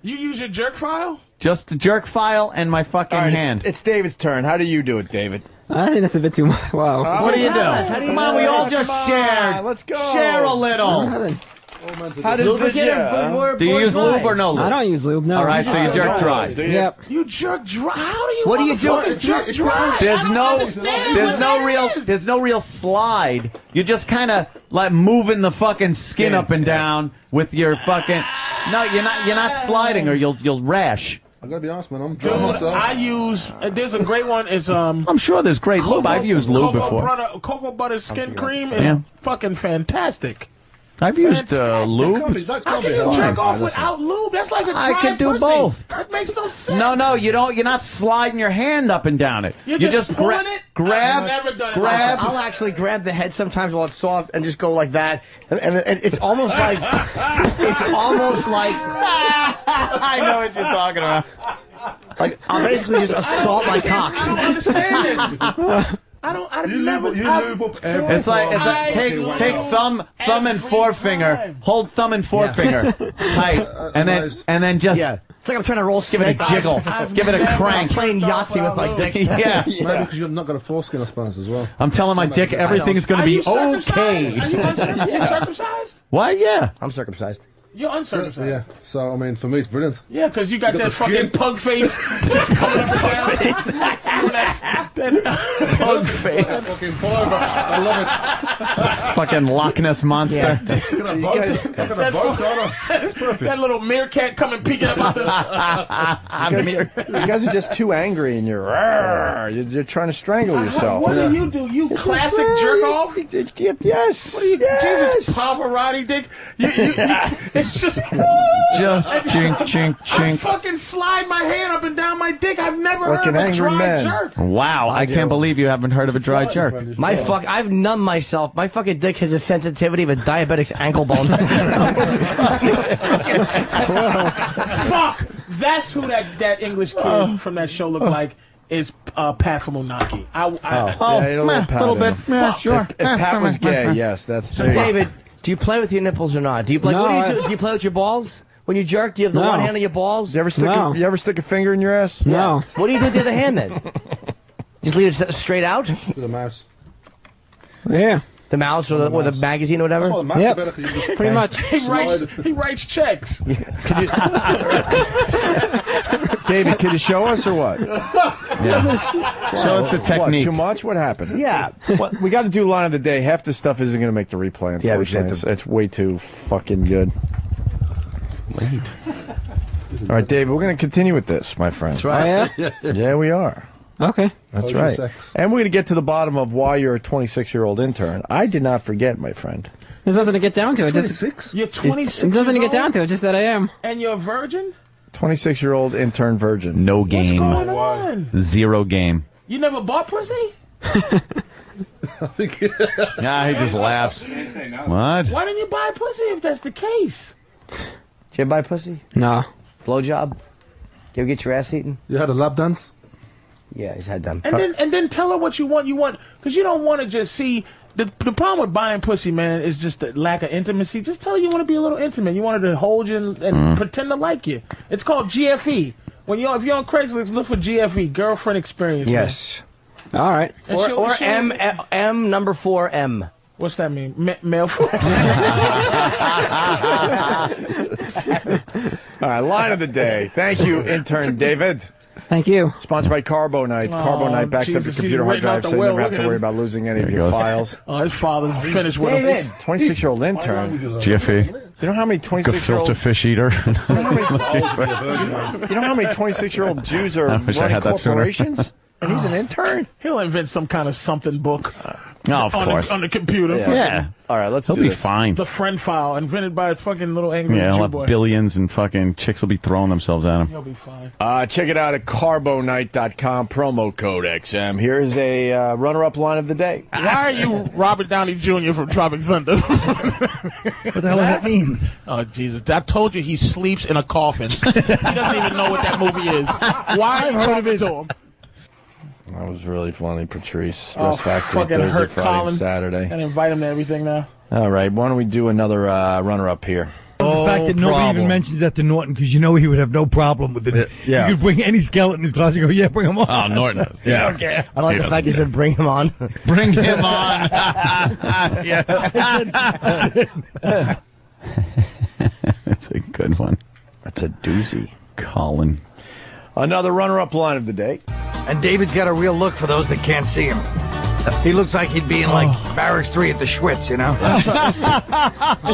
[SPEAKER 3] You use your jerk file?
[SPEAKER 2] just the jerk file and my fucking
[SPEAKER 4] All right,
[SPEAKER 2] hand.
[SPEAKER 4] It's, it's David's turn. How do you do it, David?
[SPEAKER 19] I think that's a bit too much. <laughs> Wow.
[SPEAKER 3] Oh,
[SPEAKER 2] what do you do?
[SPEAKER 4] How do you
[SPEAKER 2] Come on,
[SPEAKER 4] do
[SPEAKER 2] we
[SPEAKER 4] it?
[SPEAKER 2] all just
[SPEAKER 4] Come on,
[SPEAKER 2] share.
[SPEAKER 4] let's go.
[SPEAKER 2] Share a little.
[SPEAKER 4] How does the yeah?
[SPEAKER 2] Do you use lube or no lube?
[SPEAKER 19] I don't use lube. No.
[SPEAKER 2] All right, so you jerk dry.
[SPEAKER 4] Do you-
[SPEAKER 19] Yep.
[SPEAKER 3] You jerk dry? How do you
[SPEAKER 8] What do you do?
[SPEAKER 3] motherfucker
[SPEAKER 8] It's
[SPEAKER 3] jerk
[SPEAKER 8] it's
[SPEAKER 3] dry? I
[SPEAKER 2] There's
[SPEAKER 3] don't
[SPEAKER 2] no,
[SPEAKER 3] understand
[SPEAKER 2] there's
[SPEAKER 3] what
[SPEAKER 2] no
[SPEAKER 3] that
[SPEAKER 2] real,
[SPEAKER 3] is.
[SPEAKER 2] there's no real slide. You're just kind of like moving the fucking skin up and down with your fucking. No, you're not. You're not sliding, or you'll you'll rash.
[SPEAKER 23] I gotta be honest, man. I'm
[SPEAKER 3] Dude,
[SPEAKER 23] driving myself.
[SPEAKER 3] I use. uh, There's a great one. It's um.
[SPEAKER 23] I'm sure there's great lube. I've used lube
[SPEAKER 3] cocoa
[SPEAKER 23] before.
[SPEAKER 3] Butter, cocoa butter skin cream is
[SPEAKER 23] Yeah.
[SPEAKER 3] fucking fantastic.
[SPEAKER 23] I've used uh, lube.
[SPEAKER 3] How can you jerk off without lube? That's like a
[SPEAKER 2] I
[SPEAKER 3] dry
[SPEAKER 2] can do
[SPEAKER 3] pussy.
[SPEAKER 2] both.
[SPEAKER 3] That makes no sense.
[SPEAKER 2] No, no, you don't. You're not sliding your hand up and down it.
[SPEAKER 3] You're
[SPEAKER 2] you
[SPEAKER 3] just
[SPEAKER 2] gra-
[SPEAKER 3] pulling it?
[SPEAKER 2] grab,
[SPEAKER 3] I've never done it.
[SPEAKER 2] grab.
[SPEAKER 8] I'll actually grab the head sometimes while it's soft and just go like that, and, and, and it's almost like it's
[SPEAKER 14] <laughs>
[SPEAKER 8] almost like
[SPEAKER 2] I know what you're talking about.
[SPEAKER 8] like I'll basically just assault my cock.
[SPEAKER 3] I don't understand
[SPEAKER 2] <laughs>
[SPEAKER 3] this. I don't. I never. I've-
[SPEAKER 2] It's like it's like take take thumb thumb and forefinger, hold thumb and forefinger
[SPEAKER 4] <laughs>
[SPEAKER 2] tight,
[SPEAKER 4] Uh,
[SPEAKER 2] and then and then just
[SPEAKER 8] It's like I'm trying to roll.
[SPEAKER 2] give it a
[SPEAKER 8] snake.
[SPEAKER 2] jiggle,
[SPEAKER 8] I've
[SPEAKER 2] give it a
[SPEAKER 8] never-
[SPEAKER 2] crank.
[SPEAKER 8] I'm playing Yahtzee with my dick.
[SPEAKER 2] Yeah.
[SPEAKER 23] Maybe because you're not got a foreskin, I suppose, as well.
[SPEAKER 2] I'm telling my dick everything is going to
[SPEAKER 23] Are
[SPEAKER 2] be
[SPEAKER 23] you circumcised?
[SPEAKER 2] okay.
[SPEAKER 23] Are you uncircumcised?
[SPEAKER 2] <laughs>
[SPEAKER 3] You're circumcised?
[SPEAKER 2] Why? Yeah,
[SPEAKER 8] I'm circumcised.
[SPEAKER 3] You're uncircumcised.
[SPEAKER 23] Yeah. So I mean, for me, it's brilliant.
[SPEAKER 3] Yeah, because you got,
[SPEAKER 23] You got
[SPEAKER 3] that
[SPEAKER 23] the
[SPEAKER 3] fucking
[SPEAKER 23] skin.
[SPEAKER 3] pug
[SPEAKER 2] <laughs>
[SPEAKER 3] face just coming up down. <laughs> that, that pug
[SPEAKER 2] face.
[SPEAKER 23] Fucking pullover. I love
[SPEAKER 2] Fucking Loch Ness monster.
[SPEAKER 23] it. You guys- look at the boat, don't I?
[SPEAKER 3] that, that little meerkat coming peeking up out the.
[SPEAKER 4] You guys, you guys are just too angry and you're "Rrrr." you're, you're trying to strangle yourself.
[SPEAKER 3] What do you do? You classic
[SPEAKER 4] Well,
[SPEAKER 3] jerk
[SPEAKER 4] you-
[SPEAKER 3] off?
[SPEAKER 4] you- you- you- Yes.
[SPEAKER 3] What are you,
[SPEAKER 4] yes.
[SPEAKER 3] Jesus Pavarotti dick? You, you, you, it's just.
[SPEAKER 2] Just chink, chink,
[SPEAKER 3] I
[SPEAKER 2] chink.
[SPEAKER 3] fucking slide my hand up and down my dick. I've never
[SPEAKER 2] Like
[SPEAKER 3] heard
[SPEAKER 2] an
[SPEAKER 3] of a
[SPEAKER 2] angry
[SPEAKER 3] dry
[SPEAKER 2] man.
[SPEAKER 3] jerk.
[SPEAKER 2] Wow, I, can't believe you
[SPEAKER 4] <laughs>
[SPEAKER 2] haven't heard of a dry jerk.
[SPEAKER 8] My fuck, I've numbed myself. My fucking dick has a sensitivity of a diabetic's ankle bone. <laughs>
[SPEAKER 3] Fuck! That's who that, that English kid
[SPEAKER 19] Oh.
[SPEAKER 3] from that show looked like. Is uh, Pat from Unagi. I, I,
[SPEAKER 4] Oh, yeah, you don't let Pat in.
[SPEAKER 3] Fuck.
[SPEAKER 4] If, if Pat was
[SPEAKER 19] <laughs>
[SPEAKER 3] <laughs>
[SPEAKER 4] gay, yes, that's
[SPEAKER 8] So David, do you play with your nipples or not? Do you like?
[SPEAKER 4] No,
[SPEAKER 8] what do you
[SPEAKER 4] I-
[SPEAKER 8] do? Do you play with your balls? When you jerk, do you have the
[SPEAKER 4] No.
[SPEAKER 8] one hand on your balls?
[SPEAKER 4] You ever stick a, you ever stick a finger in your ass?
[SPEAKER 8] No. What do you do with the other hand
[SPEAKER 23] <laughs>
[SPEAKER 2] <laughs>
[SPEAKER 8] then? Just leave it s- straight out.
[SPEAKER 23] With a mouse.
[SPEAKER 8] Yeah. The mouse or the, or the magazine or whatever.
[SPEAKER 23] Oh, the mouse Yep. better 'cause you just- <laughs> Pretty much.
[SPEAKER 8] <laughs>
[SPEAKER 3] He writes, he writes
[SPEAKER 4] <laughs>
[SPEAKER 3] checks.
[SPEAKER 4] David, can you show us or what?
[SPEAKER 2] Show us the
[SPEAKER 4] What,
[SPEAKER 2] technique.
[SPEAKER 4] too much? What happened?
[SPEAKER 2] Yeah.
[SPEAKER 4] What, we got to do line of the day. Half the stuff isn't going to make the replay.
[SPEAKER 2] Yeah, we should
[SPEAKER 4] Unfortunately,
[SPEAKER 2] have
[SPEAKER 4] it's, it's way too fucking good. Late. All right, David, we're going to continue with this, my friend.
[SPEAKER 23] That's right.
[SPEAKER 2] <laughs>
[SPEAKER 23] Oh, yeah?
[SPEAKER 4] yeah, we are.
[SPEAKER 23] Okay.
[SPEAKER 4] That's
[SPEAKER 23] Culture
[SPEAKER 4] right.
[SPEAKER 23] sex.
[SPEAKER 4] And we're going to get to the bottom of why you're a 26 year old intern. I did not forget, my friend.
[SPEAKER 19] There's nothing to <laughs> get down to. It just
[SPEAKER 3] You're 26.
[SPEAKER 19] It doesn't
[SPEAKER 3] years
[SPEAKER 19] get down
[SPEAKER 3] old?
[SPEAKER 19] to it. Just that I am.
[SPEAKER 3] And you're a virgin?
[SPEAKER 4] 26 year old intern virgin.
[SPEAKER 2] No game.
[SPEAKER 3] going on?
[SPEAKER 2] Zero game.
[SPEAKER 3] You never bought pussy?
[SPEAKER 23] <laughs>
[SPEAKER 2] Nah, he just laughs. What?
[SPEAKER 3] Why didn't you buy pussy if that's the case?
[SPEAKER 8] Did you buy pussy?
[SPEAKER 19] No.
[SPEAKER 8] Blowjob? You ever get your ass eaten?
[SPEAKER 23] You had a lap dance?
[SPEAKER 8] Yeah, he's had them.
[SPEAKER 3] And then and then tell her what you want. You want because you don't want to just see. The, the problem with buying pussy, man, is just the lack of intimacy. Just tell her you want to be a little intimate. You want her to hold you and, and
[SPEAKER 8] Mm-hmm.
[SPEAKER 3] pretend to like you. It's called GFE. When you are if you're on Craigslist, look for GFE, girlfriend experience. man.
[SPEAKER 8] Yes.
[SPEAKER 19] All right.
[SPEAKER 3] And
[SPEAKER 8] Or,
[SPEAKER 3] she'll-
[SPEAKER 8] or
[SPEAKER 3] she'll-
[SPEAKER 8] M, M M number four M.
[SPEAKER 3] What's that mean? Ma- male.
[SPEAKER 2] <laughs>
[SPEAKER 4] All right, line of the day. Thank you, intern David.
[SPEAKER 19] Thank you.
[SPEAKER 4] Sponsored by Carbo Night. Carbo
[SPEAKER 3] Oh,
[SPEAKER 4] Night backs up your
[SPEAKER 3] Jesus,
[SPEAKER 4] computer
[SPEAKER 3] he's
[SPEAKER 4] hard
[SPEAKER 3] written out
[SPEAKER 4] drive
[SPEAKER 3] the
[SPEAKER 4] so you
[SPEAKER 3] will.
[SPEAKER 4] never have
[SPEAKER 3] Look
[SPEAKER 4] to
[SPEAKER 3] at
[SPEAKER 4] worry
[SPEAKER 3] him.
[SPEAKER 4] about losing any of
[SPEAKER 2] There
[SPEAKER 4] your
[SPEAKER 2] goes.
[SPEAKER 4] files.
[SPEAKER 3] oh, his father's finished with him.
[SPEAKER 4] David, 26 year old
[SPEAKER 2] uh,
[SPEAKER 4] intern.
[SPEAKER 2] <laughs> Jiffy.
[SPEAKER 4] You know how many 26 year old
[SPEAKER 2] Gefilte
[SPEAKER 8] <laughs>
[SPEAKER 2] fish eater. uh,
[SPEAKER 4] <laughs> You know how many
[SPEAKER 3] <laughs>
[SPEAKER 4] 26 year old Jews are
[SPEAKER 2] <laughs> I wish I
[SPEAKER 4] running
[SPEAKER 2] had that sooner.
[SPEAKER 4] corporations? <laughs> And he's an intern.
[SPEAKER 3] He'll invent some kind of something book.
[SPEAKER 2] No, of
[SPEAKER 3] on
[SPEAKER 2] course.
[SPEAKER 3] The, on the computer.
[SPEAKER 2] Yeah. Yeah.
[SPEAKER 4] All right, let's
[SPEAKER 2] He'll
[SPEAKER 4] do
[SPEAKER 2] be
[SPEAKER 4] this.
[SPEAKER 2] fine.
[SPEAKER 3] The friend file invented by a fucking little angry
[SPEAKER 2] <laughs> Yeah,
[SPEAKER 3] Jew
[SPEAKER 2] he'll have
[SPEAKER 3] boy.
[SPEAKER 2] billions and fucking chicks will be throwing themselves at him.
[SPEAKER 3] He'll be fine.
[SPEAKER 4] Uh, check it out at carbonight.com, promo code XM. Here is a uh, runner up line of the day.
[SPEAKER 3] Why are you Robert Downey Jr. from Tropic
[SPEAKER 2] <laughs>
[SPEAKER 3] Thunder? what the hell does that mean? Oh Jesus! I told you he sleeps in a coffin. he doesn't even know what that movie is. Why are you talking to him?
[SPEAKER 4] That was really funny, Patrice.
[SPEAKER 3] Oh,
[SPEAKER 4] Stress Factory
[SPEAKER 3] fucking
[SPEAKER 4] Thursday,
[SPEAKER 3] hurt
[SPEAKER 4] Friday,
[SPEAKER 3] Colin.
[SPEAKER 4] Saturday.
[SPEAKER 3] And invite him to everything now.
[SPEAKER 4] All right, why don't we do another uh, runner up here?
[SPEAKER 1] the fact that nobody even mentions that to Norton because you know he would have no problem with it.
[SPEAKER 4] yeah.
[SPEAKER 1] You could bring any skeleton in his class and go, yeah, bring him on.
[SPEAKER 2] Oh, Norton.
[SPEAKER 1] <laughs>
[SPEAKER 2] Yeah.
[SPEAKER 1] Okay.
[SPEAKER 8] I like the fact you said bring him
[SPEAKER 1] <laughs>
[SPEAKER 8] on.
[SPEAKER 2] Bring him
[SPEAKER 8] <laughs>
[SPEAKER 2] on. <laughs> That's a good one.
[SPEAKER 4] That's a doozy.
[SPEAKER 2] Colin.
[SPEAKER 4] Another runner up line of the day.
[SPEAKER 1] And David's got a real look for those that can't see him. He looks like he'd be in like barracks three at the Schwitz, you know.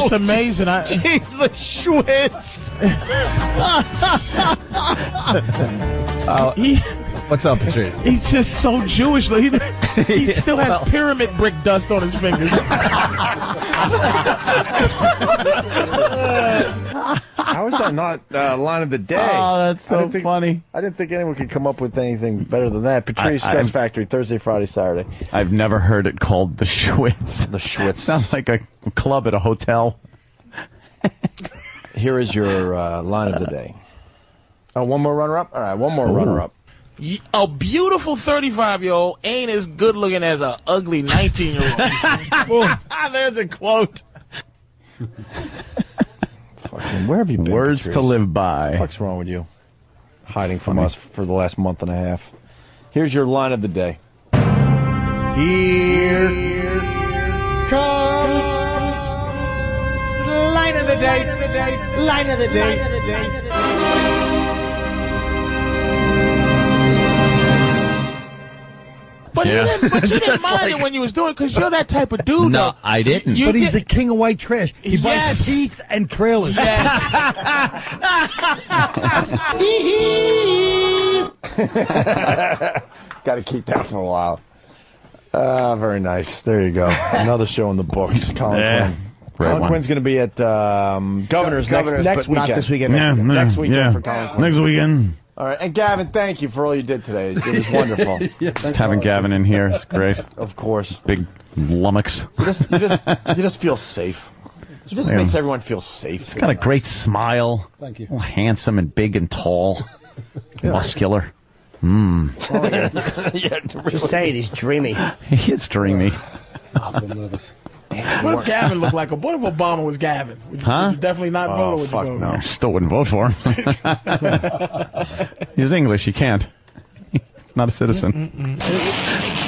[SPEAKER 3] <laughs>
[SPEAKER 1] <laughs>
[SPEAKER 3] It's amazing. I, <laughs>
[SPEAKER 1] the Schwitz.
[SPEAKER 2] What's up, Patrice?
[SPEAKER 3] Uh, He's just so Jewish. He, <laughs> he still has
[SPEAKER 2] Well.
[SPEAKER 3] pyramid brick dust on his fingers.
[SPEAKER 4] How is that not uh, line of the day?
[SPEAKER 2] Oh, that's so
[SPEAKER 4] I didn't think-
[SPEAKER 2] funny.
[SPEAKER 4] I didn't think anyone could come up with anything better than that. Patrice
[SPEAKER 2] I-
[SPEAKER 4] Stress
[SPEAKER 2] I'm-
[SPEAKER 4] Factory Thursday, Friday, Saturday.
[SPEAKER 2] I've never heard it called the Schwitz. <laughs> The Schwitz sounds like a club at a hotel.
[SPEAKER 4] Here is your uh, line of the day. Oh, one more runner up. All right, one more runner up.
[SPEAKER 3] Y- A beautiful 35 year old ain't as good looking as a ugly 19 <laughs> year old. There's a quote.
[SPEAKER 4] Fucking, where have you been?
[SPEAKER 2] Words to live by.
[SPEAKER 4] What the fuck's wrong with you? Hiding from us for the last month and a half. Here's your line of the day. Here comes
[SPEAKER 8] Line of the day, line of the day, line of the day.
[SPEAKER 3] But
[SPEAKER 2] Yeah.
[SPEAKER 3] you didn't, but
[SPEAKER 2] <laughs>
[SPEAKER 3] you didn't mind it when you was doing it because you're that type of dude.
[SPEAKER 2] No,
[SPEAKER 3] though.
[SPEAKER 2] I didn't.
[SPEAKER 3] You
[SPEAKER 1] but
[SPEAKER 3] get-
[SPEAKER 1] he's the king of white trash. He
[SPEAKER 3] Yes.
[SPEAKER 1] buys teeth and trailers.
[SPEAKER 4] <laughs> Got to keep that for a while. Uh, very nice. There you go. Another show in the
[SPEAKER 2] <laughs>
[SPEAKER 4] books. Colin
[SPEAKER 2] Yeah.
[SPEAKER 4] Quinn.
[SPEAKER 2] Great
[SPEAKER 4] Colin
[SPEAKER 2] one.
[SPEAKER 4] Quinn's going to be at um, Governor's,
[SPEAKER 2] Governor's,
[SPEAKER 4] next, next
[SPEAKER 2] but not
[SPEAKER 4] weekend.
[SPEAKER 2] this weekend. Yeah,
[SPEAKER 4] Next,
[SPEAKER 2] yeah,
[SPEAKER 4] next weekend
[SPEAKER 2] yeah.
[SPEAKER 4] for Colin Quinn.
[SPEAKER 2] Next weekend.
[SPEAKER 4] All right. And Gavin, thank you for all you did today. It <laughs> was wonderful.
[SPEAKER 2] Just having Gavin in here is great.
[SPEAKER 4] Of course.
[SPEAKER 2] Big lummox.
[SPEAKER 4] You just,
[SPEAKER 2] <laughs>
[SPEAKER 4] you just feel safe. It just
[SPEAKER 2] Yeah.
[SPEAKER 4] makes everyone feel safe.
[SPEAKER 2] Got a great smile.
[SPEAKER 4] Thank you.
[SPEAKER 2] All handsome and big
[SPEAKER 4] <laughs>
[SPEAKER 2] and tall. Muscular. Mmm.
[SPEAKER 4] yeah,
[SPEAKER 47] Oh, Just say it. He's dreamy.
[SPEAKER 2] He is
[SPEAKER 4] <laughs>
[SPEAKER 2] dreamy.
[SPEAKER 3] What if Gavin looked like a? What if Obama was Gavin? Would you-
[SPEAKER 2] Huh?
[SPEAKER 3] would you definitely not vote. with you vote?
[SPEAKER 2] I Oh, still wouldn't vote for him.
[SPEAKER 3] <laughs>
[SPEAKER 2] He's English. He can't. <laughs> He's not a citizen.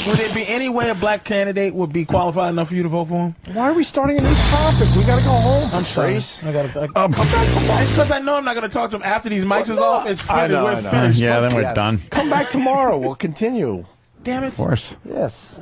[SPEAKER 3] Would there be any way a black candidate would be qualified enough for you to vote for him?
[SPEAKER 4] Why are we starting a new topic? We got to go home.
[SPEAKER 3] I'm sorry. I gotta, I, I'm because I know I'm not gonna talk to him after these mics is off. It's
[SPEAKER 4] I
[SPEAKER 3] finished.
[SPEAKER 4] know,
[SPEAKER 3] We're
[SPEAKER 4] I know.
[SPEAKER 3] finished.
[SPEAKER 2] Yeah, then we're done.
[SPEAKER 4] Come back tomorrow. We'll continue.
[SPEAKER 3] Damn it.
[SPEAKER 2] course.
[SPEAKER 4] Yes.